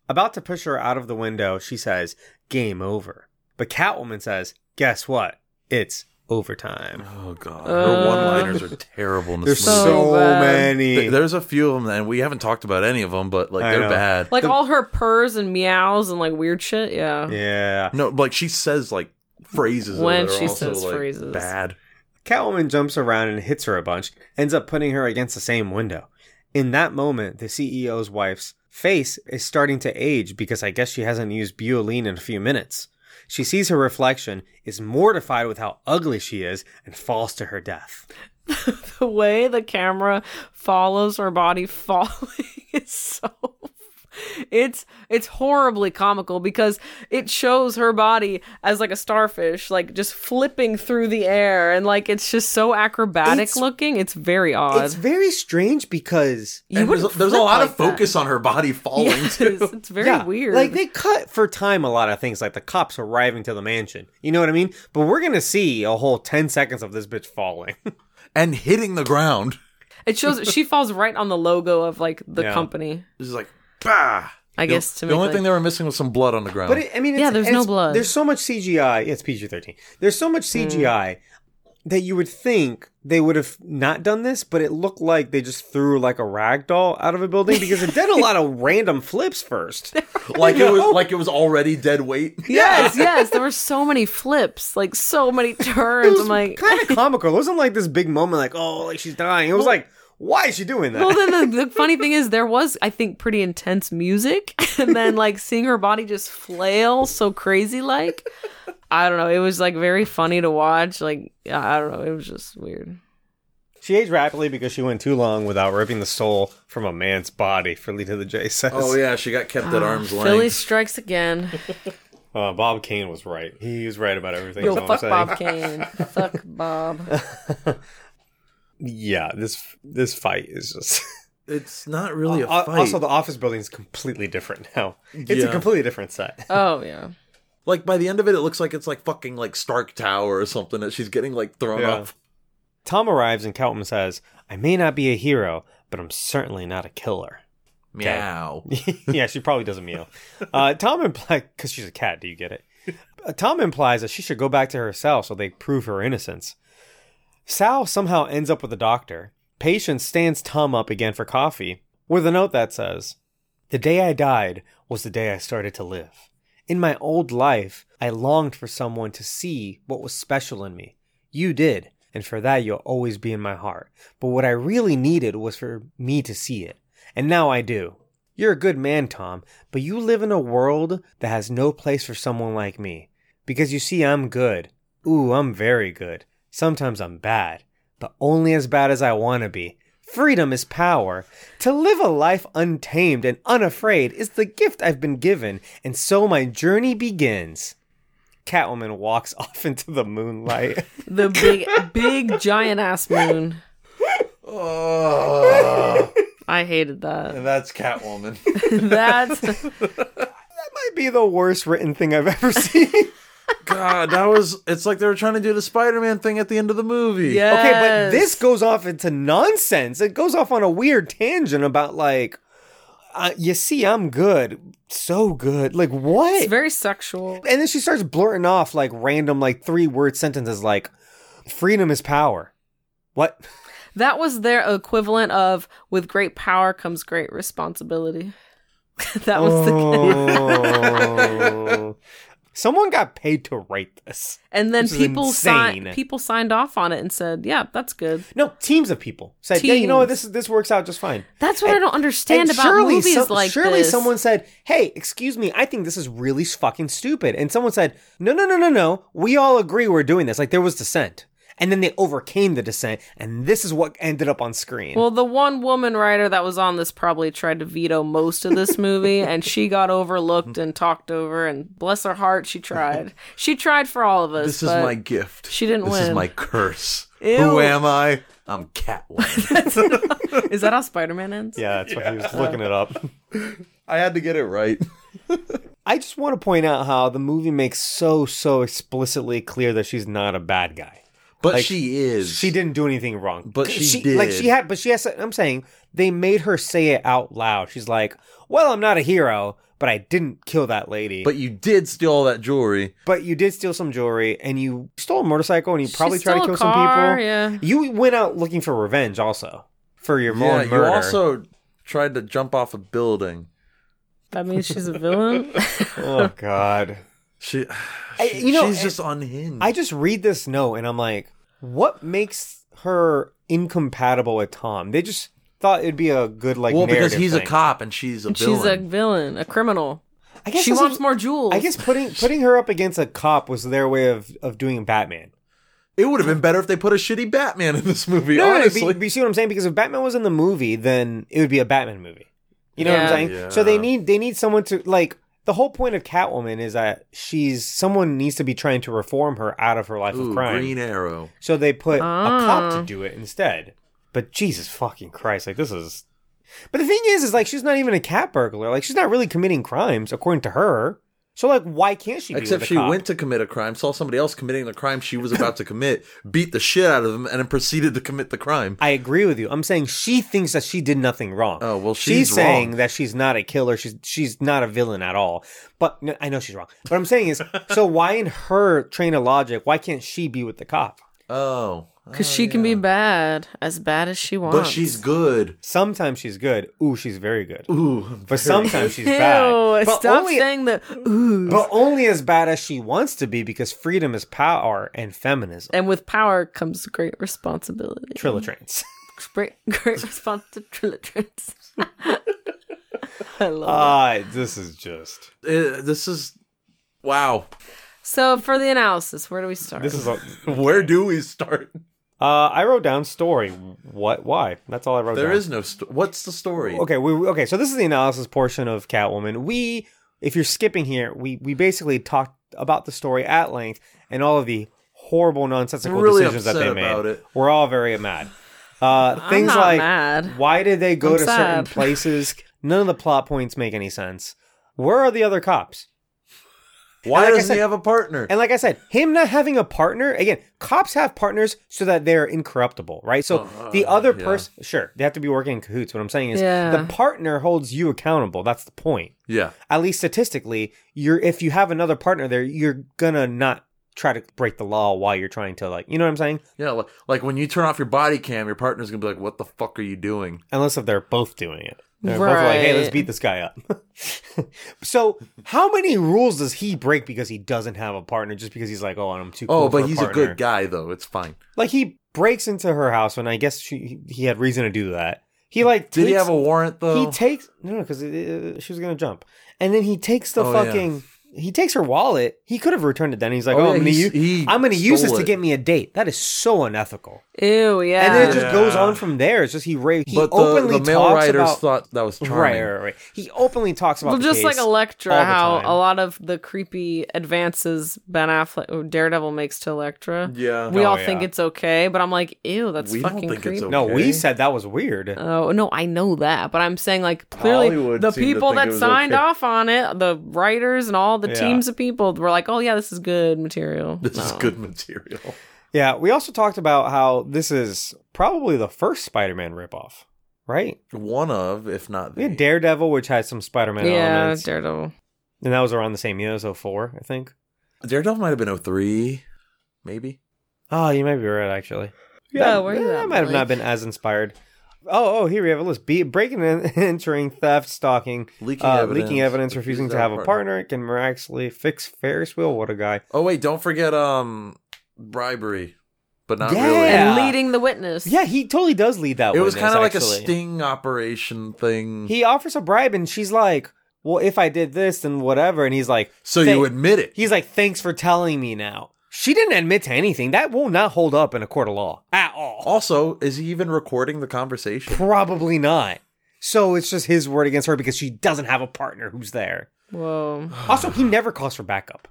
[SPEAKER 1] About to push her out of the window, she says, "Game over." But Catwoman says, "Guess what? It's overtime."
[SPEAKER 2] Oh god, her
[SPEAKER 3] Uh.
[SPEAKER 2] one-liners are terrible. In
[SPEAKER 1] There's
[SPEAKER 2] this
[SPEAKER 1] so,
[SPEAKER 2] movie.
[SPEAKER 3] So bad.
[SPEAKER 1] many.
[SPEAKER 2] Th- There's a few of them, and we haven't talked about any of them, but like
[SPEAKER 1] I
[SPEAKER 2] they're
[SPEAKER 1] know.
[SPEAKER 2] bad.
[SPEAKER 3] like all her purrs and meows and like weird shit. Yeah.
[SPEAKER 1] yeah.
[SPEAKER 2] No, like she says like phrases in it
[SPEAKER 3] When
[SPEAKER 2] that are
[SPEAKER 3] she
[SPEAKER 2] also,
[SPEAKER 3] says
[SPEAKER 2] like,
[SPEAKER 3] phrases.
[SPEAKER 2] bad.
[SPEAKER 1] Catwoman jumps around and hits her a bunch, ends up putting her against the same window. In that moment, the CEO's wife's face is starting to age because I guess she hasn't used Buoline in a few minutes. She sees her reflection, is mortified with how ugly she is, and falls to her death.
[SPEAKER 3] The way the camera follows her body falling is so it's it's horribly comical because it shows her body as like a starfish like just flipping through the air and like it's just so acrobatic
[SPEAKER 1] It's-
[SPEAKER 3] looking it's very odd
[SPEAKER 1] It's very strange because
[SPEAKER 3] you
[SPEAKER 2] And there's,
[SPEAKER 3] wouldn't
[SPEAKER 2] there's a
[SPEAKER 3] flip
[SPEAKER 2] lot
[SPEAKER 3] like
[SPEAKER 2] of focus on her body falling.
[SPEAKER 3] that.
[SPEAKER 2] too.
[SPEAKER 3] Yes, it's very
[SPEAKER 1] Yeah,
[SPEAKER 3] weird
[SPEAKER 1] Like they cut for time a lot of things, like the cops arriving to the mansion. You know what I mean? But we're gonna see a whole ten seconds of this bitch falling.
[SPEAKER 2] and hitting the ground.
[SPEAKER 3] it shows she falls right on the logo of like the
[SPEAKER 1] Yeah.
[SPEAKER 3] company
[SPEAKER 2] This is like bah.
[SPEAKER 3] i guess to
[SPEAKER 2] the
[SPEAKER 3] make,
[SPEAKER 2] only
[SPEAKER 3] like-
[SPEAKER 2] thing they were missing was some blood on the ground.
[SPEAKER 1] But it, I mean, it's,
[SPEAKER 3] Yeah, there's no
[SPEAKER 1] it's-
[SPEAKER 3] blood. Mm.
[SPEAKER 1] There's so much CGI. It's PG thirteen. There's so much CGI that you would think they would have not done this, but it looked like they just threw like a rag doll out of a building because it did a lot of random flips first.
[SPEAKER 2] like it was like it was already dead weight.
[SPEAKER 3] Yes, yes. There were so many flips, like so many turns. I'm like,
[SPEAKER 1] kind of comical. It wasn't like this big moment, like oh, like she's dying. It was like, why is she doing that?
[SPEAKER 3] well, then the, the funny thing is, there was, I think, pretty intense music, and then like seeing her body just flail so crazy, like, I don't know. It was like very funny to watch. Like, I I don't know. It was just weird.
[SPEAKER 1] she aged rapidly because she went too long without ripping the soul from a man's body. For Lita the J says.
[SPEAKER 2] Oh yeah, she got kept at arm's length.
[SPEAKER 3] Ah, Philly strikes again.
[SPEAKER 1] Uh, Bob Kane was right. He was right about everything.
[SPEAKER 3] Yo,
[SPEAKER 1] is all I'm
[SPEAKER 3] fuck
[SPEAKER 1] saying.
[SPEAKER 3] Bob Kane. fuck Bob.
[SPEAKER 1] Yeah, this this fight is just.
[SPEAKER 2] It's not really a
[SPEAKER 3] Uh,
[SPEAKER 1] Al-
[SPEAKER 2] fight.
[SPEAKER 1] Also, the office building is completely different now. It's a
[SPEAKER 2] Yeah.
[SPEAKER 1] completely different set.
[SPEAKER 3] Oh yeah.
[SPEAKER 2] like by the end of it, it looks like it's like fucking like Stark Tower or something that she's getting like thrown
[SPEAKER 1] Yeah.
[SPEAKER 2] off.
[SPEAKER 1] Tom arrives and Catwoman says, "I may not be a hero, but I'm certainly not a killer."
[SPEAKER 2] Meow.
[SPEAKER 1] yeah, she probably doesn't meow. Uh, Tom implies because she's a cat. Do you get it? Uh, Tom implies that she should go back to her cell so they prove her innocence. Sal somehow ends up with a doctor. Patience stands Tom up again for coffee with a note that says, The day I died was the day I started to live. In my old life, I longed for someone to see what was special in me. You did, and for that you'll always be in my heart. But what I really needed was for me to see it. and now I do. You're a good man, Tom, but you live in a world that has no place for someone like me. Because you see, I'm good. Ooh, I'm very good. Sometimes I'm bad, but only as bad as I want to be. Freedom is power. To live a life untamed and unafraid is the gift I've been given, and so my journey begins. Catwoman walks off into the moonlight.
[SPEAKER 3] The big, big, giant ass moon.
[SPEAKER 2] Oh,
[SPEAKER 3] I hated that.
[SPEAKER 2] that's Catwoman.
[SPEAKER 3] That's
[SPEAKER 1] that might be the worst written thing I've ever seen.
[SPEAKER 2] God, that was. It's like they were trying to do the Spider-Man thing at the end of the movie.
[SPEAKER 3] yeah.
[SPEAKER 1] Okay, but this goes off into nonsense. It goes off on a weird tangent about like, uh, you see, I'm good, so good. Like what?
[SPEAKER 3] it's very sexual.
[SPEAKER 1] and then she starts blurting off like random like three word sentences like, "Freedom is power." What?
[SPEAKER 3] That was their equivalent of with great power comes great responsibility. that was the
[SPEAKER 1] Oh. Someone got paid to write this.
[SPEAKER 3] and then
[SPEAKER 1] This is
[SPEAKER 3] people signed
[SPEAKER 1] insane.
[SPEAKER 3] people signed off on it and said, "Yeah, that's good."
[SPEAKER 1] No, teams of people said, "Yeah, you know what?
[SPEAKER 3] Teams.
[SPEAKER 1] This this works out just fine."
[SPEAKER 3] That's what I don't understand
[SPEAKER 1] And
[SPEAKER 3] about movies
[SPEAKER 1] some-
[SPEAKER 3] like
[SPEAKER 1] surely
[SPEAKER 3] this.
[SPEAKER 1] someone said, "Hey, excuse me, I think this is really fucking stupid." And someone said, "No, no, no, no, no. We all agree we're doing this. Like there was dissent." And then they overcame the dissent, and this is what ended up on screen.
[SPEAKER 3] Well, the one woman writer that was on this probably tried to veto most of this movie, and she got overlooked and talked over. And bless her heart, she tried. She tried for all of us.
[SPEAKER 2] This is
[SPEAKER 3] but
[SPEAKER 2] my gift.
[SPEAKER 3] she didn't
[SPEAKER 2] This is
[SPEAKER 3] win.
[SPEAKER 2] my curse.
[SPEAKER 3] Ew.
[SPEAKER 2] Who am I? I'm Catwoman.
[SPEAKER 3] Is that how Spider Man ends?
[SPEAKER 1] yeah, that's what he was looking it up.
[SPEAKER 2] I had to get it right.
[SPEAKER 1] I just want to point out how the movie makes so so explicitly clear that she's not a bad guy.
[SPEAKER 2] But
[SPEAKER 1] Like,
[SPEAKER 2] she is.
[SPEAKER 1] She didn't do anything wrong,
[SPEAKER 2] But she
[SPEAKER 1] like
[SPEAKER 2] did.
[SPEAKER 1] she had, but she has. I'm saying they made her say it out loud. She's like, "Well, I'm not a hero, but I didn't kill that lady."
[SPEAKER 2] But you did steal all that jewelry.
[SPEAKER 1] But you did steal some jewelry, and you stole a motorcycle, and you
[SPEAKER 3] She
[SPEAKER 1] probably tried to
[SPEAKER 3] stole
[SPEAKER 1] kill
[SPEAKER 3] a
[SPEAKER 1] some
[SPEAKER 3] car,
[SPEAKER 1] people.
[SPEAKER 3] yeah.
[SPEAKER 1] You went out looking for revenge, also for your
[SPEAKER 2] Yeah,
[SPEAKER 1] own
[SPEAKER 2] you
[SPEAKER 1] murder.
[SPEAKER 2] also tried to jump off a building.
[SPEAKER 3] That means she's a villain.
[SPEAKER 1] oh God!
[SPEAKER 2] She,
[SPEAKER 1] I-
[SPEAKER 2] she-
[SPEAKER 1] you know,
[SPEAKER 2] she's
[SPEAKER 1] I-
[SPEAKER 2] just unhinged.
[SPEAKER 1] I just read this note, and I'm like, what makes her incompatible with Tom? They just thought it'd be a good like.
[SPEAKER 2] well, because
[SPEAKER 1] narrative
[SPEAKER 2] he's
[SPEAKER 1] thing.
[SPEAKER 2] a cop and she's a
[SPEAKER 3] she's a
[SPEAKER 2] villain.
[SPEAKER 3] villain, a criminal.
[SPEAKER 1] I guess
[SPEAKER 3] she
[SPEAKER 1] this
[SPEAKER 3] wants
[SPEAKER 1] is-
[SPEAKER 3] more jewels.
[SPEAKER 1] I guess putting putting her up against a cop was their way of of doing Batman.
[SPEAKER 2] It would have been better if they put a shitty Batman in this movie.
[SPEAKER 1] No, no, no,
[SPEAKER 2] honestly,
[SPEAKER 1] but- but you see what I'm saying? Because if Batman was in the movie, then it would be a Batman movie. You know what I'm
[SPEAKER 3] Yeah.
[SPEAKER 1] saying?
[SPEAKER 2] Yeah.
[SPEAKER 1] So they need they need someone to like the whole point of Catwoman is that she's someone needs to be trying to reform her out of her life
[SPEAKER 2] Ooh,
[SPEAKER 1] of crime.
[SPEAKER 2] Green Arrow.
[SPEAKER 1] So they put a cop
[SPEAKER 3] Ah.
[SPEAKER 1] to do it instead. But Jesus fucking Christ, like this is But the thing is is like she's not even a cat burglar. Like she's not really committing crimes according to her. So like why can't she be
[SPEAKER 2] Except
[SPEAKER 1] with a
[SPEAKER 2] she
[SPEAKER 1] cop?
[SPEAKER 2] went to commit a crime, saw somebody else committing the crime she was about to commit, beat the shit out of them, and then proceeded to commit the crime.
[SPEAKER 1] I agree with you. I'm saying she thinks that she did nothing wrong.
[SPEAKER 2] Oh, well, she's
[SPEAKER 1] saying
[SPEAKER 2] wrong.
[SPEAKER 1] that she's not a killer. She's she's not a villain at all. But no, I know she's wrong. What I'm saying is, so why in her train of logic, why can't she be with the cop?
[SPEAKER 2] Oh,
[SPEAKER 3] because she can be bad, as bad as she wants.
[SPEAKER 2] but she's good.
[SPEAKER 1] Sometimes she's good. Ooh, she's very good.
[SPEAKER 2] Ooh,
[SPEAKER 1] But sometimes she's
[SPEAKER 3] Ew,
[SPEAKER 1] bad. But
[SPEAKER 3] stop
[SPEAKER 1] only,
[SPEAKER 3] saying that. Ooh.
[SPEAKER 1] but only as bad as she wants to be because freedom is power and feminism.
[SPEAKER 3] And with power comes great responsibility.
[SPEAKER 1] Trilla trains.
[SPEAKER 3] great, great response to Trillatrans. I love it.
[SPEAKER 1] Ah, this is just
[SPEAKER 2] Uh, this is wow.
[SPEAKER 3] So for the analysis, where do we start?
[SPEAKER 1] this is a.
[SPEAKER 2] Where do we start?
[SPEAKER 1] Uh, I wrote down story. What? Why? That's all I wrote.
[SPEAKER 2] There
[SPEAKER 1] down.
[SPEAKER 2] is no. St- What's the story?
[SPEAKER 1] Okay, we okay. So this is the analysis portion of Catwoman. We, if you're skipping here, we we basically talked about the story at length and all of the horrible nonsensical
[SPEAKER 2] We're really
[SPEAKER 1] decisions that
[SPEAKER 2] upset
[SPEAKER 1] they made.
[SPEAKER 2] about it.
[SPEAKER 1] We're all very mad. Uh, things
[SPEAKER 3] not
[SPEAKER 1] like
[SPEAKER 3] mad.
[SPEAKER 1] why did they go
[SPEAKER 3] I'm
[SPEAKER 1] to certain
[SPEAKER 3] sad.
[SPEAKER 1] places? None of the plot points make any sense. Where are the other cops?
[SPEAKER 2] Why
[SPEAKER 1] like I
[SPEAKER 2] doesn't
[SPEAKER 1] said-
[SPEAKER 2] he have a partner?
[SPEAKER 1] And like I said, him not having a partner, again, cops have partners so that they're incorruptible, right? So
[SPEAKER 2] Uh,
[SPEAKER 1] the other person, sure, they have to be working in cahoots. What I'm saying is
[SPEAKER 3] Yeah.
[SPEAKER 1] the partner holds you accountable. That's the point.
[SPEAKER 2] yeah,
[SPEAKER 1] At least statistically, you're if you have another partner there, you're gonna not try to break the law while you're trying to like, you know what I'm saying?
[SPEAKER 2] yeah. Like, like when you turn off your body cam, your partner's gonna be like, "What the fuck are you doing?"
[SPEAKER 1] Unless if they're both doing it. They're both like, hey, let's
[SPEAKER 3] Right.
[SPEAKER 1] beat this guy up. so how many rules does he break because he doesn't have a partner just because he's like, oh, I'm too cool
[SPEAKER 2] Oh,
[SPEAKER 1] for
[SPEAKER 2] but he's a
[SPEAKER 1] partner?
[SPEAKER 2] good guy though. It's fine.
[SPEAKER 1] Like he breaks into her house, and I guess she he had reason to do that. He like
[SPEAKER 2] Did he
[SPEAKER 1] takes-
[SPEAKER 2] have a warrant though?
[SPEAKER 1] He takes no, no, because uh, she was gonna jump, and then he takes the
[SPEAKER 2] Oh, yeah.
[SPEAKER 1] fucking. He takes her wallet. He could have returned it then. He's like,
[SPEAKER 2] Oh,
[SPEAKER 1] "Oh,
[SPEAKER 2] yeah,
[SPEAKER 1] I'm gonna,
[SPEAKER 2] he
[SPEAKER 1] use,
[SPEAKER 2] s- he
[SPEAKER 1] I'm gonna use this
[SPEAKER 2] stole
[SPEAKER 1] to
[SPEAKER 2] it.
[SPEAKER 1] get me a date." That is so unethical.
[SPEAKER 3] Ew, yeah.
[SPEAKER 1] And then it just
[SPEAKER 5] Yeah.
[SPEAKER 1] goes on from there. It's just he ra- he
[SPEAKER 2] but the,
[SPEAKER 1] openly
[SPEAKER 2] the mail
[SPEAKER 1] talks
[SPEAKER 2] writers
[SPEAKER 1] about
[SPEAKER 2] thought that was
[SPEAKER 1] right,
[SPEAKER 2] charming.
[SPEAKER 1] right, right. He openly talks about
[SPEAKER 3] well,
[SPEAKER 1] the
[SPEAKER 3] just like
[SPEAKER 1] case.
[SPEAKER 3] Elektra,
[SPEAKER 1] all the
[SPEAKER 3] how
[SPEAKER 1] time.
[SPEAKER 3] a lot of the creepy advances Ben Affleck, or Daredevil makes to Elektra,
[SPEAKER 2] Yeah.
[SPEAKER 3] we
[SPEAKER 1] Oh,
[SPEAKER 3] all
[SPEAKER 1] yeah.
[SPEAKER 3] think it's okay, but I'm like, ew, that's
[SPEAKER 2] We don't
[SPEAKER 3] fucking
[SPEAKER 2] think
[SPEAKER 3] creepy.
[SPEAKER 2] it's okay.
[SPEAKER 1] No, we said that was weird.
[SPEAKER 3] Oh no, I know that, but I'm saying like clearly
[SPEAKER 2] Hollywood
[SPEAKER 3] the
[SPEAKER 2] seemed to
[SPEAKER 3] people
[SPEAKER 2] think it
[SPEAKER 3] that
[SPEAKER 2] was
[SPEAKER 3] signed
[SPEAKER 2] okay.
[SPEAKER 3] off on it, the writers and all the
[SPEAKER 1] Yeah.
[SPEAKER 3] teams of people were like, "Oh yeah, this is good material."
[SPEAKER 2] This is
[SPEAKER 3] No.
[SPEAKER 2] good material.
[SPEAKER 1] yeah, we also talked about how this is probably the first Spider-Man ripoff, right?
[SPEAKER 2] One of, if not
[SPEAKER 1] We
[SPEAKER 2] the
[SPEAKER 1] had Daredevil, which had some Spider-Man
[SPEAKER 3] Yeah,
[SPEAKER 1] elements,
[SPEAKER 3] Daredevil.
[SPEAKER 1] and that was around the same year. That was 04, I think.
[SPEAKER 2] Daredevil might have been 03, maybe.
[SPEAKER 1] Oh, you might be right, actually.
[SPEAKER 3] Yeah,
[SPEAKER 1] That-
[SPEAKER 3] where you
[SPEAKER 1] that
[SPEAKER 3] at,
[SPEAKER 1] might have not
[SPEAKER 3] Mike?
[SPEAKER 1] been as inspired. Oh, oh, here we have a list: Be- breaking and entering, theft, stalking,
[SPEAKER 2] Leaking
[SPEAKER 1] uh,
[SPEAKER 2] evidence,
[SPEAKER 1] leaking evidence,
[SPEAKER 2] refused
[SPEAKER 1] refusing to have a partner. It can miraculously fix Ferris wheel. What a guy!
[SPEAKER 2] Oh wait, don't forget um bribery, but not
[SPEAKER 1] Yeah.
[SPEAKER 2] really.
[SPEAKER 1] Yeah.
[SPEAKER 3] And leading the witness.
[SPEAKER 1] Yeah, he totally does lead that.
[SPEAKER 2] It was
[SPEAKER 1] kind
[SPEAKER 2] kind of like a sting operation thing.
[SPEAKER 1] He offers a bribe, and she's like, "Well, if I did this, then whatever." And he's like,
[SPEAKER 2] so
[SPEAKER 1] "Thank-"
[SPEAKER 2] you admit it.
[SPEAKER 1] He's like, "Thanks for telling me." Now she didn't admit to anything. That will not hold up in a court of law at all.
[SPEAKER 2] also, is he even recording the conversation?
[SPEAKER 1] Probably not. So it's just his word against her because she doesn't have a partner who's there.
[SPEAKER 3] Whoa.
[SPEAKER 1] Also, he never calls for backup.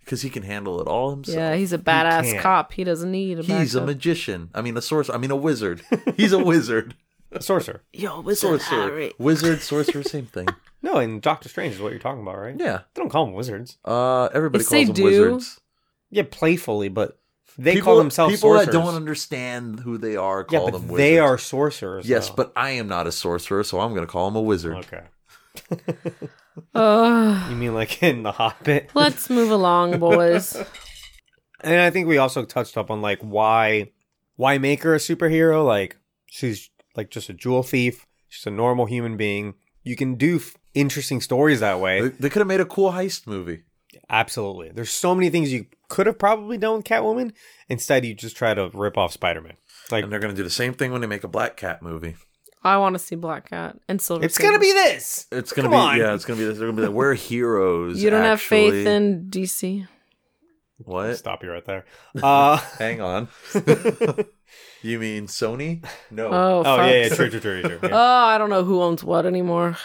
[SPEAKER 2] Because he can handle it all himself.
[SPEAKER 3] Yeah, he's a badass
[SPEAKER 1] can't.
[SPEAKER 3] cop. He doesn't need a
[SPEAKER 2] he's a
[SPEAKER 3] backup.
[SPEAKER 2] magician. I mean, a sorcerer. I mean, a wizard. He's a wizard.
[SPEAKER 1] Sorcerer.
[SPEAKER 3] Yo, wizard
[SPEAKER 2] sorcerer.
[SPEAKER 3] Harry.
[SPEAKER 2] Wizard, sorcerer, same thing.
[SPEAKER 1] No, and Doctor Strange is what you're talking about, right?
[SPEAKER 2] Yeah.
[SPEAKER 1] They don't call them wizards.
[SPEAKER 2] Uh, everybody
[SPEAKER 3] Yes,
[SPEAKER 2] calls
[SPEAKER 3] they
[SPEAKER 2] them
[SPEAKER 3] do.
[SPEAKER 2] wizards.
[SPEAKER 1] Yeah, playfully, but they call themselves
[SPEAKER 2] people
[SPEAKER 1] sorcerers.
[SPEAKER 2] that don't understand who they are
[SPEAKER 1] yeah,
[SPEAKER 2] call
[SPEAKER 1] but
[SPEAKER 2] them wizards.
[SPEAKER 1] they are sorcerers.
[SPEAKER 2] Yes,
[SPEAKER 1] though.
[SPEAKER 2] but I am not a sorcerer, so I'm going to call him a wizard.
[SPEAKER 1] okay.
[SPEAKER 3] Ugh.
[SPEAKER 1] You mean like in the Hobbit?
[SPEAKER 3] Let's move along, boys.
[SPEAKER 1] And I think we also touched up on like why why make her a superhero? Like she's like just a jewel thief. She's a normal human being. You can do f- interesting stories that way.
[SPEAKER 2] They, could have made a cool heist movie.
[SPEAKER 1] Absolutely. There's so many things you could have probably done with Catwoman. Instead, you just try to rip off Spider Man. Like,
[SPEAKER 2] And they're going to do the same thing when they make a Black Cat movie.
[SPEAKER 3] I want to see Black Cat and Silver.
[SPEAKER 1] it's going to
[SPEAKER 3] Sable.
[SPEAKER 1] be this.
[SPEAKER 2] It's going to
[SPEAKER 1] Come
[SPEAKER 2] be,
[SPEAKER 1] on.
[SPEAKER 2] yeah, it's going to be this. They're going to be like, we're heroes.
[SPEAKER 3] You don't have faith
[SPEAKER 2] actually.
[SPEAKER 3] in DC.
[SPEAKER 2] What?
[SPEAKER 1] Stop you right there. Uh,
[SPEAKER 2] Hang on. you mean Sony? No.
[SPEAKER 3] Oh,
[SPEAKER 1] oh,
[SPEAKER 3] fuck.
[SPEAKER 1] yeah, yeah, true, true, true, true. yeah.
[SPEAKER 3] Oh, I don't know who owns what anymore.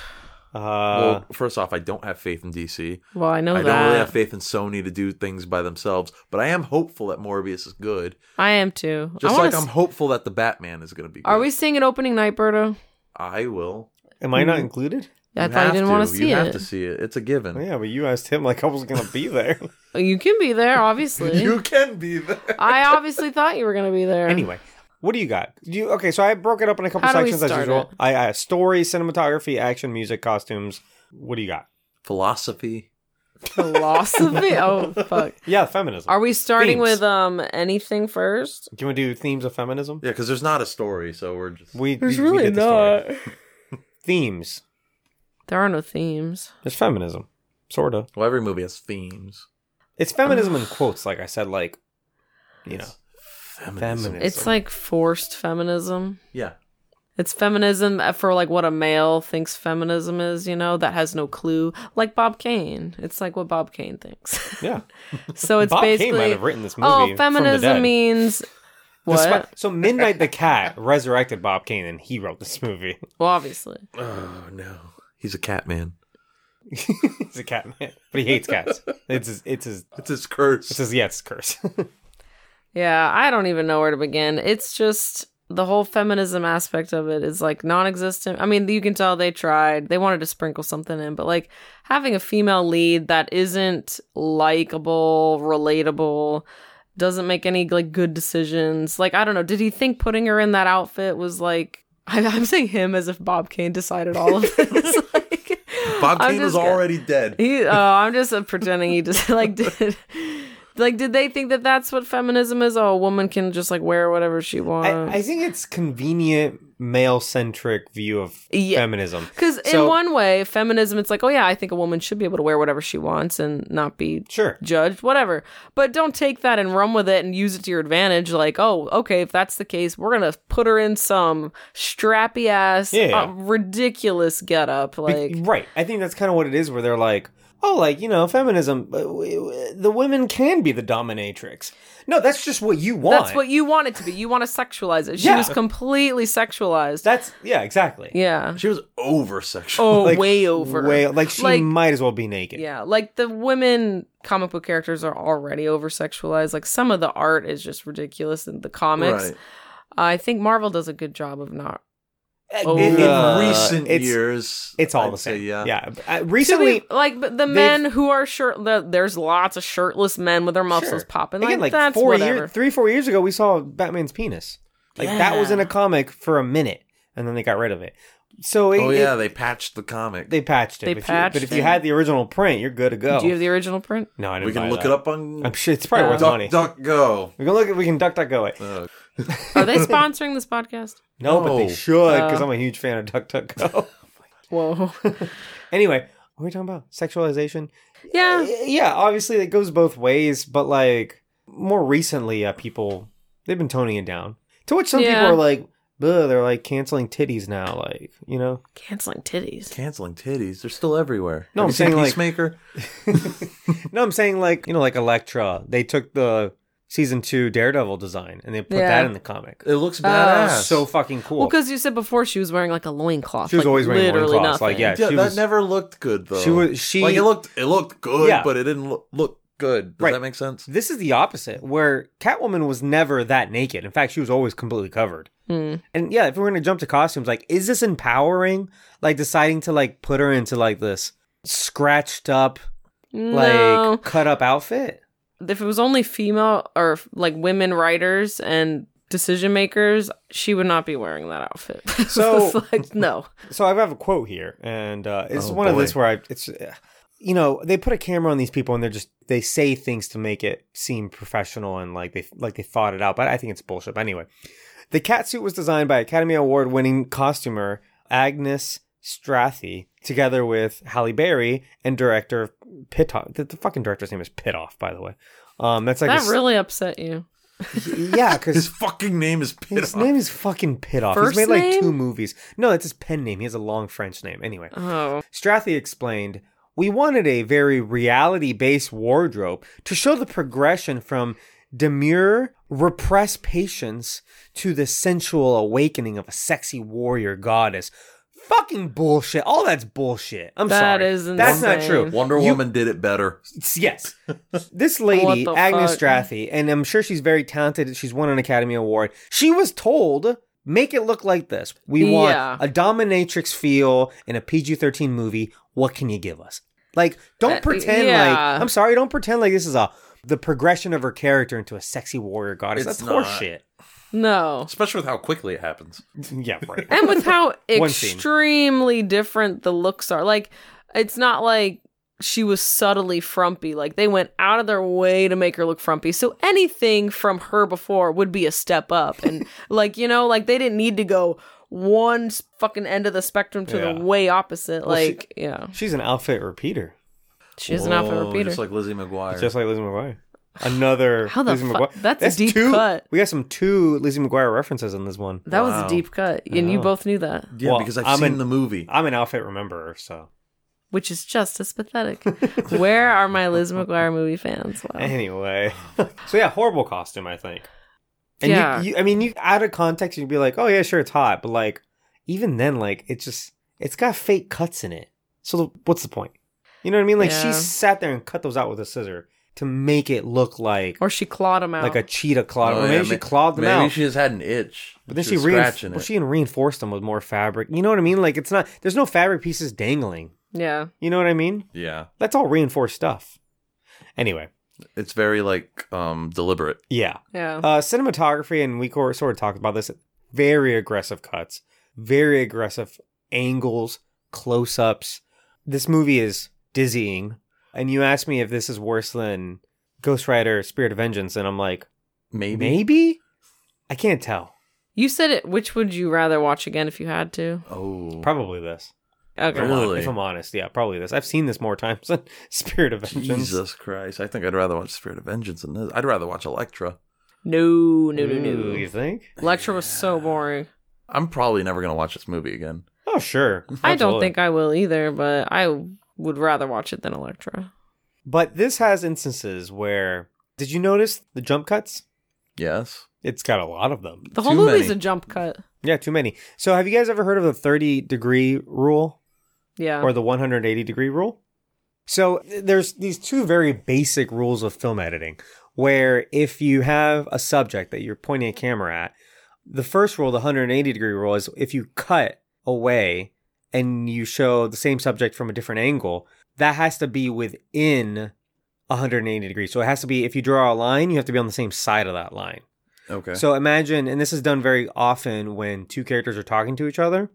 [SPEAKER 3] Oh.
[SPEAKER 1] Uh,
[SPEAKER 2] well, first off, I don't have faith in DC.
[SPEAKER 3] Well, I know
[SPEAKER 2] I
[SPEAKER 3] Oh, that.
[SPEAKER 2] don't really have faith in Sony to do things by themselves, but I am hopeful that Morbius is good.
[SPEAKER 3] I am too. I
[SPEAKER 2] Just
[SPEAKER 3] wanna
[SPEAKER 2] like
[SPEAKER 3] s-
[SPEAKER 2] I'm hopeful that the Batman is going to be good.
[SPEAKER 3] Are we seeing an opening night, Berto?
[SPEAKER 2] I will.
[SPEAKER 1] am I not included? Oh,
[SPEAKER 3] I
[SPEAKER 2] You
[SPEAKER 3] thought you
[SPEAKER 2] have
[SPEAKER 3] didn't want
[SPEAKER 2] to.
[SPEAKER 3] see
[SPEAKER 2] You
[SPEAKER 3] it.
[SPEAKER 2] have to see it. It's a given.
[SPEAKER 1] Yeah, but you asked him like I was going to be there.
[SPEAKER 3] You can be there, obviously.
[SPEAKER 2] You can be there.
[SPEAKER 3] I obviously thought you were going to be there.
[SPEAKER 1] anyway, what do you got? You Okay, so I broke it up in a couple
[SPEAKER 3] How do we
[SPEAKER 1] sections as
[SPEAKER 3] start
[SPEAKER 1] usual.
[SPEAKER 3] it?
[SPEAKER 1] I uh, Story, cinematography, action, music, costumes. What do you got?
[SPEAKER 2] Philosophy.
[SPEAKER 3] Philosophy? oh, fuck.
[SPEAKER 1] Yeah, feminism.
[SPEAKER 3] Are we starting
[SPEAKER 1] Themes.
[SPEAKER 3] with um anything first?
[SPEAKER 1] Can we do themes of feminism?
[SPEAKER 2] Yeah, because there's not a story, so we're just.
[SPEAKER 1] We, we- we did the story. Themes.
[SPEAKER 3] There are no themes.
[SPEAKER 1] There's feminism. Sort of.
[SPEAKER 2] Well, every movie has themes.
[SPEAKER 1] It's feminism in quotes, like I said, like you know.
[SPEAKER 2] Feminism.
[SPEAKER 1] Feminism.
[SPEAKER 3] It's like forced feminism.
[SPEAKER 2] Yeah.
[SPEAKER 3] It's feminism for like what a male thinks feminism is, you know, that has no clue. Like Bob Kane. It's like what Bob Kane thinks.
[SPEAKER 1] Yeah.
[SPEAKER 3] so it's
[SPEAKER 1] Bob
[SPEAKER 3] basically
[SPEAKER 1] Kane might have written this movie.
[SPEAKER 3] Oh,
[SPEAKER 1] from the
[SPEAKER 3] feminism
[SPEAKER 1] dead.
[SPEAKER 3] means
[SPEAKER 1] The
[SPEAKER 3] what?
[SPEAKER 1] Spi- so Midnight the Cat resurrected Bob Kane and he wrote this movie.
[SPEAKER 3] well, obviously.
[SPEAKER 2] Oh no, he's a cat man.
[SPEAKER 1] He's a cat man. But he hates cats. It's his it's his
[SPEAKER 2] It's his curse.
[SPEAKER 1] it's his yeah, it's a curse.
[SPEAKER 3] Yeah, I don't even know where to begin. It's just the whole feminism aspect of it is like non existent. I mean, you can tell they tried, they wanted to sprinkle something in, but like having a female lead that isn't likable, relatable, doesn't make any like good decisions. Like, I don't know, did he think putting her in that outfit was like. I- I'm saying him as if Bob Kane decided all of this. like,
[SPEAKER 2] Bob
[SPEAKER 3] I'm
[SPEAKER 2] Kane was
[SPEAKER 3] just-
[SPEAKER 2] already dead.
[SPEAKER 3] he, oh, I'm just uh, pretending he just like did. Like, did they think that that's what feminism is? Oh, a woman can just like wear whatever she wants.
[SPEAKER 1] I, I think it's convenient male centric view of
[SPEAKER 3] Yeah.
[SPEAKER 1] feminism.
[SPEAKER 3] Because
[SPEAKER 1] So-
[SPEAKER 3] in one way, feminism, it's like, oh yeah, I think a woman should be able to wear whatever she wants and not be
[SPEAKER 1] Sure.
[SPEAKER 3] judged, whatever. But don't take that and run with it and use it to your advantage. Like, oh, okay, if that's the case, we're gonna put her in some strappy ass,
[SPEAKER 1] Yeah.
[SPEAKER 3] uh, ridiculous getup.
[SPEAKER 1] Be-
[SPEAKER 3] Like,
[SPEAKER 1] right. I think that's kind of what it is where they're like, oh, like, you know, feminism, uh, w- w- the women can be the dominatrix. No, that's just what you want.
[SPEAKER 3] that's what you want it to be. You want to sexualize it. She
[SPEAKER 1] Yeah.
[SPEAKER 3] was completely sexualized.
[SPEAKER 1] That's, yeah, exactly.
[SPEAKER 3] yeah.
[SPEAKER 2] She was over sexual.
[SPEAKER 3] Oh,
[SPEAKER 1] Like,
[SPEAKER 3] way over.
[SPEAKER 1] Way, like, she
[SPEAKER 3] Like-
[SPEAKER 1] might as well be naked.
[SPEAKER 3] Yeah, like the women comic book characters are already over sexualized. Like some of the art is just ridiculous in the comics.
[SPEAKER 2] right.
[SPEAKER 3] I think Marvel does a good job of not.
[SPEAKER 1] Uh,
[SPEAKER 2] In
[SPEAKER 1] uh,
[SPEAKER 2] recent
[SPEAKER 1] it's-
[SPEAKER 2] years,
[SPEAKER 1] It's all
[SPEAKER 2] I'd
[SPEAKER 1] the
[SPEAKER 2] say,
[SPEAKER 1] same.
[SPEAKER 2] yeah.
[SPEAKER 1] Yeah. Uh,
[SPEAKER 3] To
[SPEAKER 1] recently,
[SPEAKER 3] be- like but the men who are shirt. The, there's lots of shirtless men with their muscles
[SPEAKER 1] Sure.
[SPEAKER 3] popping. Like,
[SPEAKER 1] Again, like
[SPEAKER 3] that's
[SPEAKER 1] four
[SPEAKER 3] whatever.
[SPEAKER 1] years, three, four years ago, we saw Batman's penis. Like that was in a
[SPEAKER 3] Yeah.
[SPEAKER 1] comic for a minute, and then they got rid of it. So it,
[SPEAKER 2] Oh
[SPEAKER 1] it-
[SPEAKER 2] yeah, they patched the comic.
[SPEAKER 1] they patched it.
[SPEAKER 3] They
[SPEAKER 1] If you-
[SPEAKER 3] patched
[SPEAKER 1] but if you
[SPEAKER 3] it.
[SPEAKER 1] had the original print, you're good to go.
[SPEAKER 3] Do you have the Uh, original print?
[SPEAKER 1] no, I didn't.
[SPEAKER 2] we can
[SPEAKER 1] buy
[SPEAKER 2] look
[SPEAKER 1] that.
[SPEAKER 2] it up on
[SPEAKER 1] I'm sure it's probably worth
[SPEAKER 3] Duck-
[SPEAKER 1] money.
[SPEAKER 2] Duck Go.
[SPEAKER 1] We can look. at- We can duck duck go it.
[SPEAKER 2] Uh,
[SPEAKER 3] Are they sponsoring this podcast?
[SPEAKER 1] No, but they
[SPEAKER 2] No.
[SPEAKER 1] should because
[SPEAKER 3] Uh.
[SPEAKER 1] I'm a huge fan of duck duck go.
[SPEAKER 3] Whoa.
[SPEAKER 1] anyway, what are we talking about? Sexualization.
[SPEAKER 3] yeah.
[SPEAKER 1] Y- yeah, obviously it goes both ways, but like more recently, uh, people they've been toning it down. To which some people
[SPEAKER 3] Yeah.
[SPEAKER 1] are like, "Ugh," they're like canceling titties now, like you know.
[SPEAKER 3] Canceling titties.
[SPEAKER 2] canceling titties. They're still everywhere.
[SPEAKER 1] No,
[SPEAKER 2] Have
[SPEAKER 1] I'm
[SPEAKER 2] you seen
[SPEAKER 1] saying, like-
[SPEAKER 2] Peacemaker.
[SPEAKER 1] No, I'm saying like you know, like Elektra. They took the season two Daredevil design and they put
[SPEAKER 3] Yeah.
[SPEAKER 1] that in the comic.
[SPEAKER 2] It looks badass.
[SPEAKER 1] Oh, So fucking cool.
[SPEAKER 3] Well, because you said before she was wearing like a loincloth.
[SPEAKER 1] She was
[SPEAKER 3] like,
[SPEAKER 1] always wearing
[SPEAKER 3] literally
[SPEAKER 1] loincloths, like,
[SPEAKER 3] nothing.
[SPEAKER 1] yeah.
[SPEAKER 2] yeah,
[SPEAKER 1] she
[SPEAKER 2] that
[SPEAKER 1] was-
[SPEAKER 2] never looked good though.
[SPEAKER 1] she was she
[SPEAKER 2] like it looked. It looked good,
[SPEAKER 1] Yeah.
[SPEAKER 2] but it didn't look, look good. Does
[SPEAKER 1] Right.
[SPEAKER 2] that make sense?
[SPEAKER 1] This is the opposite, where Catwoman was never that naked. In fact, she was always completely covered.
[SPEAKER 3] Hmm.
[SPEAKER 1] And yeah, if we're gonna jump to costumes, like, is this empowering? Like deciding to like put her into like this scratched up, like
[SPEAKER 3] Hmm. no.
[SPEAKER 1] cut up outfit.
[SPEAKER 3] if it was only female or like women writers and decision makers, she would not be wearing that outfit.
[SPEAKER 1] So-
[SPEAKER 3] It's like, no,
[SPEAKER 1] So I have a quote here, and uh, it's
[SPEAKER 2] Oh,
[SPEAKER 1] one of
[SPEAKER 2] boy.
[SPEAKER 1] this where I it's. uh, You know, they put a camera on these people, and they're just they say things to make it seem professional and like they like they thought it out. But I think it's bullshit. But anyway, the cat suit was designed by Academy Award winning costumer Agnes Strathy, together with Halle Berry and director Pitoff. The, the fucking director's name is Pitoff, by the way. Um, that's like a
[SPEAKER 3] that
[SPEAKER 1] s-
[SPEAKER 3] really upset you.
[SPEAKER 1] yeah, because
[SPEAKER 2] His fucking name is
[SPEAKER 1] his
[SPEAKER 2] Pit.
[SPEAKER 1] name is fucking Pitoff.
[SPEAKER 3] First
[SPEAKER 1] He's made like
[SPEAKER 3] name?
[SPEAKER 1] two movies. No, that's his pen name. He has a long French name. Anyway.
[SPEAKER 3] Oh,
[SPEAKER 1] Strathy explained, We wanted a very reality based wardrobe to show the progression from demure, repressed patience to the sensual awakening of a sexy warrior goddess. Fucking bullshit. All that's bullshit. I'm
[SPEAKER 3] That
[SPEAKER 1] sorry.
[SPEAKER 3] is
[SPEAKER 1] That's not
[SPEAKER 3] insane.
[SPEAKER 1] true.
[SPEAKER 2] Wonder
[SPEAKER 1] You-
[SPEAKER 2] Woman did it better.
[SPEAKER 1] It's- Yes. This lady,
[SPEAKER 3] What the
[SPEAKER 1] Agnes
[SPEAKER 3] fuck?
[SPEAKER 1] Strathy, and I'm sure she's very talented. She's won an Academy Award. She was told, make it look like this. We want
[SPEAKER 3] Yeah.
[SPEAKER 1] a dominatrix feel in a PG 13 movie. What can you give us? Like, don't
[SPEAKER 3] Uh,
[SPEAKER 1] pretend
[SPEAKER 3] yeah.
[SPEAKER 1] like, I'm sorry, don't pretend like this is a the progression of her character into a sexy warrior goddess.
[SPEAKER 2] It's
[SPEAKER 1] That's
[SPEAKER 2] not.
[SPEAKER 1] horseshit.
[SPEAKER 3] no.
[SPEAKER 2] Especially with how quickly it happens.
[SPEAKER 1] yeah, right.
[SPEAKER 3] And with how
[SPEAKER 1] One scene.
[SPEAKER 3] extremely different the looks are. Like, it's not like she was subtly frumpy. Like, they went out of their way to make her look frumpy. So anything from her before would be a step up. And, like, you know, like they didn't need to go one s- fucking end of the spectrum to
[SPEAKER 1] Yeah.
[SPEAKER 3] the way opposite.
[SPEAKER 1] she-
[SPEAKER 3] Like, yeah.
[SPEAKER 1] She's an outfit repeater,
[SPEAKER 3] She doesn't have a
[SPEAKER 2] Whoa,
[SPEAKER 3] repeater.
[SPEAKER 2] Just like Lizzie McGuire.
[SPEAKER 1] just like Lizzie McGuire. Another
[SPEAKER 3] How the
[SPEAKER 1] Lizzie
[SPEAKER 3] fu-
[SPEAKER 1] McGuire.
[SPEAKER 3] that's a deep
[SPEAKER 1] two,
[SPEAKER 3] cut.
[SPEAKER 1] We got some two Lizzie McGuire references in this one.
[SPEAKER 3] that was
[SPEAKER 2] Wow.
[SPEAKER 3] a deep cut. And you both knew that,
[SPEAKER 2] yeah,
[SPEAKER 1] Well,
[SPEAKER 2] because I've
[SPEAKER 1] I'm
[SPEAKER 2] seen
[SPEAKER 1] an-
[SPEAKER 2] the movie.
[SPEAKER 1] I'm an outfit rememberer, so
[SPEAKER 3] which is just as pathetic. Where are my Liz McGuire movie fans? Wow.
[SPEAKER 1] anyway. so yeah, horrible costume, I think. And
[SPEAKER 3] Yeah.
[SPEAKER 1] you, you, I mean, you out of context, you'd be like, "Oh yeah, sure, it's hot," but like, even then, like, it's just it's got fake cuts in it. So the, what's the point? You know what I mean? Like she
[SPEAKER 3] Yeah.
[SPEAKER 1] sat there and cut those out with a scissor to make it look like
[SPEAKER 3] Or she clawed him out.
[SPEAKER 1] like a cheetah clawed,
[SPEAKER 2] Oh,
[SPEAKER 1] or
[SPEAKER 2] yeah,
[SPEAKER 1] maybe
[SPEAKER 2] ma-
[SPEAKER 1] she clawed them
[SPEAKER 2] maybe
[SPEAKER 1] out.
[SPEAKER 2] she just had an itch.
[SPEAKER 1] But then
[SPEAKER 2] she
[SPEAKER 1] she,
[SPEAKER 2] was
[SPEAKER 1] reinf-
[SPEAKER 2] scratching
[SPEAKER 1] well,
[SPEAKER 2] it.
[SPEAKER 1] she reinforced them with more fabric. You know what I mean? Like it's not there's no fabric pieces dangling.
[SPEAKER 3] yeah.
[SPEAKER 1] You know what I mean?
[SPEAKER 2] Yeah,
[SPEAKER 1] That's all reinforced stuff. Anyway,
[SPEAKER 2] it's very like um deliberate.
[SPEAKER 1] yeah.
[SPEAKER 3] Yeah.
[SPEAKER 1] Uh, cinematography, and we cor- sort of talked about this. Very aggressive cuts, very aggressive angles, close ups. This movie is dizzying. And you asked me if this is worse than Ghost Rider Spirit of Vengeance, and I'm like,
[SPEAKER 2] Maybe.
[SPEAKER 1] maybe? I can't tell.
[SPEAKER 3] You said it. Which would you rather watch again if you had to?
[SPEAKER 2] Oh,
[SPEAKER 1] Probably this. If I'm
[SPEAKER 3] Okay.
[SPEAKER 1] hon-
[SPEAKER 2] Really?
[SPEAKER 1] If I'm honest, yeah, probably this. I've seen this more times than Spirit of Vengeance.
[SPEAKER 2] Jesus Christ! I think I'd rather watch Spirit of Vengeance than this. I'd rather watch Elektra.
[SPEAKER 3] No, no, no,
[SPEAKER 1] Ooh,
[SPEAKER 3] no.
[SPEAKER 1] You think?
[SPEAKER 3] Lecture was so boring.
[SPEAKER 2] I'm probably never gonna watch this movie again.
[SPEAKER 1] Oh, sure.
[SPEAKER 3] I don't
[SPEAKER 1] Absolutely.
[SPEAKER 3] think I will either, but I would rather watch it than Electra.
[SPEAKER 1] But this has instances where. Did you notice the jump cuts?
[SPEAKER 2] Yes.
[SPEAKER 1] It's got a lot of them.
[SPEAKER 3] The whole
[SPEAKER 2] Too
[SPEAKER 3] movie's
[SPEAKER 2] many.
[SPEAKER 3] a jump cut.
[SPEAKER 1] Yeah, too many. So, have you guys ever heard of the 30 degree rule?
[SPEAKER 3] Yeah.
[SPEAKER 1] or the 180 degree rule. So th- there's these two very basic rules of film editing where if you have a subject that you're pointing a camera at, the first rule, the 180 degree rule is if you cut away and you show the same subject from a different angle, that has to be within 180 degrees. So it has to be if you draw a line, you have to be on the same side of that line.
[SPEAKER 2] Okay.
[SPEAKER 1] So imagine, and this is done very often when two characters are talking to each other.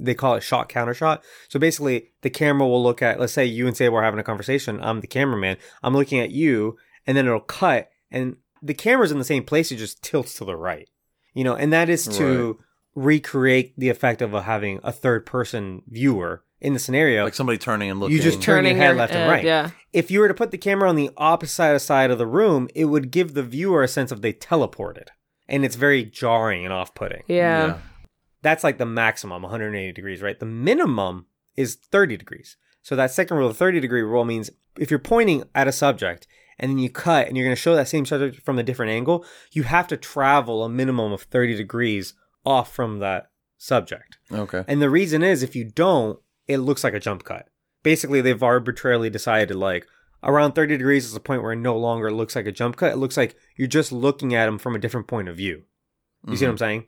[SPEAKER 1] They call it shot counter shot. So basically, the camera will look at, let's say you and Sable are having a conversation. I'm the cameraman. I'm looking at you, and then it'll cut, and the camera's in the same place. It just tilts to the right, you know, and that is to recreate the effect of a, having a third person viewer in the scenario.
[SPEAKER 2] like somebody turning and looking.
[SPEAKER 1] You just turn your head left and right.
[SPEAKER 3] Yeah.
[SPEAKER 1] if you were to put the camera on the opposite side of the room, it would give the viewer a sense of they teleported. And it's very jarring and off putting.
[SPEAKER 3] Yeah.
[SPEAKER 1] that's like the maximum 180 degrees, right? The minimum is 30 degrees. So that second rule, the 30 degree rule, means if you're pointing at a subject and then you cut and you're going to show that same subject from a different angle, you have to travel a minimum of 30 degrees off from that subject.
[SPEAKER 2] Yeah. Okay.
[SPEAKER 1] And the reason is if you don't, it looks like a jump cut. Basically, they've arbitrarily decided like around 30 degrees is the point where it no longer looks like a jump cut. It looks like you're just looking at them from a different point of view. You see what I'm saying?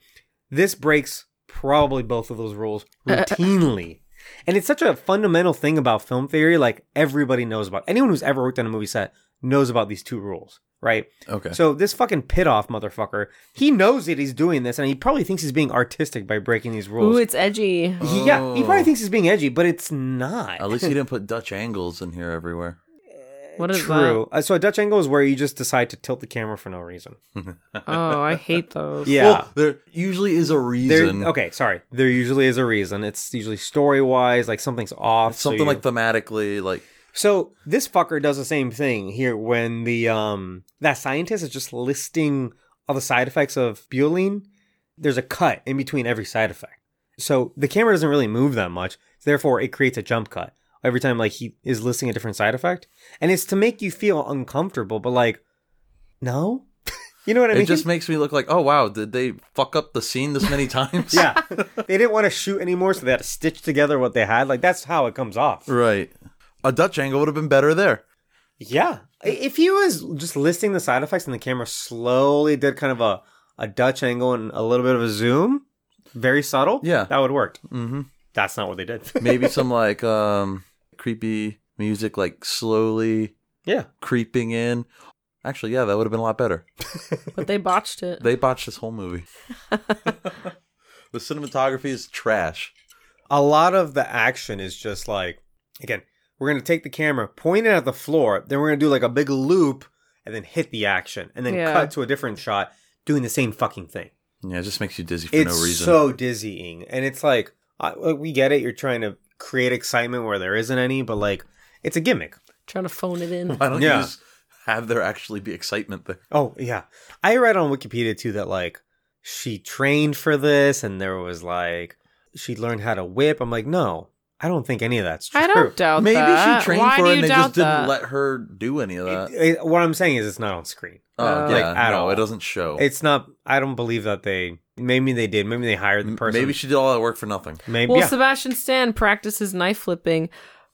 [SPEAKER 1] This breaks probably both of those rules routinely. and it's such a fundamental thing about film theory. Like everybody knows about anyone who's ever worked on a movie set knows about these two rules, right?
[SPEAKER 2] Mm. Okay.
[SPEAKER 1] So this fucking pit off motherfucker, he knows that he's doing this and he probably thinks he's being artistic by breaking these rules.
[SPEAKER 3] Ooh, it's edgy.
[SPEAKER 1] He- yeah, he probably
[SPEAKER 2] Oh.
[SPEAKER 1] thinks he's being edgy, but it's not.
[SPEAKER 2] At least he didn't put Dutch angles in here everywhere.
[SPEAKER 3] What is
[SPEAKER 1] True. Uh, so a Dutch angle is where you just decide to tilt the camera for no reason.
[SPEAKER 3] that? Oh, I hate those.
[SPEAKER 1] Yeah.
[SPEAKER 2] Well, there usually is a
[SPEAKER 1] There,
[SPEAKER 2] reason.
[SPEAKER 1] okay, sorry. There usually is a reason. It's usually story wise, like something's off. so
[SPEAKER 2] Something
[SPEAKER 1] you-
[SPEAKER 2] like thematically, like
[SPEAKER 1] So this fucker does the same thing here when the um that scientist is just listing all the side effects of butylene. There's a cut in between every side effect. So the camera doesn't really move that much. Therefore, it creates a jump cut every time like he is listing a different side effect. And it's to make you feel uncomfortable, but like no? you know what I
[SPEAKER 2] it
[SPEAKER 1] mean?
[SPEAKER 2] just makes me look like, oh wow, did they fuck up the scene this many times?
[SPEAKER 1] yeah. they didn't want to shoot anymore, so they had to stitch together what they had. Like that's how it comes off.
[SPEAKER 2] Right. A Dutch angle would have been better there.
[SPEAKER 1] Yeah. I- If he was just listing the side effects and the camera slowly did kind of a, a Dutch angle and a little bit of a zoom, very subtle,
[SPEAKER 2] Yeah.
[SPEAKER 1] that would work.
[SPEAKER 2] Mm-hmm.
[SPEAKER 1] That's not what they did.
[SPEAKER 2] Maybe some like um creepy music, like slowly
[SPEAKER 1] yeah.
[SPEAKER 2] creeping in. Actually, yeah, that would have been a lot better.
[SPEAKER 3] But they botched it.
[SPEAKER 2] They botched this whole movie. the cinematography is trash.
[SPEAKER 1] A lot of the action is just like, again, we're going to take the camera, point it at the floor, then we're going to do like a big loop and then hit the action and then
[SPEAKER 3] Yeah.
[SPEAKER 1] cut to a different shot doing the same fucking thing.
[SPEAKER 2] Yeah, it just makes you dizzy for
[SPEAKER 1] it's
[SPEAKER 2] no reason.
[SPEAKER 1] so dizzying and it's like I, like, we get it you're trying to create excitement where there isn't any but like it's a gimmick
[SPEAKER 3] Trying to phone it in.
[SPEAKER 2] Why don't
[SPEAKER 1] Yeah.
[SPEAKER 2] you just have there actually be excitement there?
[SPEAKER 1] oh yeah i read on wikipedia too that like she trained for this and there was like she learned how to whip i'm like no i don't think any of that's true
[SPEAKER 3] I don't doubt
[SPEAKER 2] Maybe
[SPEAKER 3] that.
[SPEAKER 2] she trained
[SPEAKER 3] Why
[SPEAKER 2] for it
[SPEAKER 3] do you
[SPEAKER 2] and they
[SPEAKER 3] doubt
[SPEAKER 2] just didn't
[SPEAKER 3] that?
[SPEAKER 2] let her do any of that.
[SPEAKER 1] It- it- what i'm saying is it's not on screen
[SPEAKER 2] oh,
[SPEAKER 3] Uh,
[SPEAKER 2] yeah,
[SPEAKER 1] like, at
[SPEAKER 2] no,
[SPEAKER 1] all.
[SPEAKER 2] it doesn't show.
[SPEAKER 1] it's not i don't believe that they maybe they did maybe they hired the
[SPEAKER 2] M-
[SPEAKER 1] person
[SPEAKER 2] Maybe she did all that work for nothing.
[SPEAKER 1] maybe
[SPEAKER 3] Well,
[SPEAKER 1] yeah.
[SPEAKER 3] Sebastian Stan practices knife flipping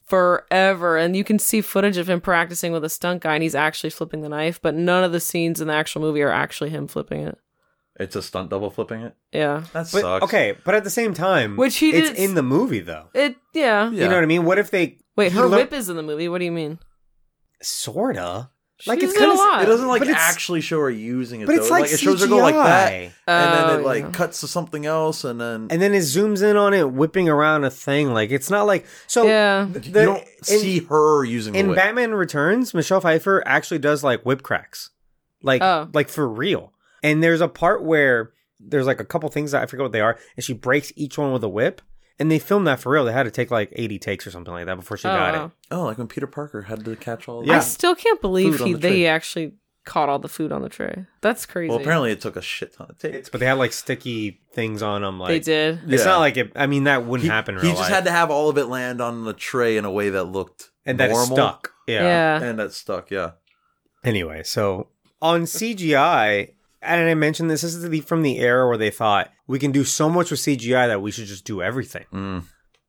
[SPEAKER 3] forever, and you can see footage of him practicing with a stunt guy, and he's actually flipping the knife. But none of the scenes in the actual movie are actually him flipping it.
[SPEAKER 2] It's a stunt double flipping it.
[SPEAKER 3] Yeah,
[SPEAKER 2] That
[SPEAKER 1] but,
[SPEAKER 2] sucks.
[SPEAKER 1] okay but at the same
[SPEAKER 2] Mm.
[SPEAKER 1] time
[SPEAKER 3] Which he
[SPEAKER 1] it's
[SPEAKER 3] did-
[SPEAKER 1] in the movie though
[SPEAKER 3] it. Yeah.
[SPEAKER 2] Yeah.
[SPEAKER 1] you know what i mean what if they
[SPEAKER 3] Wait,
[SPEAKER 1] he
[SPEAKER 3] her
[SPEAKER 1] lear-
[SPEAKER 3] whip is in the movie. What do you mean?
[SPEAKER 1] sorta Like,
[SPEAKER 3] Like
[SPEAKER 1] it's
[SPEAKER 3] it's in a
[SPEAKER 1] kinda-
[SPEAKER 3] lot.
[SPEAKER 2] It doesn't like
[SPEAKER 1] But it's-
[SPEAKER 2] actually show her using it.
[SPEAKER 1] but
[SPEAKER 2] though.
[SPEAKER 1] it's like,
[SPEAKER 2] it shows her go like that,
[SPEAKER 1] CGI.
[SPEAKER 2] and then
[SPEAKER 3] Oh,
[SPEAKER 2] it like
[SPEAKER 3] yeah.
[SPEAKER 2] cuts to something else, and then
[SPEAKER 1] and then it zooms in on it whipping around a thing like it's not like so
[SPEAKER 3] Yeah.
[SPEAKER 1] th-
[SPEAKER 2] you
[SPEAKER 1] the-
[SPEAKER 2] don't
[SPEAKER 1] in,
[SPEAKER 2] see her using the
[SPEAKER 1] in
[SPEAKER 2] whip.
[SPEAKER 1] batman returns michelle pfeiffer actually does like whip cracks like
[SPEAKER 3] Oh.
[SPEAKER 1] like for real and there's a part where There's like a couple things that I forget what they are, and she breaks each one with a whip. And they filmed that for real. They had to take like 80 takes or something like that before she
[SPEAKER 3] Oh,
[SPEAKER 1] got
[SPEAKER 3] wow.
[SPEAKER 1] it.
[SPEAKER 2] Oh, like when Peter Parker had to catch all.
[SPEAKER 1] Yeah.
[SPEAKER 3] I still can't believe
[SPEAKER 2] Food on
[SPEAKER 3] he
[SPEAKER 2] the
[SPEAKER 3] they
[SPEAKER 2] tray.
[SPEAKER 3] actually caught all the food on the tray. That's crazy.
[SPEAKER 2] Well, apparently it took a shit ton of takes.
[SPEAKER 1] But they had like sticky things on them. Like
[SPEAKER 3] they did.
[SPEAKER 1] It's
[SPEAKER 2] Yeah.
[SPEAKER 1] not like it. I mean, that wouldn't
[SPEAKER 2] He,
[SPEAKER 1] happen. In
[SPEAKER 2] he
[SPEAKER 1] real
[SPEAKER 2] just
[SPEAKER 1] life.
[SPEAKER 2] had to have all of it land on the tray in a way that looked
[SPEAKER 1] and that it
[SPEAKER 2] normal.
[SPEAKER 1] stuck. Yeah.
[SPEAKER 3] Yeah.
[SPEAKER 2] and that stuck. Yeah,
[SPEAKER 1] Anyway, so on CGI, and I mentioned this. This is the, from the era where they thought we can do so much with CGI that we should just do everything.
[SPEAKER 2] Mm.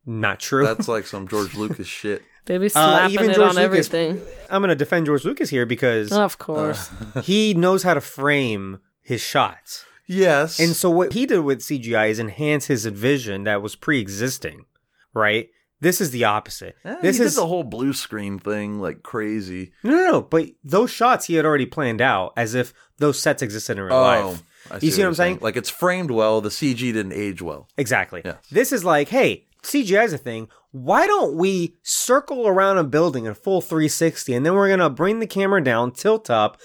[SPEAKER 1] Not true.
[SPEAKER 2] that's like some George Lucas shit.
[SPEAKER 3] They be slapping
[SPEAKER 1] uh, even
[SPEAKER 3] it
[SPEAKER 1] George
[SPEAKER 3] on
[SPEAKER 1] Lucas-
[SPEAKER 3] everything.
[SPEAKER 1] I'm going to defend George Lucas here because
[SPEAKER 3] Of course.
[SPEAKER 1] uh, he knows how to frame his shots.
[SPEAKER 2] Yes,
[SPEAKER 1] And so what he did with CGI is enhance his vision that was pre-existing, right? This is the opposite.
[SPEAKER 2] Eh,
[SPEAKER 1] this
[SPEAKER 2] he
[SPEAKER 1] is
[SPEAKER 2] did the whole blue screen thing like crazy.
[SPEAKER 1] no, no, no. But those shots he had already planned out as if those sets existed in real life.
[SPEAKER 2] Oh, I
[SPEAKER 1] see what
[SPEAKER 2] you're
[SPEAKER 1] I'm saying?
[SPEAKER 2] Like it's framed well. The CG didn't age well.
[SPEAKER 1] Exactly.
[SPEAKER 2] Yes.
[SPEAKER 1] This is like, hey, CGI is a thing. Why don't we circle around a building in full 360 and then we're going to bring the camera down, tilt up,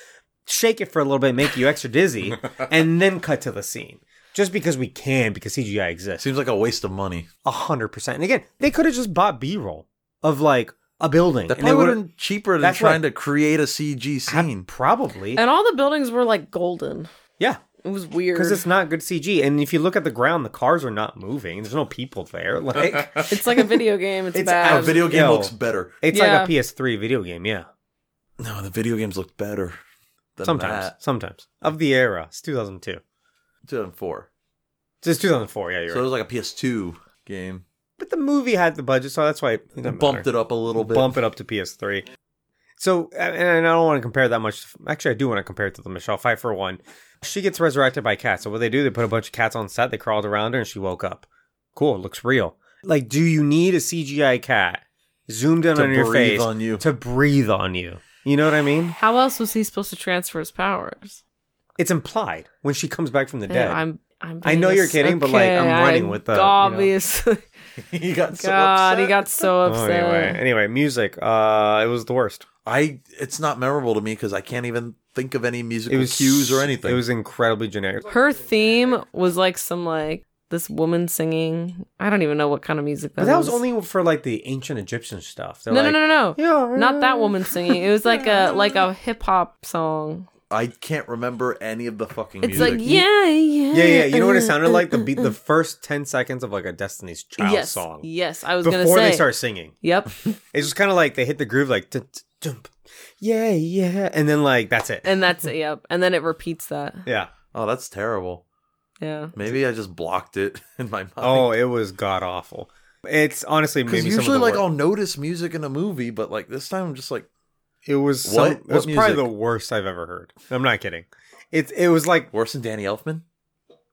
[SPEAKER 1] shake it for a little bit, make you extra dizzy, and then cut to the scene? Just because we can, because CGI exists.
[SPEAKER 2] Seems like a waste of money.
[SPEAKER 1] A 100%. And again, they could have just bought B roll of like a building.
[SPEAKER 2] That
[SPEAKER 1] and they
[SPEAKER 2] probably would
[SPEAKER 1] would've-
[SPEAKER 2] have been cheaper than
[SPEAKER 1] That's
[SPEAKER 2] trying
[SPEAKER 1] right.
[SPEAKER 2] to create a CG scene.
[SPEAKER 1] Probably.
[SPEAKER 3] And all the buildings were like golden.
[SPEAKER 1] yeah.
[SPEAKER 3] It was weird.
[SPEAKER 1] Because it's not good CG. And if you look at the ground, the cars are not moving. There's no people there. Like,
[SPEAKER 3] It's like a video game. It's,
[SPEAKER 1] It's
[SPEAKER 3] bad.
[SPEAKER 1] out
[SPEAKER 2] A video game
[SPEAKER 1] Yo.
[SPEAKER 2] looks better.
[SPEAKER 1] it's
[SPEAKER 3] Yeah.
[SPEAKER 1] like a PS3 video game. Yeah.
[SPEAKER 2] No, the video games look better than
[SPEAKER 1] sometimes,
[SPEAKER 2] that.
[SPEAKER 1] sometimes of the era. It's 2002.
[SPEAKER 2] 2004.
[SPEAKER 1] It's 2004. Yeah, you're
[SPEAKER 2] So it
[SPEAKER 1] right.
[SPEAKER 2] was like a PS2 game.
[SPEAKER 1] But the movie had the budget, so that's why it doesn't
[SPEAKER 2] Bumped
[SPEAKER 1] matter.
[SPEAKER 2] it up a little bit.
[SPEAKER 1] Bump it up to PS3. So, and and I don't want to compare that much. Actually, I do want to compare it to the Michelle Pfeiffer one. She gets resurrected by cats. So what they do, they put a bunch of cats on set. They crawled around her, and she woke up. Cool, it looks real. Like, do you need a CGI cat zoomed in
[SPEAKER 2] To
[SPEAKER 1] on your
[SPEAKER 2] breathe
[SPEAKER 1] face
[SPEAKER 2] on you.
[SPEAKER 1] to breathe on you? You know what I mean?
[SPEAKER 3] How else was he supposed to transfer his powers?
[SPEAKER 1] It's implied when she comes back from the dead.
[SPEAKER 3] Yeah, I'm. I'm
[SPEAKER 1] I know
[SPEAKER 3] being
[SPEAKER 1] you're
[SPEAKER 3] s-
[SPEAKER 1] kidding, but, like, I'm
[SPEAKER 3] okay,
[SPEAKER 1] running with the, you know.
[SPEAKER 3] Obviously,
[SPEAKER 2] he got so
[SPEAKER 3] God, he
[SPEAKER 2] upset.
[SPEAKER 3] got so
[SPEAKER 1] Oh,
[SPEAKER 3] upset.
[SPEAKER 1] anyway, anyway, music. Uh, it was the worst.
[SPEAKER 2] I. It's not memorable to me because I can't even think of any
[SPEAKER 1] It
[SPEAKER 2] musical
[SPEAKER 1] was
[SPEAKER 2] cues or anything.
[SPEAKER 1] It was incredibly generic.
[SPEAKER 3] Her theme was like some like this woman singing. I don't even know what kind of music that,
[SPEAKER 1] But that was only for like the ancient Egyptian stuff. They're
[SPEAKER 3] No, no,
[SPEAKER 1] like,
[SPEAKER 3] no, no, no.
[SPEAKER 1] Yeah,
[SPEAKER 3] Not that woman singing. It was like a like a hip hop song.
[SPEAKER 2] I can't remember any of the fucking.
[SPEAKER 3] It's
[SPEAKER 2] music.
[SPEAKER 3] like yeah, yeah,
[SPEAKER 1] Yeah, yeah. You know what it
[SPEAKER 3] uh,
[SPEAKER 1] sounded
[SPEAKER 3] uh,
[SPEAKER 1] like? The
[SPEAKER 3] uh,
[SPEAKER 1] beat, the first ten seconds of like a Destiny's Child
[SPEAKER 3] yes,
[SPEAKER 1] song.
[SPEAKER 3] Yes, I was gonna
[SPEAKER 1] Before
[SPEAKER 3] say.
[SPEAKER 1] they start singing,
[SPEAKER 3] Yep,
[SPEAKER 1] it's just kind of like they hit the groove, like dun, dun, dun, yeah, yeah, and then like that's it.
[SPEAKER 3] and that's it. Yep, and then it repeats that.
[SPEAKER 1] Yeah.
[SPEAKER 2] Oh, that's terrible.
[SPEAKER 3] Yeah.
[SPEAKER 2] Maybe I just blocked it in my mind.
[SPEAKER 1] Oh, it was god awful. It's honestly
[SPEAKER 2] because
[SPEAKER 1] maybe
[SPEAKER 2] usually like
[SPEAKER 1] oh,
[SPEAKER 2] I'll notice music in a movie, but like this time I'm just like,
[SPEAKER 1] it was some,
[SPEAKER 2] What-
[SPEAKER 1] it was
[SPEAKER 2] what
[SPEAKER 1] probably
[SPEAKER 2] music?
[SPEAKER 1] the worst I've ever heard. I'm not kidding. It's it was like
[SPEAKER 2] worse than Danny Elfman.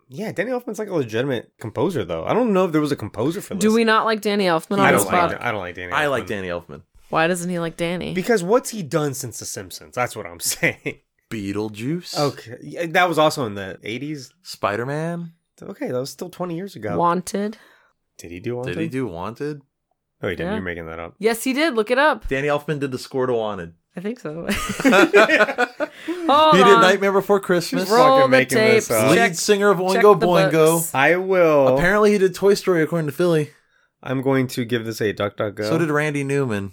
[SPEAKER 1] yeah, Danny Elfman's like a legitimate composer though. I don't know if there was a composer for this.
[SPEAKER 3] Do we not like Danny Elfman on
[SPEAKER 1] I
[SPEAKER 3] this
[SPEAKER 1] don't
[SPEAKER 3] spot?
[SPEAKER 1] like. I don't like Danny.
[SPEAKER 2] I like
[SPEAKER 1] Elfman.
[SPEAKER 2] Danny Elfman.
[SPEAKER 3] Why doesn't he like Danny?
[SPEAKER 1] because what's he done since The Simpsons? That's what I'm saying.
[SPEAKER 2] Beetlejuice.
[SPEAKER 1] Oh, Okay, yeah, that was also in the '80s.
[SPEAKER 2] Spider Man.
[SPEAKER 1] Okay, that was still 20 years ago.
[SPEAKER 3] Wanted.
[SPEAKER 1] Did he do Wanted?
[SPEAKER 2] Did he do Wanted?
[SPEAKER 1] Oh, he didn't.
[SPEAKER 3] Yeah.
[SPEAKER 1] You're making that up.
[SPEAKER 3] Yes, he did. Look it up.
[SPEAKER 2] Danny Elfman did the score to Wanted.
[SPEAKER 3] I think so.
[SPEAKER 2] he
[SPEAKER 3] Hold
[SPEAKER 2] did
[SPEAKER 3] on.
[SPEAKER 2] Nightmare Before Christmas.
[SPEAKER 1] She's wrong.
[SPEAKER 3] Roll
[SPEAKER 1] fucking
[SPEAKER 3] the
[SPEAKER 1] making this uh,
[SPEAKER 3] tapes.
[SPEAKER 1] up.
[SPEAKER 2] Lead
[SPEAKER 3] Check.
[SPEAKER 2] singer of
[SPEAKER 3] check
[SPEAKER 2] Oingo
[SPEAKER 3] the
[SPEAKER 2] Boingo.
[SPEAKER 3] books.
[SPEAKER 1] I will.
[SPEAKER 2] Apparently, he did Toy Story according to Philly.
[SPEAKER 1] I'm going to give this a DuckDuckGo.
[SPEAKER 2] So did Randy Newman.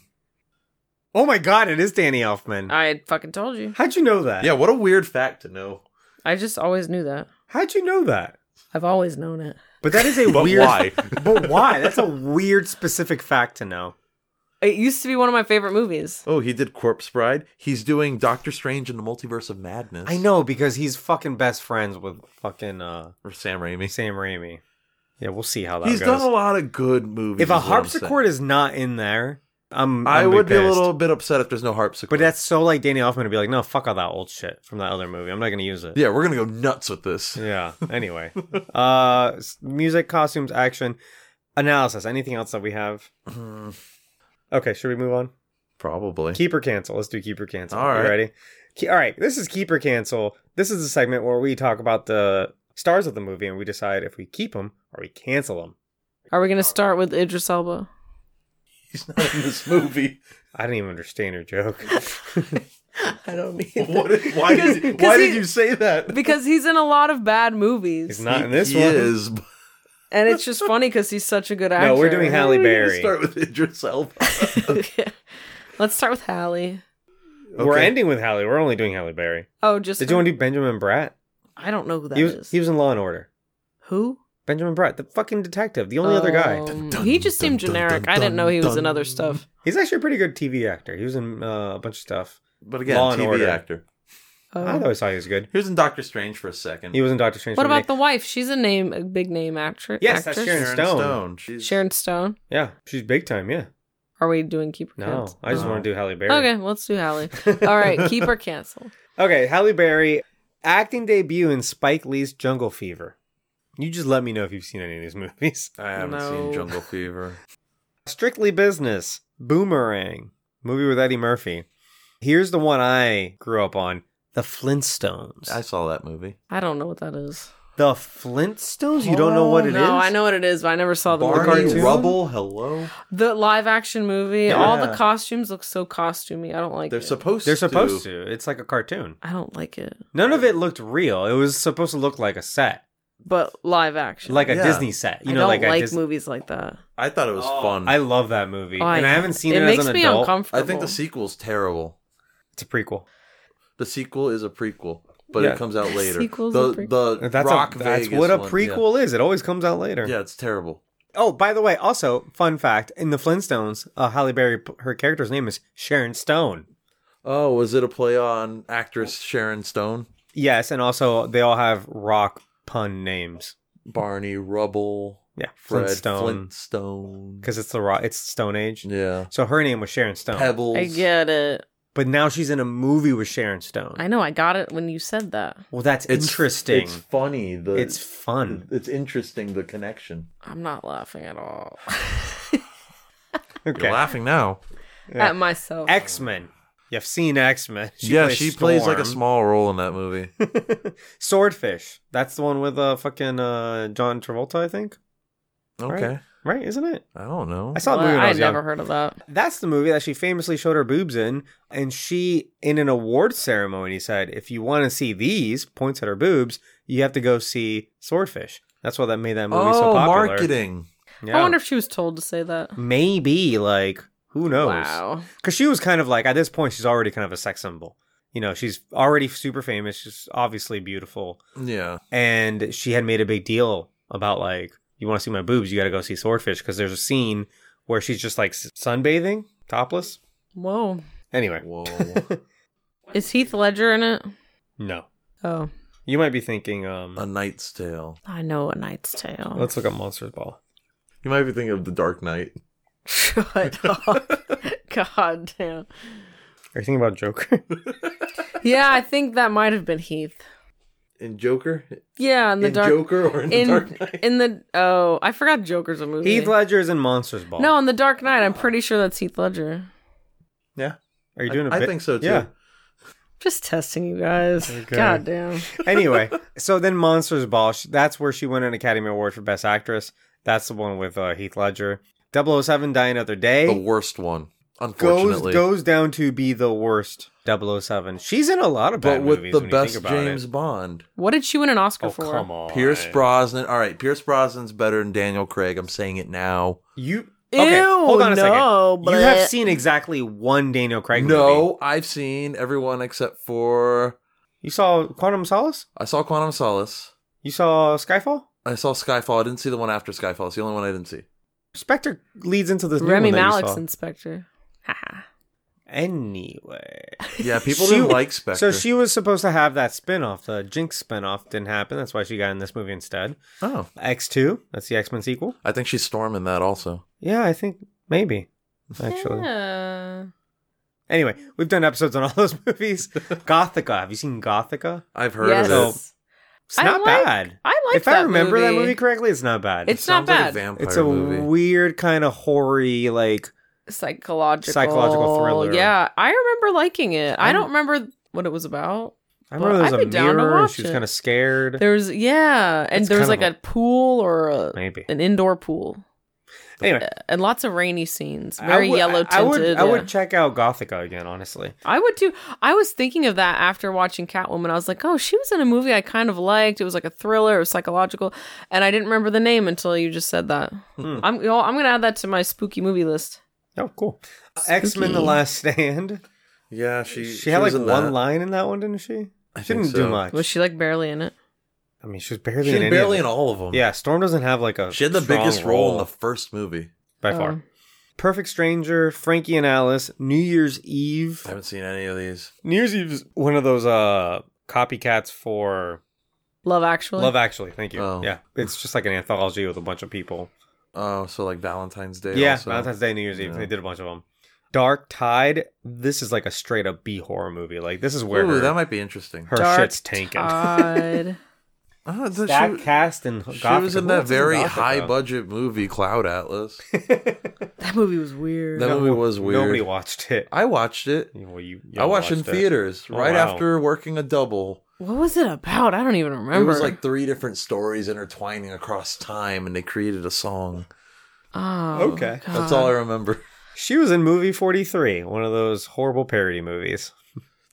[SPEAKER 1] oh my God! It is Danny Elfman.
[SPEAKER 3] I fucking told you.
[SPEAKER 1] How'd you know that?
[SPEAKER 2] Yeah, what a weird fact to know.
[SPEAKER 3] I just always knew that.
[SPEAKER 1] How'd you know that?
[SPEAKER 3] I've always known it.
[SPEAKER 1] But that is a
[SPEAKER 2] But
[SPEAKER 1] weird.
[SPEAKER 2] why?
[SPEAKER 1] but why? That's a weird specific fact to know.
[SPEAKER 3] It used to be one of my favorite movies.
[SPEAKER 2] Oh, he did Corpse Bride. He's doing Doctor Strange in the Multiverse of Madness.
[SPEAKER 1] I know because he's fucking best friends with fucking uh,
[SPEAKER 2] Or Sam Raimi.
[SPEAKER 1] Sam Raimi. Yeah, we'll see how that
[SPEAKER 2] He's
[SPEAKER 1] goes.
[SPEAKER 2] done a lot of good movies.
[SPEAKER 1] if a
[SPEAKER 2] is what I'm
[SPEAKER 1] harpsichord is not in there, I'm,
[SPEAKER 2] saying. I
[SPEAKER 1] I'm
[SPEAKER 2] would be a
[SPEAKER 1] pissed.
[SPEAKER 2] little bit upset if there's no harpsichord.
[SPEAKER 1] But that's so like Danny Elfman to be like, no, fuck all that old shit from that other movie. I'm not gonna use it.
[SPEAKER 2] yeah, we're gonna go nuts with this.
[SPEAKER 1] Yeah. Anyway, uh, s- music, costumes, action, analysis. Anything else that we have?
[SPEAKER 2] Mm,
[SPEAKER 1] Okay, should we move on?
[SPEAKER 2] Probably.
[SPEAKER 1] Keep or cancel. Let's do keep or cancel.
[SPEAKER 2] All
[SPEAKER 1] You
[SPEAKER 2] right.
[SPEAKER 1] ready? Ke- all right. This is keep or cancel. This is the segment where we talk about the stars of the movie and we decide if we keep them or we cancel them.
[SPEAKER 3] Are we going to start with Idris Elba?
[SPEAKER 2] He's not in this movie.
[SPEAKER 1] I didn't even understand your joke.
[SPEAKER 3] I don't need
[SPEAKER 2] What, why did, you-
[SPEAKER 3] 'cause
[SPEAKER 2] why
[SPEAKER 3] he-
[SPEAKER 2] did you say that?
[SPEAKER 3] because he's in a lot of bad movies,
[SPEAKER 1] He's not in this
[SPEAKER 2] he
[SPEAKER 1] one.
[SPEAKER 2] is. but
[SPEAKER 3] and it's just funny because he's such a good actor.
[SPEAKER 1] No, we're doing Halle Berry.
[SPEAKER 2] Start with Idris Elba.
[SPEAKER 3] okay. Let's start with Hallie.
[SPEAKER 1] We're
[SPEAKER 2] Okay.
[SPEAKER 1] ending with Halle. We're only doing Halle Berry.
[SPEAKER 3] Oh, just
[SPEAKER 1] Did you want to do Benjamin Bratt?
[SPEAKER 3] I don't know who that
[SPEAKER 1] He
[SPEAKER 3] is.
[SPEAKER 1] was, he was in Law and Order.
[SPEAKER 3] who?
[SPEAKER 1] Benjamin Bratt, the fucking detective, the only other guy.
[SPEAKER 3] Um,
[SPEAKER 2] dun,
[SPEAKER 3] he just
[SPEAKER 2] dun,
[SPEAKER 3] seemed
[SPEAKER 2] dun,
[SPEAKER 3] generic.
[SPEAKER 2] dun,
[SPEAKER 3] I didn't know he was
[SPEAKER 2] dun,
[SPEAKER 3] in other stuff.
[SPEAKER 1] He's actually a pretty good TV actor. He was in uh, a bunch of stuff.
[SPEAKER 2] But again,
[SPEAKER 1] Law and
[SPEAKER 2] TV
[SPEAKER 1] Order.
[SPEAKER 2] actor.
[SPEAKER 3] Oh.
[SPEAKER 1] I always thought he was good.
[SPEAKER 2] He was in Doctor Strange for a second.
[SPEAKER 1] He was in Doctor Strange.
[SPEAKER 3] what
[SPEAKER 1] for a
[SPEAKER 3] about
[SPEAKER 1] day.
[SPEAKER 3] the wife? She's a name, a big name actress.
[SPEAKER 1] Yes, that's
[SPEAKER 3] actress.
[SPEAKER 1] Sharon Stone.
[SPEAKER 2] She's
[SPEAKER 3] Sharon Stone.
[SPEAKER 1] Yeah, she's big time. Yeah.
[SPEAKER 3] Are we doing keep or
[SPEAKER 1] No,
[SPEAKER 3] cancel?
[SPEAKER 1] I just
[SPEAKER 2] No.
[SPEAKER 1] want to do Halle Berry.
[SPEAKER 3] Oh. Okay, let's do Hallie. All right, keep or cancel.
[SPEAKER 1] Okay, Halle Berry, acting debut in Spike Lee's Jungle Fever. You just let me know if you've seen any of these movies.
[SPEAKER 2] I haven't
[SPEAKER 3] No.
[SPEAKER 2] seen Jungle Fever.
[SPEAKER 1] Strictly Business, Boomerang, movie with Eddie Murphy. Here's the one I grew up on The Flintstones.
[SPEAKER 2] I saw that movie.
[SPEAKER 3] I don't know what that is.
[SPEAKER 1] the Flintstones? You don't know what it is?
[SPEAKER 3] Oh, no, I know what it is, but I never saw the
[SPEAKER 1] Barney
[SPEAKER 3] movie.
[SPEAKER 1] cartoon?
[SPEAKER 2] Rubble. Hello.
[SPEAKER 3] The live action movie. All the
[SPEAKER 2] Yeah.
[SPEAKER 3] costumes look so costumey. I don't like uh,
[SPEAKER 2] They're
[SPEAKER 3] it.
[SPEAKER 2] supposed.
[SPEAKER 1] They're supposed to. It's like a cartoon.
[SPEAKER 3] I don't like it.
[SPEAKER 1] None of it looked real. It was supposed to look like a set,
[SPEAKER 3] But live action.
[SPEAKER 1] like a
[SPEAKER 2] Yeah.
[SPEAKER 1] Disney set. You
[SPEAKER 3] I
[SPEAKER 1] know,
[SPEAKER 3] don't
[SPEAKER 1] like
[SPEAKER 3] like,
[SPEAKER 1] a Disney.
[SPEAKER 3] movies like that.
[SPEAKER 2] I thought it was fun.
[SPEAKER 1] I love that movie,
[SPEAKER 3] Oh,
[SPEAKER 1] and I haven't seen it,
[SPEAKER 3] it
[SPEAKER 1] as
[SPEAKER 3] makes
[SPEAKER 1] an
[SPEAKER 3] me
[SPEAKER 1] adult.
[SPEAKER 3] uncomfortable.
[SPEAKER 2] I think the sequel's terrible.
[SPEAKER 1] It's a prequel.
[SPEAKER 2] The sequel is a prequel, but
[SPEAKER 1] Yeah.
[SPEAKER 2] it comes out
[SPEAKER 3] The
[SPEAKER 2] later.
[SPEAKER 3] sequel's
[SPEAKER 2] the
[SPEAKER 3] a prequel.
[SPEAKER 2] the
[SPEAKER 1] That's
[SPEAKER 2] Rock
[SPEAKER 1] a, that's
[SPEAKER 2] Vegas
[SPEAKER 1] what a
[SPEAKER 2] one, yeah.
[SPEAKER 1] prequel is. It always comes out later.
[SPEAKER 2] Yeah. it's terrible.
[SPEAKER 1] Oh, by the way, also fun fact: in the Flintstones, uh, Halle Berry, her character's name is Sharon Stone.
[SPEAKER 2] Oh, was it a play on actress Sharon Stone?
[SPEAKER 1] Yes, and also they all have rock pun names
[SPEAKER 2] Barney Rubble.
[SPEAKER 1] Yeah,
[SPEAKER 2] Fred
[SPEAKER 1] Flintstone.
[SPEAKER 2] Flintstone.
[SPEAKER 1] because it's the rock. It's Stone Age.
[SPEAKER 2] Yeah.
[SPEAKER 1] So her name was Sharon Stone,
[SPEAKER 2] Pebbles.
[SPEAKER 3] I get it.
[SPEAKER 1] but now she's in a movie with Sharon Stone.
[SPEAKER 3] I know. I got it when you said that.
[SPEAKER 1] Well, that's interesting.
[SPEAKER 2] It's funny. The
[SPEAKER 1] it's fun.
[SPEAKER 2] it's interesting the connection.
[SPEAKER 3] I'm not laughing at all
[SPEAKER 1] Okay.
[SPEAKER 2] laughing now.
[SPEAKER 1] Yeah.
[SPEAKER 3] at myself.
[SPEAKER 1] X Men. You've seen X Men.
[SPEAKER 2] yeah, she plays like a
[SPEAKER 1] Storm.
[SPEAKER 2] small role in that movie.
[SPEAKER 1] Swordfish. That's the one with uh fucking uh John Travolta, I think.
[SPEAKER 2] Okay.
[SPEAKER 1] Right, isn't it?
[SPEAKER 2] I don't know.
[SPEAKER 1] I saw the
[SPEAKER 3] Well,
[SPEAKER 1] movie when I
[SPEAKER 3] I
[SPEAKER 1] was
[SPEAKER 3] had
[SPEAKER 1] young.
[SPEAKER 3] never heard of that.
[SPEAKER 1] That's the movie that she famously showed her boobs in, and she in an award ceremony said, "If you want to see these," points at her boobs, "you have to go see Swordfish." That's why that made that movie
[SPEAKER 2] oh,
[SPEAKER 1] so popular.
[SPEAKER 2] marketing.
[SPEAKER 1] Yeah.
[SPEAKER 3] I wonder if she was told to say that.
[SPEAKER 1] maybe like who knows?
[SPEAKER 3] Wow.
[SPEAKER 1] because she was kind of like at this point she's already kind of a sex symbol you know she's already super famous she's obviously beautiful
[SPEAKER 2] Yeah.
[SPEAKER 1] and she had made a big deal about like you want to see my boobs you got to go see swordfish because there's a scene where she's just like s- sunbathing topless
[SPEAKER 3] Whoa.
[SPEAKER 1] anyway
[SPEAKER 2] Whoa.
[SPEAKER 3] Is Heath Ledger in it?
[SPEAKER 1] no
[SPEAKER 3] Oh,
[SPEAKER 1] you might be thinking um
[SPEAKER 2] a Knight's Tale.
[SPEAKER 3] I know a Knight's Tale.
[SPEAKER 1] let's look up monsters ball
[SPEAKER 2] You might be thinking of The Dark Knight.
[SPEAKER 3] Shut up. God damn.
[SPEAKER 1] are you thinking about joker
[SPEAKER 3] Yeah, I think that might have been Heath.
[SPEAKER 2] In Joker?
[SPEAKER 3] Yeah, in the
[SPEAKER 2] in
[SPEAKER 3] dark.
[SPEAKER 2] Joker or in,
[SPEAKER 3] in
[SPEAKER 2] The Dark Knight?
[SPEAKER 3] in the oh, I forgot Joker's a movie.
[SPEAKER 1] heath ledger is in monsters ball
[SPEAKER 3] No, in the Dark Knight, I'm pretty sure that's Heath Ledger.
[SPEAKER 2] Yeah.
[SPEAKER 1] are you doing a
[SPEAKER 2] I- I
[SPEAKER 1] bit?
[SPEAKER 2] think so, too.
[SPEAKER 1] yeah
[SPEAKER 3] Just testing you guys.
[SPEAKER 1] Okay.
[SPEAKER 3] God damn.
[SPEAKER 1] anyway, so then Monsters Ball, sh- that's where she won an Academy Award for Best Actress. That's the one with uh, Heath Ledger. 007 Die Another
[SPEAKER 2] The
[SPEAKER 1] Day
[SPEAKER 2] worst one,
[SPEAKER 1] goes
[SPEAKER 2] unfortunately.
[SPEAKER 1] goes down to be the worst 007. She's in a lot of bad
[SPEAKER 2] but with
[SPEAKER 1] movies
[SPEAKER 2] the
[SPEAKER 1] when
[SPEAKER 2] best
[SPEAKER 1] you think about
[SPEAKER 2] James
[SPEAKER 1] it.
[SPEAKER 2] Bond.
[SPEAKER 3] What did she win an Oscar
[SPEAKER 1] Oh,
[SPEAKER 3] for?
[SPEAKER 1] come on.
[SPEAKER 2] Pierce Brosnan. All right, Pierce Brosnan's better than Daniel Craig. I'm saying it now.
[SPEAKER 1] You
[SPEAKER 3] Ew,
[SPEAKER 1] Okay, hold on a
[SPEAKER 3] no,
[SPEAKER 1] second. You have
[SPEAKER 3] bleh.
[SPEAKER 1] seen exactly one Daniel Craig
[SPEAKER 2] no,
[SPEAKER 1] movie.
[SPEAKER 2] I've seen everyone except for
[SPEAKER 1] You saw Quantum of Solace?
[SPEAKER 2] I saw Quantum of Solace.
[SPEAKER 1] You saw Skyfall?
[SPEAKER 2] I saw Skyfall. I didn't see the one after Skyfall. It's the only one I didn't see.
[SPEAKER 1] Spectre leads into this new
[SPEAKER 3] Remy
[SPEAKER 1] one that you
[SPEAKER 3] Malek's
[SPEAKER 1] saw.
[SPEAKER 3] inspector. Ah. Haha.
[SPEAKER 1] Anyway.
[SPEAKER 2] Yeah, people
[SPEAKER 1] She-
[SPEAKER 2] didn't like Spectre.
[SPEAKER 1] So she was supposed to have that spin-off, the Jinx spin-off didn't happen. That's why she got in this movie instead.
[SPEAKER 2] Oh,
[SPEAKER 1] X2, that's the X-Men sequel.
[SPEAKER 2] I think she's storming that also.
[SPEAKER 1] Yeah, I think maybe actually.
[SPEAKER 3] Yeah.
[SPEAKER 1] Anyway, we've done episodes on all those movies. Gothica, have you seen Gothica?
[SPEAKER 2] I've heard
[SPEAKER 3] yes.
[SPEAKER 2] of it.
[SPEAKER 1] So- It's
[SPEAKER 3] I
[SPEAKER 1] not
[SPEAKER 3] like-
[SPEAKER 1] bad.
[SPEAKER 3] I like
[SPEAKER 1] if I remember that movie correctly, it's not bad.
[SPEAKER 3] It's not
[SPEAKER 2] Sounds like a
[SPEAKER 3] bad.
[SPEAKER 2] vampire
[SPEAKER 1] it's a
[SPEAKER 2] movie.
[SPEAKER 1] weird kind of hoary like
[SPEAKER 3] psychological
[SPEAKER 1] Psychological thriller.
[SPEAKER 3] Yeah, I remember liking it. I don't remember what it was about.
[SPEAKER 1] I remember
[SPEAKER 3] Well,
[SPEAKER 1] there was
[SPEAKER 3] I'd be
[SPEAKER 1] a
[SPEAKER 3] down to
[SPEAKER 1] mirror and
[SPEAKER 3] watch
[SPEAKER 1] she was
[SPEAKER 3] it.
[SPEAKER 1] kind of scared.
[SPEAKER 3] There was yeah, and
[SPEAKER 1] It's
[SPEAKER 3] there was
[SPEAKER 1] kind
[SPEAKER 3] like
[SPEAKER 1] of
[SPEAKER 3] a pool or a,
[SPEAKER 1] maybe.
[SPEAKER 3] an indoor pool.
[SPEAKER 1] Anyway,
[SPEAKER 3] and lots of rainy scenes,
[SPEAKER 1] I
[SPEAKER 3] very
[SPEAKER 1] would-
[SPEAKER 3] yellow tinted.
[SPEAKER 1] I would, I
[SPEAKER 3] yeah.
[SPEAKER 1] would check out Gothica again, honestly.
[SPEAKER 3] I would too. I was thinking of that after watching Catwoman. I was like, oh, she was in a movie I kind of liked. It was like a thriller, it was psychological, and I didn't remember the name until you just said that.
[SPEAKER 1] Hmm.
[SPEAKER 3] I'm you know, I'm gonna add that to my spooky movie list.
[SPEAKER 1] Oh, cool. X Men: The Last Stand.
[SPEAKER 2] Yeah, she
[SPEAKER 1] She, had like one
[SPEAKER 2] was in that.
[SPEAKER 1] line in that one, didn't she?
[SPEAKER 2] I
[SPEAKER 1] she
[SPEAKER 2] think
[SPEAKER 1] didn't do
[SPEAKER 2] so.
[SPEAKER 1] much.
[SPEAKER 3] Was she like barely in it?
[SPEAKER 1] I mean, she was barely
[SPEAKER 2] She
[SPEAKER 1] in
[SPEAKER 2] was
[SPEAKER 1] any
[SPEAKER 2] barely
[SPEAKER 1] of
[SPEAKER 2] in
[SPEAKER 1] it.
[SPEAKER 2] all of them.
[SPEAKER 1] Yeah, Storm doesn't have like a.
[SPEAKER 2] she had the
[SPEAKER 1] strong
[SPEAKER 2] biggest role in the first movie.
[SPEAKER 1] by
[SPEAKER 3] Oh.
[SPEAKER 1] far. Perfect Stranger, Frankie and Alice, New Year's Eve.
[SPEAKER 2] I haven't seen any of these.
[SPEAKER 1] New Year's Eve is one of those uh copycats for
[SPEAKER 3] Love Actually.
[SPEAKER 1] Love Actually. Thank you.
[SPEAKER 2] Oh.
[SPEAKER 1] Yeah, it's just like an anthology with a bunch of people.
[SPEAKER 2] Oh, so like Valentine's Day.
[SPEAKER 1] yeah,
[SPEAKER 2] also.
[SPEAKER 1] Valentine's Day, New Year's Eve.
[SPEAKER 2] Yeah.
[SPEAKER 1] They did a bunch of them. Dark Tide. This is like a straight up B horror movie. Like this is where
[SPEAKER 2] Ooh,
[SPEAKER 1] her,
[SPEAKER 2] that might be interesting.
[SPEAKER 1] her
[SPEAKER 3] Dark
[SPEAKER 1] shit's tanking.
[SPEAKER 3] Tide.
[SPEAKER 2] Oh, the-
[SPEAKER 1] that
[SPEAKER 2] she,
[SPEAKER 1] cast and
[SPEAKER 2] she was in that very high budget movie, Cloud Atlas.
[SPEAKER 3] that movie was weird.
[SPEAKER 2] That movie was weird.
[SPEAKER 1] Nobody watched it.
[SPEAKER 2] I watched it.
[SPEAKER 1] Well, you, you
[SPEAKER 2] I watched, it in
[SPEAKER 1] watched
[SPEAKER 2] theaters
[SPEAKER 1] Oh,
[SPEAKER 2] right
[SPEAKER 1] wow.
[SPEAKER 2] after working a double.
[SPEAKER 3] what was it about? I don't even remember.
[SPEAKER 2] It was like three different stories intertwining across time, and they created a song.
[SPEAKER 3] oh,
[SPEAKER 1] Okay.
[SPEAKER 3] God.
[SPEAKER 2] That's all I remember.
[SPEAKER 1] She was in movie 43, one of those horrible parody movies.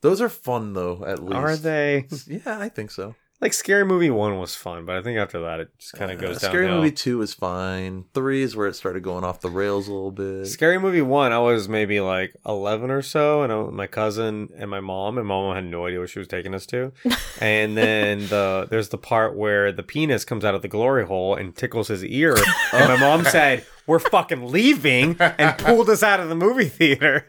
[SPEAKER 2] Those are fun though. At least
[SPEAKER 1] Are they?
[SPEAKER 2] Yeah, I think so.
[SPEAKER 1] Like Scary Movie 1 was fun, but I think after that it just kind of
[SPEAKER 2] Uh,
[SPEAKER 1] goes
[SPEAKER 2] Scary
[SPEAKER 1] downhill.
[SPEAKER 2] Movie Two was fine. Three is where it started going off the rails a little bit.
[SPEAKER 1] Scary Movie 1, I was maybe like 11 or so, and I, my cousin and my mom, and my mom had no idea what she was taking us to. And then the there's the part where the penis comes out of the glory hole and tickles his ear. And my mom said, We're fucking leaving, and pulled us out of the movie theater.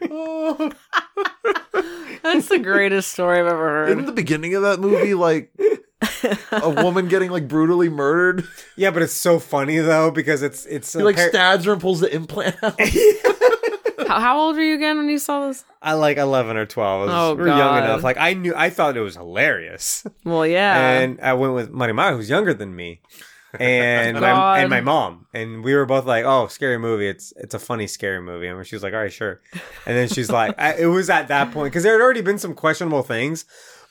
[SPEAKER 3] That's the greatest story I've ever heard.
[SPEAKER 2] Isn't the beginning of that movie like a woman getting like brutally murdered?
[SPEAKER 1] yeah, but it's so funny though, because it's. it's
[SPEAKER 2] He like stabs her and pulls the implant out.
[SPEAKER 3] how, how old were you again when you saw this?
[SPEAKER 1] I like eleven or twelve. I was-
[SPEAKER 3] Oh,
[SPEAKER 1] we were young
[SPEAKER 3] God.
[SPEAKER 1] enough. Like I knew, I thought it was hilarious,
[SPEAKER 3] Well, yeah.
[SPEAKER 1] and I went with Marimar, who's younger than me, and my,
[SPEAKER 3] God.
[SPEAKER 1] and my mom, and we were both like, "Oh, scary movie! It's it's a funny scary movie." And she was like, "All right, sure," and then she's like, I, "It was at that point because there had already been some questionable things,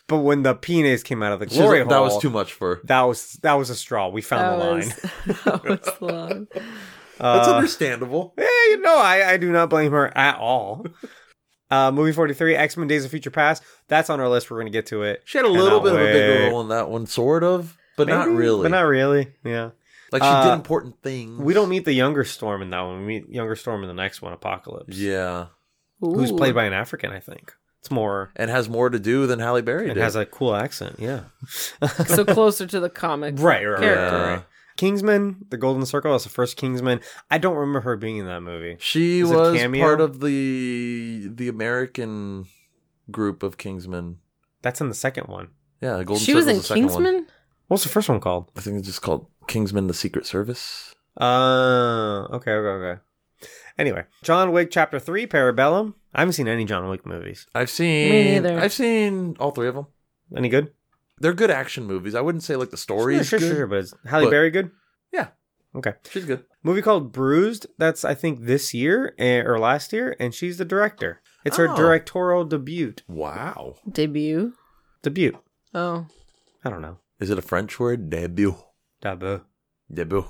[SPEAKER 1] but when the penis came out of the
[SPEAKER 2] She was
[SPEAKER 1] glory
[SPEAKER 2] like, that
[SPEAKER 1] hole,
[SPEAKER 2] was too much for her.
[SPEAKER 1] That was that was a straw. We found the line.
[SPEAKER 3] that was the line.
[SPEAKER 2] That's
[SPEAKER 1] Uh,
[SPEAKER 2] understandable.
[SPEAKER 1] Yeah, you know, I, I do not blame her at all. Uh, movie 43, X Men Days of Future Past. That's on our list. We're going to get to it.
[SPEAKER 2] She had a little
[SPEAKER 1] Cannot
[SPEAKER 2] bit of a
[SPEAKER 1] wait.
[SPEAKER 2] bigger role in that one, sort of, but not
[SPEAKER 1] Maybe,
[SPEAKER 2] really.
[SPEAKER 1] But not really. Yeah.
[SPEAKER 2] like she
[SPEAKER 1] uh,
[SPEAKER 2] did important things.
[SPEAKER 1] We don't meet the younger Storm in that one. We meet younger Storm in the next one, Apocalypse.
[SPEAKER 2] Yeah,
[SPEAKER 1] Who's
[SPEAKER 3] Ooh.
[SPEAKER 1] played by an African, I think. It's more.
[SPEAKER 2] and has more to do than Halle Berry
[SPEAKER 1] It
[SPEAKER 2] did.
[SPEAKER 1] has a cool accent. Yeah.
[SPEAKER 3] so closer to the comic.
[SPEAKER 1] Right, right, right,
[SPEAKER 3] Character.
[SPEAKER 2] uh,
[SPEAKER 1] right, right. Kingsman, The Golden Circle. That's the first Kingsman. I don't remember her being in that movie.
[SPEAKER 2] She
[SPEAKER 1] Is it
[SPEAKER 2] was
[SPEAKER 1] cameo?
[SPEAKER 2] part of the the American group of Kingsmen.
[SPEAKER 1] That's in the second one.
[SPEAKER 2] Yeah, Golden
[SPEAKER 3] she was in
[SPEAKER 2] Circle's the second one.
[SPEAKER 3] Kingsman.
[SPEAKER 1] What's the first one called?
[SPEAKER 2] I think it's just called Kingsman: The Secret Service.
[SPEAKER 1] Uh, okay, okay, okay. Anyway, John Wick Chapter 3, Parabellum. I haven't seen any John Wick movies.
[SPEAKER 2] I've seen.
[SPEAKER 3] Me neither.
[SPEAKER 2] I've seen all three of them.
[SPEAKER 1] Any good?
[SPEAKER 2] They're good action movies. I wouldn't say like the story
[SPEAKER 1] Sure,
[SPEAKER 2] is
[SPEAKER 1] sure,
[SPEAKER 2] good.
[SPEAKER 1] sure, but is Halle
[SPEAKER 2] But-
[SPEAKER 1] Berry good?
[SPEAKER 2] Yeah.
[SPEAKER 1] Okay.
[SPEAKER 2] She's good.
[SPEAKER 1] Movie called Bruised. That's I think this year eh, or last year, and she's the director. It's her
[SPEAKER 2] Oh.
[SPEAKER 1] directorial debut.
[SPEAKER 2] Wow.
[SPEAKER 3] Debut.
[SPEAKER 1] Debut.
[SPEAKER 3] Oh.
[SPEAKER 1] I don't know.
[SPEAKER 2] Is it a French word? Debut.
[SPEAKER 1] Debut.
[SPEAKER 2] Debut.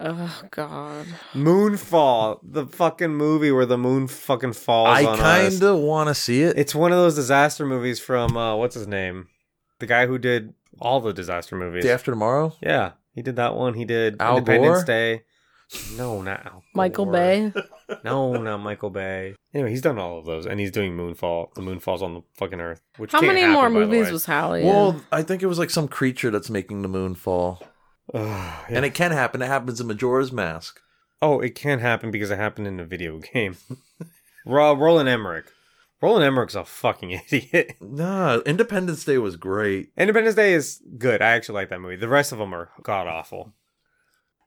[SPEAKER 3] Oh God.
[SPEAKER 1] Moonfall. The fucking movie where the moon fucking falls.
[SPEAKER 2] I
[SPEAKER 1] on us.
[SPEAKER 2] kind of want to see it.
[SPEAKER 1] It's one of those disaster movies from uh, what's his name, the guy who did all the disaster movies.
[SPEAKER 2] Day after tomorrow.
[SPEAKER 1] Yeah, he did that one. He did
[SPEAKER 2] Al
[SPEAKER 1] Independence
[SPEAKER 2] Gore?
[SPEAKER 1] Day. No, not Al
[SPEAKER 3] Michael
[SPEAKER 1] Gore.
[SPEAKER 3] Bay.
[SPEAKER 1] No, not Michael Bay. Anyway, he's done all of those, and he's doing Moonfall. The moon falls on the fucking Earth. Which
[SPEAKER 3] How
[SPEAKER 1] can't
[SPEAKER 3] many
[SPEAKER 1] happen,
[SPEAKER 3] more
[SPEAKER 1] by the
[SPEAKER 3] movies
[SPEAKER 1] way.
[SPEAKER 3] was Hallie? in?
[SPEAKER 2] Well, I think it was like some creature that's making the moon fall,
[SPEAKER 1] Ugh, yeah.
[SPEAKER 2] and it can happen. It happens in Majora's Mask.
[SPEAKER 1] oh, it can't happen because it happened in a video game. Ro- Roland Emmerich. Roland Emmerich's a fucking idiot.
[SPEAKER 2] Nah, Independence Day was great.
[SPEAKER 1] Independence Day is good. I actually like that movie. The rest of them are god awful.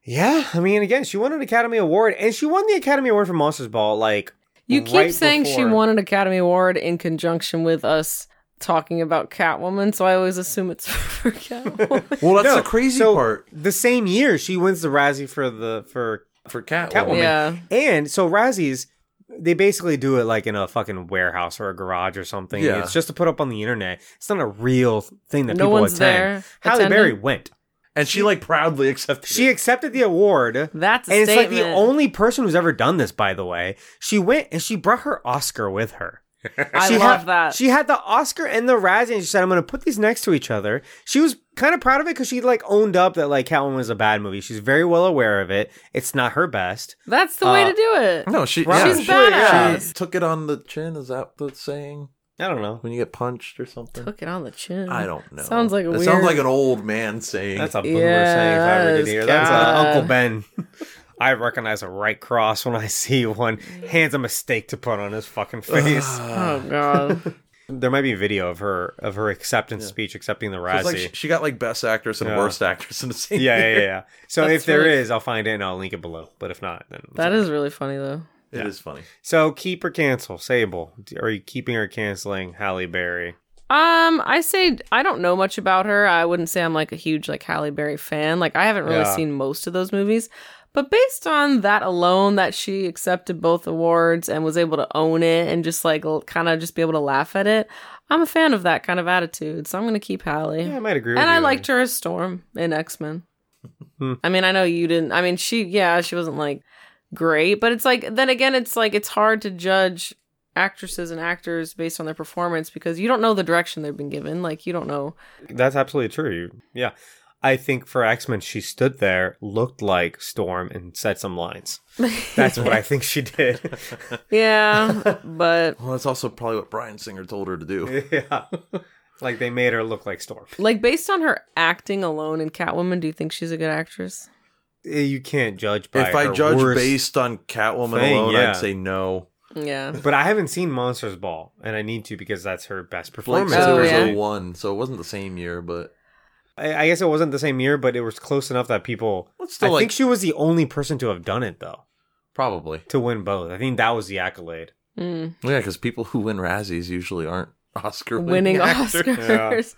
[SPEAKER 1] Yeah, I mean, again, she won an Academy Award, and she won the Academy Award for Monsters Ball. Like
[SPEAKER 3] you keep
[SPEAKER 1] right
[SPEAKER 3] saying she
[SPEAKER 1] before-
[SPEAKER 3] won an Academy Award in conjunction with us talking about Catwoman, so I always assume it's for Catwoman.
[SPEAKER 2] Well, that's
[SPEAKER 1] No,
[SPEAKER 2] the crazy
[SPEAKER 1] so
[SPEAKER 2] part
[SPEAKER 1] The same year, she wins the Razzie for the for
[SPEAKER 2] for Catwoman.
[SPEAKER 1] Catwoman.
[SPEAKER 3] yeah.
[SPEAKER 1] And so Razzies, they basically do it like in a fucking warehouse or a garage or something.
[SPEAKER 2] Yeah.
[SPEAKER 1] It's just to put up on the internet. It's not a real thing that
[SPEAKER 3] No
[SPEAKER 1] people
[SPEAKER 3] one's
[SPEAKER 1] attend.
[SPEAKER 3] there
[SPEAKER 1] Halle
[SPEAKER 3] attending.
[SPEAKER 1] Berry went.
[SPEAKER 2] and she, like proudly accepted.
[SPEAKER 1] She
[SPEAKER 2] it.
[SPEAKER 1] accepted the award.
[SPEAKER 3] That's a
[SPEAKER 1] and
[SPEAKER 3] statement.
[SPEAKER 1] it's like the only person who's ever done this, by the way. She went and she brought her Oscar with her.
[SPEAKER 3] I
[SPEAKER 1] she
[SPEAKER 3] love
[SPEAKER 1] had,
[SPEAKER 3] that.
[SPEAKER 1] She had the Oscar and the Razzie, and she said, "I'm going to put these next to each other." She was kind of proud of it because she like owned up that like Catwoman was a bad movie. She's very well aware of it. It's not her best.
[SPEAKER 3] That's the way
[SPEAKER 1] Uh,
[SPEAKER 3] to do it.
[SPEAKER 2] No, she.
[SPEAKER 1] Right.
[SPEAKER 2] yeah,
[SPEAKER 1] She's
[SPEAKER 2] she-
[SPEAKER 3] badass.
[SPEAKER 2] She took it on the chin. Is that the saying?
[SPEAKER 1] I don't know.
[SPEAKER 2] When you get punched or something?
[SPEAKER 3] Hook it on the chin.
[SPEAKER 2] I don't know.
[SPEAKER 3] Sounds like a
[SPEAKER 2] That
[SPEAKER 3] weird.
[SPEAKER 2] sounds like an old man saying.
[SPEAKER 1] That's a boomer
[SPEAKER 3] Yes,
[SPEAKER 1] saying if I ever did hear. That's
[SPEAKER 3] God.
[SPEAKER 1] a Uh, Uncle Ben. I recognize a right cross when I see one. Hands a mistake to put on his fucking face.
[SPEAKER 2] uh,
[SPEAKER 3] Oh god.
[SPEAKER 1] there might be a video of her of her acceptance speech accepting the Razzie.
[SPEAKER 2] It's like she, she got like best actress and
[SPEAKER 1] Yeah.
[SPEAKER 2] worst actress in the same.
[SPEAKER 1] yeah,
[SPEAKER 2] year.
[SPEAKER 1] yeah, yeah, yeah. So
[SPEAKER 3] That's
[SPEAKER 1] if there
[SPEAKER 3] really-
[SPEAKER 1] is, I'll find it and I'll link it below. But if not, then
[SPEAKER 3] that is really funny though.
[SPEAKER 2] It is funny.
[SPEAKER 1] so keep or cancel Sable. Are you keeping or canceling Halle Berry?
[SPEAKER 3] Um, I say I don't know much about her. I wouldn't say I'm like a huge like Halle Berry fan. Like I haven't really
[SPEAKER 1] Yeah.
[SPEAKER 3] seen most of those movies. But based on that alone, that she accepted both awards and was able to own it and just like kind of just be able to laugh at it, I'm a fan of that kind of attitude. So I'm gonna keep Halle.
[SPEAKER 1] Yeah, I might agree. with
[SPEAKER 3] and
[SPEAKER 1] you
[SPEAKER 3] I
[SPEAKER 1] there.
[SPEAKER 3] liked her as Storm in X Men.
[SPEAKER 1] Hmm.
[SPEAKER 3] I mean, I know you didn't. I mean, she yeah, she wasn't like great, but it's like then again, it's like it's hard to judge actresses and actors based on their performance because you don't know the direction they've been given. Like you don't know.
[SPEAKER 1] That's absolutely true. You- Yeah, I think for X Men, she stood there, looked like Storm, and said some lines. That's what I think she did.
[SPEAKER 3] Yeah, but
[SPEAKER 2] Well, that's also probably what Brian Singer told her to do.
[SPEAKER 1] yeah, like they made her look like Storm.
[SPEAKER 3] like based on her acting alone in Catwoman, do you think she's a good actress?
[SPEAKER 1] Eh, You can't judge by
[SPEAKER 2] if I
[SPEAKER 1] her
[SPEAKER 2] judge
[SPEAKER 1] worst-
[SPEAKER 2] based on Catwoman
[SPEAKER 1] thing,
[SPEAKER 2] alone,
[SPEAKER 1] yeah.
[SPEAKER 2] I'd say no.
[SPEAKER 3] Yeah.
[SPEAKER 1] But I haven't seen Monsters Ball, and I need to because that's her best
[SPEAKER 2] Blake
[SPEAKER 1] performance.
[SPEAKER 3] Oh,
[SPEAKER 2] Singer was
[SPEAKER 3] yeah.
[SPEAKER 2] a one, so it wasn't the same year, but
[SPEAKER 1] I, I guess it wasn't the same year, but it was close enough that people.
[SPEAKER 2] It's still
[SPEAKER 1] I
[SPEAKER 2] like-
[SPEAKER 1] think she was the only person to have done it though,
[SPEAKER 2] probably.
[SPEAKER 1] to win both. I think that was the accolade.
[SPEAKER 3] Mm.
[SPEAKER 2] Yeah, because people who win Razzies usually aren't Oscar
[SPEAKER 3] Winning
[SPEAKER 2] winning actors.
[SPEAKER 3] Oscars.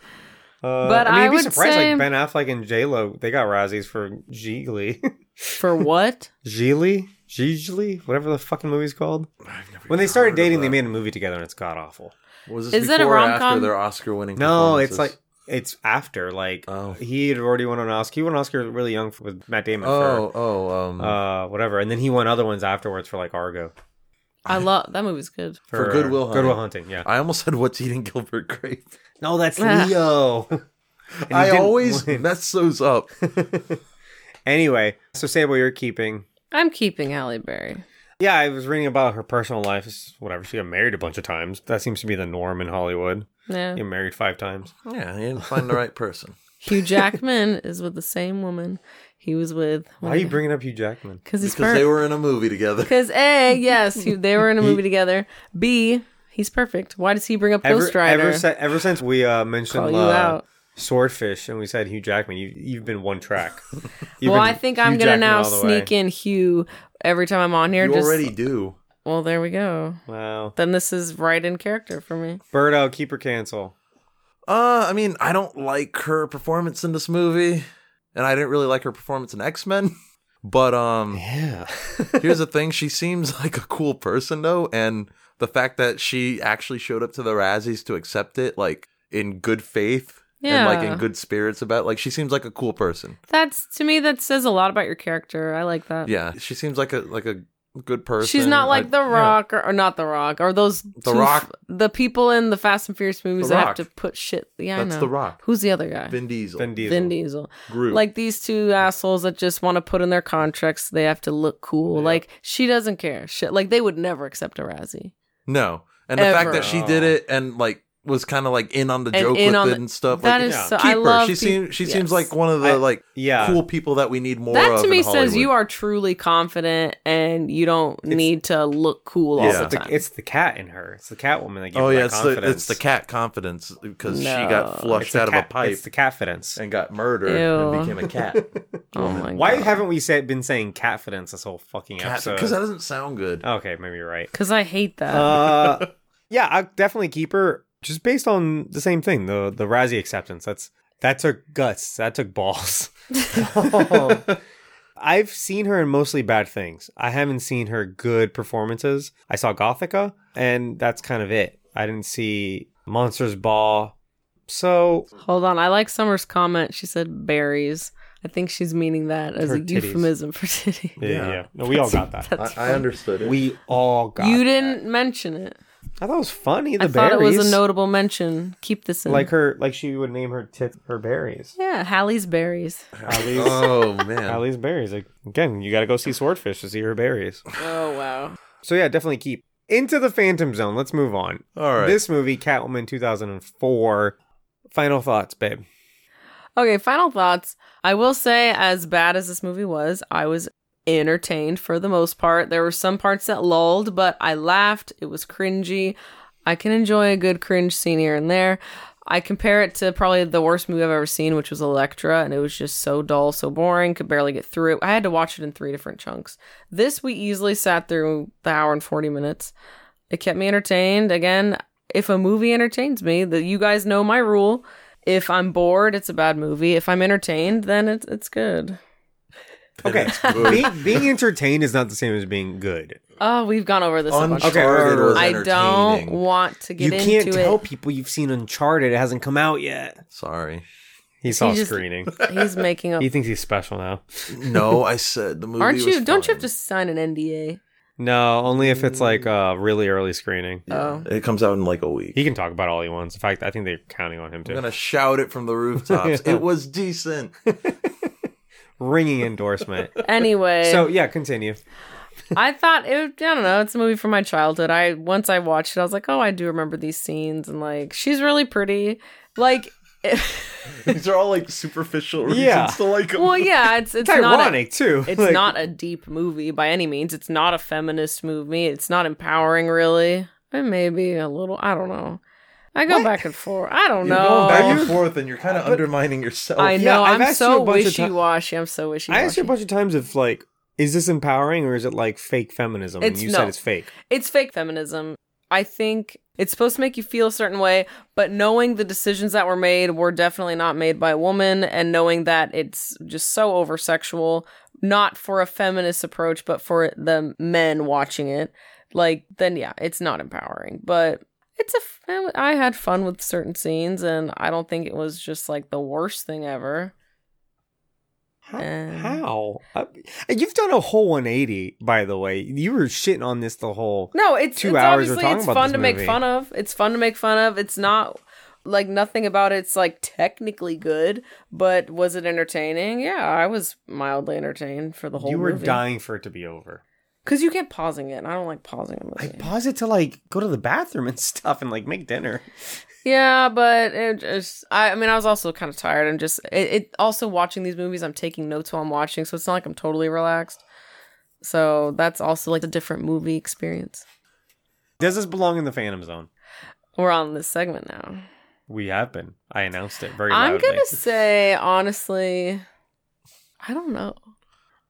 [SPEAKER 1] Uh,
[SPEAKER 3] But
[SPEAKER 1] I mean,
[SPEAKER 3] I
[SPEAKER 1] you'd be
[SPEAKER 3] would
[SPEAKER 1] surprised.
[SPEAKER 3] say-
[SPEAKER 1] Like Ben Affleck and J Lo, they got Razzies for Geely,
[SPEAKER 3] For what?
[SPEAKER 1] Geely, Geely, whatever the fucking movie's called.
[SPEAKER 2] I've never
[SPEAKER 1] When they
[SPEAKER 2] even heard
[SPEAKER 1] started
[SPEAKER 2] of
[SPEAKER 1] dating, they
[SPEAKER 2] that.
[SPEAKER 1] made a movie together, and it's god awful.
[SPEAKER 2] Was
[SPEAKER 3] Is that a
[SPEAKER 2] before or
[SPEAKER 3] rom-com?
[SPEAKER 2] After their Oscar winning.
[SPEAKER 1] No, it's like it's after. Like
[SPEAKER 2] Oh.
[SPEAKER 1] he had already won an Oscar. He won an Oscar really young for, with Matt Damon.
[SPEAKER 2] oh, oh, um,
[SPEAKER 1] For, uh, whatever, and then he won other ones afterwards for like Argo
[SPEAKER 3] I love that movie's good.
[SPEAKER 2] For Good Will
[SPEAKER 1] Good Will
[SPEAKER 2] Hunting.
[SPEAKER 1] Hunting, yeah.
[SPEAKER 2] I almost said what's eating Gilbert Grape.
[SPEAKER 1] No, that's Leo. And he
[SPEAKER 2] I
[SPEAKER 1] didn't
[SPEAKER 2] always
[SPEAKER 1] win.
[SPEAKER 2] mess those up.
[SPEAKER 1] Anyway, so Sable, you're keeping.
[SPEAKER 3] I'm keeping Halle Berry.
[SPEAKER 1] Yeah, I was reading about her personal life. It's whatever. She got married a bunch of times. That seems to be the norm in Hollywood.
[SPEAKER 3] Yeah.
[SPEAKER 1] Get married five times.
[SPEAKER 2] Yeah, he didn't find the right person.
[SPEAKER 3] Hugh Jackman is with the same woman he was with.
[SPEAKER 1] Why are you bringing up Hugh Jackman?
[SPEAKER 3] Because he's
[SPEAKER 2] Because they
[SPEAKER 3] perfect.
[SPEAKER 2] were in a movie together.
[SPEAKER 3] Because a yes, he- they were in a movie together. B he's perfect. Why does he bring up
[SPEAKER 1] Ever,
[SPEAKER 3] Ghost Rider?
[SPEAKER 1] ever, si- ever since we uh, mentioned
[SPEAKER 3] Call you
[SPEAKER 1] uh,
[SPEAKER 3] out.
[SPEAKER 1] Swordfish and we said Hugh Jackman, you, you've been one track. You've
[SPEAKER 3] well,
[SPEAKER 1] been
[SPEAKER 3] I think I'm
[SPEAKER 1] Hugh
[SPEAKER 3] gonna
[SPEAKER 1] Jackman
[SPEAKER 3] now
[SPEAKER 1] all the way.
[SPEAKER 3] sneak in Hugh every time I'm on here.
[SPEAKER 2] You
[SPEAKER 3] just
[SPEAKER 2] already do.
[SPEAKER 3] well, there we go.
[SPEAKER 1] Wow.
[SPEAKER 3] Then this is right in character for me.
[SPEAKER 1] Birdo, keep or cancel?
[SPEAKER 2] Uh, I mean, I don't like her performance in this movie, and I didn't really like her performance in X Men. But um,
[SPEAKER 1] Yeah.
[SPEAKER 2] here's the thing: she seems like a cool person, though, and the fact that she actually showed up to the Razzies to accept it, like in good faith and like
[SPEAKER 3] Yeah.
[SPEAKER 2] in good spirits about, like she seems like a cool person.
[SPEAKER 3] That's to me that says a lot about your character. I like that.
[SPEAKER 2] Yeah, she seems like a like a good person.
[SPEAKER 3] She's not like
[SPEAKER 2] I-
[SPEAKER 3] The Rock or, or not The Rock or those
[SPEAKER 2] The
[SPEAKER 3] two
[SPEAKER 2] Rock.
[SPEAKER 3] f- the people in the Fast and Furious movies
[SPEAKER 2] The
[SPEAKER 3] that have
[SPEAKER 2] Rock.
[SPEAKER 3] to put shit. Yeah, I
[SPEAKER 2] That's
[SPEAKER 3] know.
[SPEAKER 2] The Rock.
[SPEAKER 3] Who's the other guy?
[SPEAKER 2] Vin Diesel.
[SPEAKER 1] Vin Diesel.
[SPEAKER 3] Vin Diesel.
[SPEAKER 2] Groot.
[SPEAKER 3] Like these two assholes that just want to put in their contracts, they have to look cool. Like she doesn't care. Shit. Like they would never accept a Razzie.
[SPEAKER 2] No, and the fact that
[SPEAKER 3] Ever.
[SPEAKER 2] she did it and like was kind of like in on the
[SPEAKER 3] And
[SPEAKER 2] joke
[SPEAKER 3] in
[SPEAKER 2] with
[SPEAKER 3] on
[SPEAKER 2] it
[SPEAKER 3] the-
[SPEAKER 2] and stuff.
[SPEAKER 3] That
[SPEAKER 2] like,
[SPEAKER 3] is
[SPEAKER 1] yeah.
[SPEAKER 3] so.
[SPEAKER 2] keep
[SPEAKER 3] I
[SPEAKER 2] her.
[SPEAKER 3] love.
[SPEAKER 2] she
[SPEAKER 3] peop-
[SPEAKER 2] seems she
[SPEAKER 3] Yes.
[SPEAKER 2] seems like one of the
[SPEAKER 1] I-
[SPEAKER 2] like
[SPEAKER 1] yeah.
[SPEAKER 2] cool people that we need more.
[SPEAKER 3] That
[SPEAKER 2] of
[SPEAKER 3] to
[SPEAKER 2] in
[SPEAKER 3] me says you
[SPEAKER 2] Hollywood.
[SPEAKER 3] are truly confident and you don't need to look cool
[SPEAKER 2] Yeah.
[SPEAKER 3] all
[SPEAKER 1] It's
[SPEAKER 3] the
[SPEAKER 1] the,
[SPEAKER 3] time.
[SPEAKER 1] it's the cat in her. It's the cat woman that gives
[SPEAKER 2] Oh
[SPEAKER 1] her
[SPEAKER 2] yeah,
[SPEAKER 1] that
[SPEAKER 2] it's the,
[SPEAKER 1] confidence.
[SPEAKER 2] it's the cat confidence because she
[SPEAKER 3] No.
[SPEAKER 2] got flushed
[SPEAKER 1] It's the
[SPEAKER 2] out of a
[SPEAKER 1] cat-
[SPEAKER 2] pipe
[SPEAKER 1] It's the catfidence.
[SPEAKER 2] and got murdered
[SPEAKER 3] Ew.
[SPEAKER 2] and became a cat.
[SPEAKER 3] oh my
[SPEAKER 1] Why
[SPEAKER 3] god.
[SPEAKER 1] haven't we said, been saying catfidence this whole fucking
[SPEAKER 2] Because
[SPEAKER 1] episode?
[SPEAKER 2] that doesn't sound good.
[SPEAKER 1] okay, maybe you're right.
[SPEAKER 3] Because I hate that.
[SPEAKER 1] Uh, yeah, I'll definitely keep her just based on the same thing the the Razzie acceptance. That's that took guts. That took balls. I've seen her in mostly bad things. I haven't seen her good performances. I saw Gothica, and that's kind of it. I didn't see Monsters Ball. So
[SPEAKER 3] Hold on. I like Summer's comment. She said berries. I think she's meaning that as
[SPEAKER 1] Her
[SPEAKER 3] a
[SPEAKER 1] titties.
[SPEAKER 3] euphemism for titty.
[SPEAKER 1] Yeah, yeah.
[SPEAKER 2] Yeah.
[SPEAKER 1] yeah. No, we all got that.
[SPEAKER 2] I, I understood it.
[SPEAKER 1] We all got.
[SPEAKER 3] you
[SPEAKER 1] that.
[SPEAKER 3] didn't mention it.
[SPEAKER 1] I thought it was funny. The
[SPEAKER 3] I thought
[SPEAKER 1] berries.
[SPEAKER 3] it was a notable mention. Keep this in.
[SPEAKER 1] Like her, like she would name her tip her berries.
[SPEAKER 3] yeah, Hallie's berries.
[SPEAKER 1] Allie's,
[SPEAKER 2] oh man.
[SPEAKER 1] Allie's berries. Like, again, you got to go see Swordfish to see her berries.
[SPEAKER 3] Oh wow.
[SPEAKER 1] So yeah, definitely keep into the Phantom Zone. Let's move on.
[SPEAKER 2] All right.
[SPEAKER 1] This movie, Catwoman, two thousand and four. Final thoughts, babe.
[SPEAKER 3] Okay, final thoughts. I will say, as bad as this movie was, I was entertained for the most part. There were some parts that lulled, but I laughed. It was cringy. I can enjoy a good cringe scene here and there. I compare it to probably the worst movie I've ever seen, which was Electra, and it was just so dull, so boring, could barely get through it. I had to watch it in three different chunks. This we easily sat through the hour and 40 minutes. It kept me entertained. Again, if a movie entertains me, that you guys know my rule. If I'm bored, it's a bad movie. If I'm entertained, then it's it's good.
[SPEAKER 1] Okay, being, being entertained is not the same as being good.
[SPEAKER 3] Oh, we've gone over this. a bunch.
[SPEAKER 2] Uncharted was
[SPEAKER 3] I don't
[SPEAKER 2] entertaining.
[SPEAKER 3] want to get
[SPEAKER 1] you
[SPEAKER 3] into
[SPEAKER 1] can't tell
[SPEAKER 3] it.
[SPEAKER 1] people you've seen Uncharted; it hasn't come out yet.
[SPEAKER 2] Sorry.
[SPEAKER 1] He saw
[SPEAKER 3] just- Oh.
[SPEAKER 1] screening.
[SPEAKER 3] He's making up.
[SPEAKER 1] he thinks he's special now.
[SPEAKER 2] No, I said the movie.
[SPEAKER 3] Aren't
[SPEAKER 2] was
[SPEAKER 3] you? Don't you have
[SPEAKER 2] fine.
[SPEAKER 3] to sign an NDA?
[SPEAKER 1] No, only if it's like uh, really early screening.
[SPEAKER 3] Oh,
[SPEAKER 2] It comes out in like a week.
[SPEAKER 1] He can talk about all he wants. In fact, I think they're counting on him
[SPEAKER 2] I'm
[SPEAKER 1] to
[SPEAKER 2] gonna shout it from the rooftops.
[SPEAKER 1] Yeah.
[SPEAKER 2] It was decent.
[SPEAKER 1] ringing endorsement.
[SPEAKER 3] anyway,
[SPEAKER 1] so yeah, continue.
[SPEAKER 3] I thought it. I don't know. It's a movie from my childhood. I once I watched it, I was like, oh, I do remember these scenes, and like she's really pretty. Like, it-
[SPEAKER 2] These are all like superficial reasons
[SPEAKER 1] Yeah.
[SPEAKER 2] to like him.
[SPEAKER 3] well, yeah, it's it's
[SPEAKER 1] It's
[SPEAKER 3] not a-
[SPEAKER 1] ironic too.
[SPEAKER 3] It's
[SPEAKER 1] Like,
[SPEAKER 3] not a deep movie by any means. It's not a feminist movie. It's not empowering, really. And maybe a little. I don't know. I go back and forth. I don't
[SPEAKER 2] You're
[SPEAKER 3] know.
[SPEAKER 2] going back and forth, and you're kind of undermining yourself.
[SPEAKER 3] I
[SPEAKER 1] Oh, Yeah,
[SPEAKER 3] know.
[SPEAKER 1] I've
[SPEAKER 3] I'm
[SPEAKER 1] asked you
[SPEAKER 3] so
[SPEAKER 1] a bunch of ti-
[SPEAKER 3] wishy washy. I'm so wishy
[SPEAKER 1] I asked you a bunch
[SPEAKER 3] washy.
[SPEAKER 1] of times if like, is this empowering or is it like fake feminism? and
[SPEAKER 3] It's-
[SPEAKER 1] you
[SPEAKER 3] no.
[SPEAKER 1] said it's fake.
[SPEAKER 3] It's fake feminism. I think it's supposed to make you feel a certain way, but knowing the decisions that were made were definitely not made by a woman, and knowing that it's just so over sexual, not for a feminist approach, but for the men watching it, like, then yeah, it's not empowering. But it's a. f- I had fun with certain scenes, and I don't think it was just like the worst thing ever.
[SPEAKER 1] How?
[SPEAKER 3] Um,
[SPEAKER 1] how? Uh, you've done a whole 180, by the way. You were shitting on this the whole.
[SPEAKER 3] No, it's
[SPEAKER 1] two
[SPEAKER 3] it's
[SPEAKER 1] hours we're
[SPEAKER 3] obviously
[SPEAKER 1] talking
[SPEAKER 3] it's
[SPEAKER 1] about
[SPEAKER 3] fun
[SPEAKER 1] this
[SPEAKER 3] to
[SPEAKER 1] movie.
[SPEAKER 3] make fun of. It's fun to make fun of. It's not like nothing about it's like technically good, but was it entertaining? Yeah, I was mildly entertained for the whole.
[SPEAKER 1] You were
[SPEAKER 3] movie.
[SPEAKER 1] dying for it to be over.
[SPEAKER 3] because you kept pausing it, and I don't like pausing a movie.
[SPEAKER 1] I pause it to like go to the bathroom and stuff and like make dinner.
[SPEAKER 3] yeah, but it just I, I mean I was also kind of tired and just it, it also watching these movies. I'm taking notes while I'm watching, so it's not like I'm totally relaxed. So that's also like a different movie experience.
[SPEAKER 1] Does this belong in the Phantom Zone?
[SPEAKER 3] We're on this segment now.
[SPEAKER 1] We have been. I announced it very
[SPEAKER 3] I'm
[SPEAKER 1] loudly.
[SPEAKER 3] gonna say honestly, I don't know.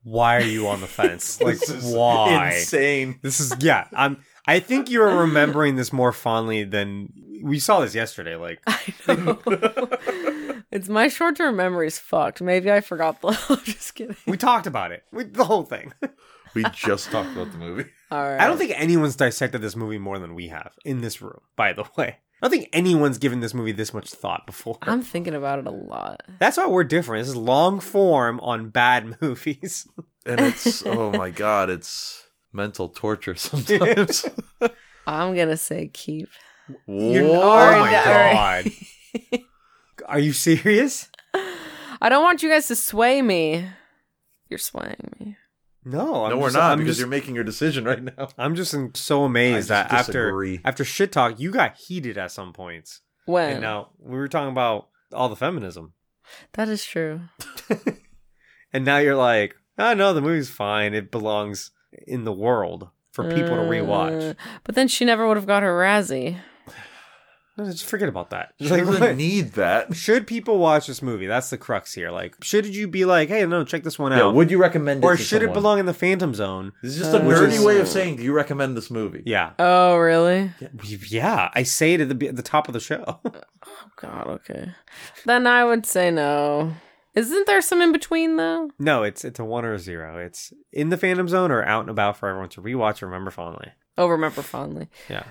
[SPEAKER 1] Why are you on the fence? like
[SPEAKER 2] This is
[SPEAKER 1] why?
[SPEAKER 2] Insane.
[SPEAKER 1] This is yeah. I'm. I think you are remembering this more fondly than we saw this yesterday. Like
[SPEAKER 3] I know. it's my short term memory's fucked. Maybe I forgot the. I'm just kidding.
[SPEAKER 1] we talked about it. We, the whole thing.
[SPEAKER 2] We just talked about the movie.
[SPEAKER 3] All right.
[SPEAKER 1] I don't think anyone's dissected this movie more than we have in this room. By the way, I don't think anyone's given this movie this much thought before.
[SPEAKER 3] I'm thinking about it a lot.
[SPEAKER 1] That's why we're different. This is long form on bad movies.
[SPEAKER 2] And it's oh my god, it's mental torture sometimes.
[SPEAKER 3] I'm gonna say keep.
[SPEAKER 1] You're-
[SPEAKER 2] Whoa.
[SPEAKER 1] oh my
[SPEAKER 3] Alright,
[SPEAKER 1] god. Are you serious?
[SPEAKER 3] I don't want you guys to sway me. You're swaying me.
[SPEAKER 1] No, I'm
[SPEAKER 2] no, we're
[SPEAKER 1] just-
[SPEAKER 2] not
[SPEAKER 1] I'm
[SPEAKER 2] because
[SPEAKER 1] just-
[SPEAKER 2] you're making your decision right now.
[SPEAKER 1] I'm just in- so amazed
[SPEAKER 2] I
[SPEAKER 1] that
[SPEAKER 2] just
[SPEAKER 1] after
[SPEAKER 2] disagree.
[SPEAKER 1] after shit talk, you got heated at some points.
[SPEAKER 3] When
[SPEAKER 1] And now we were talking about all the feminism,
[SPEAKER 3] that is true.
[SPEAKER 1] and now you're like, oh no, the movie's fine. It belongs in the world for people to rewatch.
[SPEAKER 3] Uh, but then she never would have got her Razzie.
[SPEAKER 1] No, just forget about that.
[SPEAKER 2] She
[SPEAKER 1] Like,
[SPEAKER 2] doesn't
[SPEAKER 1] what-
[SPEAKER 2] need that.
[SPEAKER 1] should people watch this movie? That's the crux here. Like, should you be like, hey, no, check this one
[SPEAKER 2] Yeah,
[SPEAKER 1] out,
[SPEAKER 2] would you recommend it?
[SPEAKER 1] or
[SPEAKER 2] to
[SPEAKER 1] should it
[SPEAKER 2] someone?
[SPEAKER 1] belong in the Phantom Zone?
[SPEAKER 2] This is just a
[SPEAKER 3] Uh,
[SPEAKER 2] nerdy
[SPEAKER 1] Which is-
[SPEAKER 2] way of saying, do you recommend this movie?
[SPEAKER 1] Yeah,
[SPEAKER 3] Oh really?
[SPEAKER 1] yeah. I say it at the be- at the top of the show.
[SPEAKER 3] Oh God. Okay. Then I would say no. Isn't there some in between though?
[SPEAKER 1] no, it's it's a one or a zero. It's in the Phantom Zone or out and about for everyone to rewatch and remember fondly.
[SPEAKER 3] Oh, remember fondly.
[SPEAKER 1] Yeah.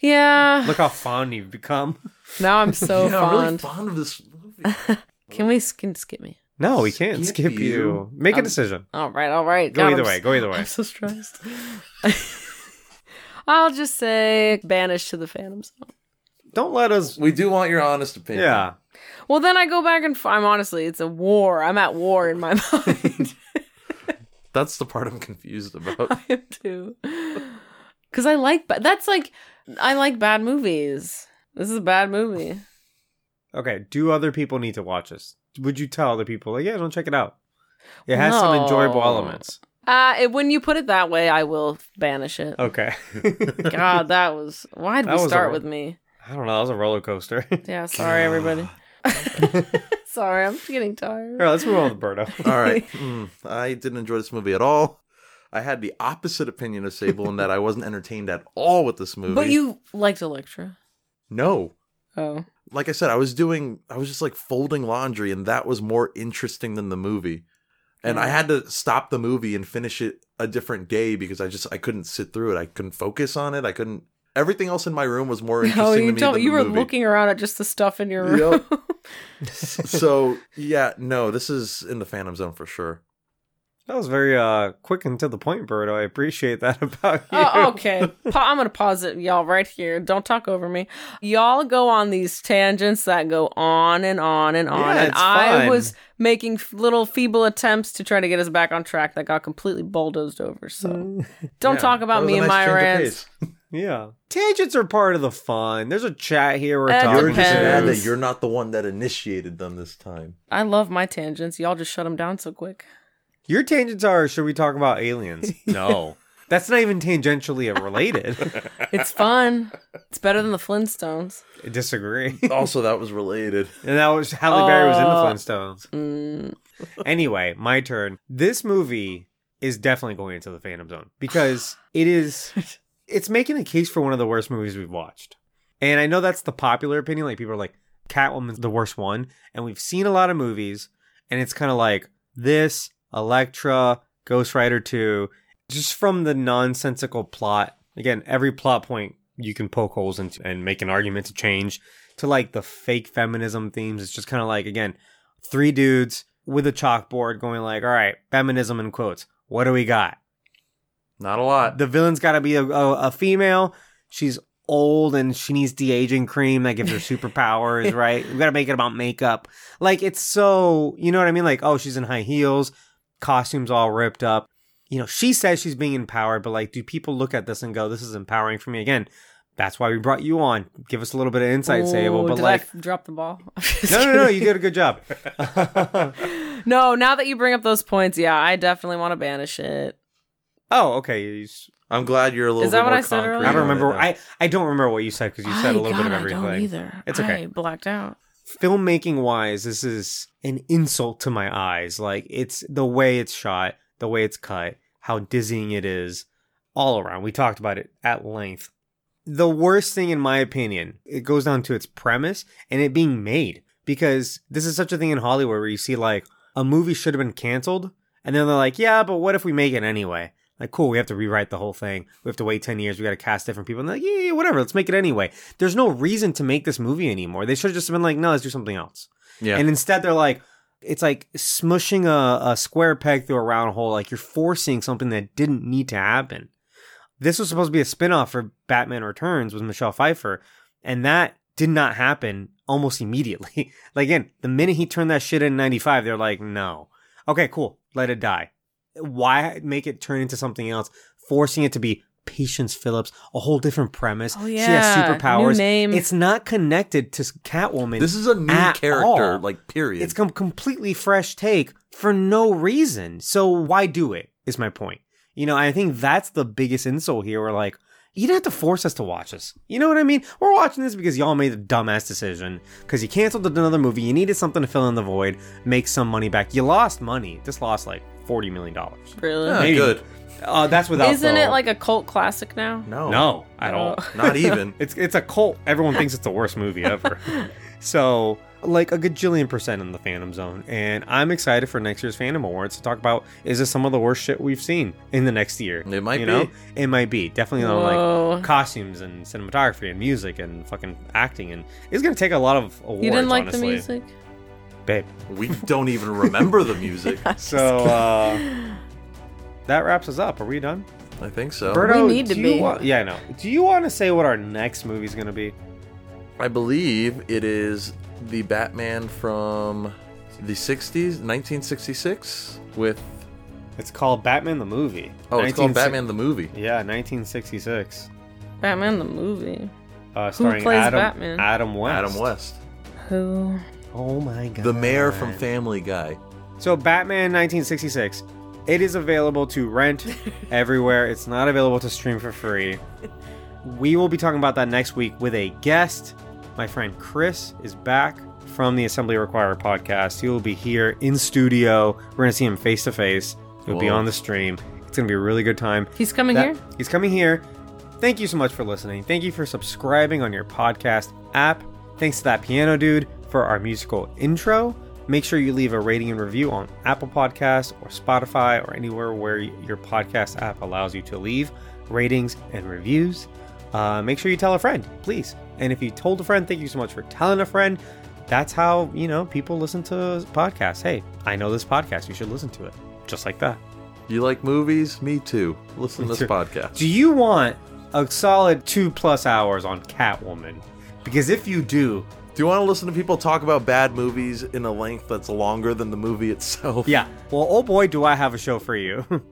[SPEAKER 3] Yeah.
[SPEAKER 1] Look how fond you've become.
[SPEAKER 3] now I'm so
[SPEAKER 2] yeah, I'm really
[SPEAKER 3] fond.
[SPEAKER 2] fond of this movie.
[SPEAKER 3] Can we skin skip me?
[SPEAKER 1] No, we can't
[SPEAKER 2] Skip
[SPEAKER 1] skip, you.
[SPEAKER 2] you.
[SPEAKER 1] Make a
[SPEAKER 3] I'm-
[SPEAKER 1] decision.
[SPEAKER 3] All right, all right.
[SPEAKER 1] Go
[SPEAKER 3] God,
[SPEAKER 1] either
[SPEAKER 3] I'm
[SPEAKER 1] way. Go either way.
[SPEAKER 3] I'm so stressed. I'll just say banished to the Phantom Zone.
[SPEAKER 1] Don't let us.
[SPEAKER 2] We do want your honest opinion.
[SPEAKER 1] Yeah.
[SPEAKER 3] Well, then I go back and f- I'm honestly, it's a war. I'm at war in my mind.
[SPEAKER 2] That's the part I'm confused about.
[SPEAKER 3] I am too. Because I like, ba- that's like, I like bad movies. This is a bad movie.
[SPEAKER 1] Okay. Do other people need to watch this? Would you tell other people like, yeah, don't check it out? It has some
[SPEAKER 3] No.
[SPEAKER 1] enjoyable elements.
[SPEAKER 3] Uh, it, when you put it that way, I will banish it.
[SPEAKER 1] Okay.
[SPEAKER 3] God, that was, why'd
[SPEAKER 1] That
[SPEAKER 3] we
[SPEAKER 1] was
[SPEAKER 3] start
[SPEAKER 1] a-
[SPEAKER 3] with me?
[SPEAKER 1] I don't know. That was a roller coaster. All
[SPEAKER 3] Yeah, sorry, everybody. sorry, I'm getting tired.
[SPEAKER 1] right, let's move on to Birdo.
[SPEAKER 2] All right. Mm, I didn't enjoy this movie at all. I had the opposite opinion of Sable in that I wasn't entertained at all with this movie.
[SPEAKER 3] But you liked Electra.
[SPEAKER 2] No.
[SPEAKER 3] Oh.
[SPEAKER 2] Like I said, I was doing, I was just like folding laundry, and that was more interesting than the movie. And I had to stop the movie and finish it a different day because I just, I couldn't sit through it. I couldn't focus on it. I couldn't, everything else in my room was more interesting
[SPEAKER 3] No, Oh, you
[SPEAKER 2] to me
[SPEAKER 3] don't.
[SPEAKER 2] than
[SPEAKER 3] You
[SPEAKER 2] the
[SPEAKER 3] were
[SPEAKER 2] movie.
[SPEAKER 3] looking around at just the stuff in your room.
[SPEAKER 2] Yep. so, yeah, no, this is in the Phantom Zone for sure.
[SPEAKER 1] That was very uh, quick and to the point, Birdo. I appreciate that about you.
[SPEAKER 3] Oh, okay. Pa- I'm gonna pause it, y'all, right here. Don't talk over me. Y'all go on these tangents that go on and on and on,
[SPEAKER 1] Yeah,
[SPEAKER 3] and
[SPEAKER 1] it's
[SPEAKER 3] I
[SPEAKER 1] fun.
[SPEAKER 3] was making f- little feeble attempts to try to get us back on track that got completely bulldozed over. So
[SPEAKER 2] Mm.
[SPEAKER 3] don't
[SPEAKER 2] Yeah,
[SPEAKER 3] talk
[SPEAKER 2] that
[SPEAKER 3] about
[SPEAKER 2] was
[SPEAKER 3] me
[SPEAKER 2] a
[SPEAKER 3] and
[SPEAKER 2] nice
[SPEAKER 3] my
[SPEAKER 2] change of
[SPEAKER 3] rants.
[SPEAKER 2] pace.
[SPEAKER 1] Yeah. Tangents are part of the fun. There's a chat here. We're
[SPEAKER 3] It
[SPEAKER 1] talking.
[SPEAKER 2] You're just mad that
[SPEAKER 3] Depends.
[SPEAKER 2] you're not the one that initiated them this time.
[SPEAKER 3] I love my tangents. Y'all just shut them down so quick.
[SPEAKER 1] Your tangents are should we talk about aliens? No. That's not even tangentially related.
[SPEAKER 3] It's fun. it's better than the Flintstones.
[SPEAKER 1] I disagree.
[SPEAKER 2] Also, that was related.
[SPEAKER 1] And that was Halle Berry was in the
[SPEAKER 3] Oh.
[SPEAKER 1] Flintstones.
[SPEAKER 3] Mm.
[SPEAKER 1] Anyway, my turn. This movie is definitely going into the Phantom Zone because it is it's making a case for one of the worst movies we've watched. And I know that's the popular opinion. Like people are like, Catwoman's the worst one. And we've seen a lot of movies, and it's kind of like this, Electra, Ghost Rider 2, just from the nonsensical plot. Again, every plot point you can poke holes into and make an argument to change to like the fake feminism themes. It's just kind of like, again, three dudes with a chalkboard going like, all right, feminism in quotes. What do we got?
[SPEAKER 2] Not a
[SPEAKER 3] Uh,
[SPEAKER 2] lot.
[SPEAKER 1] The villain's got to be a, a, a female. She's old and she needs de aging cream that gives her superpowers, right? We got to make it about makeup. Like, it's so, you know what I mean? Like, oh, she's in high heels, costumes all ripped up. You know, she says she's being empowered, but like, do people look at this and go, this is empowering for me? Again, that's why we brought you on. Give us a little bit of insight, Sable.
[SPEAKER 3] Ooh,
[SPEAKER 1] But
[SPEAKER 3] did
[SPEAKER 1] like,
[SPEAKER 3] I f- drop the ball?
[SPEAKER 1] no, no, no, you did a good job.
[SPEAKER 3] No, now that you bring up those points, yeah, I definitely want to banish it.
[SPEAKER 1] oh, okay. you s-
[SPEAKER 2] I'm glad you're a little.
[SPEAKER 3] Is that
[SPEAKER 2] bit
[SPEAKER 3] what
[SPEAKER 2] more
[SPEAKER 3] I said
[SPEAKER 2] concrete
[SPEAKER 3] earlier?
[SPEAKER 1] I don't
[SPEAKER 2] on it
[SPEAKER 1] remember.
[SPEAKER 2] now.
[SPEAKER 1] I, I don't remember what you said because you said a
[SPEAKER 3] Ay,
[SPEAKER 1] little bit of
[SPEAKER 3] God, I don't
[SPEAKER 1] everything.
[SPEAKER 3] either.
[SPEAKER 1] It's okay.
[SPEAKER 3] I blacked out.
[SPEAKER 1] filmmaking wise, this is an insult to my eyes. Like it's the way it's shot, the way it's cut, how dizzying it is, all around. We talked about it at length. The worst thing, in my opinion, it goes down to its premise and it being made because this is such a thing in Hollywood where you see like a movie should have been canceled and then they're like, yeah, but what if we make it anyway? Like, cool, we have to rewrite the whole thing. We have to wait 10 years. We got to cast different people. And they're like, yeah, yeah, yeah, whatever, let's make it anyway. There's no reason to make this movie anymore. They should have just been like, no, let's do something else.
[SPEAKER 2] Yeah.
[SPEAKER 1] And instead, they're like, it's like smushing a, a square peg through a round hole. Like, you're forcing something that didn't need to happen. This was supposed to be a spinoff for Batman Returns with Michelle Pfeiffer, and that did not happen almost immediately. like, again, the minute he turned that shit in 95, they're like, no. Okay, cool. Let it die why make it turn into something else, forcing it to be Patience Phillips, a whole different premise.
[SPEAKER 3] Oh,
[SPEAKER 1] She has
[SPEAKER 3] yeah.
[SPEAKER 1] superpowers.
[SPEAKER 3] New name.
[SPEAKER 1] It's not connected to Catwoman.
[SPEAKER 2] this is a new
[SPEAKER 1] at
[SPEAKER 2] character,
[SPEAKER 1] all.
[SPEAKER 2] like period.
[SPEAKER 1] It's come completely fresh take for no reason. So why do it? Is my point. You know, I think that's the biggest insult here. We're like, you didn't have to force us to watch this. You know what I mean? We're watching this because y'all made a dumbass decision. Because you canceled another movie, you needed something to fill in the void, make some money back. You lost money. This lost like forty million dollars.
[SPEAKER 3] Really?
[SPEAKER 2] Not
[SPEAKER 1] maybe.
[SPEAKER 2] good.
[SPEAKER 1] Uh, that's without.
[SPEAKER 3] Isn't
[SPEAKER 1] the-
[SPEAKER 3] it like Oh. a cult classic now?
[SPEAKER 2] No.
[SPEAKER 1] no at all?
[SPEAKER 2] Not even.
[SPEAKER 1] It's it's a cult. Everyone thinks it's the worst movie ever. so like a gajillion percent in the Phantom Zone, and I'm excited for next year's Phantom Awards to talk about is this some of the worst shit we've seen in the next year?
[SPEAKER 2] It might
[SPEAKER 1] you
[SPEAKER 2] be.
[SPEAKER 1] Know? It might be definitely on
[SPEAKER 3] Whoa.
[SPEAKER 1] like costumes and cinematography and music and fucking acting, and it's gonna take a lot of awards.
[SPEAKER 3] You didn't like
[SPEAKER 1] honestly.
[SPEAKER 3] the music?
[SPEAKER 1] babe.
[SPEAKER 2] We don't even remember the music.
[SPEAKER 1] So uh, that wraps us up. Are we done?
[SPEAKER 2] I think so.
[SPEAKER 1] Berto,
[SPEAKER 3] need to
[SPEAKER 1] do you
[SPEAKER 3] be.
[SPEAKER 1] wa- yeah, I know. Do you want to say what our next movie's going to be?
[SPEAKER 2] I believe it is the Batman from the 60s, 1966 with
[SPEAKER 1] It's called Batman the Movie.
[SPEAKER 2] Oh, it's
[SPEAKER 1] 1960
[SPEAKER 2] called Batman the movie.
[SPEAKER 1] Yeah, 1966.
[SPEAKER 3] Batman the movie.
[SPEAKER 1] Uh, starring
[SPEAKER 3] plays
[SPEAKER 1] Adam,
[SPEAKER 3] Batman?
[SPEAKER 1] Adam West.
[SPEAKER 2] Adam West.
[SPEAKER 3] Who?
[SPEAKER 1] Oh my god.
[SPEAKER 2] The mayor from Family Guy.
[SPEAKER 1] So Batman 1966. It is available to rent everywhere. It's not available to stream for free. We will be talking about that next week with a guest. My friend Chris is back from the Assembly Require podcast. He will be here in studio. We're going to see him face to face. He'll be
[SPEAKER 2] Whoa.
[SPEAKER 1] on the stream. It's going to be a really good time.
[SPEAKER 3] He's coming
[SPEAKER 1] That-
[SPEAKER 3] here.
[SPEAKER 1] He's coming here. Thank you so much for listening. Thank you for subscribing on your podcast app. Thanks to that piano dude for our musical intro. Make sure you leave a rating and review on Apple Podcasts or Spotify or anywhere where y- your podcast app allows you to leave ratings and reviews. Uh, make sure you tell a friend, please. And if you told a friend, thank you so much for telling a friend. That's how, you know, people listen to podcasts. Hey, I know this podcast. You should listen to it. Just like that.
[SPEAKER 2] You like movies? Me too. Listen to
[SPEAKER 1] too.
[SPEAKER 2] this podcast.
[SPEAKER 1] Do you want a solid two plus hours on Catwoman? Because if you do,
[SPEAKER 2] Do you want to listen to people talk about bad movies in a length that's longer than the movie itself?
[SPEAKER 1] yeah, well, oh boy, do I have a show for you.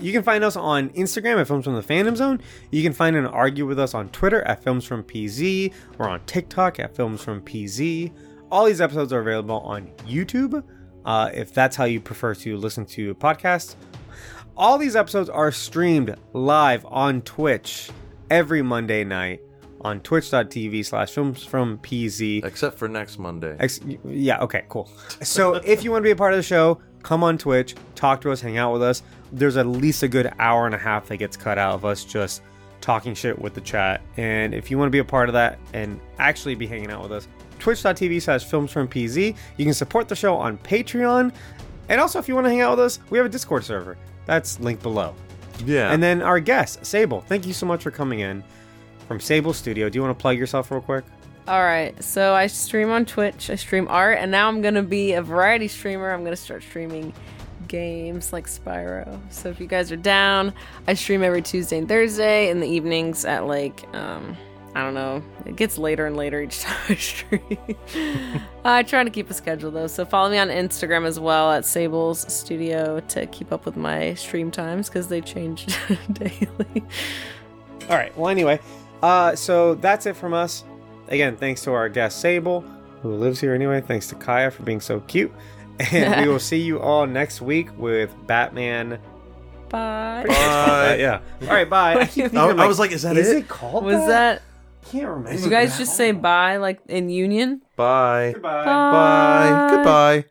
[SPEAKER 1] you can find us on Instagram at Films from the Fandom Zone. You can find and argue with us on Twitter at Films from PZ. We're on TikTok at Films from PZ. All these episodes are available on YouTube. Uh, if that's how you prefer to listen to podcasts, All these episodes are streamed live on Twitch every Monday night on twitch.tv slash films from PZ.
[SPEAKER 2] Except for next Monday.
[SPEAKER 1] Ex- yeah, okay, cool. So if you want to be a part of the show, come on Twitch, talk to us, hang out with us. There's at least a good hour and a half that gets cut out of us just talking shit with the chat. And if you want to be a part of that and actually be hanging out with us, twitch.tv slash films from PZ. You can support the show on Patreon. And also, if you want to hang out with us, we have a Discord server. That's linked below.
[SPEAKER 2] yeah.
[SPEAKER 1] And then our guest, Sable. Thank you so much for coming in from Sable Studio. Do you want to plug yourself real quick?
[SPEAKER 3] All right. So I stream on Twitch. I stream art, and now I'm gonna be a variety streamer. I'm gonna start streaming games like Spyro. So if you guys are down, I stream every Tuesday and Thursday in the evenings at like um I don't know. It gets later and later each time I stream. I try to keep a schedule though. So follow me on Instagram as well at Sables Studio to keep up with my stream times because they change daily.
[SPEAKER 1] All right. Well, anyway, uh, so that's it from us. Again, thanks to our guest Sable, who lives here anyway. Thanks to Kaya for being so cute. And we will see you all next week with Batman.
[SPEAKER 3] Bye.
[SPEAKER 1] Uh,
[SPEAKER 2] Bye.
[SPEAKER 1] yeah. All right. Bye. Oh, I, keep
[SPEAKER 2] I,
[SPEAKER 1] thinking,
[SPEAKER 2] I was like, is that
[SPEAKER 1] is
[SPEAKER 2] it?
[SPEAKER 1] it called?
[SPEAKER 3] Was that?
[SPEAKER 1] Can't remember.
[SPEAKER 3] Did you guys just say bye like in union?
[SPEAKER 2] Bye.
[SPEAKER 1] Goodbye.
[SPEAKER 2] Bye. Goodbye.